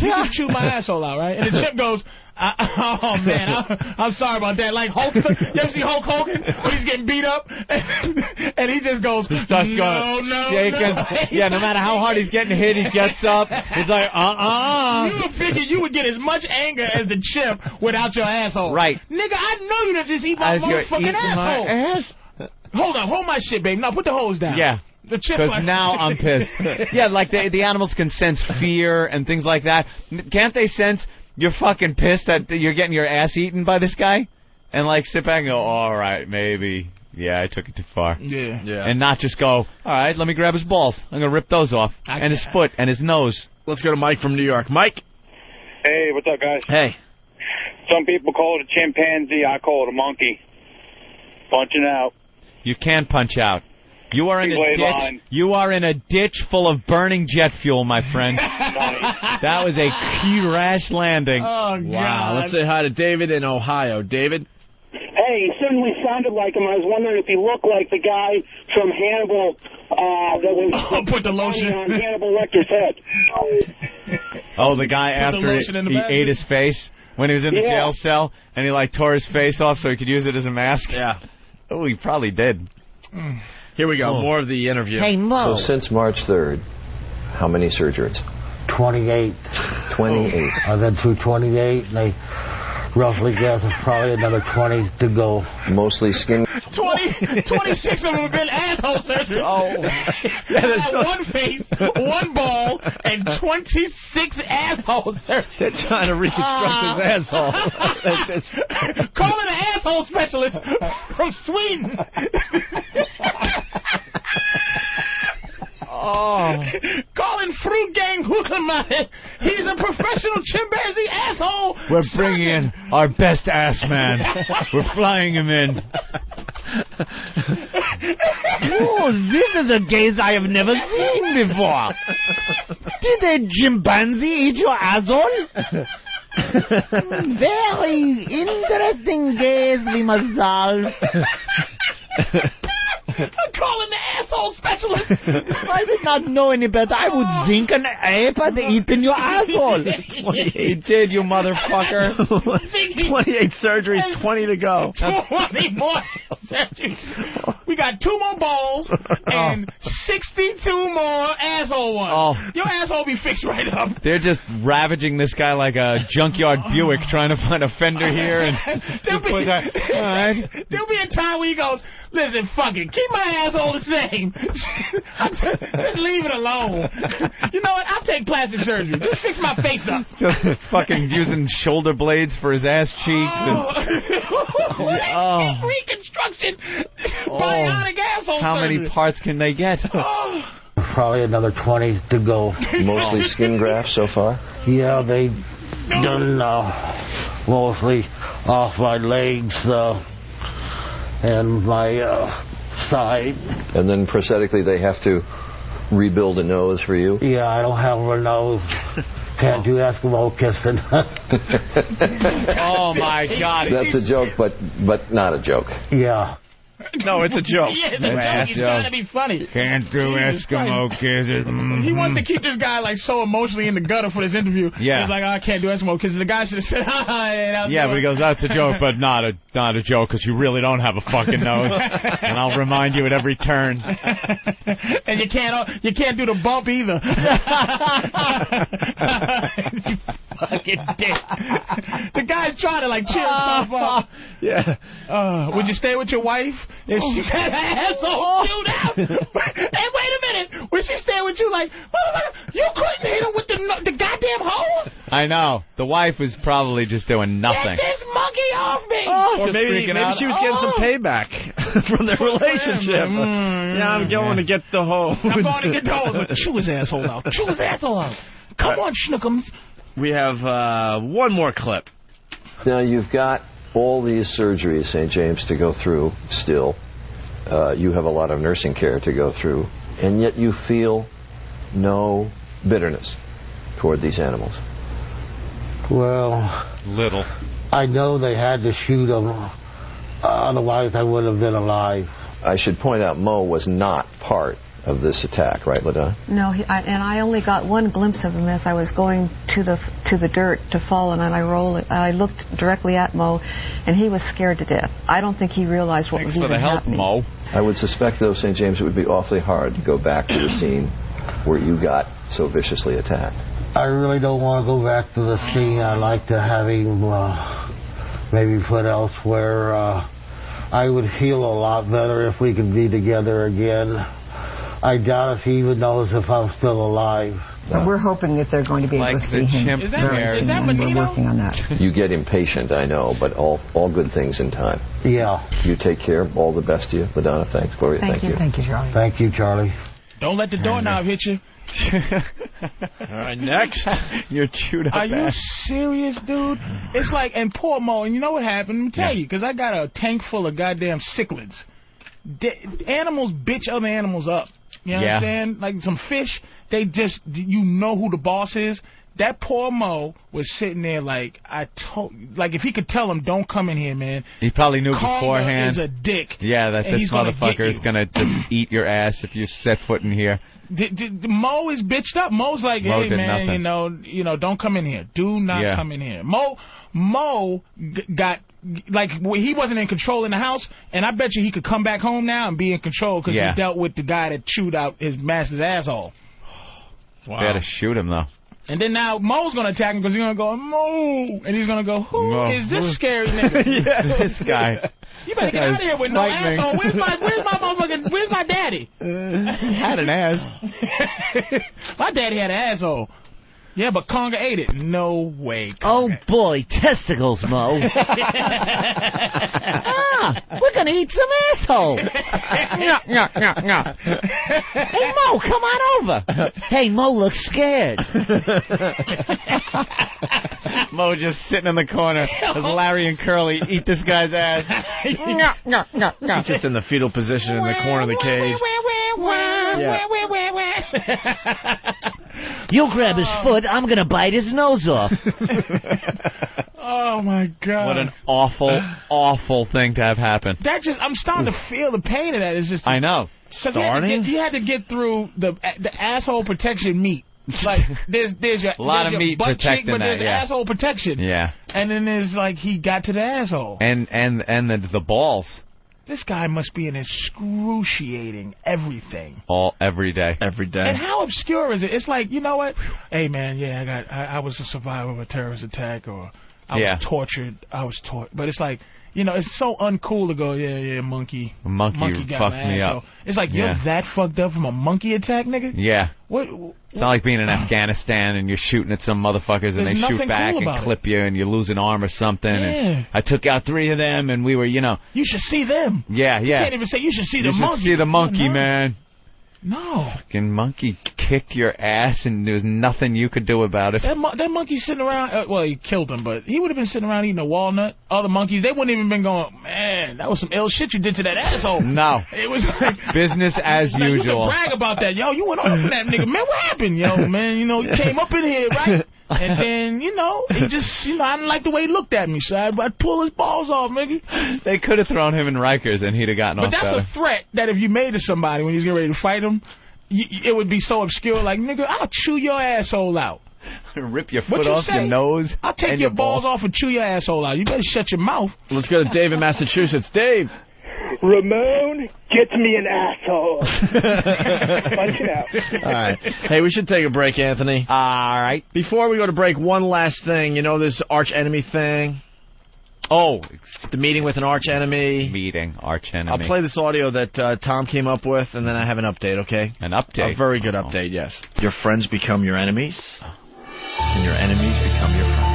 [SPEAKER 3] You just chewed my asshole out, right? And the chip goes, I, oh man, I, I'm sorry about that. Like Hulk, you ever see Hulk Hogan? When he's getting beat up, and, and he just goes,
[SPEAKER 2] starts
[SPEAKER 3] no,
[SPEAKER 2] going.
[SPEAKER 3] no,
[SPEAKER 2] yeah, he
[SPEAKER 3] no.
[SPEAKER 2] gets- yeah, no matter how hard he's getting hit, he gets up. He's like, uh uh
[SPEAKER 3] You would figure you would get as much anger as the chimp without your asshole.
[SPEAKER 2] Right.
[SPEAKER 3] Nigga, I know you didn't just eat my
[SPEAKER 2] As you're
[SPEAKER 3] motherfucking
[SPEAKER 2] eating my
[SPEAKER 3] asshole. Hold on, hold my shit, babe. Now put the hose down.
[SPEAKER 2] Yeah.
[SPEAKER 3] The chip's
[SPEAKER 2] Because
[SPEAKER 3] like,
[SPEAKER 2] now I'm pissed. Yeah, like the the animals can sense fear and things like that. N- Can't they sense you're fucking pissed that you're getting your ass eaten by this guy, and like sit back and go, all right, maybe, yeah, I took it too far.
[SPEAKER 3] Yeah.
[SPEAKER 1] Yeah.
[SPEAKER 2] And not just go, all right, let me grab his balls. I'm gonna rip those off, and his foot and his nose.
[SPEAKER 1] Let's go to Mike from New York. Mike.
[SPEAKER 28] Hey, what's up, guys?
[SPEAKER 1] Hey.
[SPEAKER 28] Some people call it a chimpanzee. I call it a monkey. Punching out.
[SPEAKER 2] You can punch out. You are in a
[SPEAKER 28] Three-way
[SPEAKER 2] ditch.
[SPEAKER 28] line.
[SPEAKER 2] You are in a ditch full of burning jet fuel, my friend. that was a crash landing.
[SPEAKER 3] Oh,
[SPEAKER 1] Wow. Let's say hi to David in Ohio. David.
[SPEAKER 6] Hey, he certainly sounded like him. I was wondering if he looked like the guy from Hannibal uh, that was
[SPEAKER 3] put the lotion
[SPEAKER 6] on Hannibal Lecter's head.
[SPEAKER 2] Oh, the guy
[SPEAKER 6] Put the
[SPEAKER 2] after
[SPEAKER 6] lotion in the
[SPEAKER 2] he, he
[SPEAKER 6] basket.
[SPEAKER 2] ate his face when he was in the
[SPEAKER 6] Yeah.
[SPEAKER 2] jail cell, and he like tore his face off so he could use it as a mask. Yeah. Oh, he probably did.
[SPEAKER 1] Here we go.
[SPEAKER 2] Oh.
[SPEAKER 1] More of the interview.
[SPEAKER 4] So since March 3rd, How many surgeries?
[SPEAKER 18] 28.
[SPEAKER 4] 28.
[SPEAKER 18] I've been through 28, and I roughly guess it's probably another 20 to go.
[SPEAKER 4] Mostly skin.
[SPEAKER 3] 20, 26 of them have been asshole surgery.
[SPEAKER 4] Oh.
[SPEAKER 3] yeah, one face, one ball, and 26 asshole surgeries.
[SPEAKER 1] They're trying to reconstruct his asshole. That's-
[SPEAKER 3] Calling Uh, an asshole specialist from Sweden.
[SPEAKER 1] Oh.
[SPEAKER 3] Calling Fruit Gang Hookamai. He's a professional chimpanzee asshole.
[SPEAKER 2] We're bringing in our best ass man. We're flying him in.
[SPEAKER 3] Oh, this is a gaze I have never seen before. Did a chimpanzee eat your asshole?
[SPEAKER 7] Very interesting gaze we must solve.
[SPEAKER 3] I'm calling the asshole specialist.
[SPEAKER 7] If I did not know any better, I would think an
[SPEAKER 1] eh,
[SPEAKER 7] ape had eaten your asshole.
[SPEAKER 1] You did, you motherfucker. 28 surgeries, 20 to go.
[SPEAKER 3] 20 more surgeries. We got two more balls
[SPEAKER 1] Oh.
[SPEAKER 3] and 62 more asshole ones.
[SPEAKER 2] Oh.
[SPEAKER 3] Your asshole be fixed right up.
[SPEAKER 2] They're just ravaging this guy like a junkyard Buick, trying to find a fender here and.
[SPEAKER 3] There'll be,
[SPEAKER 2] All right.
[SPEAKER 3] there'll be a time where he goes, listen, fuck it, keep my asshole the same. Just leave it alone. You know what? I'll take plastic surgery. Just fix my face up.
[SPEAKER 2] Just fucking using shoulder blades for his ass cheeks. And,
[SPEAKER 3] Oh. Reconstruction, bionic asshole
[SPEAKER 2] Oh. how
[SPEAKER 3] surgery.
[SPEAKER 2] many parts can they get?
[SPEAKER 18] Probably another 20 to go.
[SPEAKER 4] Mostly skin grafts so far?
[SPEAKER 18] Yeah, they done uh, mostly off my legs uh, and my uh, side.
[SPEAKER 4] And then prosthetically, they have to rebuild a nose for you.
[SPEAKER 18] Yeah, I don't have a nose. Can't do Eskimo kissing.
[SPEAKER 2] Oh my god.
[SPEAKER 4] That's a joke, but but not a joke.
[SPEAKER 18] yeah.
[SPEAKER 2] No, it's a joke.
[SPEAKER 3] Yeah, it's a joke. He's trying to be funny.
[SPEAKER 2] Can't do
[SPEAKER 3] Jesus Eskimo
[SPEAKER 2] kisses.
[SPEAKER 3] He wants to keep this guy like so emotionally in the gutter for this interview.
[SPEAKER 2] Yeah.
[SPEAKER 3] He's like, "Oh, I can't do Eskimo because the guy should have said, ha ha. yeah, that was
[SPEAKER 2] Yeah,
[SPEAKER 3] good."
[SPEAKER 2] but he goes, that's a joke, but not a not a joke because you really don't have a fucking nose, and I'll remind you at every turn.
[SPEAKER 3] and you can't you can't do the bump either. you fucking dick. The guy's trying to like cheer himself up.
[SPEAKER 1] Yeah.
[SPEAKER 3] Uh, would you stay with your wife if she had her asshole chewed out? and wait a minute, would she stay with you like, motherfucker, you couldn't hit her with the no- the goddamn hose?
[SPEAKER 2] I know the wife was probably just doing
[SPEAKER 3] Get
[SPEAKER 2] nothing. Oh,
[SPEAKER 3] this monkey off me!
[SPEAKER 1] or
[SPEAKER 2] Just
[SPEAKER 1] maybe,
[SPEAKER 2] freaking
[SPEAKER 1] maybe
[SPEAKER 2] out.
[SPEAKER 1] she was getting some
[SPEAKER 3] Oh.
[SPEAKER 1] payback from their relationship. yeah, I'm going to get the hose.
[SPEAKER 3] Mm. I'm going to get the hose, but chew his asshole out. Oh, Chew his asshole out. Come on, schnookums.
[SPEAKER 1] We have uh, one more clip.
[SPEAKER 4] Now you've got all these surgeries, St. James, to go through still. Uh, you have a lot of nursing care to go through, and yet you feel no bitterness toward these animals.
[SPEAKER 18] Well,
[SPEAKER 2] Little.
[SPEAKER 18] I know they had to shoot him, otherwise I would have been alive.
[SPEAKER 4] I should point out Mo was not part of this attack, right, Ladon?
[SPEAKER 24] No, he, I, and I only got one glimpse of him as I was going to the to the dirt to fall, and I rolled. I looked directly at Mo, and he was scared to death. I don't think he realized what was even happening.
[SPEAKER 4] Mo. I would suspect, though, St. James, it would be awfully hard to go back to the scene where you got so viciously attacked.
[SPEAKER 18] I really don't want to go back to the scene. I like to have him uh, maybe put elsewhere. Uh, I would feel a lot better if we could be together again. I doubt if he even knows if I'm still alive.
[SPEAKER 29] We're hoping that they're going to be able to see him.
[SPEAKER 18] Mm-hmm. Is that-
[SPEAKER 29] very
[SPEAKER 18] is
[SPEAKER 29] soon,
[SPEAKER 18] that
[SPEAKER 29] and We're
[SPEAKER 18] Bonito?
[SPEAKER 29] working on that.
[SPEAKER 4] You get impatient, I know, but all, all good things in time.
[SPEAKER 18] Yeah.
[SPEAKER 4] You take care. All the best to you. Madonna, thanks. Gloria, thank,
[SPEAKER 29] Thank you, Charlie.
[SPEAKER 18] Thank you, Charlie.
[SPEAKER 3] Don't let the doorknob hit you.
[SPEAKER 1] All right, next.
[SPEAKER 2] You're chewed
[SPEAKER 3] Are you serious, dude? It's like in poor Mo, and you know what happened? Let me tell you, 'cause I got a tank full of goddamn cichlids. De- animals bitch other animals up. You
[SPEAKER 2] Yeah.
[SPEAKER 3] understand? Like some fish, they just you know who the boss is. That poor Mo was sitting there like I told, like if he could tell him, don't come in here, man.
[SPEAKER 2] He probably knew
[SPEAKER 3] Karma
[SPEAKER 2] beforehand.
[SPEAKER 3] is a dick.
[SPEAKER 2] Yeah, that
[SPEAKER 3] and
[SPEAKER 2] this
[SPEAKER 3] he's gonna
[SPEAKER 2] motherfucker is gonna just eat your ass if you set foot in here.
[SPEAKER 3] D- d- d- Mo is bitched up. Mo's like,
[SPEAKER 2] Mo
[SPEAKER 3] hey
[SPEAKER 2] did
[SPEAKER 3] man,
[SPEAKER 2] nothing.
[SPEAKER 3] you know, you know, don't come in here. Do not
[SPEAKER 2] Yeah.
[SPEAKER 3] come in here. Mo, Mo g- got like w- he wasn't in control in the house, and I bet you he could come back home now and be in control because
[SPEAKER 2] Yeah.
[SPEAKER 3] he dealt with the guy that chewed out his master's asshole.
[SPEAKER 2] They had to shoot him though.
[SPEAKER 3] And then now Mo's gonna attack him because he's gonna go Mo, and he's gonna go, Who
[SPEAKER 2] Mo.
[SPEAKER 3] is this scary nigga?
[SPEAKER 2] Yeah, this guy.
[SPEAKER 3] You better get out of here with no
[SPEAKER 2] Frightening.
[SPEAKER 3] asshole. Where's my where's my motherfucking where's my daddy?
[SPEAKER 2] Uh, had an ass.
[SPEAKER 3] my daddy had an asshole. Yeah, but Conga ate it. No way.
[SPEAKER 5] Oh boy, testicles, Mo. ah, we're gonna eat some asshole. Nyah, nyah, nyah, nyah. Hey Mo, come on over. Hey Mo looks scared.
[SPEAKER 7] Mo just sitting in the corner as Larry and Curly eat this guy's ass.
[SPEAKER 5] Nyah, nyah, nyah, nyah.
[SPEAKER 1] He's just in the fetal position in the corner of the cage. Yeah.
[SPEAKER 5] You'll grab his foot. I'm gonna bite his nose off.
[SPEAKER 3] Oh my god.
[SPEAKER 2] What an awful, awful thing to have happen.
[SPEAKER 3] That just I'm starting to feel the pain of that. It's just
[SPEAKER 2] I know.
[SPEAKER 3] Because you, had to get- you had to get through the the asshole protection meat. Like there's there's your
[SPEAKER 2] A lot
[SPEAKER 3] there's
[SPEAKER 2] of
[SPEAKER 3] your
[SPEAKER 2] meat
[SPEAKER 3] butt cheek,
[SPEAKER 2] protecting
[SPEAKER 3] but
[SPEAKER 2] that,
[SPEAKER 3] there's
[SPEAKER 2] yeah.
[SPEAKER 3] asshole protection.
[SPEAKER 2] Yeah.
[SPEAKER 3] And then there's like he got to the asshole.
[SPEAKER 2] And and and the, the balls
[SPEAKER 3] This guy must be an excruciating everything.
[SPEAKER 2] all every day. Every
[SPEAKER 3] And how obscure is it? It's like you know what? Hey man, yeah, I got I, I was a survivor of a terrorist attack, or I
[SPEAKER 2] Yeah.
[SPEAKER 3] was tortured. I was tortured, but it's like. You know, it's so uncool to go, yeah, yeah, monkey.
[SPEAKER 2] Monkey
[SPEAKER 3] got
[SPEAKER 2] fucked
[SPEAKER 3] my
[SPEAKER 2] me up.
[SPEAKER 3] asshole. It's like,
[SPEAKER 2] Yeah.
[SPEAKER 3] you're that fucked up from a monkey attack, nigga?
[SPEAKER 2] Yeah.
[SPEAKER 3] What?
[SPEAKER 2] It's not like being in Afghanistan and you're shooting at some motherfuckers and they
[SPEAKER 3] There's
[SPEAKER 2] shoot
[SPEAKER 3] nothing
[SPEAKER 2] back
[SPEAKER 3] cool
[SPEAKER 2] and
[SPEAKER 3] about it.
[SPEAKER 2] clip you and you lose an arm or something.
[SPEAKER 3] Yeah.
[SPEAKER 2] And I took out three of them and we were, you know,
[SPEAKER 3] You should see them.
[SPEAKER 2] yeah,
[SPEAKER 3] You
[SPEAKER 2] yeah.
[SPEAKER 3] can't even say you should see
[SPEAKER 2] You
[SPEAKER 3] the
[SPEAKER 2] should
[SPEAKER 3] monkey.
[SPEAKER 2] see the monkey,
[SPEAKER 3] No.
[SPEAKER 2] man.
[SPEAKER 3] No.
[SPEAKER 2] Fucking monkey kicked your ass and there was nothing you could do about it.
[SPEAKER 3] That, mon- that monkey sitting around, uh, well, he killed him, but he would have been sitting around eating a walnut. Other monkeys, they wouldn't even been going, man, that was some ill shit you did to that asshole.
[SPEAKER 2] No.
[SPEAKER 3] It was like,
[SPEAKER 2] Business as
[SPEAKER 3] like, you
[SPEAKER 2] usual.
[SPEAKER 3] can brag about that, yo. You went off on that nigga, man. What happened, yo, man? You know, you came up in here, right? And then, you know, he just, you know, I didn't like the way he looked at me, so I, I pull his balls off, nigga.
[SPEAKER 2] They could have thrown him in Rikers and he'd have gotten
[SPEAKER 3] But
[SPEAKER 2] off
[SPEAKER 3] that's
[SPEAKER 2] better.
[SPEAKER 3] a threat that if you made to somebody when he's getting ready to fight him, y y- it would be so obscure. Like, nigga, I'll chew your asshole out.
[SPEAKER 2] Rip your
[SPEAKER 3] what
[SPEAKER 2] foot
[SPEAKER 3] you
[SPEAKER 2] off
[SPEAKER 3] say?
[SPEAKER 2] your nose.
[SPEAKER 3] I'll take
[SPEAKER 2] and
[SPEAKER 3] your,
[SPEAKER 2] your
[SPEAKER 3] balls off and chew your asshole out. You better shut your mouth.
[SPEAKER 1] Let's go to Dave in Massachusetts. Dave.
[SPEAKER 6] Ramon gets me an asshole. Punch it out.
[SPEAKER 1] All right. Hey, we should take a break, Anthony. All right. Before we go to break, one last thing. You know this arch enemy thing? Oh, the meeting with an arch enemy.
[SPEAKER 2] Meeting, arch enemy.
[SPEAKER 1] I'll play this audio that uh, Tom came up with, and then I have an update, Oh. okay?
[SPEAKER 2] An update?
[SPEAKER 1] A very good update, yes. Your friends become your enemies, and your enemies become your friends.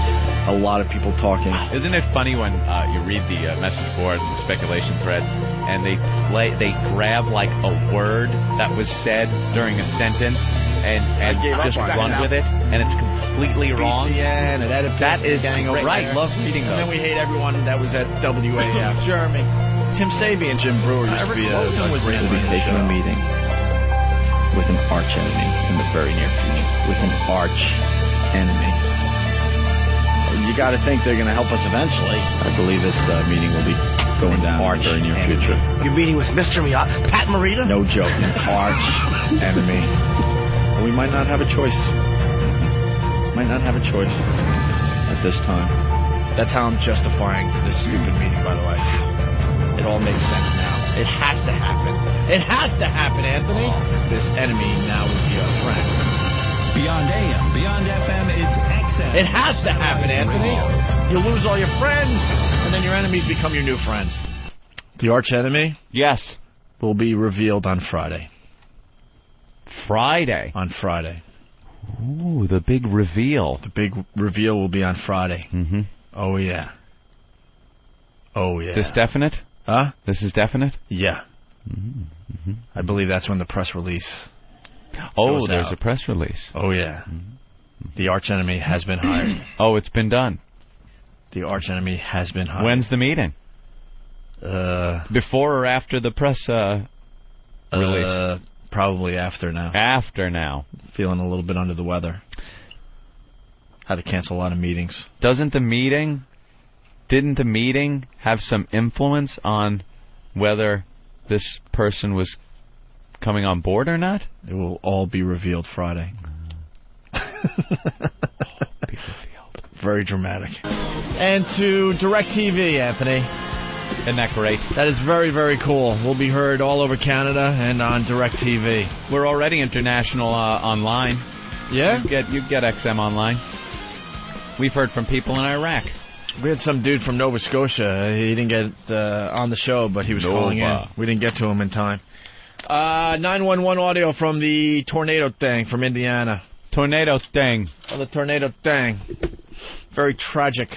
[SPEAKER 1] A lot of people talking.
[SPEAKER 2] Isn't it funny when uh, you read the uh, message board and the speculation thread, and they play, they grab like a word that was said during a sentence and and
[SPEAKER 1] gave up
[SPEAKER 2] just
[SPEAKER 1] on
[SPEAKER 2] run
[SPEAKER 1] that.
[SPEAKER 2] with it, and it's completely wrong.
[SPEAKER 1] BCN and Oedipus
[SPEAKER 2] that
[SPEAKER 1] and
[SPEAKER 2] is
[SPEAKER 1] gang over there.
[SPEAKER 2] great. right. Love reading
[SPEAKER 1] And then we
[SPEAKER 2] those.
[SPEAKER 1] hate everyone that was at WAF. Jeremy. Tim Sabian, Jim Brewer used to be a, a great
[SPEAKER 16] will be
[SPEAKER 1] one.
[SPEAKER 16] taking a meeting with an arch enemy in the very near future. With an arch enemy.
[SPEAKER 1] You got to think they're going to help us eventually.
[SPEAKER 16] I believe this uh, meeting will be going down in the very near future.
[SPEAKER 1] You're meeting with Mr. Pat Morita?
[SPEAKER 16] No joke, an arch enemy. We might not have a choice. Might not have a choice at this time.
[SPEAKER 1] That's how I'm justifying this stupid meeting, by the way. It all makes sense now. It has to happen. It has to happen, Anthony.
[SPEAKER 16] Oh,
[SPEAKER 1] This enemy now would be our friend. Beyond AM, Beyond FM is XM. It has to happen, Anthony. You lose all your friends, and then your enemies become your new friends. The arch enemy?
[SPEAKER 2] Yes.
[SPEAKER 1] Will be revealed on Friday.
[SPEAKER 2] Friday?
[SPEAKER 1] On Friday.
[SPEAKER 2] Ooh, the big reveal.
[SPEAKER 1] The big reveal will be on Friday.
[SPEAKER 2] Mm-hmm.
[SPEAKER 1] Oh, yeah. Oh, yeah.
[SPEAKER 2] This definite?
[SPEAKER 1] Huh?
[SPEAKER 2] This is definite?
[SPEAKER 1] Yeah.
[SPEAKER 2] Mm-hmm.
[SPEAKER 1] I believe that's when the press release.
[SPEAKER 2] Oh,
[SPEAKER 1] goes
[SPEAKER 2] there's
[SPEAKER 1] out.
[SPEAKER 2] a press release. Mm-hmm.
[SPEAKER 1] Oh yeah. The arch enemy has been hired.
[SPEAKER 2] oh, it's been done.
[SPEAKER 1] The arch enemy has been hired.
[SPEAKER 2] When's the meeting?
[SPEAKER 1] Uh,
[SPEAKER 2] Before or after the press uh, release?
[SPEAKER 1] Uh, probably after now.
[SPEAKER 2] After now.
[SPEAKER 1] Feeling a little bit under the weather. Had to cancel a lot of meetings.
[SPEAKER 2] Doesn't the meeting, didn't the meeting have some influence on whether this person was coming on board or not?
[SPEAKER 1] It will all be revealed Friday. Very dramatic. And to DirecTV, Anthony.
[SPEAKER 2] Isn't that great?
[SPEAKER 1] That is very, very cool. We'll be heard all over Canada and on DirecTV.
[SPEAKER 2] We're already international uh, online. Yeah, you get you get XM online. We've heard from people in Iraq.
[SPEAKER 1] We had some dude from Nova Scotia. He didn't get uh, on the show, but he was calling in.
[SPEAKER 2] Nova.
[SPEAKER 1] We didn't get to him in time. Uh, 911 audio from the tornado thing from Indiana.
[SPEAKER 2] Tornado thing.
[SPEAKER 1] Oh, the tornado thing. Very tragic.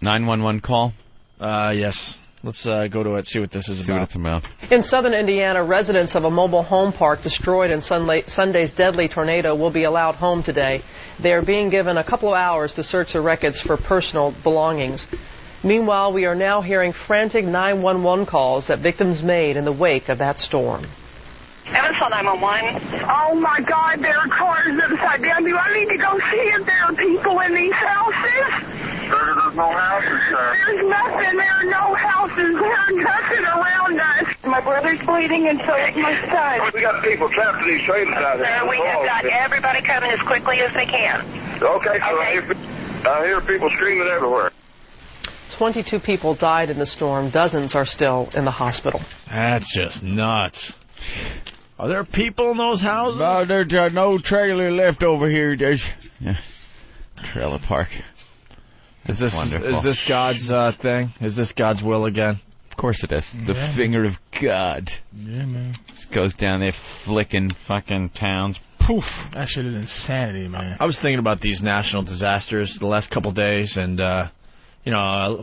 [SPEAKER 2] 911 call.
[SPEAKER 1] Uh, yes. Let's uh, go to it. See what this is about.
[SPEAKER 2] It's a mouth.
[SPEAKER 10] In southern Indiana, residents of a mobile home park destroyed in Sunla- Sunday's deadly tornado will be allowed home today. They are being given a couple of hours to search the wreckage for personal belongings. Meanwhile, we are now hearing frantic 911 calls that victims made in the wake of that storm.
[SPEAKER 30] Evansville 911. Oh my God, there are cars upside down. Do I need to go see if there are people in these houses? There's no houses, sir. There's nothing. There are no houses. There are nothing around us. My brother's bleeding and so is my son.
[SPEAKER 12] We got people trapped in these trailers out there.
[SPEAKER 30] Sir, we have
[SPEAKER 12] Oh,
[SPEAKER 30] got everybody coming as quickly as they can.
[SPEAKER 12] Okay, so I hear, I hear people screaming everywhere.
[SPEAKER 10] 22 people died in the storm. Dozens are still in the hospital.
[SPEAKER 1] That's just nuts. Are there people in those houses?
[SPEAKER 23] No, there's uh, no trailer left over here. There's
[SPEAKER 2] Yeah. Trailer park.
[SPEAKER 1] Is this
[SPEAKER 2] Wonderful.
[SPEAKER 1] is this God's uh, thing? Is this God's will again?
[SPEAKER 2] Of course it is. The
[SPEAKER 1] Yeah.
[SPEAKER 2] finger of God.
[SPEAKER 3] Yeah, man.
[SPEAKER 2] Just goes down there flicking fucking towns.
[SPEAKER 3] Poof. That shit is insanity, man.
[SPEAKER 1] I was thinking about these national disasters the last couple days, and uh, you know, uh,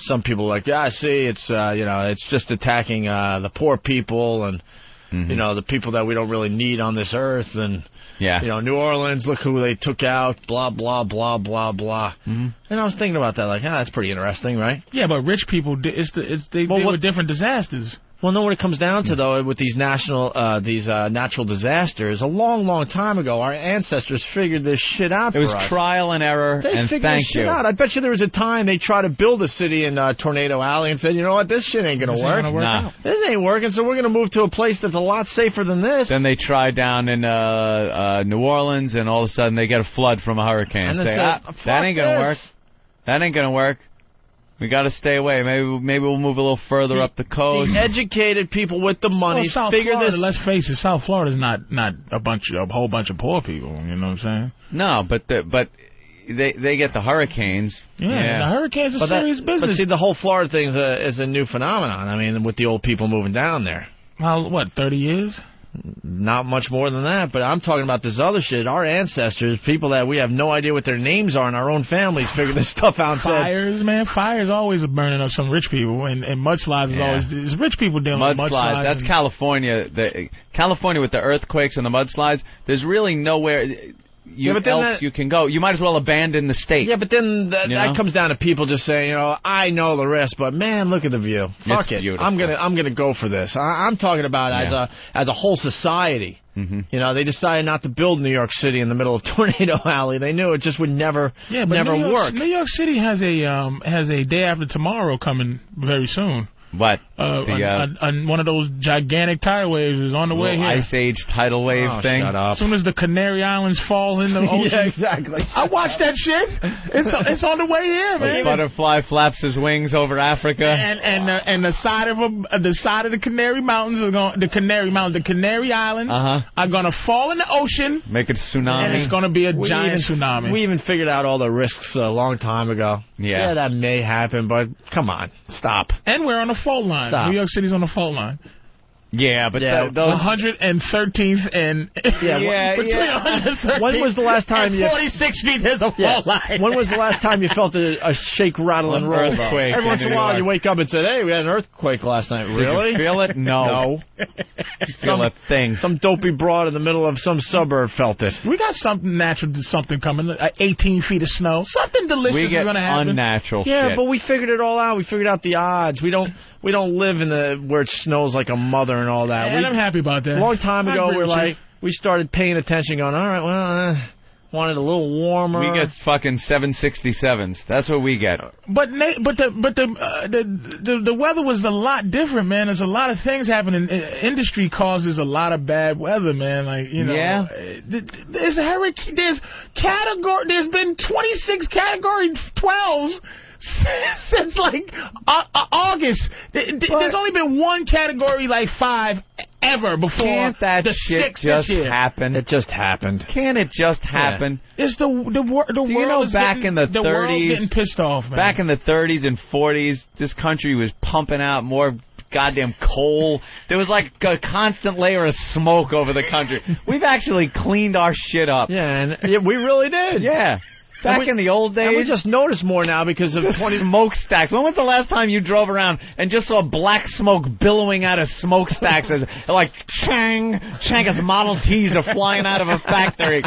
[SPEAKER 1] some people are like, yeah, I see, it's uh, you know, it's just attacking uh, the poor people and you know the people that we don't really need on this earth, and
[SPEAKER 2] Yeah.
[SPEAKER 1] you know, New Orleans, look who they took out, blah blah blah blah blah.
[SPEAKER 2] Mhm.
[SPEAKER 1] And I was thinking about that, like, ah, that's pretty interesting, right?
[SPEAKER 3] Yeah, but rich people, di- it's the, it's they, they were different disasters.
[SPEAKER 1] Well, no, what it comes down to though, with these national, uh, these uh, natural disasters, a long, long time ago, our ancestors figured this shit out.
[SPEAKER 2] It was
[SPEAKER 1] for us.
[SPEAKER 2] trial and error,
[SPEAKER 1] They
[SPEAKER 2] and
[SPEAKER 1] figured
[SPEAKER 2] thank
[SPEAKER 1] this shit
[SPEAKER 2] you.
[SPEAKER 1] out. I bet you there was a time they tried to build a city in uh, Tornado Alley and said, you know what, this shit ain't gonna
[SPEAKER 2] This ain't
[SPEAKER 1] work.
[SPEAKER 2] gonna work Nah. out.
[SPEAKER 1] This ain't working, so we're gonna move to a place that's a lot safer than this.
[SPEAKER 2] Then they try down in uh, uh, New Orleans, and all of a sudden they get a flood from a hurricane.
[SPEAKER 1] And they
[SPEAKER 2] Say,
[SPEAKER 1] say,
[SPEAKER 2] "Ah, that
[SPEAKER 1] "Fuck
[SPEAKER 2] ain't gonna
[SPEAKER 1] this."
[SPEAKER 2] work. That ain't gonna work. We got to stay away. Maybe maybe we'll move a little further up the coast.
[SPEAKER 1] The educated people with the money
[SPEAKER 3] Well, South
[SPEAKER 1] figure
[SPEAKER 3] Florida,
[SPEAKER 1] this.
[SPEAKER 3] Let's face it, South Florida's not not a bunch a whole bunch of poor people. You know what I'm saying?
[SPEAKER 2] No, but the, but they they get the hurricanes.
[SPEAKER 3] Yeah, the hurricanes are
[SPEAKER 1] But that-
[SPEAKER 3] serious business.
[SPEAKER 1] But see, the whole Florida thing is a, is a new phenomenon. I mean, with the old people moving down there.
[SPEAKER 3] How what? Thirty years?
[SPEAKER 1] Not much more than that. But I'm talking about this other shit. Our ancestors, people that we have no idea what their names are in our own families, figured this stuff out. and said,
[SPEAKER 3] Fires, man. Fires always are burning up some rich people, and, and mudslides is
[SPEAKER 2] Yeah.
[SPEAKER 3] always it's rich people dealing with mudslides.
[SPEAKER 2] mudslides. That's
[SPEAKER 3] and-
[SPEAKER 2] California. The, California with the earthquakes and the mudslides. There's really nowhere you
[SPEAKER 1] Yeah, but then
[SPEAKER 2] else
[SPEAKER 1] that-
[SPEAKER 2] you can go. You might as well abandon the state.
[SPEAKER 1] Yeah, but then that,
[SPEAKER 2] You know?
[SPEAKER 1] that comes down to people just saying, you know, I know the risk, but man, look at the view. Fuck
[SPEAKER 2] It's
[SPEAKER 1] it.
[SPEAKER 2] beautiful.
[SPEAKER 1] I'm gonna I'm gonna go for this. I, I'm talking about as
[SPEAKER 2] Yeah.
[SPEAKER 1] a as a whole society. You know, they decided not to build New York City in the middle of Tornado Alley. They knew it just would never
[SPEAKER 3] yeah, but
[SPEAKER 1] never
[SPEAKER 3] New York,
[SPEAKER 1] work.
[SPEAKER 3] New York City has a um has a day after tomorrow coming very soon.
[SPEAKER 2] What?
[SPEAKER 3] Uh,
[SPEAKER 2] The,
[SPEAKER 3] an-
[SPEAKER 2] uh,
[SPEAKER 3] an- an- one of those gigantic tidal waves is on the way
[SPEAKER 2] little
[SPEAKER 3] here.
[SPEAKER 2] ice age tidal wave
[SPEAKER 3] Oh,
[SPEAKER 2] thing.
[SPEAKER 3] shut As soon as the Canary Islands fall in the
[SPEAKER 2] Yeah,
[SPEAKER 3] ocean.
[SPEAKER 1] exactly.
[SPEAKER 3] I watched that shit. It's it's on the way here,
[SPEAKER 2] The
[SPEAKER 3] man.
[SPEAKER 2] butterfly flaps his wings over Africa.
[SPEAKER 3] and and the, and the side of a, uh, the side of the Canary Mountains is going the Canary Mountains, the Canary Islands
[SPEAKER 2] Uh-huh.
[SPEAKER 3] are gonna fall in the ocean.
[SPEAKER 2] Make it a tsunami.
[SPEAKER 3] And it's gonna be a giant tsunami.
[SPEAKER 1] We even figured out all the risks a long time ago.
[SPEAKER 2] Yeah.
[SPEAKER 1] yeah, that may happen, but come on, stop.
[SPEAKER 3] And we're on the fault line.
[SPEAKER 1] Stop.
[SPEAKER 3] New York City's on the fault line.
[SPEAKER 2] Yeah, but
[SPEAKER 1] Yeah.
[SPEAKER 2] tho- those
[SPEAKER 3] 113th and
[SPEAKER 1] Yeah,
[SPEAKER 2] Yeah,
[SPEAKER 3] between
[SPEAKER 2] yeah.
[SPEAKER 3] 113th
[SPEAKER 1] When was the last time
[SPEAKER 3] and
[SPEAKER 1] you-
[SPEAKER 3] 46 feet there's a fault
[SPEAKER 1] Yeah.
[SPEAKER 3] line?
[SPEAKER 1] when was the last time you felt a, a shake, rattle, and
[SPEAKER 2] An
[SPEAKER 1] roll? though?
[SPEAKER 2] earthquake
[SPEAKER 1] Every
[SPEAKER 2] in
[SPEAKER 1] once in
[SPEAKER 2] New
[SPEAKER 1] a while,
[SPEAKER 2] York.
[SPEAKER 1] you wake up and say, "Hey, we had an earthquake last night."
[SPEAKER 2] you
[SPEAKER 1] Really?
[SPEAKER 2] feel it? No.
[SPEAKER 1] no.
[SPEAKER 2] feel a thing.
[SPEAKER 1] Some dopey broad in the middle of some suburb felt it.
[SPEAKER 3] We got something natural, to something coming. uh, 18 feet of snow. Something delicious
[SPEAKER 2] we get
[SPEAKER 3] is gonna happen.
[SPEAKER 2] unnatural
[SPEAKER 1] Yeah,
[SPEAKER 2] shit.
[SPEAKER 1] but we figured it all out. We figured out the odds. We don't we don't live in the where it snows like a mother and all that.
[SPEAKER 3] And
[SPEAKER 1] we,
[SPEAKER 3] I'm happy about that.
[SPEAKER 1] A long time
[SPEAKER 3] I
[SPEAKER 1] ago,
[SPEAKER 3] agree
[SPEAKER 1] we were
[SPEAKER 3] with you.
[SPEAKER 1] like we started paying attention, going, "All right, well, eh, wanted a little warmer."
[SPEAKER 2] We get fucking 767s. That's what we get.
[SPEAKER 3] But na- but the but the, uh, the the the weather was a lot different, man. There's a lot of things happening. I- Industry causes a lot of bad weather, man. Like you know,
[SPEAKER 2] Yeah.
[SPEAKER 3] uh, th- th- there's hurricane. There's category. There's been 26 category 12s. Since, since like uh, uh, August, Th- th- there's only been one category like five ever before
[SPEAKER 2] Can't that
[SPEAKER 3] the
[SPEAKER 2] shit
[SPEAKER 3] sixth
[SPEAKER 2] just
[SPEAKER 3] this year.
[SPEAKER 2] happen? It
[SPEAKER 1] just happened.
[SPEAKER 2] Can it just happen?
[SPEAKER 3] It's the the, wor- the
[SPEAKER 2] Do
[SPEAKER 3] world
[SPEAKER 2] you know
[SPEAKER 3] is
[SPEAKER 2] back
[SPEAKER 3] getting,
[SPEAKER 2] in the,
[SPEAKER 3] the world's
[SPEAKER 2] 30s,
[SPEAKER 3] getting pissed off, man.
[SPEAKER 2] back in the 30s and 40s, this country was pumping out more goddamn coal. there was like a constant layer of smoke over the country. We've actually cleaned our shit up.
[SPEAKER 1] Yeah, and yeah, we really did.
[SPEAKER 2] Yeah. Back in the old days,
[SPEAKER 1] And we just notice more now because of
[SPEAKER 2] the
[SPEAKER 1] 20
[SPEAKER 2] smokestacks. When was the last time you drove around and just saw black smoke billowing out of smokestacks as like chang, chang as Model Ts are flying out of a factory?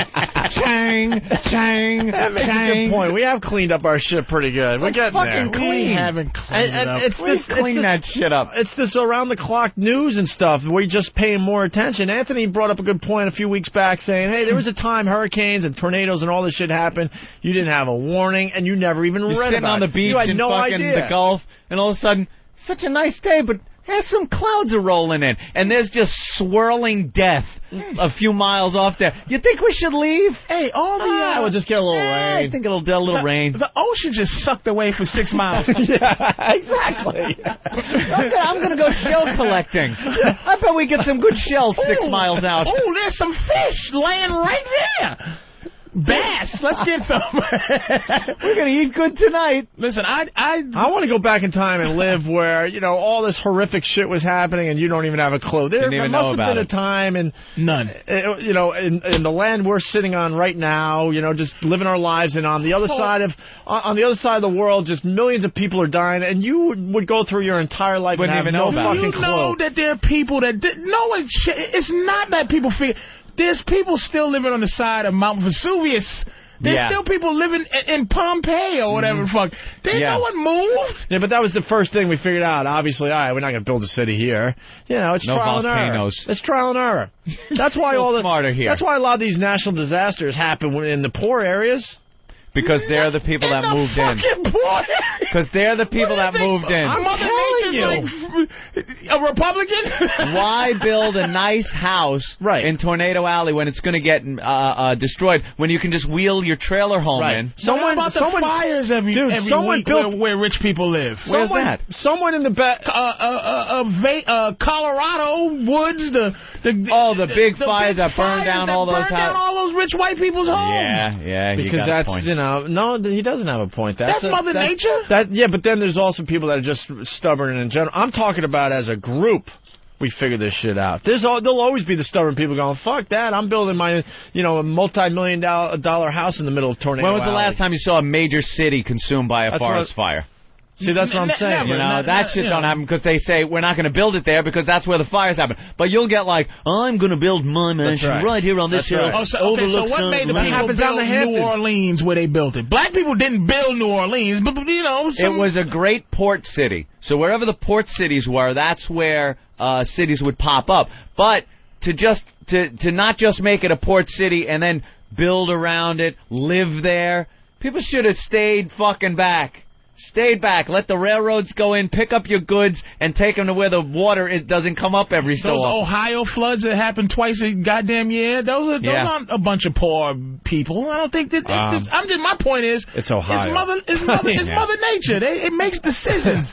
[SPEAKER 2] chang, chang,
[SPEAKER 1] That makes a
[SPEAKER 2] chang.
[SPEAKER 1] good point. We have cleaned up our shit pretty good. We're
[SPEAKER 2] It's
[SPEAKER 1] getting there.
[SPEAKER 2] fucking clean.
[SPEAKER 1] We
[SPEAKER 2] haven't cleaned
[SPEAKER 1] and, and
[SPEAKER 2] it up.
[SPEAKER 1] It's
[SPEAKER 2] We
[SPEAKER 1] this,
[SPEAKER 2] clean
[SPEAKER 1] it's
[SPEAKER 2] that
[SPEAKER 1] this,
[SPEAKER 2] shit up.
[SPEAKER 1] It's this around the clock news and stuff. We're just paying more attention. Anthony brought up a good point a few weeks back, saying, "Hey, there was a time hurricanes and tornadoes and all this shit happened. You didn't have a warning, and you never even
[SPEAKER 2] You're
[SPEAKER 1] read
[SPEAKER 2] sitting
[SPEAKER 1] about
[SPEAKER 2] on the
[SPEAKER 1] it.
[SPEAKER 2] beach
[SPEAKER 1] You had
[SPEAKER 2] in
[SPEAKER 1] no
[SPEAKER 2] fucking
[SPEAKER 1] idea.
[SPEAKER 2] the Gulf, and all of a sudden, such a nice day, but has some clouds are rolling in, and there's just swirling death a few miles off there. You think we should leave?
[SPEAKER 1] Hey, all the
[SPEAKER 2] ah,
[SPEAKER 1] we'll just get a little
[SPEAKER 2] eh, I
[SPEAKER 1] rain.
[SPEAKER 2] think it'll get a little rain.
[SPEAKER 3] The ocean just sucked away for six miles.
[SPEAKER 2] yeah, exactly. okay, I'm gonna go shell collecting. I bet we get some good shells six miles out.
[SPEAKER 7] Oh, there's some fish laying right there.
[SPEAKER 3] Bass, let's get some.
[SPEAKER 2] We're gonna eat good tonight.
[SPEAKER 3] Listen, I I
[SPEAKER 1] I want to go back in time and live where you know all this horrific shit was happening, and you don't even have a clue. There,
[SPEAKER 2] Didn't
[SPEAKER 1] there
[SPEAKER 2] even
[SPEAKER 1] must
[SPEAKER 2] know
[SPEAKER 1] have
[SPEAKER 2] about
[SPEAKER 1] been
[SPEAKER 2] it.
[SPEAKER 1] a time, and
[SPEAKER 3] none.
[SPEAKER 1] you know, in, in the land we're sitting on right now, you know, just living our lives, and on the
[SPEAKER 2] Oh.
[SPEAKER 1] other side of on on the other side of the world, just millions of people are dying, and you would, would go through your entire life
[SPEAKER 2] Wouldn't
[SPEAKER 1] and have
[SPEAKER 2] even
[SPEAKER 1] no
[SPEAKER 2] know about it.
[SPEAKER 1] fucking
[SPEAKER 3] you know
[SPEAKER 1] clue.
[SPEAKER 3] that there are people that did, no, it's sh- it's not that people feel. There's people still living on the side of Mount Vesuvius. There's
[SPEAKER 1] Yeah. Mm-hmm.
[SPEAKER 3] still people living i- in Pompeii or whatever the fuck. They
[SPEAKER 1] Yeah.
[SPEAKER 3] no one moved.
[SPEAKER 1] Yeah, but that was the first thing we figured out. Obviously, all right, we're not going to build a city here. You know, it's
[SPEAKER 2] No
[SPEAKER 1] trial
[SPEAKER 2] volcanoes.
[SPEAKER 1] and error. It's trial and error. That's why all the
[SPEAKER 2] smarter here.
[SPEAKER 1] That's why a lot of these national disasters happen when- in the poor areas.
[SPEAKER 2] Because they're the people that moved in. Because they're the people that moved in.
[SPEAKER 3] Mother Nature's like a Republican.
[SPEAKER 2] Why build a nice house in Tornado Alley when it's going to get uh, uh, destroyed? When you can just wheel your trailer home in?
[SPEAKER 1] Someone,
[SPEAKER 3] what about the
[SPEAKER 1] someone,
[SPEAKER 3] fires every,
[SPEAKER 1] dude,
[SPEAKER 3] every
[SPEAKER 1] someone
[SPEAKER 3] week
[SPEAKER 1] built-
[SPEAKER 3] where, where rich people live?
[SPEAKER 2] Where's
[SPEAKER 1] someone,
[SPEAKER 2] that?
[SPEAKER 1] Someone in the back.
[SPEAKER 3] uh, uh, uh, uh, va- uh, Colorado woods, the the
[SPEAKER 2] Oh, the big fires
[SPEAKER 3] big
[SPEAKER 2] that burn
[SPEAKER 3] fires
[SPEAKER 2] down
[SPEAKER 3] that
[SPEAKER 2] all those
[SPEAKER 3] burn down
[SPEAKER 2] houses.
[SPEAKER 3] all those rich white people's homes.
[SPEAKER 2] Yeah, yeah, you
[SPEAKER 1] because
[SPEAKER 2] got a
[SPEAKER 1] that's
[SPEAKER 2] point.
[SPEAKER 1] you know no th- he doesn't have a point that's,
[SPEAKER 3] That's
[SPEAKER 1] a-
[SPEAKER 3] Mother
[SPEAKER 1] that-
[SPEAKER 3] Nature?
[SPEAKER 1] that yeah but then there's also people that are just stubborn in general i'm talking about as a group we figure this shit out there's all there'll always be the stubborn people going fuck that i'm building my you know a multi-million dollar, dollar house in the middle of tornado
[SPEAKER 2] When was the
[SPEAKER 1] Alley."
[SPEAKER 2] last time you saw a major city consumed by a
[SPEAKER 1] That's
[SPEAKER 2] forest
[SPEAKER 1] what-
[SPEAKER 2] fire?
[SPEAKER 1] see that's what i'm
[SPEAKER 3] Ne-
[SPEAKER 1] saying
[SPEAKER 3] never,
[SPEAKER 2] You know,
[SPEAKER 3] not-
[SPEAKER 2] that
[SPEAKER 3] not-
[SPEAKER 2] shit
[SPEAKER 3] you
[SPEAKER 2] don't
[SPEAKER 3] know.
[SPEAKER 2] happen because they say we're not going to build it there because that's where the fires happen. But you'll get like, I'm going to build my mansion
[SPEAKER 1] right.
[SPEAKER 2] right. here on
[SPEAKER 1] That's
[SPEAKER 2] this hill.
[SPEAKER 1] right.
[SPEAKER 3] Oh, so, okay, so
[SPEAKER 2] overlooks
[SPEAKER 3] what
[SPEAKER 2] the
[SPEAKER 3] made the
[SPEAKER 2] lake."
[SPEAKER 3] people
[SPEAKER 1] happens down
[SPEAKER 3] build
[SPEAKER 1] the
[SPEAKER 3] New
[SPEAKER 1] Hamptons.
[SPEAKER 3] Orleans where they built it? Black people didn't build New Orleans, but, but, you know, some,
[SPEAKER 2] It was a great port city. So wherever the port cities were, that's where uh, cities would pop up. But to just to to not just make it a port city and then build around it, live there, people should have stayed fucking back. Stayed back. Let the railroads go in, pick up your goods, and take them to where the water is, doesn't come up every so uh,
[SPEAKER 3] those
[SPEAKER 2] often.
[SPEAKER 3] Ohio floods that happen twice a goddamn year. Those are those
[SPEAKER 2] Yeah.
[SPEAKER 3] aren't a bunch of poor people. I don't think that. that-
[SPEAKER 2] Um,
[SPEAKER 3] that's- I'm just my point is
[SPEAKER 1] It's Ohio.
[SPEAKER 3] It's mother. It's mother. It's
[SPEAKER 2] Yeah.
[SPEAKER 3] mother nature. They, it makes decisions.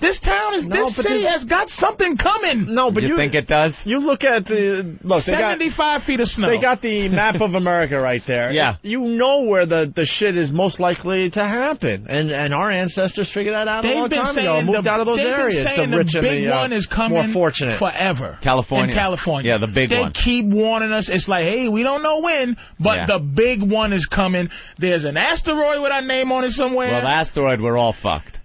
[SPEAKER 3] this town is. this
[SPEAKER 1] but
[SPEAKER 3] city
[SPEAKER 1] the-
[SPEAKER 3] has got something coming.
[SPEAKER 1] no but
[SPEAKER 2] you,
[SPEAKER 1] you,
[SPEAKER 2] think it does?
[SPEAKER 1] you look at the look they got,
[SPEAKER 3] 75 feet of snow.
[SPEAKER 1] they got the map of America right there.
[SPEAKER 2] Yeah.
[SPEAKER 1] You know where the, the shit is most likely to happen. And and our ancestors figured that out a long
[SPEAKER 3] They've been
[SPEAKER 1] time ago.
[SPEAKER 3] saying
[SPEAKER 1] and Moved
[SPEAKER 3] the,
[SPEAKER 1] out of those
[SPEAKER 3] they've
[SPEAKER 1] areas.
[SPEAKER 3] Been saying
[SPEAKER 1] the rich
[SPEAKER 3] the big
[SPEAKER 1] and the, uh,
[SPEAKER 3] one is coming
[SPEAKER 1] more fortunate.
[SPEAKER 3] forever.
[SPEAKER 2] California.
[SPEAKER 3] In California.
[SPEAKER 2] Yeah, the big
[SPEAKER 3] they
[SPEAKER 2] one.
[SPEAKER 3] They keep warning us. It's like, hey, we don't know when, but
[SPEAKER 2] Yeah.
[SPEAKER 3] the big one is coming. There's an asteroid with our name on it somewhere.
[SPEAKER 2] Well, the asteroid, we're all fucked.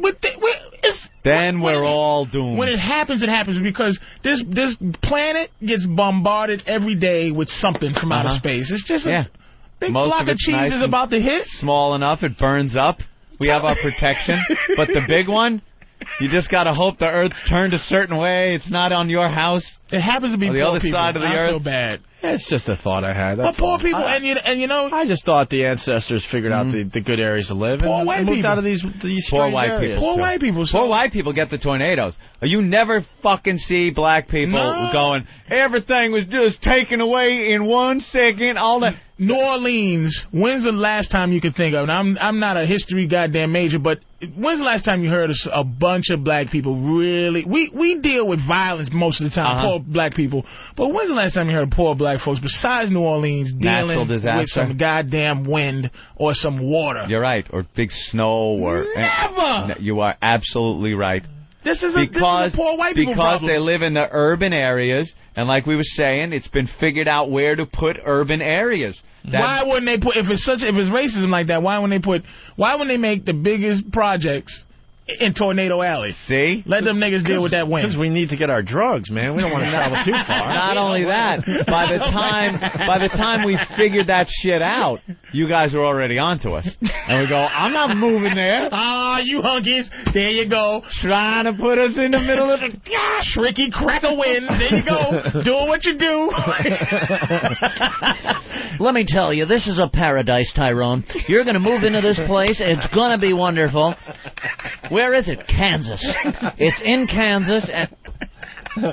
[SPEAKER 3] But th- we- it's-
[SPEAKER 2] Then
[SPEAKER 3] when-
[SPEAKER 2] we're
[SPEAKER 3] when it-
[SPEAKER 2] all doomed.
[SPEAKER 3] When it happens, it happens because this this planet gets bombarded every day with something from outer
[SPEAKER 2] Uh-huh.
[SPEAKER 3] space. It's just a
[SPEAKER 2] Yeah.
[SPEAKER 3] big
[SPEAKER 2] Most
[SPEAKER 3] block
[SPEAKER 2] of
[SPEAKER 3] of,
[SPEAKER 2] it's
[SPEAKER 3] cheese
[SPEAKER 2] nice
[SPEAKER 3] is
[SPEAKER 2] and-
[SPEAKER 3] about to hit.
[SPEAKER 2] small enough, it burns up. We have our protection. but the big one, you just gotta hope the Earth's turned a certain way. It's not on your house.
[SPEAKER 3] It happens to be
[SPEAKER 2] On the
[SPEAKER 3] poor
[SPEAKER 2] other
[SPEAKER 3] people.
[SPEAKER 2] side of the
[SPEAKER 3] I
[SPEAKER 2] earth.
[SPEAKER 3] feel bad.
[SPEAKER 1] It's just a thought I had. That's
[SPEAKER 3] poor
[SPEAKER 1] all.
[SPEAKER 3] people,
[SPEAKER 1] I,
[SPEAKER 3] and you and you know, Mm-hmm.
[SPEAKER 1] I just thought the ancestors figured out the, the good areas to live in.
[SPEAKER 3] Poor
[SPEAKER 1] and
[SPEAKER 3] white
[SPEAKER 1] moved
[SPEAKER 3] people.
[SPEAKER 1] out of these these
[SPEAKER 2] Poor
[SPEAKER 1] strange
[SPEAKER 2] white
[SPEAKER 1] areas.
[SPEAKER 2] people. Poor
[SPEAKER 1] white
[SPEAKER 3] people.
[SPEAKER 2] Poor white people get the tornadoes. You never fucking see black people going. Everything was just taken away in one second. All that.
[SPEAKER 3] New Orleans. When's the last time you could think of? And I'm I'm not a history goddamn major, but when's the last time you heard a s- a, bunch of black people really? We we deal with violence most of the time,
[SPEAKER 2] Uh-huh.
[SPEAKER 3] poor black people. But when's the last time you heard poor black folks besides New Orleans
[SPEAKER 2] Natural
[SPEAKER 3] dealing
[SPEAKER 2] disaster.
[SPEAKER 3] with some goddamn wind or some water?
[SPEAKER 2] You're right, or big snow, or eh,
[SPEAKER 3] Never!
[SPEAKER 2] You are absolutely right.
[SPEAKER 3] This is a,
[SPEAKER 2] because
[SPEAKER 3] this is a poor white people
[SPEAKER 2] because
[SPEAKER 3] problem.
[SPEAKER 2] they live in the urban areas, and like we were saying, it's been figured out where to put urban areas. That-
[SPEAKER 3] why wouldn't they put if it's such if it's racism like that? Why wouldn't they put? Why wouldn't they make the biggest projects in Tornado Alley?
[SPEAKER 2] See,
[SPEAKER 3] let them niggas deal with that wind.
[SPEAKER 1] Because we need to get our drugs, man. We don't want to travel too far.
[SPEAKER 2] Not only that, by
[SPEAKER 3] Oh
[SPEAKER 2] the time by the time we figured that shit out, you guys are already onto us, and we go, I'm not moving there.
[SPEAKER 3] Ah, you hunkies! There you go,
[SPEAKER 2] trying to put us in the middle of the
[SPEAKER 3] tricky crack of wind. There you go, doing what you do.
[SPEAKER 2] Oh
[SPEAKER 7] Let me tell you, this is a paradise, Tyrone. You're going to move into this place. It's going to be wonderful. Where is it? Kansas. It's in Kansas. And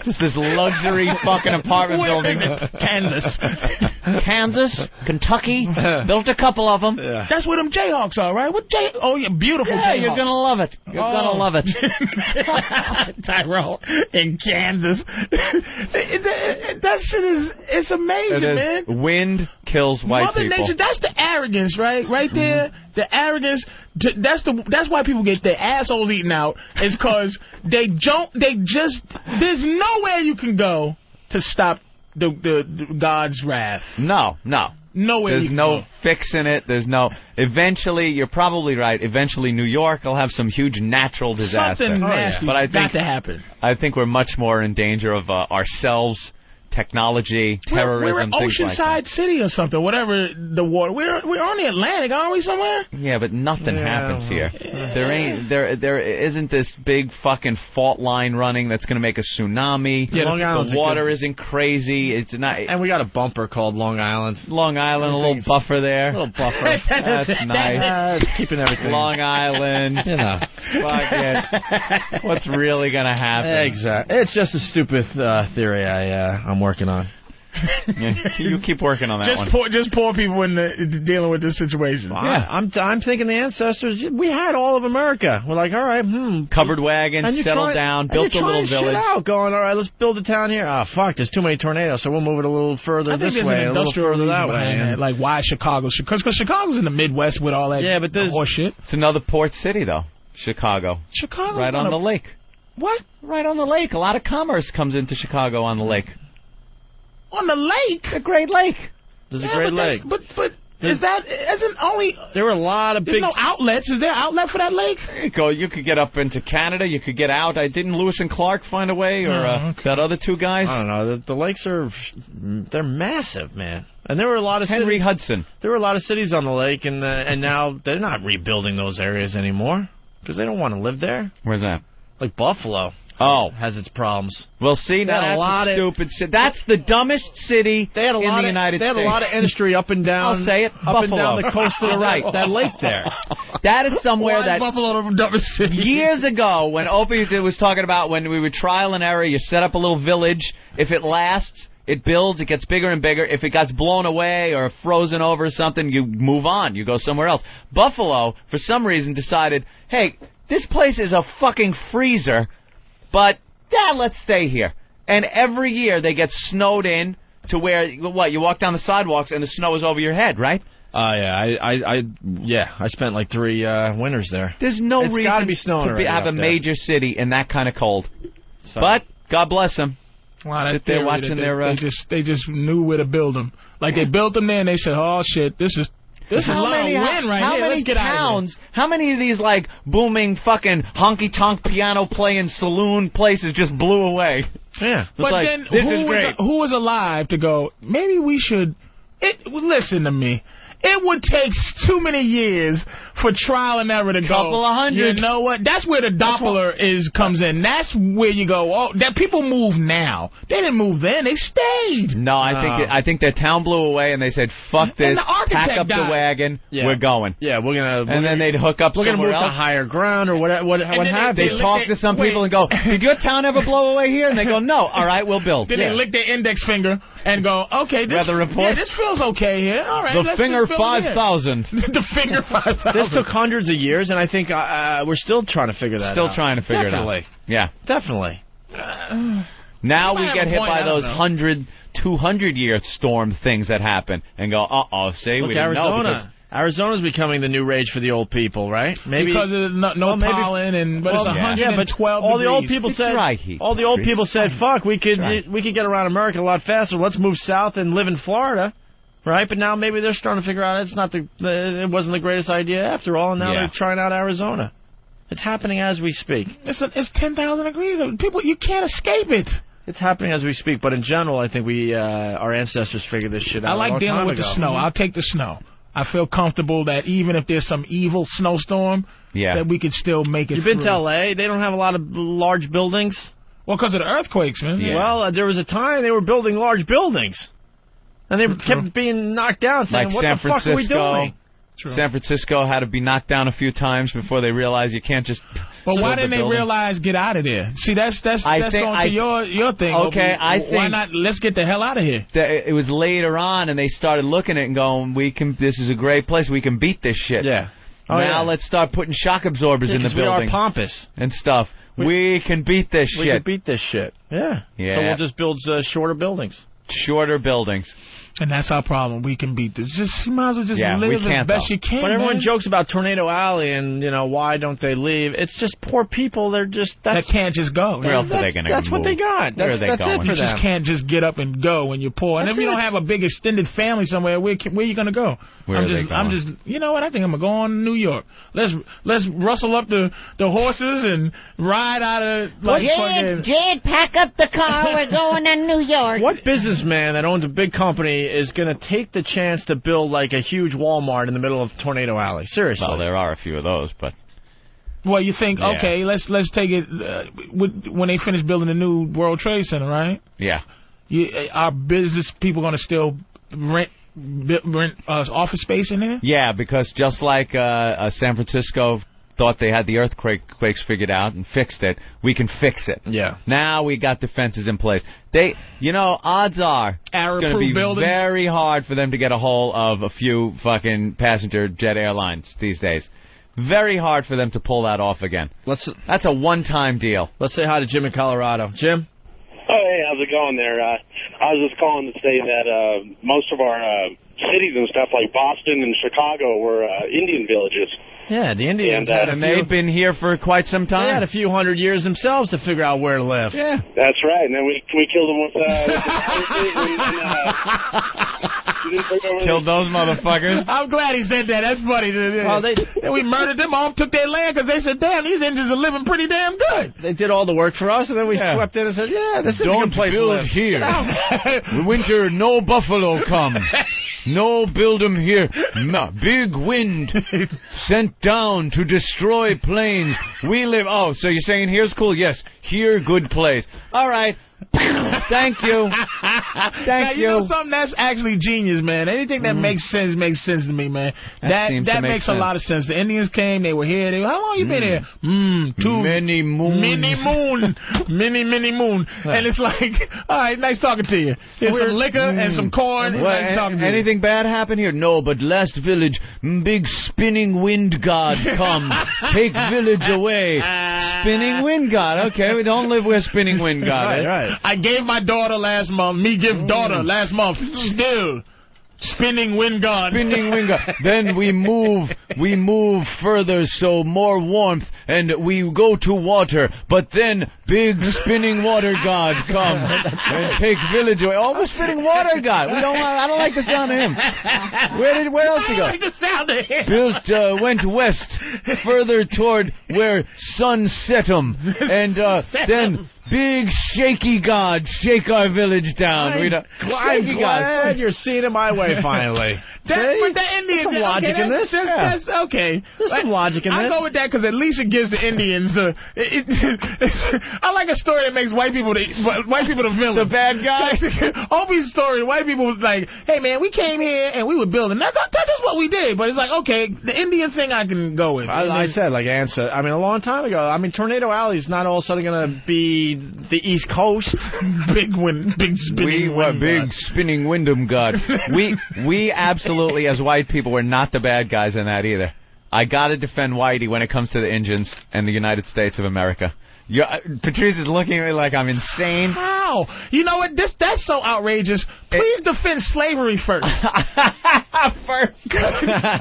[SPEAKER 2] Just this luxury fucking apartment
[SPEAKER 7] Where
[SPEAKER 2] building.
[SPEAKER 7] is it? Kansas. Kansas, Kentucky. Built a couple of them.
[SPEAKER 3] That's where them Jayhawks are, right? What Jay? Oh, yeah, beautiful.
[SPEAKER 7] Yeah,
[SPEAKER 3] Jayhawks. Oh.
[SPEAKER 7] you're gonna love it. You're gonna love it.
[SPEAKER 3] Tyrone in Kansas. that, that shit is it's amazing,
[SPEAKER 2] It is.
[SPEAKER 3] man.
[SPEAKER 2] Wind kills white
[SPEAKER 3] Mother
[SPEAKER 2] people. Mm-hmm.
[SPEAKER 3] Nature, that's the arrogance, right? Right there, the arrogance. t- That's the that's why people get their assholes eaten out is because they don't. They just there's nowhere you can go to stop the the, the God's wrath.
[SPEAKER 2] No, no.
[SPEAKER 3] Nowhere. you
[SPEAKER 2] There's
[SPEAKER 3] can
[SPEAKER 2] no
[SPEAKER 3] go.
[SPEAKER 2] fixing it. There's no. Eventually, you're probably right. Eventually, New York will have some huge natural disaster. Oh,
[SPEAKER 3] Something nasty
[SPEAKER 2] But I think
[SPEAKER 3] got to happen.
[SPEAKER 2] I think we're much more in danger of uh, ourselves, technology,
[SPEAKER 3] We're-
[SPEAKER 2] terrorism,
[SPEAKER 3] we're
[SPEAKER 2] things like
[SPEAKER 3] Oceanside City or something, whatever the water. We're we're on the Atlantic, aren't we? Somewhere.
[SPEAKER 2] that. Yeah, but nothing
[SPEAKER 3] Yeah,
[SPEAKER 2] happens
[SPEAKER 3] well,
[SPEAKER 2] here. There ain't there there isn't this big fucking fault line running that's going to make a tsunami.
[SPEAKER 1] Yeah, Long Island's
[SPEAKER 2] the
[SPEAKER 1] a
[SPEAKER 2] water
[SPEAKER 1] good-
[SPEAKER 2] isn't crazy. It's not.
[SPEAKER 1] And we got a bumper called Long Island.
[SPEAKER 2] Long Island, a little buffer there. A little
[SPEAKER 1] buffer.
[SPEAKER 2] That's nice.
[SPEAKER 1] keeping everything.
[SPEAKER 2] Long Island.
[SPEAKER 1] You know.
[SPEAKER 2] Fuck it. What's really gonna happen?
[SPEAKER 1] Exactly. It's just a stupid uh, theory I uh, I'm working on.
[SPEAKER 2] you keep working on
[SPEAKER 3] just poor just poor people in the dealing with this situation.
[SPEAKER 1] Yeah, I'm I'm thinking the ancestors. We had all of America. We're like, all right, hmm.
[SPEAKER 2] Covered wagon,
[SPEAKER 1] And you
[SPEAKER 2] settled
[SPEAKER 1] try-
[SPEAKER 2] down,
[SPEAKER 1] and
[SPEAKER 2] built
[SPEAKER 1] you
[SPEAKER 2] a little
[SPEAKER 1] trying shit
[SPEAKER 2] village.
[SPEAKER 1] out, going, all right, let's build a town here. Ah, fuck, there's too many tornadoes, so we'll move it a little further
[SPEAKER 3] I think
[SPEAKER 1] this
[SPEAKER 3] there's
[SPEAKER 1] way,
[SPEAKER 3] an
[SPEAKER 1] a little
[SPEAKER 3] industrial
[SPEAKER 1] further
[SPEAKER 3] reason
[SPEAKER 1] that way.
[SPEAKER 3] behind that, like why Chicago? Because Chicago's in the Midwest with all that. Yeah, but there's horseshit.
[SPEAKER 2] It's another port city though, Chicago.
[SPEAKER 3] Chicago,
[SPEAKER 2] Right on the lake.
[SPEAKER 3] What?
[SPEAKER 2] Right on the lake. A lot of commerce comes into Chicago on the lake.
[SPEAKER 3] On the lake, the
[SPEAKER 2] Great Lake.
[SPEAKER 1] There's
[SPEAKER 3] yeah,
[SPEAKER 1] a great
[SPEAKER 3] but that's-
[SPEAKER 1] lake.
[SPEAKER 3] But but is that isn't only
[SPEAKER 1] There were a lot of
[SPEAKER 3] there's
[SPEAKER 1] big.
[SPEAKER 3] no outlets? Is there outlet for that lake?
[SPEAKER 2] You go. You could get up into Canada. You could get out. I didn't Lewis and Clark find a way, or uh,
[SPEAKER 1] Oh,
[SPEAKER 2] that other two guys.
[SPEAKER 1] I don't know. The, the lakes are they're massive, man. And there were a lot of
[SPEAKER 2] Henry
[SPEAKER 1] cities,
[SPEAKER 2] Hudson.
[SPEAKER 1] There were a lot of cities on the lake, and uh, and now they're not rebuilding those areas anymore because they don't want to live there.
[SPEAKER 2] Where's that?
[SPEAKER 1] Like Buffalo.
[SPEAKER 2] Oh,
[SPEAKER 1] has its problems.
[SPEAKER 2] Well, see,
[SPEAKER 1] They had
[SPEAKER 2] now
[SPEAKER 1] a
[SPEAKER 2] that's
[SPEAKER 1] lot
[SPEAKER 2] a
[SPEAKER 1] of-
[SPEAKER 2] stupid city. That's the dumbest city
[SPEAKER 1] They had a
[SPEAKER 2] in
[SPEAKER 1] lot of,
[SPEAKER 2] the United
[SPEAKER 1] They had
[SPEAKER 2] States.
[SPEAKER 1] a lot of industry up and down.
[SPEAKER 2] I'll say it.
[SPEAKER 1] Up
[SPEAKER 2] Buffalo.
[SPEAKER 1] and down the coast of the
[SPEAKER 2] You're right.
[SPEAKER 1] that lake there.
[SPEAKER 2] That is somewhere
[SPEAKER 1] Why
[SPEAKER 2] that years ago when Opie was talking about when we were trial and error, you set up a little village. If it lasts, it builds, it gets bigger and bigger. If it gets blown away or frozen over or something, you move on. You go somewhere else. Buffalo, for some reason, decided, hey, this place is a fucking freezer, but yeah, let's stay here. And every year they get snowed in to where what you walk down the sidewalks and the snow is over your head, right?
[SPEAKER 1] Oh yeah, I, I, I, yeah, I spent like three uh, winters there.
[SPEAKER 2] There's no
[SPEAKER 1] It's
[SPEAKER 2] reason
[SPEAKER 1] gotta be snowing
[SPEAKER 2] to be,
[SPEAKER 1] already
[SPEAKER 2] have a
[SPEAKER 1] up there.
[SPEAKER 2] major city in that kind of cold. But God bless them.
[SPEAKER 3] Wow, that
[SPEAKER 2] Sit there
[SPEAKER 3] theory that
[SPEAKER 2] watching
[SPEAKER 3] they,
[SPEAKER 2] their, uh,
[SPEAKER 3] they just they just knew where to build them. Like they built them there and they said, "Oh shit, this is this is a lot of wind right
[SPEAKER 2] how
[SPEAKER 3] here.
[SPEAKER 2] many
[SPEAKER 3] Let's get out of here."
[SPEAKER 2] towns? How many of these like booming fucking honky tonk piano playing saloon places just blew away?
[SPEAKER 1] Yeah,
[SPEAKER 3] But then
[SPEAKER 2] this
[SPEAKER 3] who
[SPEAKER 2] is great.
[SPEAKER 3] was who was alive to go? Maybe we should. It listen to me. It would take s- too many years for trial and error to go.
[SPEAKER 31] Couple of hundred.
[SPEAKER 3] You know what? That's where the Doppler is comes in. That's where you go. Oh, that people move now. They didn't move then. They stayed.
[SPEAKER 2] No, I think
[SPEAKER 1] Oh.
[SPEAKER 2] I think their town blew away and they said, "Fuck this,
[SPEAKER 3] And the architect
[SPEAKER 2] pack up the
[SPEAKER 3] died.
[SPEAKER 2] wagon, we're going."
[SPEAKER 1] Yeah, we're gonna.
[SPEAKER 2] and then they'd hook up
[SPEAKER 1] We're gonna
[SPEAKER 2] somewhere
[SPEAKER 1] move to
[SPEAKER 2] else.
[SPEAKER 1] higher ground or what? What?
[SPEAKER 2] And
[SPEAKER 1] what
[SPEAKER 2] then they-
[SPEAKER 1] have
[SPEAKER 2] they
[SPEAKER 1] you.
[SPEAKER 2] talk to some people and go, "Did your town ever blow away here?" And they go, "No." All right, we'll build.
[SPEAKER 3] Then
[SPEAKER 2] Yeah.
[SPEAKER 3] they lick their index finger and go, okay, this,
[SPEAKER 2] Rather report-
[SPEAKER 3] yeah, this feels okay here. All right,
[SPEAKER 2] The
[SPEAKER 3] let's
[SPEAKER 2] finger
[SPEAKER 3] just build it here.
[SPEAKER 2] 5000.
[SPEAKER 3] the finger 5000.
[SPEAKER 1] This took hundreds of years, and I think uh, uh, we're still trying to figure that
[SPEAKER 2] Still
[SPEAKER 1] out.
[SPEAKER 2] trying to figure
[SPEAKER 1] Definitely.
[SPEAKER 2] it out. Yeah.
[SPEAKER 1] Definitely.
[SPEAKER 2] Now
[SPEAKER 1] You
[SPEAKER 2] we
[SPEAKER 1] might
[SPEAKER 2] get
[SPEAKER 1] have a
[SPEAKER 2] hit
[SPEAKER 1] point, I
[SPEAKER 2] by
[SPEAKER 1] don't
[SPEAKER 2] those
[SPEAKER 1] know.
[SPEAKER 2] hundred, two hundred year storm things that happen and go, uh oh, say
[SPEAKER 1] Look,
[SPEAKER 2] we didn't know. because-
[SPEAKER 1] Arizona. Arizona's becoming the new rage for the old people, right? Maybe
[SPEAKER 3] because of no, no
[SPEAKER 1] Well, maybe-
[SPEAKER 3] pollen and but
[SPEAKER 1] Well,
[SPEAKER 3] it's
[SPEAKER 1] yeah, but
[SPEAKER 3] 112
[SPEAKER 1] all the old
[SPEAKER 3] degrees.
[SPEAKER 1] people said all the old people said fuck we could we could get around America a lot faster let's move south and live in Florida right but now maybe they're starting to figure out it's not the uh, it wasn't the greatest idea after all and now
[SPEAKER 3] Yeah.
[SPEAKER 1] they're trying out Arizona it's happening as we speak
[SPEAKER 3] It's, it's 10,000 degrees. People, you can't escape it.
[SPEAKER 1] it's happening as we speak but in general I think we uh, our ancestors figured this shit out
[SPEAKER 3] I
[SPEAKER 1] a
[SPEAKER 3] like
[SPEAKER 1] long
[SPEAKER 3] dealing
[SPEAKER 1] time
[SPEAKER 3] with the
[SPEAKER 1] ago.
[SPEAKER 3] snow. I'll take the snow. I feel comfortable that even if there's some evil snowstorm,
[SPEAKER 1] Yeah.
[SPEAKER 3] that we could still make it.
[SPEAKER 1] You've been
[SPEAKER 3] through.
[SPEAKER 1] to LA. They don't have a lot of large buildings.
[SPEAKER 3] Well, because of the earthquakes, man. Yeah.
[SPEAKER 1] Well, uh, there was a time they were building large buildings, and they kept being knocked down, saying,
[SPEAKER 2] like
[SPEAKER 1] "What
[SPEAKER 2] San
[SPEAKER 1] the
[SPEAKER 2] Francisco.
[SPEAKER 1] fuck are we doing?"
[SPEAKER 2] San Francisco had to be knocked down a few times before they realized you can't just.
[SPEAKER 3] But
[SPEAKER 2] build
[SPEAKER 3] why
[SPEAKER 2] the
[SPEAKER 3] didn't they
[SPEAKER 2] building.
[SPEAKER 3] realize get out of there? See, that's that's
[SPEAKER 2] I
[SPEAKER 3] that's
[SPEAKER 2] think-
[SPEAKER 3] going
[SPEAKER 2] I-
[SPEAKER 3] to your your thing.
[SPEAKER 2] Okay,
[SPEAKER 3] Obi.
[SPEAKER 2] I
[SPEAKER 3] why
[SPEAKER 2] think-
[SPEAKER 3] not? Let's get the hell out of here.
[SPEAKER 2] That it- it was later on, and they started looking at it and going, "We can. This is a great place. We can beat this shit." Yeah.
[SPEAKER 1] Oh,
[SPEAKER 2] now
[SPEAKER 1] yeah.
[SPEAKER 2] let's start putting shock absorbers
[SPEAKER 1] Yeah,
[SPEAKER 2] in the
[SPEAKER 1] 'cause we are
[SPEAKER 2] building
[SPEAKER 1] pompous
[SPEAKER 2] and stuff. We, can beat this
[SPEAKER 1] We
[SPEAKER 2] shit.
[SPEAKER 1] could beat this shit. Yeah.
[SPEAKER 2] Yeah.
[SPEAKER 1] So we'll just build uh, shorter buildings.
[SPEAKER 2] shorter buildings.
[SPEAKER 3] And that's our problem. We can beat this. Just you might as well just
[SPEAKER 2] Yeah, we
[SPEAKER 3] live as
[SPEAKER 2] can't,
[SPEAKER 3] best
[SPEAKER 2] though.
[SPEAKER 3] you can.
[SPEAKER 1] But everyone
[SPEAKER 3] man.
[SPEAKER 1] jokes about Tornado Alley and you know why don't they leave? It's just poor people. They're just that's,
[SPEAKER 3] that can't just go.
[SPEAKER 1] Where else are they
[SPEAKER 3] That's-
[SPEAKER 1] gonna
[SPEAKER 3] That's what
[SPEAKER 1] move?
[SPEAKER 3] they got.
[SPEAKER 1] Where
[SPEAKER 3] That's,
[SPEAKER 1] are they
[SPEAKER 3] that's
[SPEAKER 1] going?
[SPEAKER 3] it for
[SPEAKER 1] You
[SPEAKER 3] them.
[SPEAKER 1] just
[SPEAKER 3] can't just get up and go when you're poor. And
[SPEAKER 1] That's
[SPEAKER 3] if you don't
[SPEAKER 1] it.
[SPEAKER 3] have a big extended family somewhere, where can, where you gonna go?
[SPEAKER 2] Where
[SPEAKER 3] I'm
[SPEAKER 2] are they
[SPEAKER 3] just, I'm
[SPEAKER 2] going?
[SPEAKER 3] just, you know what? I think I'm gonna go on to New York. Let's let's rustle up the the horses and ride out of like
[SPEAKER 7] Jed,
[SPEAKER 3] fucking-
[SPEAKER 7] Jed, pack up the car. We're going to New York.
[SPEAKER 1] What businessman that owns a big company is going to take the chance to build like a huge Walmart in the middle of Tornado Alley? Seriously.
[SPEAKER 2] Well, there are a few of those, but
[SPEAKER 3] Well, you think
[SPEAKER 2] Yeah.
[SPEAKER 3] okay, let's let's take it uh, with, when they finish building the new World Trade Center, right?
[SPEAKER 2] yeah.
[SPEAKER 3] You, uh, our business people gonna still rent bi- rent uh, office space in
[SPEAKER 1] Mm-hmm.
[SPEAKER 3] there.
[SPEAKER 2] Yeah, because just like uh, uh, San Francisco thought they had the earthquake quakes figured out and fixed it, we can fix it.
[SPEAKER 1] Yeah.
[SPEAKER 2] Now we got defenses in place. They, you know, odds are it's going to
[SPEAKER 3] Arab-proof
[SPEAKER 2] be
[SPEAKER 3] buildings?
[SPEAKER 2] very hard for them to get a hold of a few fucking passenger jet airlines these days. Very hard for them to pull that off again.
[SPEAKER 1] Let's.
[SPEAKER 2] That's a one-time deal.
[SPEAKER 1] Let's say hi to Jim in Colorado. Jim.
[SPEAKER 6] Oh, hey, how's it going there? Uh, I was just calling to say that uh, most of our uh, cities and stuff, like Boston and Chicago, were uh, Indian villages.
[SPEAKER 1] Yeah, the Indians
[SPEAKER 6] And, uh,
[SPEAKER 1] had a
[SPEAKER 6] And
[SPEAKER 1] few,
[SPEAKER 6] they've
[SPEAKER 2] been here for quite some time.
[SPEAKER 1] They had a few hundred years themselves to figure out where to live.
[SPEAKER 6] Yeah. That's right. And then we we killed them with. Uh, with uh,
[SPEAKER 2] Killed those motherfuckers.
[SPEAKER 3] I'm glad he said that. That's funny. Well,
[SPEAKER 1] they,
[SPEAKER 3] we murdered them off, took their land because they said, "Damn, these Indians are living pretty damn good."
[SPEAKER 1] They did all the work for us, and then we
[SPEAKER 3] Yeah.
[SPEAKER 1] swept in and said, "Yeah, this is a
[SPEAKER 3] Don't
[SPEAKER 1] good place
[SPEAKER 3] build
[SPEAKER 1] to live."
[SPEAKER 3] here.
[SPEAKER 1] Get out.
[SPEAKER 32] Winter, no buffalo come. No build 'em here. Ma- Big wind sent down to destroy plains.
[SPEAKER 2] We live. Oh, so you're saying here's cool? Yes, here good place. All right. Thank you. Thank
[SPEAKER 3] now, you.
[SPEAKER 2] you.
[SPEAKER 3] know something that's actually genius, man. Anything that makes sense makes sense to me, man.
[SPEAKER 2] That
[SPEAKER 3] That that,
[SPEAKER 2] seems to make
[SPEAKER 3] makes a lot of sense. The Indians came, they were here. They how long you been here? Mm, two
[SPEAKER 32] many moons,
[SPEAKER 3] many moon, many many moon. And it's like, all right, nice talking to you. Here's some
[SPEAKER 32] We're-
[SPEAKER 3] liquor and
[SPEAKER 2] Mm.
[SPEAKER 3] some corn.
[SPEAKER 32] Well,
[SPEAKER 3] nice
[SPEAKER 32] an-
[SPEAKER 3] talking to you.
[SPEAKER 32] anything bad happen here? No, but last village, mm, big spinning wind god come, take village away.
[SPEAKER 2] Spinning wind god. Okay, we don't live where spinning wind god is. Mm.
[SPEAKER 3] I gave my daughter last month. Me give daughter last month. Still spinning wind god.
[SPEAKER 32] Spinning wind god. Then we move, we move further, so more warmth,
[SPEAKER 2] and we go to water, but then big spinning water god comes and take village away. Oh, we're spinning water god. We don't. want- I don't like the sound of him. Where did? Where else he go?
[SPEAKER 7] like the sound of him.
[SPEAKER 2] built uh, went west further toward where sun set 'em, and uh,
[SPEAKER 7] Set 'em.
[SPEAKER 2] then big shaky god shake our village down we don't,
[SPEAKER 1] I'm glad
[SPEAKER 2] Shaky God.
[SPEAKER 1] you're seeing it my way finally.
[SPEAKER 3] That,
[SPEAKER 1] See?
[SPEAKER 3] but the
[SPEAKER 1] There's
[SPEAKER 3] Indians.
[SPEAKER 1] some logic
[SPEAKER 3] okay,
[SPEAKER 1] in
[SPEAKER 3] that's-
[SPEAKER 1] this.
[SPEAKER 3] That's,
[SPEAKER 1] yeah.
[SPEAKER 3] that's- okay.
[SPEAKER 1] There's some logic in
[SPEAKER 3] I
[SPEAKER 1] this.
[SPEAKER 3] go with that because at least it gives the Indians the. It, it- I like a story that makes white people the white people the villain. The bad guy. Obie's story. White people was like, "Hey man, we came here and we were building. That, that, that is what we did." But it's like, okay, the Indian thing I can go with.
[SPEAKER 1] I, I said, like, answer. I mean, a long time ago. I mean, Tornado Alley's not all of a sudden going to be the East Coast.
[SPEAKER 3] big wind, big
[SPEAKER 2] we
[SPEAKER 1] spinning
[SPEAKER 2] were
[SPEAKER 1] wind
[SPEAKER 2] big
[SPEAKER 1] god.
[SPEAKER 2] spinning Wyndham God. we we absolutely as white people were not the bad guys in that either. I gotta defend Whitey when it comes to the Indians and the United States of America. you Patrice is looking at me like I'm insane.
[SPEAKER 3] How? You know what? This that's so outrageous. Please defend slavery first.
[SPEAKER 2] first.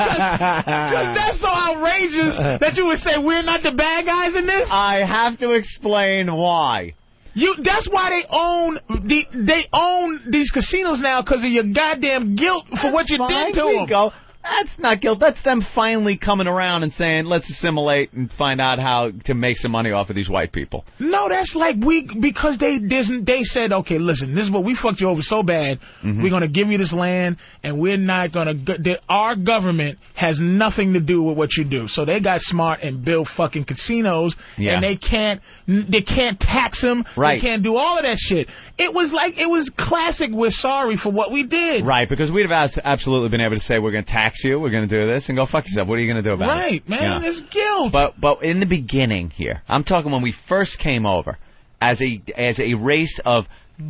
[SPEAKER 3] that's so outrageous that you would say we're not the bad guys in this.
[SPEAKER 2] I have to explain why.
[SPEAKER 3] You. That's why they own the. They own these casinos now because of your goddamn guilt for what you did to
[SPEAKER 2] There you
[SPEAKER 3] them.
[SPEAKER 2] go. That's not guilt. That's them finally coming around and saying, let's assimilate and find out how to make some money off of these white people.
[SPEAKER 3] No, that's like we because they didn't. They said, okay, listen, this is what we fucked you over so bad.
[SPEAKER 2] Mm-hmm.
[SPEAKER 3] We're gonna give you this land, and we're not gonna. go- that Our government has nothing to do with what you do. So they got smart and built fucking casinos,
[SPEAKER 7] Yeah.
[SPEAKER 3] and they can't. They can't tax them.
[SPEAKER 2] Right.
[SPEAKER 3] They can't do all of that shit. It was like it was classic. We're sorry for what we did.
[SPEAKER 2] Right, because we'd have abs- absolutely been able to say, we're going to tax you, we're going to do this, and go fuck yourself. What are you going to do about it?
[SPEAKER 3] Right, man.
[SPEAKER 2] Yeah.
[SPEAKER 3] It's guilt.
[SPEAKER 2] But but in the beginning here, I'm talking when we first came over as a as a race of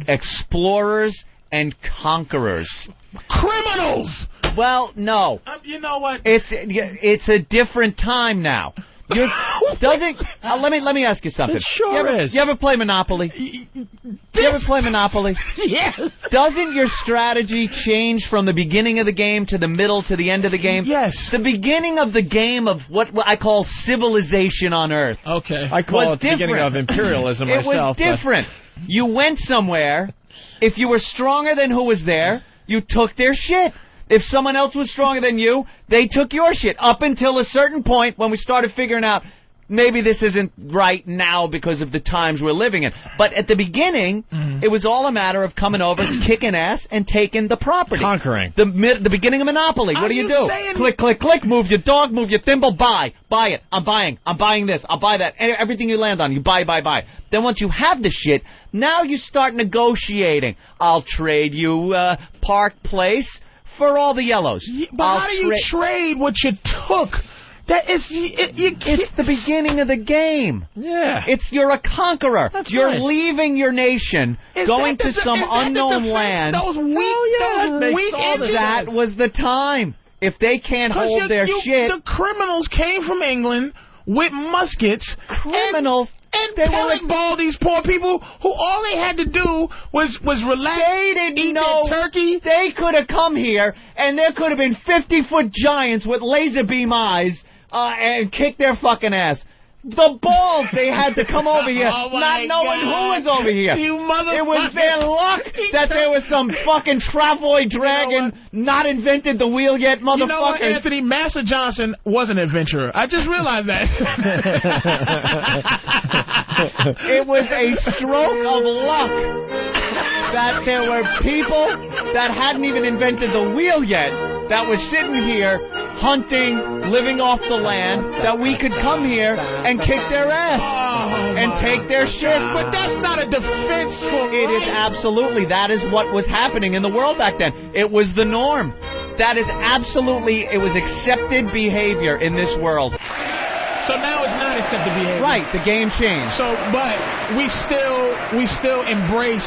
[SPEAKER 2] explorers and conquerors.
[SPEAKER 3] Criminals.
[SPEAKER 2] Well, no.
[SPEAKER 3] Um, you know what?
[SPEAKER 2] It's it's a different time now. You're,
[SPEAKER 3] Oh
[SPEAKER 2] doesn't uh, let me let me ask you something.
[SPEAKER 7] It sure
[SPEAKER 2] you ever,
[SPEAKER 7] is.
[SPEAKER 2] You ever play Monopoly? You ever play Monopoly?
[SPEAKER 3] yes.
[SPEAKER 2] Doesn't your strategy change from the beginning of the game to the middle to the end of the game?
[SPEAKER 3] Yes.
[SPEAKER 2] The beginning of the game of what I call civilization on Earth.
[SPEAKER 3] Okay.
[SPEAKER 1] I call
[SPEAKER 2] was
[SPEAKER 1] it the beginning
[SPEAKER 2] different.
[SPEAKER 1] of imperialism
[SPEAKER 2] it
[SPEAKER 1] myself, but-
[SPEAKER 2] was different. You went somewhere. If you were stronger than who was there, you took their shit. If someone else was stronger than you, they took your shit. Up until a certain point when we started figuring out maybe this isn't right now because of the times we're living in. But at the beginning, it was all a matter of coming over, kicking ass, and taking the property. Conquering. The, mid- the beginning of Monopoly. What
[SPEAKER 7] Are
[SPEAKER 2] do you,
[SPEAKER 7] you
[SPEAKER 2] do?
[SPEAKER 7] saying-
[SPEAKER 2] Click, click, click. Move your dog, move your thimble. Buy. Buy it. I'm buying. I'm buying this. I'll buy that. E- Everything you land on, you buy, buy, buy. Then once you have the shit, now you start negotiating. I'll trade you uh, Park Place for all the yellows.
[SPEAKER 3] But how do you trade what you took? That is, it, you
[SPEAKER 2] it's the beginning of the game. Yeah, it's you're a conqueror. you're
[SPEAKER 7] right.
[SPEAKER 2] leaving your nation,
[SPEAKER 7] Is
[SPEAKER 2] going
[SPEAKER 7] that the-
[SPEAKER 2] to some
[SPEAKER 7] is that the
[SPEAKER 2] unknown
[SPEAKER 7] defense?
[SPEAKER 2] land. Oh,
[SPEAKER 7] Those weak- those
[SPEAKER 2] They
[SPEAKER 7] weak
[SPEAKER 2] saw
[SPEAKER 7] Indians.
[SPEAKER 2] that was the time. If they can't
[SPEAKER 3] Because
[SPEAKER 2] hold
[SPEAKER 3] you-
[SPEAKER 2] their
[SPEAKER 3] you-
[SPEAKER 2] shit,
[SPEAKER 3] The criminals came from England with muskets.
[SPEAKER 2] Criminals.
[SPEAKER 3] And, and pellet ball these poor people who all they had to do was was relax,
[SPEAKER 2] They didn't
[SPEAKER 3] eat
[SPEAKER 2] know
[SPEAKER 3] their turkey.
[SPEAKER 2] They could have come here, and there could have been 50 foot giants with laser beam eyes uh, and kick their fucking ass. The balls they had to come over here,
[SPEAKER 7] Oh my
[SPEAKER 2] not knowing
[SPEAKER 7] God.
[SPEAKER 2] who was over here.
[SPEAKER 7] You
[SPEAKER 2] It was
[SPEAKER 7] motherfucker.
[SPEAKER 2] their luck that there was some fucking travoid dragon not invented the wheel yet, motherfucker.
[SPEAKER 3] You know what, Anthony? Master Johnson was an adventurer. I just realized that.
[SPEAKER 2] it was a stroke of luck that there were people that hadn't even invented the wheel yet that was sitting here hunting, living off the land, that we could come here and kick their ass
[SPEAKER 3] Oh
[SPEAKER 2] and take their shit. But
[SPEAKER 3] that's not a defense for
[SPEAKER 2] It is absolutely that is what was happening in the world back then. It was the norm. That is absolutely it was accepted behavior in this world.
[SPEAKER 3] So now it's not accepted behavior.
[SPEAKER 2] Right, the game changed.
[SPEAKER 3] So, but we still we still embrace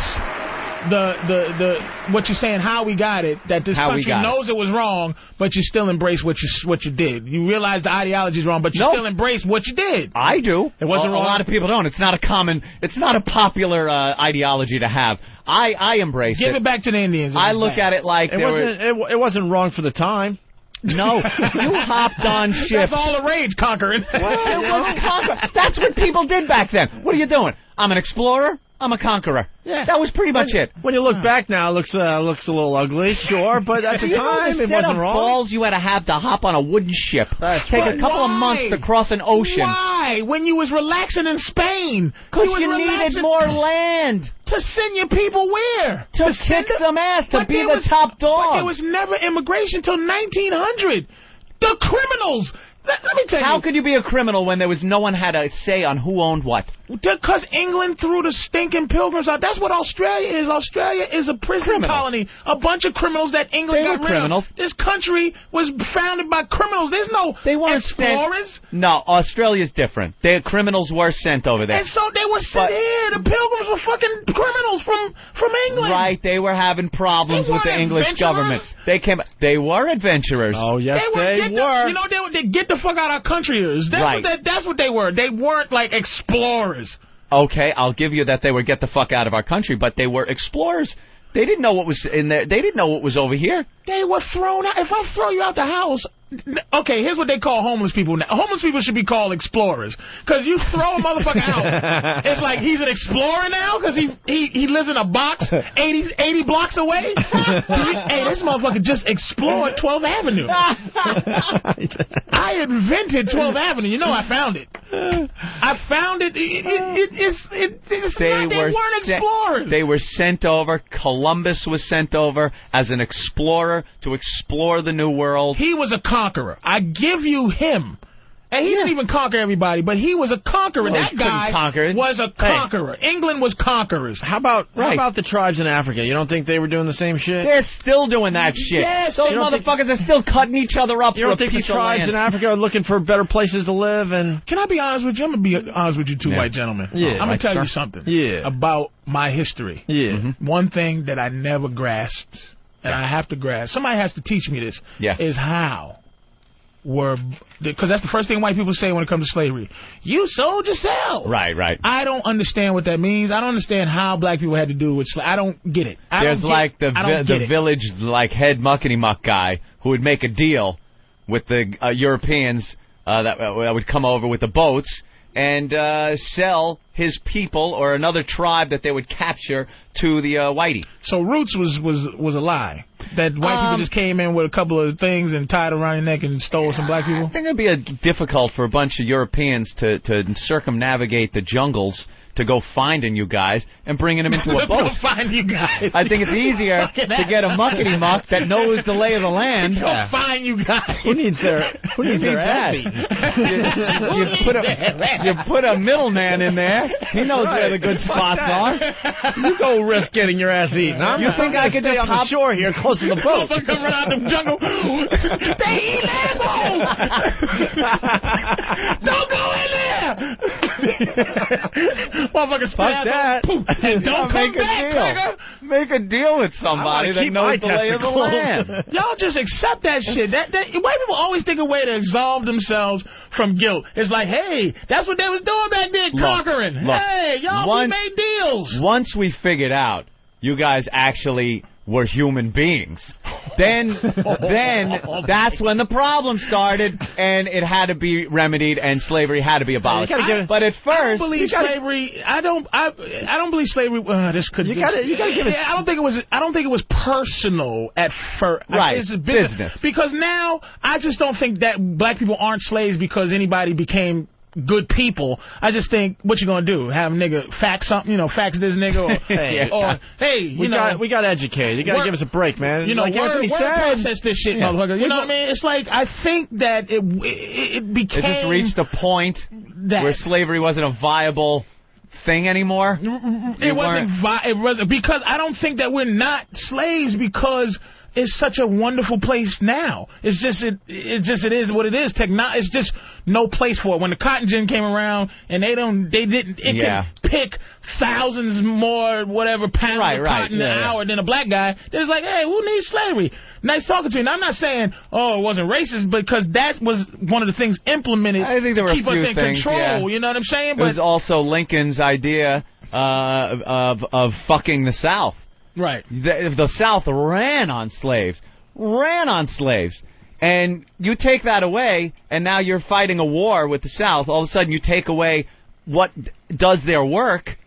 [SPEAKER 3] the the the what you're saying, how we got it. That this
[SPEAKER 2] How we
[SPEAKER 3] country
[SPEAKER 2] got it.
[SPEAKER 3] knows it was wrong, but you still embrace what you what you did. You realize the ideology is wrong, but you still embrace what you did.
[SPEAKER 2] I do.
[SPEAKER 3] It wasn't
[SPEAKER 2] a, a
[SPEAKER 3] wrong.
[SPEAKER 2] lot of people don't. It's not a common. It's not a popular uh, ideology to have. I I embrace
[SPEAKER 3] Give
[SPEAKER 2] it.
[SPEAKER 3] it back to the Indians. is
[SPEAKER 2] I
[SPEAKER 3] what
[SPEAKER 2] look
[SPEAKER 3] I'm saying.
[SPEAKER 2] at it like
[SPEAKER 1] It
[SPEAKER 2] there
[SPEAKER 1] wasn't. It, wa- it wasn't wrong for the time.
[SPEAKER 33] No, you hopped on ship.
[SPEAKER 3] That's all the rage, Conquering.
[SPEAKER 2] It was conquer. That's what people did back then. What are you doing? I'm an explorer. I'm a conqueror.
[SPEAKER 1] Yeah.
[SPEAKER 2] That was pretty much
[SPEAKER 1] when,
[SPEAKER 2] it.
[SPEAKER 1] When you look back now, it looks uh, looks a little ugly, sure, but at the
[SPEAKER 2] You know
[SPEAKER 1] time
[SPEAKER 2] the
[SPEAKER 1] it
[SPEAKER 2] set
[SPEAKER 1] wasn't
[SPEAKER 2] of
[SPEAKER 1] wrong.
[SPEAKER 2] balls you had to have to hop on a wooden ship.
[SPEAKER 1] That's
[SPEAKER 2] Take
[SPEAKER 1] right.
[SPEAKER 2] a couple of
[SPEAKER 3] Why?
[SPEAKER 2] months to cross an ocean.
[SPEAKER 3] Why? When you was relaxing in Spain.
[SPEAKER 2] Because
[SPEAKER 3] was
[SPEAKER 2] you, needed
[SPEAKER 3] relaxing-
[SPEAKER 2] more land.
[SPEAKER 3] To send your people where?
[SPEAKER 2] To kick some ass, to
[SPEAKER 3] But
[SPEAKER 2] be
[SPEAKER 3] there
[SPEAKER 2] the
[SPEAKER 3] was-
[SPEAKER 2] top dog.
[SPEAKER 3] But there was never immigration till 1900. The criminals. Let, let me tell
[SPEAKER 2] How
[SPEAKER 3] you.
[SPEAKER 2] could you be a criminal when there was no one had a say on who owned what?
[SPEAKER 3] Because England threw the stinking pilgrims out. That's what Australia is. Australia is a prison colony. A bunch of criminals that England
[SPEAKER 2] They
[SPEAKER 3] got
[SPEAKER 2] were
[SPEAKER 3] rid of.
[SPEAKER 2] criminals.
[SPEAKER 3] This country was founded by criminals. There's no
[SPEAKER 2] They weren't
[SPEAKER 3] explorers.
[SPEAKER 2] sent. No, Australia's different. The criminals were sent over there.
[SPEAKER 3] And so they were sent here. The pilgrims were fucking criminals from, from England.
[SPEAKER 2] Right, they were having problems
[SPEAKER 3] They
[SPEAKER 2] with the
[SPEAKER 3] weren't
[SPEAKER 2] English
[SPEAKER 3] adventurers.
[SPEAKER 2] government. They came. They were adventurers.
[SPEAKER 1] Oh yes,
[SPEAKER 3] They were, get The, you know, they were they get the fuck out of our country. Is That's,
[SPEAKER 2] Right.
[SPEAKER 3] what they, that's what they were. They weren't like explorers.
[SPEAKER 2] okay, I'll give you that they were get the fuck out of our country, but they were explorers. They didn't know what was in there. They didn't know what was over here.
[SPEAKER 3] They were thrown out. If I throw you out the house, n- okay, here's what they call homeless people now. Homeless people should be called explorers. Because you throw a motherfucker out. It's like he's an explorer now because he, he, he lives in a box 80, 80 blocks away. hey, this motherfucker just explored 12th Avenue. I invented 12th Avenue. You know I found it. I found it. It, it, it, it's, it, it's
[SPEAKER 2] They
[SPEAKER 3] not, they
[SPEAKER 2] were
[SPEAKER 3] weren't
[SPEAKER 2] se-
[SPEAKER 3] explorers.
[SPEAKER 2] They were sent over. Columbus was sent over as an explorer to explore the New World.
[SPEAKER 3] He was a conqueror. I give you him. And he didn't even conquer everybody, but he was a conqueror.
[SPEAKER 1] Well, he
[SPEAKER 3] that
[SPEAKER 1] couldn't
[SPEAKER 3] guy
[SPEAKER 1] conquer.
[SPEAKER 3] was a conqueror. England was conquerors.
[SPEAKER 1] How about
[SPEAKER 3] Right.
[SPEAKER 1] how about the tribes in Africa? You don't think they were doing the same shit?
[SPEAKER 2] They're still doing that shit.
[SPEAKER 1] Yes,
[SPEAKER 2] Those
[SPEAKER 1] you don't think-
[SPEAKER 2] motherfuckers are still cutting each other up
[SPEAKER 1] You
[SPEAKER 2] for
[SPEAKER 1] don't
[SPEAKER 2] a
[SPEAKER 1] think the
[SPEAKER 2] piece of
[SPEAKER 1] tribes
[SPEAKER 2] land.
[SPEAKER 1] in Africa are looking for better places to live and
[SPEAKER 3] Can I be honest with you? I'm gonna be honest with you, two white gentlemen.
[SPEAKER 1] Yeah.
[SPEAKER 3] I'm gonna
[SPEAKER 1] Right,
[SPEAKER 3] tell
[SPEAKER 1] sir.
[SPEAKER 3] you something.
[SPEAKER 1] Yeah.
[SPEAKER 3] About my history. Mm-hmm.
[SPEAKER 1] Yeah.
[SPEAKER 2] Mm-hmm.
[SPEAKER 3] One thing that I never grasped, and I have to grasp. Somebody has to teach me this.
[SPEAKER 2] Yeah.
[SPEAKER 3] Is how were because that's the first thing white people say when it comes to slavery. You sold yourself.
[SPEAKER 2] Right, right.
[SPEAKER 3] I don't understand what that means. I don't understand how black people had to do with slavery. I don't get it. I
[SPEAKER 2] There's
[SPEAKER 3] don't get-
[SPEAKER 2] like the
[SPEAKER 3] I don't
[SPEAKER 2] vi-
[SPEAKER 3] get
[SPEAKER 2] the
[SPEAKER 3] it.
[SPEAKER 2] village like head muckety muck guy who would make a deal with the uh, Europeans uh, that, uh, that would come over with the boats and uh, sell his people or another tribe that they would capture to the uh, whitey.
[SPEAKER 3] So roots was was was a lie. That white
[SPEAKER 2] Um,
[SPEAKER 3] people just came in with a couple of things and tied around your neck and stole some black people.
[SPEAKER 2] I think it'd be a, difficult for a bunch of Europeans to, to circumnavigate the jungles to go finding you guys and bringing them into a boat.
[SPEAKER 3] We'll find you guys.
[SPEAKER 2] I think it's easier
[SPEAKER 3] Fucking
[SPEAKER 2] to get a muckety muck that knows the lay of the land.
[SPEAKER 3] Go find you guys.
[SPEAKER 1] who needs their who needs their ad?
[SPEAKER 2] You, you put a you put a middleman in there. He knows where the good spots are.
[SPEAKER 1] You go risk getting your ass eaten. I'm
[SPEAKER 2] You
[SPEAKER 1] not-
[SPEAKER 2] think
[SPEAKER 1] I'm
[SPEAKER 2] I
[SPEAKER 1] gonna
[SPEAKER 2] could
[SPEAKER 1] stay
[SPEAKER 2] just
[SPEAKER 1] on
[SPEAKER 2] hop-
[SPEAKER 1] the shore here close to the boat?
[SPEAKER 3] Motherfucker run out the jungle. they eat assholes. Don't go in there. Motherfucker spit
[SPEAKER 2] Fuck
[SPEAKER 3] out,
[SPEAKER 2] that.
[SPEAKER 3] poof, and don't
[SPEAKER 2] Yeah,
[SPEAKER 3] come
[SPEAKER 2] make a
[SPEAKER 3] back,
[SPEAKER 2] deal. Make a deal with somebody that
[SPEAKER 1] keep my
[SPEAKER 2] knows the lay of the
[SPEAKER 1] testicles.
[SPEAKER 2] land.
[SPEAKER 3] nigga. Y'all just accept that shit. That, that white people always think a way to absolve themselves from guilt. It's like, hey, that's what they was doing back then,
[SPEAKER 2] Look,
[SPEAKER 3] conquering.
[SPEAKER 2] look,
[SPEAKER 3] hey, y'all,
[SPEAKER 2] once-
[SPEAKER 3] we made deals.
[SPEAKER 2] Once we figured out you guys actually were human beings, then then that's when the problem started and it had to be remedied and slavery had to be abolished.
[SPEAKER 1] gotta give-
[SPEAKER 2] but at
[SPEAKER 3] I don't
[SPEAKER 2] first,
[SPEAKER 3] believe
[SPEAKER 2] you gotta-
[SPEAKER 3] slavery. I don't. I. I don't believe slavery. Uh, this could.
[SPEAKER 1] You gotta- you gotta give us-
[SPEAKER 3] Yeah, I don't think it was. I don't think it was personal at first.
[SPEAKER 2] Right,
[SPEAKER 3] It's a business.
[SPEAKER 2] business.
[SPEAKER 3] Because now I just don't think that black people aren't slaves because anybody became good people. I just think what you gonna do? Have a nigga fax something? You know, fax this nigga or
[SPEAKER 1] Hey.
[SPEAKER 3] or hey, you
[SPEAKER 1] We
[SPEAKER 3] know.
[SPEAKER 1] got we got educated. You got to
[SPEAKER 3] Work-
[SPEAKER 1] give us a break, man.
[SPEAKER 3] you know,
[SPEAKER 1] like
[SPEAKER 3] word,
[SPEAKER 1] Anthony
[SPEAKER 3] word
[SPEAKER 1] said,
[SPEAKER 3] process this shit,
[SPEAKER 1] Yeah.
[SPEAKER 3] motherfucker. You
[SPEAKER 1] We
[SPEAKER 3] know
[SPEAKER 1] go-
[SPEAKER 3] what I mean? It's like I think that it it, it
[SPEAKER 2] it
[SPEAKER 3] became
[SPEAKER 2] just reached a point
[SPEAKER 3] that.
[SPEAKER 2] where slavery wasn't a viable thing anymore.
[SPEAKER 3] It wasn't. Vi- it wasn't because I don't think that we're not slaves because it's such a wonderful place now. It's just it. It just it is what it is. Techno. It's just no place for it. When the cotton gin came around and they don't. They didn't. It
[SPEAKER 2] Yeah.
[SPEAKER 3] could pick thousands more whatever pounds
[SPEAKER 2] Right,
[SPEAKER 3] of
[SPEAKER 2] right,
[SPEAKER 3] cotton
[SPEAKER 2] yeah,
[SPEAKER 3] an
[SPEAKER 2] yeah.
[SPEAKER 3] hour than a black guy. Then it's like, hey, who needs slavery? Nice talking to you. And I'm not saying oh it wasn't racist because that was one of the things implemented.
[SPEAKER 2] I think there were a
[SPEAKER 3] to keep us
[SPEAKER 2] few
[SPEAKER 3] in
[SPEAKER 2] things,
[SPEAKER 3] control.
[SPEAKER 2] yeah.
[SPEAKER 3] You know what I'm saying?
[SPEAKER 2] It was
[SPEAKER 3] But
[SPEAKER 2] also Lincoln's idea uh, of of fucking the South.
[SPEAKER 3] right.
[SPEAKER 2] The, the South ran on slaves, ran on slaves, And you take that away, and now you're fighting a war with the South. All of a sudden, you take away what d- does their work.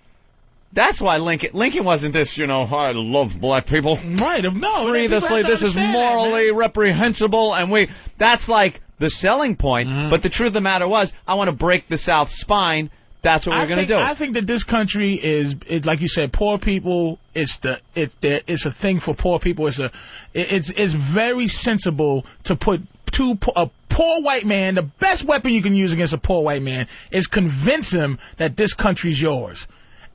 [SPEAKER 2] That's why Lincoln Lincoln wasn't this, you know, I love black people.
[SPEAKER 3] Right, no.
[SPEAKER 2] Free the
[SPEAKER 3] people have
[SPEAKER 2] slave.
[SPEAKER 3] to
[SPEAKER 2] This is
[SPEAKER 3] understand that,
[SPEAKER 2] morally reprehensible, and we. That's like the selling point.
[SPEAKER 3] Mm-hmm.
[SPEAKER 2] But the truth of the matter was, I want to break the South's spine. That's what
[SPEAKER 3] I
[SPEAKER 2] we're going to
[SPEAKER 3] think-
[SPEAKER 2] do.
[SPEAKER 3] I think that this country is, it, like you said, poor people. It's the it, there- it's a thing for poor people. It's a it- it's it's very sensible to put two po- a poor white man. The best weapon you can use against a poor white man is convince him that this country's yours.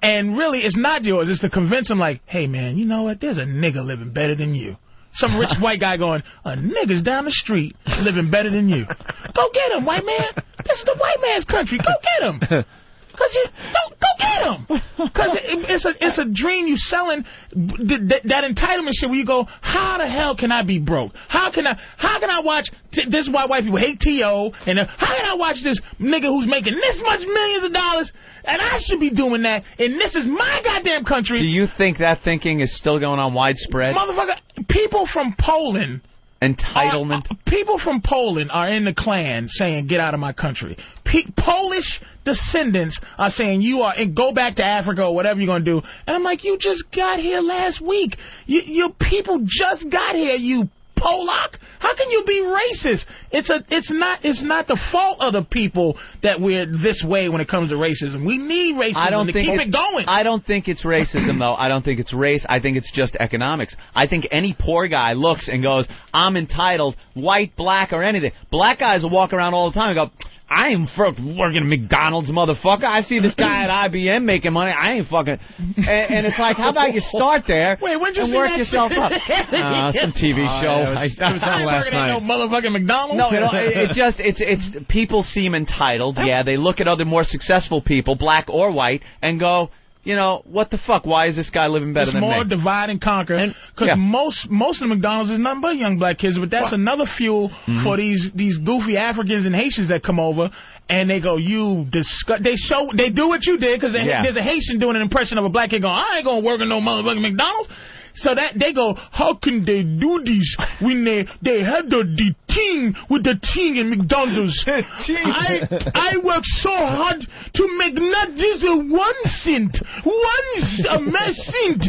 [SPEAKER 3] And really, it's not yours. It's to convince him, like, hey man, you know what? There's a nigga living better than you. Some rich white guy going, a nigga's down the street living better than you. Go get him, white man. This is the white man's country. Go get him. Cause you don't go get him. Cause it, it's a it's a dream you selling th- th- that entitlement shit where you go, how the hell can I be broke? How can I how can I watch t- this? Is why white people hate To and uh, how can I watch this nigga who's making this much millions of dollars and I should be doing that and this is my goddamn country,
[SPEAKER 2] do you think that thinking is still going on widespread?
[SPEAKER 3] motherfucker. People from Poland uh,
[SPEAKER 2] Entitlement.
[SPEAKER 3] people from Poland are in the Klan saying, "Get out of my country." Pe- Polish descendants are saying, "You are and go back to Africa or whatever you're gonna do." And I'm like, "You just got here last week. You, your people just got here. You Polak. How can you be racist? It's a, it's not, it's not the fault of the people that we're this way when it comes to racism. We need racism
[SPEAKER 2] I don't
[SPEAKER 3] to
[SPEAKER 2] think
[SPEAKER 3] keep
[SPEAKER 2] it-
[SPEAKER 3] it going.
[SPEAKER 2] I don't think it's racism though. I don't think it's race. I think it's just economics. I think any poor guy looks and goes, "I'm entitled, white, black, or anything." Black guys will walk around all the time and go, "I ain't for working at McDonald's, motherfucker. I see this guy at IBM making money. I ain't fucking." And, and it's like, how about you start there
[SPEAKER 3] Wait, when'd you
[SPEAKER 2] and
[SPEAKER 3] see
[SPEAKER 2] work
[SPEAKER 3] that
[SPEAKER 2] yourself
[SPEAKER 3] shit?
[SPEAKER 2] up? Uh, some TV
[SPEAKER 3] Oh,
[SPEAKER 2] show.
[SPEAKER 3] yeah, it was- it was on I ain't last working at no night. motherfucking McDonald's.
[SPEAKER 2] No, no, it, it just it's it's people seem entitled. Yeah, they look at other more successful people, black or white, and go, you know, what the fuck? Why is this guy living better
[SPEAKER 3] It's
[SPEAKER 2] than
[SPEAKER 3] more
[SPEAKER 2] me?
[SPEAKER 3] divide and conquer. Because
[SPEAKER 2] yeah.
[SPEAKER 3] most most of the McDonald's is nothing but young black kids, but that's another fuel
[SPEAKER 2] Mhm.
[SPEAKER 3] for these these goofy Africans and Haitians that come over and they go, you disgust. They show they do what you did because
[SPEAKER 2] Yeah.
[SPEAKER 3] there's a Haitian doing an impression of a black kid going, I ain't gonna work at no motherfucking McDonald's. So that they go, how can they do this when they they had the, the thing with the thing in McDonald's? I I worked so hard to make not just a one cent, one c- a mess cent.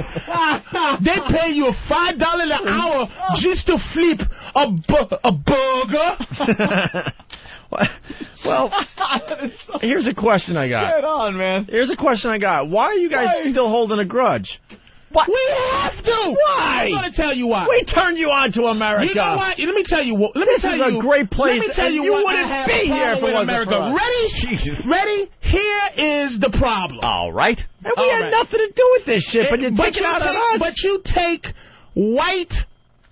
[SPEAKER 3] They pay you five dollar an hour just to flip a bu- a burger.
[SPEAKER 7] Well, here's a question I got.
[SPEAKER 2] Get on, man.
[SPEAKER 7] Here's a question I got. Why are you guys still holding a grudge?
[SPEAKER 2] What?
[SPEAKER 3] We have to.
[SPEAKER 7] Why?
[SPEAKER 3] I'm gonna tell you why.
[SPEAKER 7] We turned you on to America.
[SPEAKER 3] You know what? Let me tell you what. Let me
[SPEAKER 7] This
[SPEAKER 3] tell
[SPEAKER 7] is
[SPEAKER 3] you.
[SPEAKER 7] a great place,
[SPEAKER 3] Let me tell
[SPEAKER 7] and
[SPEAKER 3] you,
[SPEAKER 7] you
[SPEAKER 3] what
[SPEAKER 7] wouldn't
[SPEAKER 3] I have
[SPEAKER 7] be
[SPEAKER 3] a
[SPEAKER 7] here
[SPEAKER 3] problem
[SPEAKER 7] if it
[SPEAKER 3] with
[SPEAKER 7] wasn't
[SPEAKER 3] America.
[SPEAKER 7] for us.
[SPEAKER 3] Ready? Ready? Here is the problem.
[SPEAKER 2] All right.
[SPEAKER 7] And we had nothing to do with this shit, but you're taking it out
[SPEAKER 3] take,
[SPEAKER 7] on us.
[SPEAKER 3] But you take white,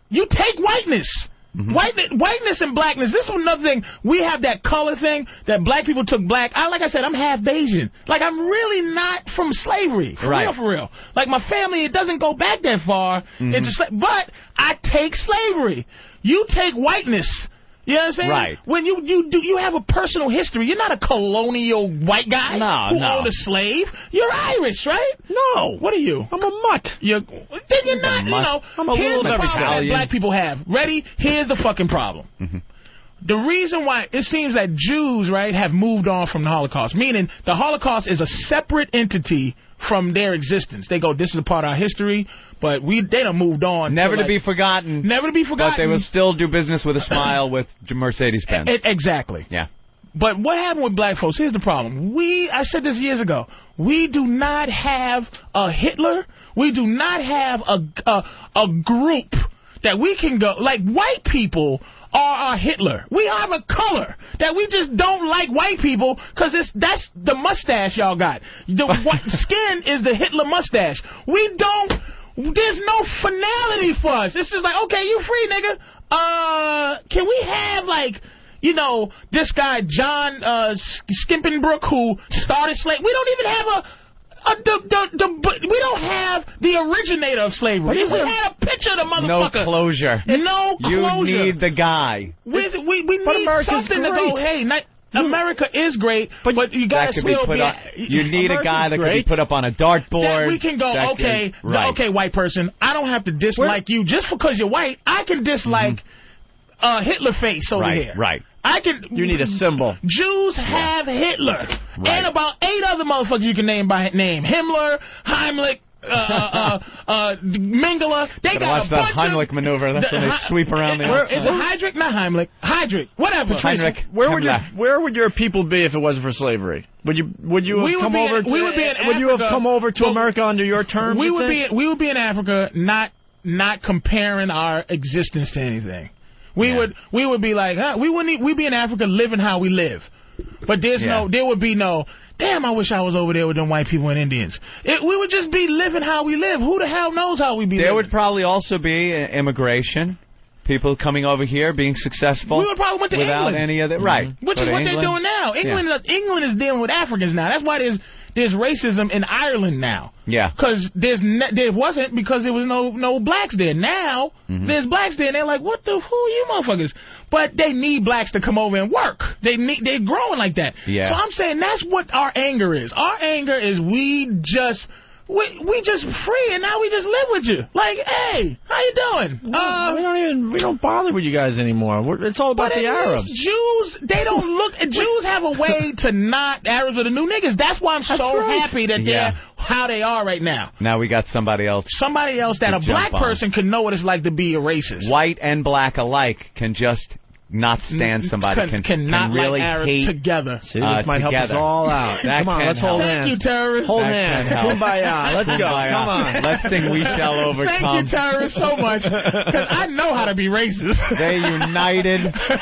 [SPEAKER 3] you take whiteness. Whiteness, whiteness and blackness. This is another thing. We have that color thing that black people took black. I, like I said, I'm half Bayesian. Like I'm really not from slavery. For
[SPEAKER 2] Right.
[SPEAKER 3] real, for real. Like my family, it doesn't go back that far. Into sla- but I take slavery. You take whiteness. You know what I'm saying?
[SPEAKER 2] Right.
[SPEAKER 3] When you you do you have a personal history. You're not a colonial white guy
[SPEAKER 2] No,
[SPEAKER 3] who
[SPEAKER 2] no.
[SPEAKER 3] owned a slave. You're Irish, right? No. What are you? I'm a mutt. You're, then you're not. You
[SPEAKER 2] mutt.
[SPEAKER 3] know.
[SPEAKER 2] I'm a
[SPEAKER 3] here's
[SPEAKER 2] little
[SPEAKER 3] the
[SPEAKER 2] bit
[SPEAKER 3] problem
[SPEAKER 2] Italian.
[SPEAKER 3] that black people have. Ready? Here's the fucking problem.
[SPEAKER 21] Mm-hmm.
[SPEAKER 3] The reason why it seems that Jews, right, have moved on from the Holocaust, meaning the Holocaust is a separate entity from their existence. They go, this is a part of our history, but we they done moved on.
[SPEAKER 2] Never to
[SPEAKER 3] like-
[SPEAKER 2] be forgotten.
[SPEAKER 3] Never to be
[SPEAKER 2] But they
[SPEAKER 3] forgotten.
[SPEAKER 2] will still do business with a smile with Mercedes Benz.
[SPEAKER 3] E- exactly.
[SPEAKER 2] Yeah.
[SPEAKER 3] But what happened with black folks? Here's the problem. We, I said this years ago, we do not have a Hitler. We do not have a, a, a group that we can go, like white people are our Hitler. We have a color that we just don't like white people because it's, that's the mustache y'all got. The white skin is the Hitler mustache. We don't, there's no finality for us. It's just like, okay, you free, nigga. Uh, can we have like, you know, this guy John uh, S- Skimpenbrook who started slavery. We don't even have a. A, the, the, the, but we don't have the originator of slavery. If we had a picture of the
[SPEAKER 2] No
[SPEAKER 3] motherfucker.
[SPEAKER 2] closure.
[SPEAKER 3] No closure.
[SPEAKER 2] You need the guy.
[SPEAKER 3] we, we, we
[SPEAKER 7] But
[SPEAKER 3] need
[SPEAKER 7] America's
[SPEAKER 3] something to go,
[SPEAKER 7] great.
[SPEAKER 3] hey, not, America is great, but, you gotta
[SPEAKER 2] That could be
[SPEAKER 3] still
[SPEAKER 2] put
[SPEAKER 3] be.
[SPEAKER 2] up. You need a guy that
[SPEAKER 3] America's
[SPEAKER 2] could be put up on a dartboard.
[SPEAKER 3] that we can go,
[SPEAKER 2] That could-
[SPEAKER 3] okay, th-
[SPEAKER 2] right.
[SPEAKER 3] okay, white person, I don't have to dislike you just because you're white. I can dislike uh, Hitler face over
[SPEAKER 2] Mm-hmm. right,
[SPEAKER 3] here.
[SPEAKER 2] right.
[SPEAKER 3] I can. Mm-hmm.
[SPEAKER 1] You need a symbol.
[SPEAKER 3] Jews have Hitler
[SPEAKER 1] Right.
[SPEAKER 3] and about eight other motherfuckers you can name by name: Himmler, Heimlich. Uh, uh, uh, uh, Mengele. They
[SPEAKER 2] Gotta
[SPEAKER 3] got
[SPEAKER 2] watch that
[SPEAKER 3] a bunch of
[SPEAKER 2] Heimlich maneuver. That's when they
[SPEAKER 3] Hi-
[SPEAKER 2] sweep around the.
[SPEAKER 3] Where-
[SPEAKER 2] outside.
[SPEAKER 3] Is it Heydrich? Not Heimlich. Heydrich. Whatever.
[SPEAKER 1] Patrice, where would your where would your people be if it wasn't for slavery? Would you would you have
[SPEAKER 3] We would
[SPEAKER 1] come
[SPEAKER 3] be in-
[SPEAKER 1] over? to,
[SPEAKER 3] we would be in
[SPEAKER 1] Would you have
[SPEAKER 3] Africa.
[SPEAKER 1] come over to
[SPEAKER 3] Well,
[SPEAKER 1] America under your terms?
[SPEAKER 3] we
[SPEAKER 1] you
[SPEAKER 3] would
[SPEAKER 1] think?
[SPEAKER 3] be we would be in Africa, not not comparing our existence to anything. We would we would be like, huh, we wouldn't e- we'd be in Africa living how we live. But there's no there would be no damn I wish I was over there with them white people and Indians. It, we would just be living how we live. Who the hell knows how we be
[SPEAKER 2] There
[SPEAKER 3] living?
[SPEAKER 2] would probably also be uh, immigration, people coming over here being successful.
[SPEAKER 3] We would probably went to
[SPEAKER 2] without
[SPEAKER 3] England. Mm-hmm.
[SPEAKER 2] any other right,
[SPEAKER 3] Which
[SPEAKER 2] Go
[SPEAKER 3] is
[SPEAKER 2] to
[SPEAKER 3] what they're
[SPEAKER 2] England.
[SPEAKER 3] doing now.
[SPEAKER 2] Yeah.
[SPEAKER 3] England England is dealing with Africans now. That's why there's there's racism in Ireland now.
[SPEAKER 2] Yeah.
[SPEAKER 3] Because there's ne- there wasn't because there was no no blacks there. Now
[SPEAKER 2] Mm-hmm.
[SPEAKER 3] there's blacks there, and they're like, what the who are you motherfuckers? But they need blacks to come over and work. They need they're growing like that.
[SPEAKER 2] Yeah.
[SPEAKER 3] So I'm saying that's what our anger is. Our anger is we just. We, we just free and now we just live with you. Like, hey, how you doing? uh,
[SPEAKER 1] we don't even we don't bother with you guys anymore. We're, it's all about
[SPEAKER 3] but
[SPEAKER 1] the
[SPEAKER 3] at least
[SPEAKER 1] Arabs.
[SPEAKER 3] Jews, they don't look. Jews have a way to not Arabs are the new niggas. That's why I'm so
[SPEAKER 1] right.
[SPEAKER 3] happy that
[SPEAKER 2] Yeah.
[SPEAKER 3] they're how they are right now.
[SPEAKER 2] Now we got somebody else.
[SPEAKER 3] Somebody else that
[SPEAKER 2] To
[SPEAKER 3] a
[SPEAKER 2] jump
[SPEAKER 3] black
[SPEAKER 2] on.
[SPEAKER 3] person could know what it's like to be a racist.
[SPEAKER 2] White and black alike can just not stand somebody. Can,
[SPEAKER 3] Can- cannot like
[SPEAKER 2] really
[SPEAKER 3] Arabs
[SPEAKER 2] hate uh,
[SPEAKER 3] together.
[SPEAKER 1] See, this might help us all out.
[SPEAKER 2] That
[SPEAKER 1] Come on,
[SPEAKER 2] can
[SPEAKER 1] let's hold
[SPEAKER 2] help.
[SPEAKER 1] hands.
[SPEAKER 3] Thank you, terrorists.
[SPEAKER 1] Hold
[SPEAKER 2] That
[SPEAKER 1] hands.
[SPEAKER 2] can help.
[SPEAKER 1] Kumbaya. Let's go.
[SPEAKER 2] Kumbaya.
[SPEAKER 1] Come on.
[SPEAKER 2] Let's sing "We Shall
[SPEAKER 3] Thank
[SPEAKER 2] Overcome."
[SPEAKER 3] you, terrorists, so much. Because I know how to be racist.
[SPEAKER 1] They united.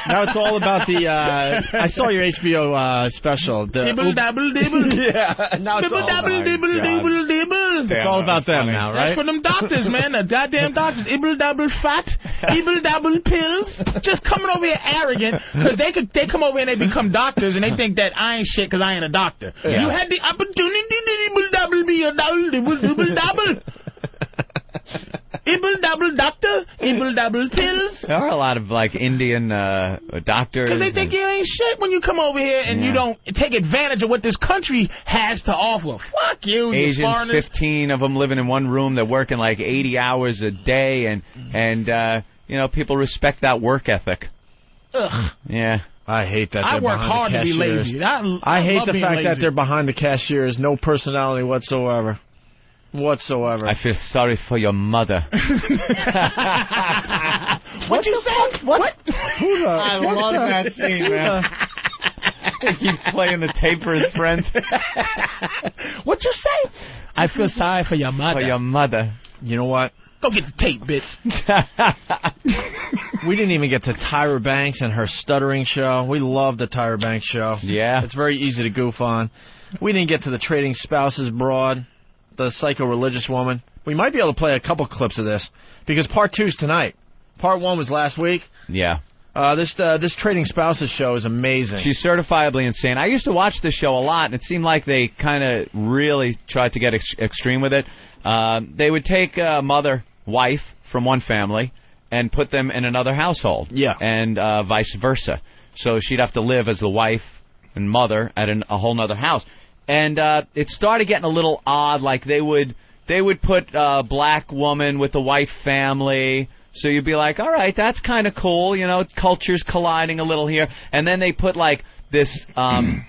[SPEAKER 1] now it's all about the. Uh, I saw your HBO uh, special. The
[SPEAKER 3] Dibble, dabble, dibble.
[SPEAKER 1] yeah. Now it's
[SPEAKER 3] Dibble,
[SPEAKER 1] all
[SPEAKER 3] dabble,
[SPEAKER 1] about-
[SPEAKER 3] dibble,
[SPEAKER 1] God.
[SPEAKER 3] dibble, dibble.
[SPEAKER 1] It's all about them now,
[SPEAKER 3] That's
[SPEAKER 1] right?
[SPEAKER 3] for them doctors, man. The goddamn doctors. Ibble double fat, ibble double pills. Just coming over here arrogant because they could they come over here and they become doctors and they think that I ain't shit because I ain't a doctor.
[SPEAKER 7] Yeah.
[SPEAKER 3] You had the opportunity to ibble double be a double double double double. Ibble double doctor, ibble double pills.
[SPEAKER 2] There are a lot of like Indian uh, doctors.
[SPEAKER 3] Because they think you ain't shit when you come over here and you
[SPEAKER 2] Yeah.
[SPEAKER 3] don't take advantage of what this country has to offer. Fuck you, you
[SPEAKER 2] Asians,
[SPEAKER 3] foreigners.
[SPEAKER 2] fifteen of them living in one room. They're working like eighty hours a day, and and uh, you know people respect that work ethic.
[SPEAKER 3] Ugh.
[SPEAKER 2] Yeah,
[SPEAKER 1] I hate that.
[SPEAKER 3] I
[SPEAKER 1] they're
[SPEAKER 3] work
[SPEAKER 1] behind the
[SPEAKER 3] hard to be
[SPEAKER 1] cashiers.
[SPEAKER 3] lazy. I,
[SPEAKER 1] I hate
[SPEAKER 3] love
[SPEAKER 1] the
[SPEAKER 3] being
[SPEAKER 1] fact that
[SPEAKER 3] lazy.
[SPEAKER 1] they're behind the cashiers, no personality whatsoever. Whatsoever.
[SPEAKER 2] I feel sorry for your mother.
[SPEAKER 3] What you say? What?
[SPEAKER 1] Who the?
[SPEAKER 2] I
[SPEAKER 1] what
[SPEAKER 2] love
[SPEAKER 1] the-
[SPEAKER 2] that scene, man. he keeps playing the tape for his friends.
[SPEAKER 3] What you say? I feel sorry for your mother.
[SPEAKER 2] For your mother.
[SPEAKER 1] You know what?
[SPEAKER 3] Go get the tape, bitch.
[SPEAKER 1] We didn't even get to Tyra Banks and her stuttering show. We love the Tyra Banks show.
[SPEAKER 2] Yeah.
[SPEAKER 1] It's very easy to goof on. We didn't get to the Trading Spouses Broad, the psycho religious woman. We might be able to play a couple clips of this because part two's tonight. Part one was last week.
[SPEAKER 2] Yeah.
[SPEAKER 1] Uh, this uh, this Trading Spouses show is amazing.
[SPEAKER 2] She's certifiably insane. I used to watch this show a lot, and it seemed like they kind of really tried to get ex- extreme with it. Um, they would take uh, mother, wife from one family, and put them in another household. Yeah. And uh, vice versa. So she'd have to live as the wife and mother at an, a whole nother house. And uh, it started getting a little odd. Like they would they would put a black woman with a white family. So you'd be like, all right, that's kind of cool. You know, cultures colliding a little here. And then they put like this um,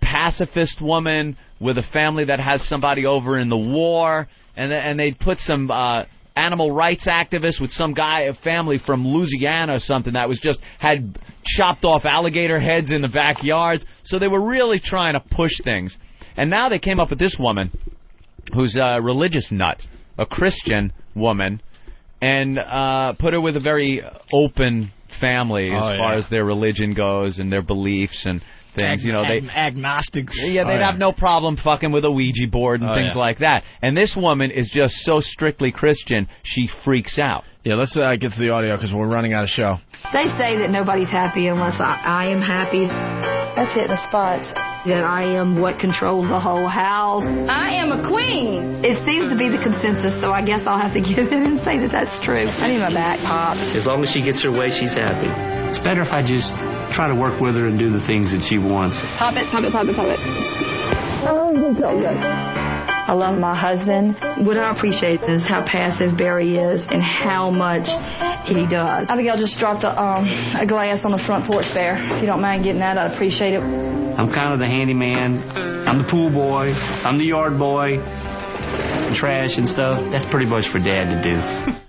[SPEAKER 2] pacifist woman with a family that has somebody over in the war, and th- and they'd put some uh, animal rights activist with some guy, a family from Louisiana or something that was just had chopped off alligator heads in the backyards. So they were really trying to push things, and now they came up with this woman who's a religious nut, a Christian woman, and uh, put her with a very open family as
[SPEAKER 3] Oh,
[SPEAKER 2] far
[SPEAKER 3] yeah.
[SPEAKER 2] as their religion goes and their beliefs and things. You know, they Oh,
[SPEAKER 3] Ag- agnostics.
[SPEAKER 2] yeah, they'd have no problem fucking with a Ouija board and
[SPEAKER 1] Oh,
[SPEAKER 2] things
[SPEAKER 1] yeah.
[SPEAKER 2] like that. And this woman is just so strictly Christian, she freaks out.
[SPEAKER 1] Yeah, let's uh, get to the audio because we're running out of show.
[SPEAKER 24] They say that nobody's happy unless I, I am happy. That's hitting the spots. That I am what controls the whole house.
[SPEAKER 34] I am a queen.
[SPEAKER 24] It seems to be the consensus, so I guess I'll have to give in and say that that's true. I need my back popped.
[SPEAKER 14] As long as she gets her way, she's happy. It's better if I just try to work with her and do the things that she wants.
[SPEAKER 24] Pop it, pop it, pop it, pop it. Oh,
[SPEAKER 35] I love my husband. What I appreciate is how passive Barry is and how much he does.
[SPEAKER 24] I think I'll just drop the, um, a glass on the front porch there. If you don't mind getting that, I'd appreciate it.
[SPEAKER 14] I'm kind of the handyman. I'm the pool boy. I'm the yard boy. Trash and stuff. That's pretty much for Dad to do.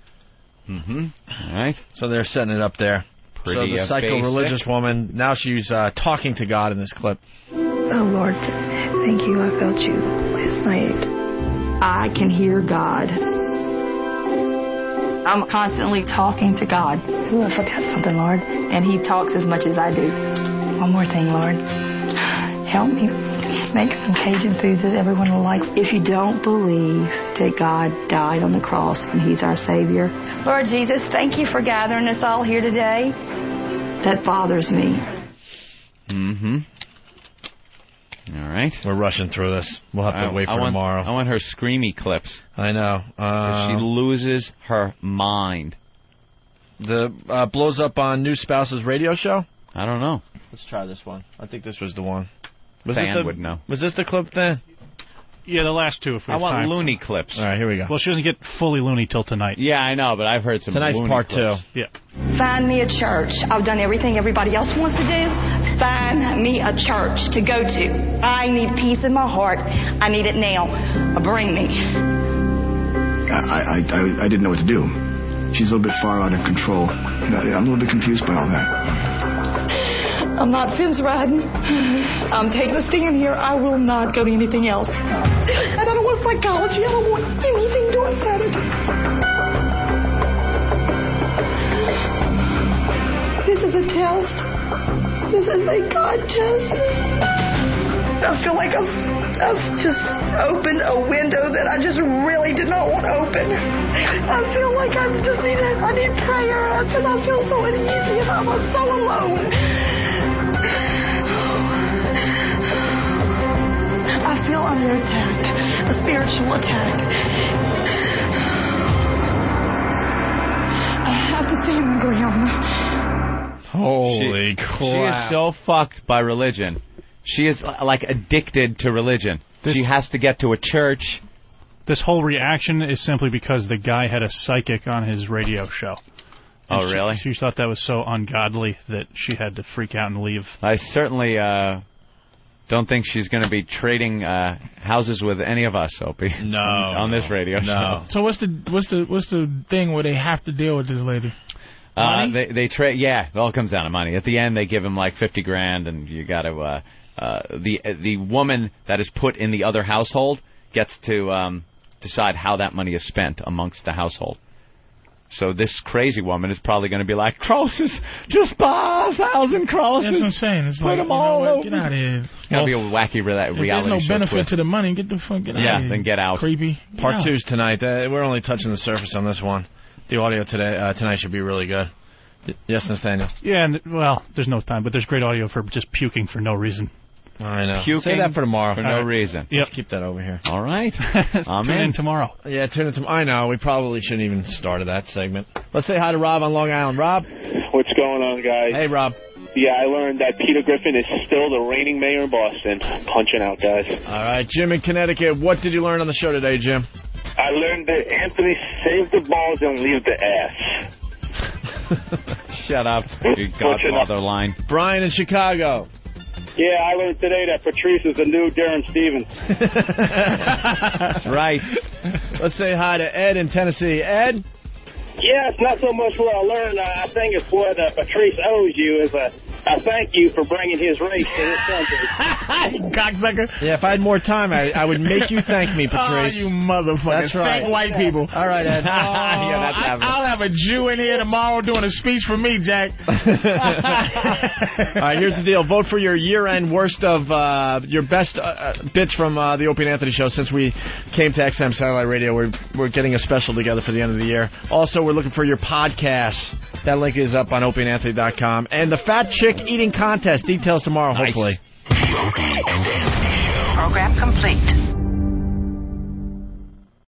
[SPEAKER 2] Mm-hmm. All right.
[SPEAKER 1] So they're setting it up there. so
[SPEAKER 2] Pretty,
[SPEAKER 1] the
[SPEAKER 2] uh,
[SPEAKER 1] psycho-religious woman, now she's uh, talking to God in this clip.
[SPEAKER 35] Oh Lord, thank you. I felt you last night. I can hear God.
[SPEAKER 24] I'm constantly talking to God. Ooh, I forgot something, Lord. And He talks as much as I do. One more thing, Lord. Help me make some Cajun food that everyone will like.
[SPEAKER 35] If you don't believe that God died on the cross and He's our Savior,
[SPEAKER 24] Lord Jesus, thank you for gathering us all here today.
[SPEAKER 35] that bothers me.
[SPEAKER 2] Mm-hmm. All right.
[SPEAKER 1] We're rushing through this. We'll have to wait for
[SPEAKER 2] want,
[SPEAKER 1] tomorrow.
[SPEAKER 2] I want her screamy clips.
[SPEAKER 1] I know. Uh,
[SPEAKER 2] she loses her mind.
[SPEAKER 1] The uh, blows up on new spouse's radio show.
[SPEAKER 2] I don't know.
[SPEAKER 1] Let's try this one. I think this was the one.
[SPEAKER 2] Fan
[SPEAKER 1] this the,
[SPEAKER 2] would know.
[SPEAKER 1] Was this the clip then?
[SPEAKER 21] Yeah, the last two. If
[SPEAKER 2] I
[SPEAKER 21] we have
[SPEAKER 2] want
[SPEAKER 21] time.
[SPEAKER 2] loony clips.
[SPEAKER 1] All right, here we go.
[SPEAKER 21] Well, she doesn't get fully loony till tonight.
[SPEAKER 2] Yeah, I know, but I've heard some.
[SPEAKER 21] Tonight's
[SPEAKER 2] loony
[SPEAKER 21] part
[SPEAKER 2] clips.
[SPEAKER 21] two. Yeah.
[SPEAKER 24] Find me a church. I've done everything everybody else wants to do. Find me a church to go to. I need peace in my heart. I need it now. Bring me.
[SPEAKER 22] I, I, I, I didn't know what to do. She's a little bit far out of control. And I, I'm a little bit confused by all that.
[SPEAKER 24] I'm not fence riding. I'm taking a stand here. I will not go to anything else. And I don't want psychology. I don't want anything to upset it. This is a test. This is a God test. I feel like I've, I've just opened a window that I just really did not want open. I feel like I just need, I need prayer. I feel, I feel so uneasy and I'm so alone. I feel under attack, a spiritual attack. I have to stay on the ground.
[SPEAKER 1] Holy
[SPEAKER 2] She is so fucked by religion. She is uh, like addicted to religion. she has to get to a church.
[SPEAKER 21] This whole reaction is simply because the guy had a psychic on his radio show.
[SPEAKER 2] Oh,
[SPEAKER 21] she-
[SPEAKER 2] really?
[SPEAKER 21] She, thought that was so ungodly that she had to freak out and leave.
[SPEAKER 2] I certainly uh, don't think she's going to be trading uh, houses with any of us, Opie. No. on this radio show.
[SPEAKER 3] So what's the what's the what's the thing where they have to deal with this lady?
[SPEAKER 2] Uh, they they trade. Yeah, it all comes down to money. At the end, they give him like fifty grand, and you got to. Uh, uh, the uh, the woman that is put in the other household gets to um, decide how that money is spent amongst the household. So this crazy woman is probably going to be like crosses, just buy a thousand crosses.
[SPEAKER 3] That's what I'm saying. It's
[SPEAKER 2] Oh, Put
[SPEAKER 3] like,
[SPEAKER 2] them
[SPEAKER 3] you know
[SPEAKER 2] all
[SPEAKER 3] what?
[SPEAKER 2] over.
[SPEAKER 3] Get out of here.
[SPEAKER 2] It's gonna be a wacky re-
[SPEAKER 3] If there's
[SPEAKER 2] reality
[SPEAKER 3] no
[SPEAKER 2] show
[SPEAKER 3] benefit
[SPEAKER 2] twist.
[SPEAKER 3] to the money, get the fuck out
[SPEAKER 2] yeah,
[SPEAKER 3] of here.
[SPEAKER 2] then get out.
[SPEAKER 3] Creepy. Get
[SPEAKER 1] Part
[SPEAKER 3] out.
[SPEAKER 1] two's tonight. Uh, we're only touching the surface on this one. The audio today uh, tonight should be really good. Y- Yes, Nathaniel.
[SPEAKER 21] Yeah, and well, there's no time, but there's great audio for just puking for no reason.
[SPEAKER 1] I know.
[SPEAKER 21] Puking
[SPEAKER 1] Say that for tomorrow.
[SPEAKER 21] for no
[SPEAKER 1] All right.
[SPEAKER 21] reason.
[SPEAKER 1] Let's
[SPEAKER 21] Yep.
[SPEAKER 1] keep that over here.
[SPEAKER 2] All right.
[SPEAKER 21] I'm Tune in in. tomorrow.
[SPEAKER 1] Yeah, tune in tomorrow. I know. We probably shouldn't even started that segment. Let's say hi to Rob on Long Island. Rob.
[SPEAKER 27] What's going on, guys?
[SPEAKER 1] Hey, Rob.
[SPEAKER 27] Yeah, I learned that Peter Griffin is still the reigning mayor in Boston. Punching out, guys.
[SPEAKER 1] All right, Jim in Connecticut. What did you learn on the show today, Jim?
[SPEAKER 27] I learned that Anthony save the balls and leave the ass.
[SPEAKER 2] Shut up, you
[SPEAKER 27] What's your
[SPEAKER 2] Godfather line.
[SPEAKER 1] Brian in Chicago.
[SPEAKER 27] Yeah, I learned today that Patrice is the new Darren Stevens.
[SPEAKER 1] That's right. Let's say hi to Ed in Tennessee. Ed.
[SPEAKER 6] Yeah, it's not so much what I learned. I I think it's what uh, Patrice owes you is a, a thank you for bringing his race to this country.
[SPEAKER 1] Cocksucker. Yeah, if I had more time, I, I would make you thank me, Patrice.
[SPEAKER 3] Oh, you motherfuckers.
[SPEAKER 1] That's right.
[SPEAKER 3] Thank white people.
[SPEAKER 1] All right, Ed.
[SPEAKER 3] I, I'll have a Jew in here tomorrow doing a speech for me, Jack.
[SPEAKER 1] All right, here's the deal. Vote for your year-end worst of uh, your best uh, uh, bits from uh, the Opie and Anthony show. Since we came to XM Satellite Radio, we're we're getting a special together for the end of the year. Also, we're looking for your podcasts. That link is up on opieandanthony.com. And the fat chick eating contest details tomorrow, hopefully.
[SPEAKER 36] Program complete.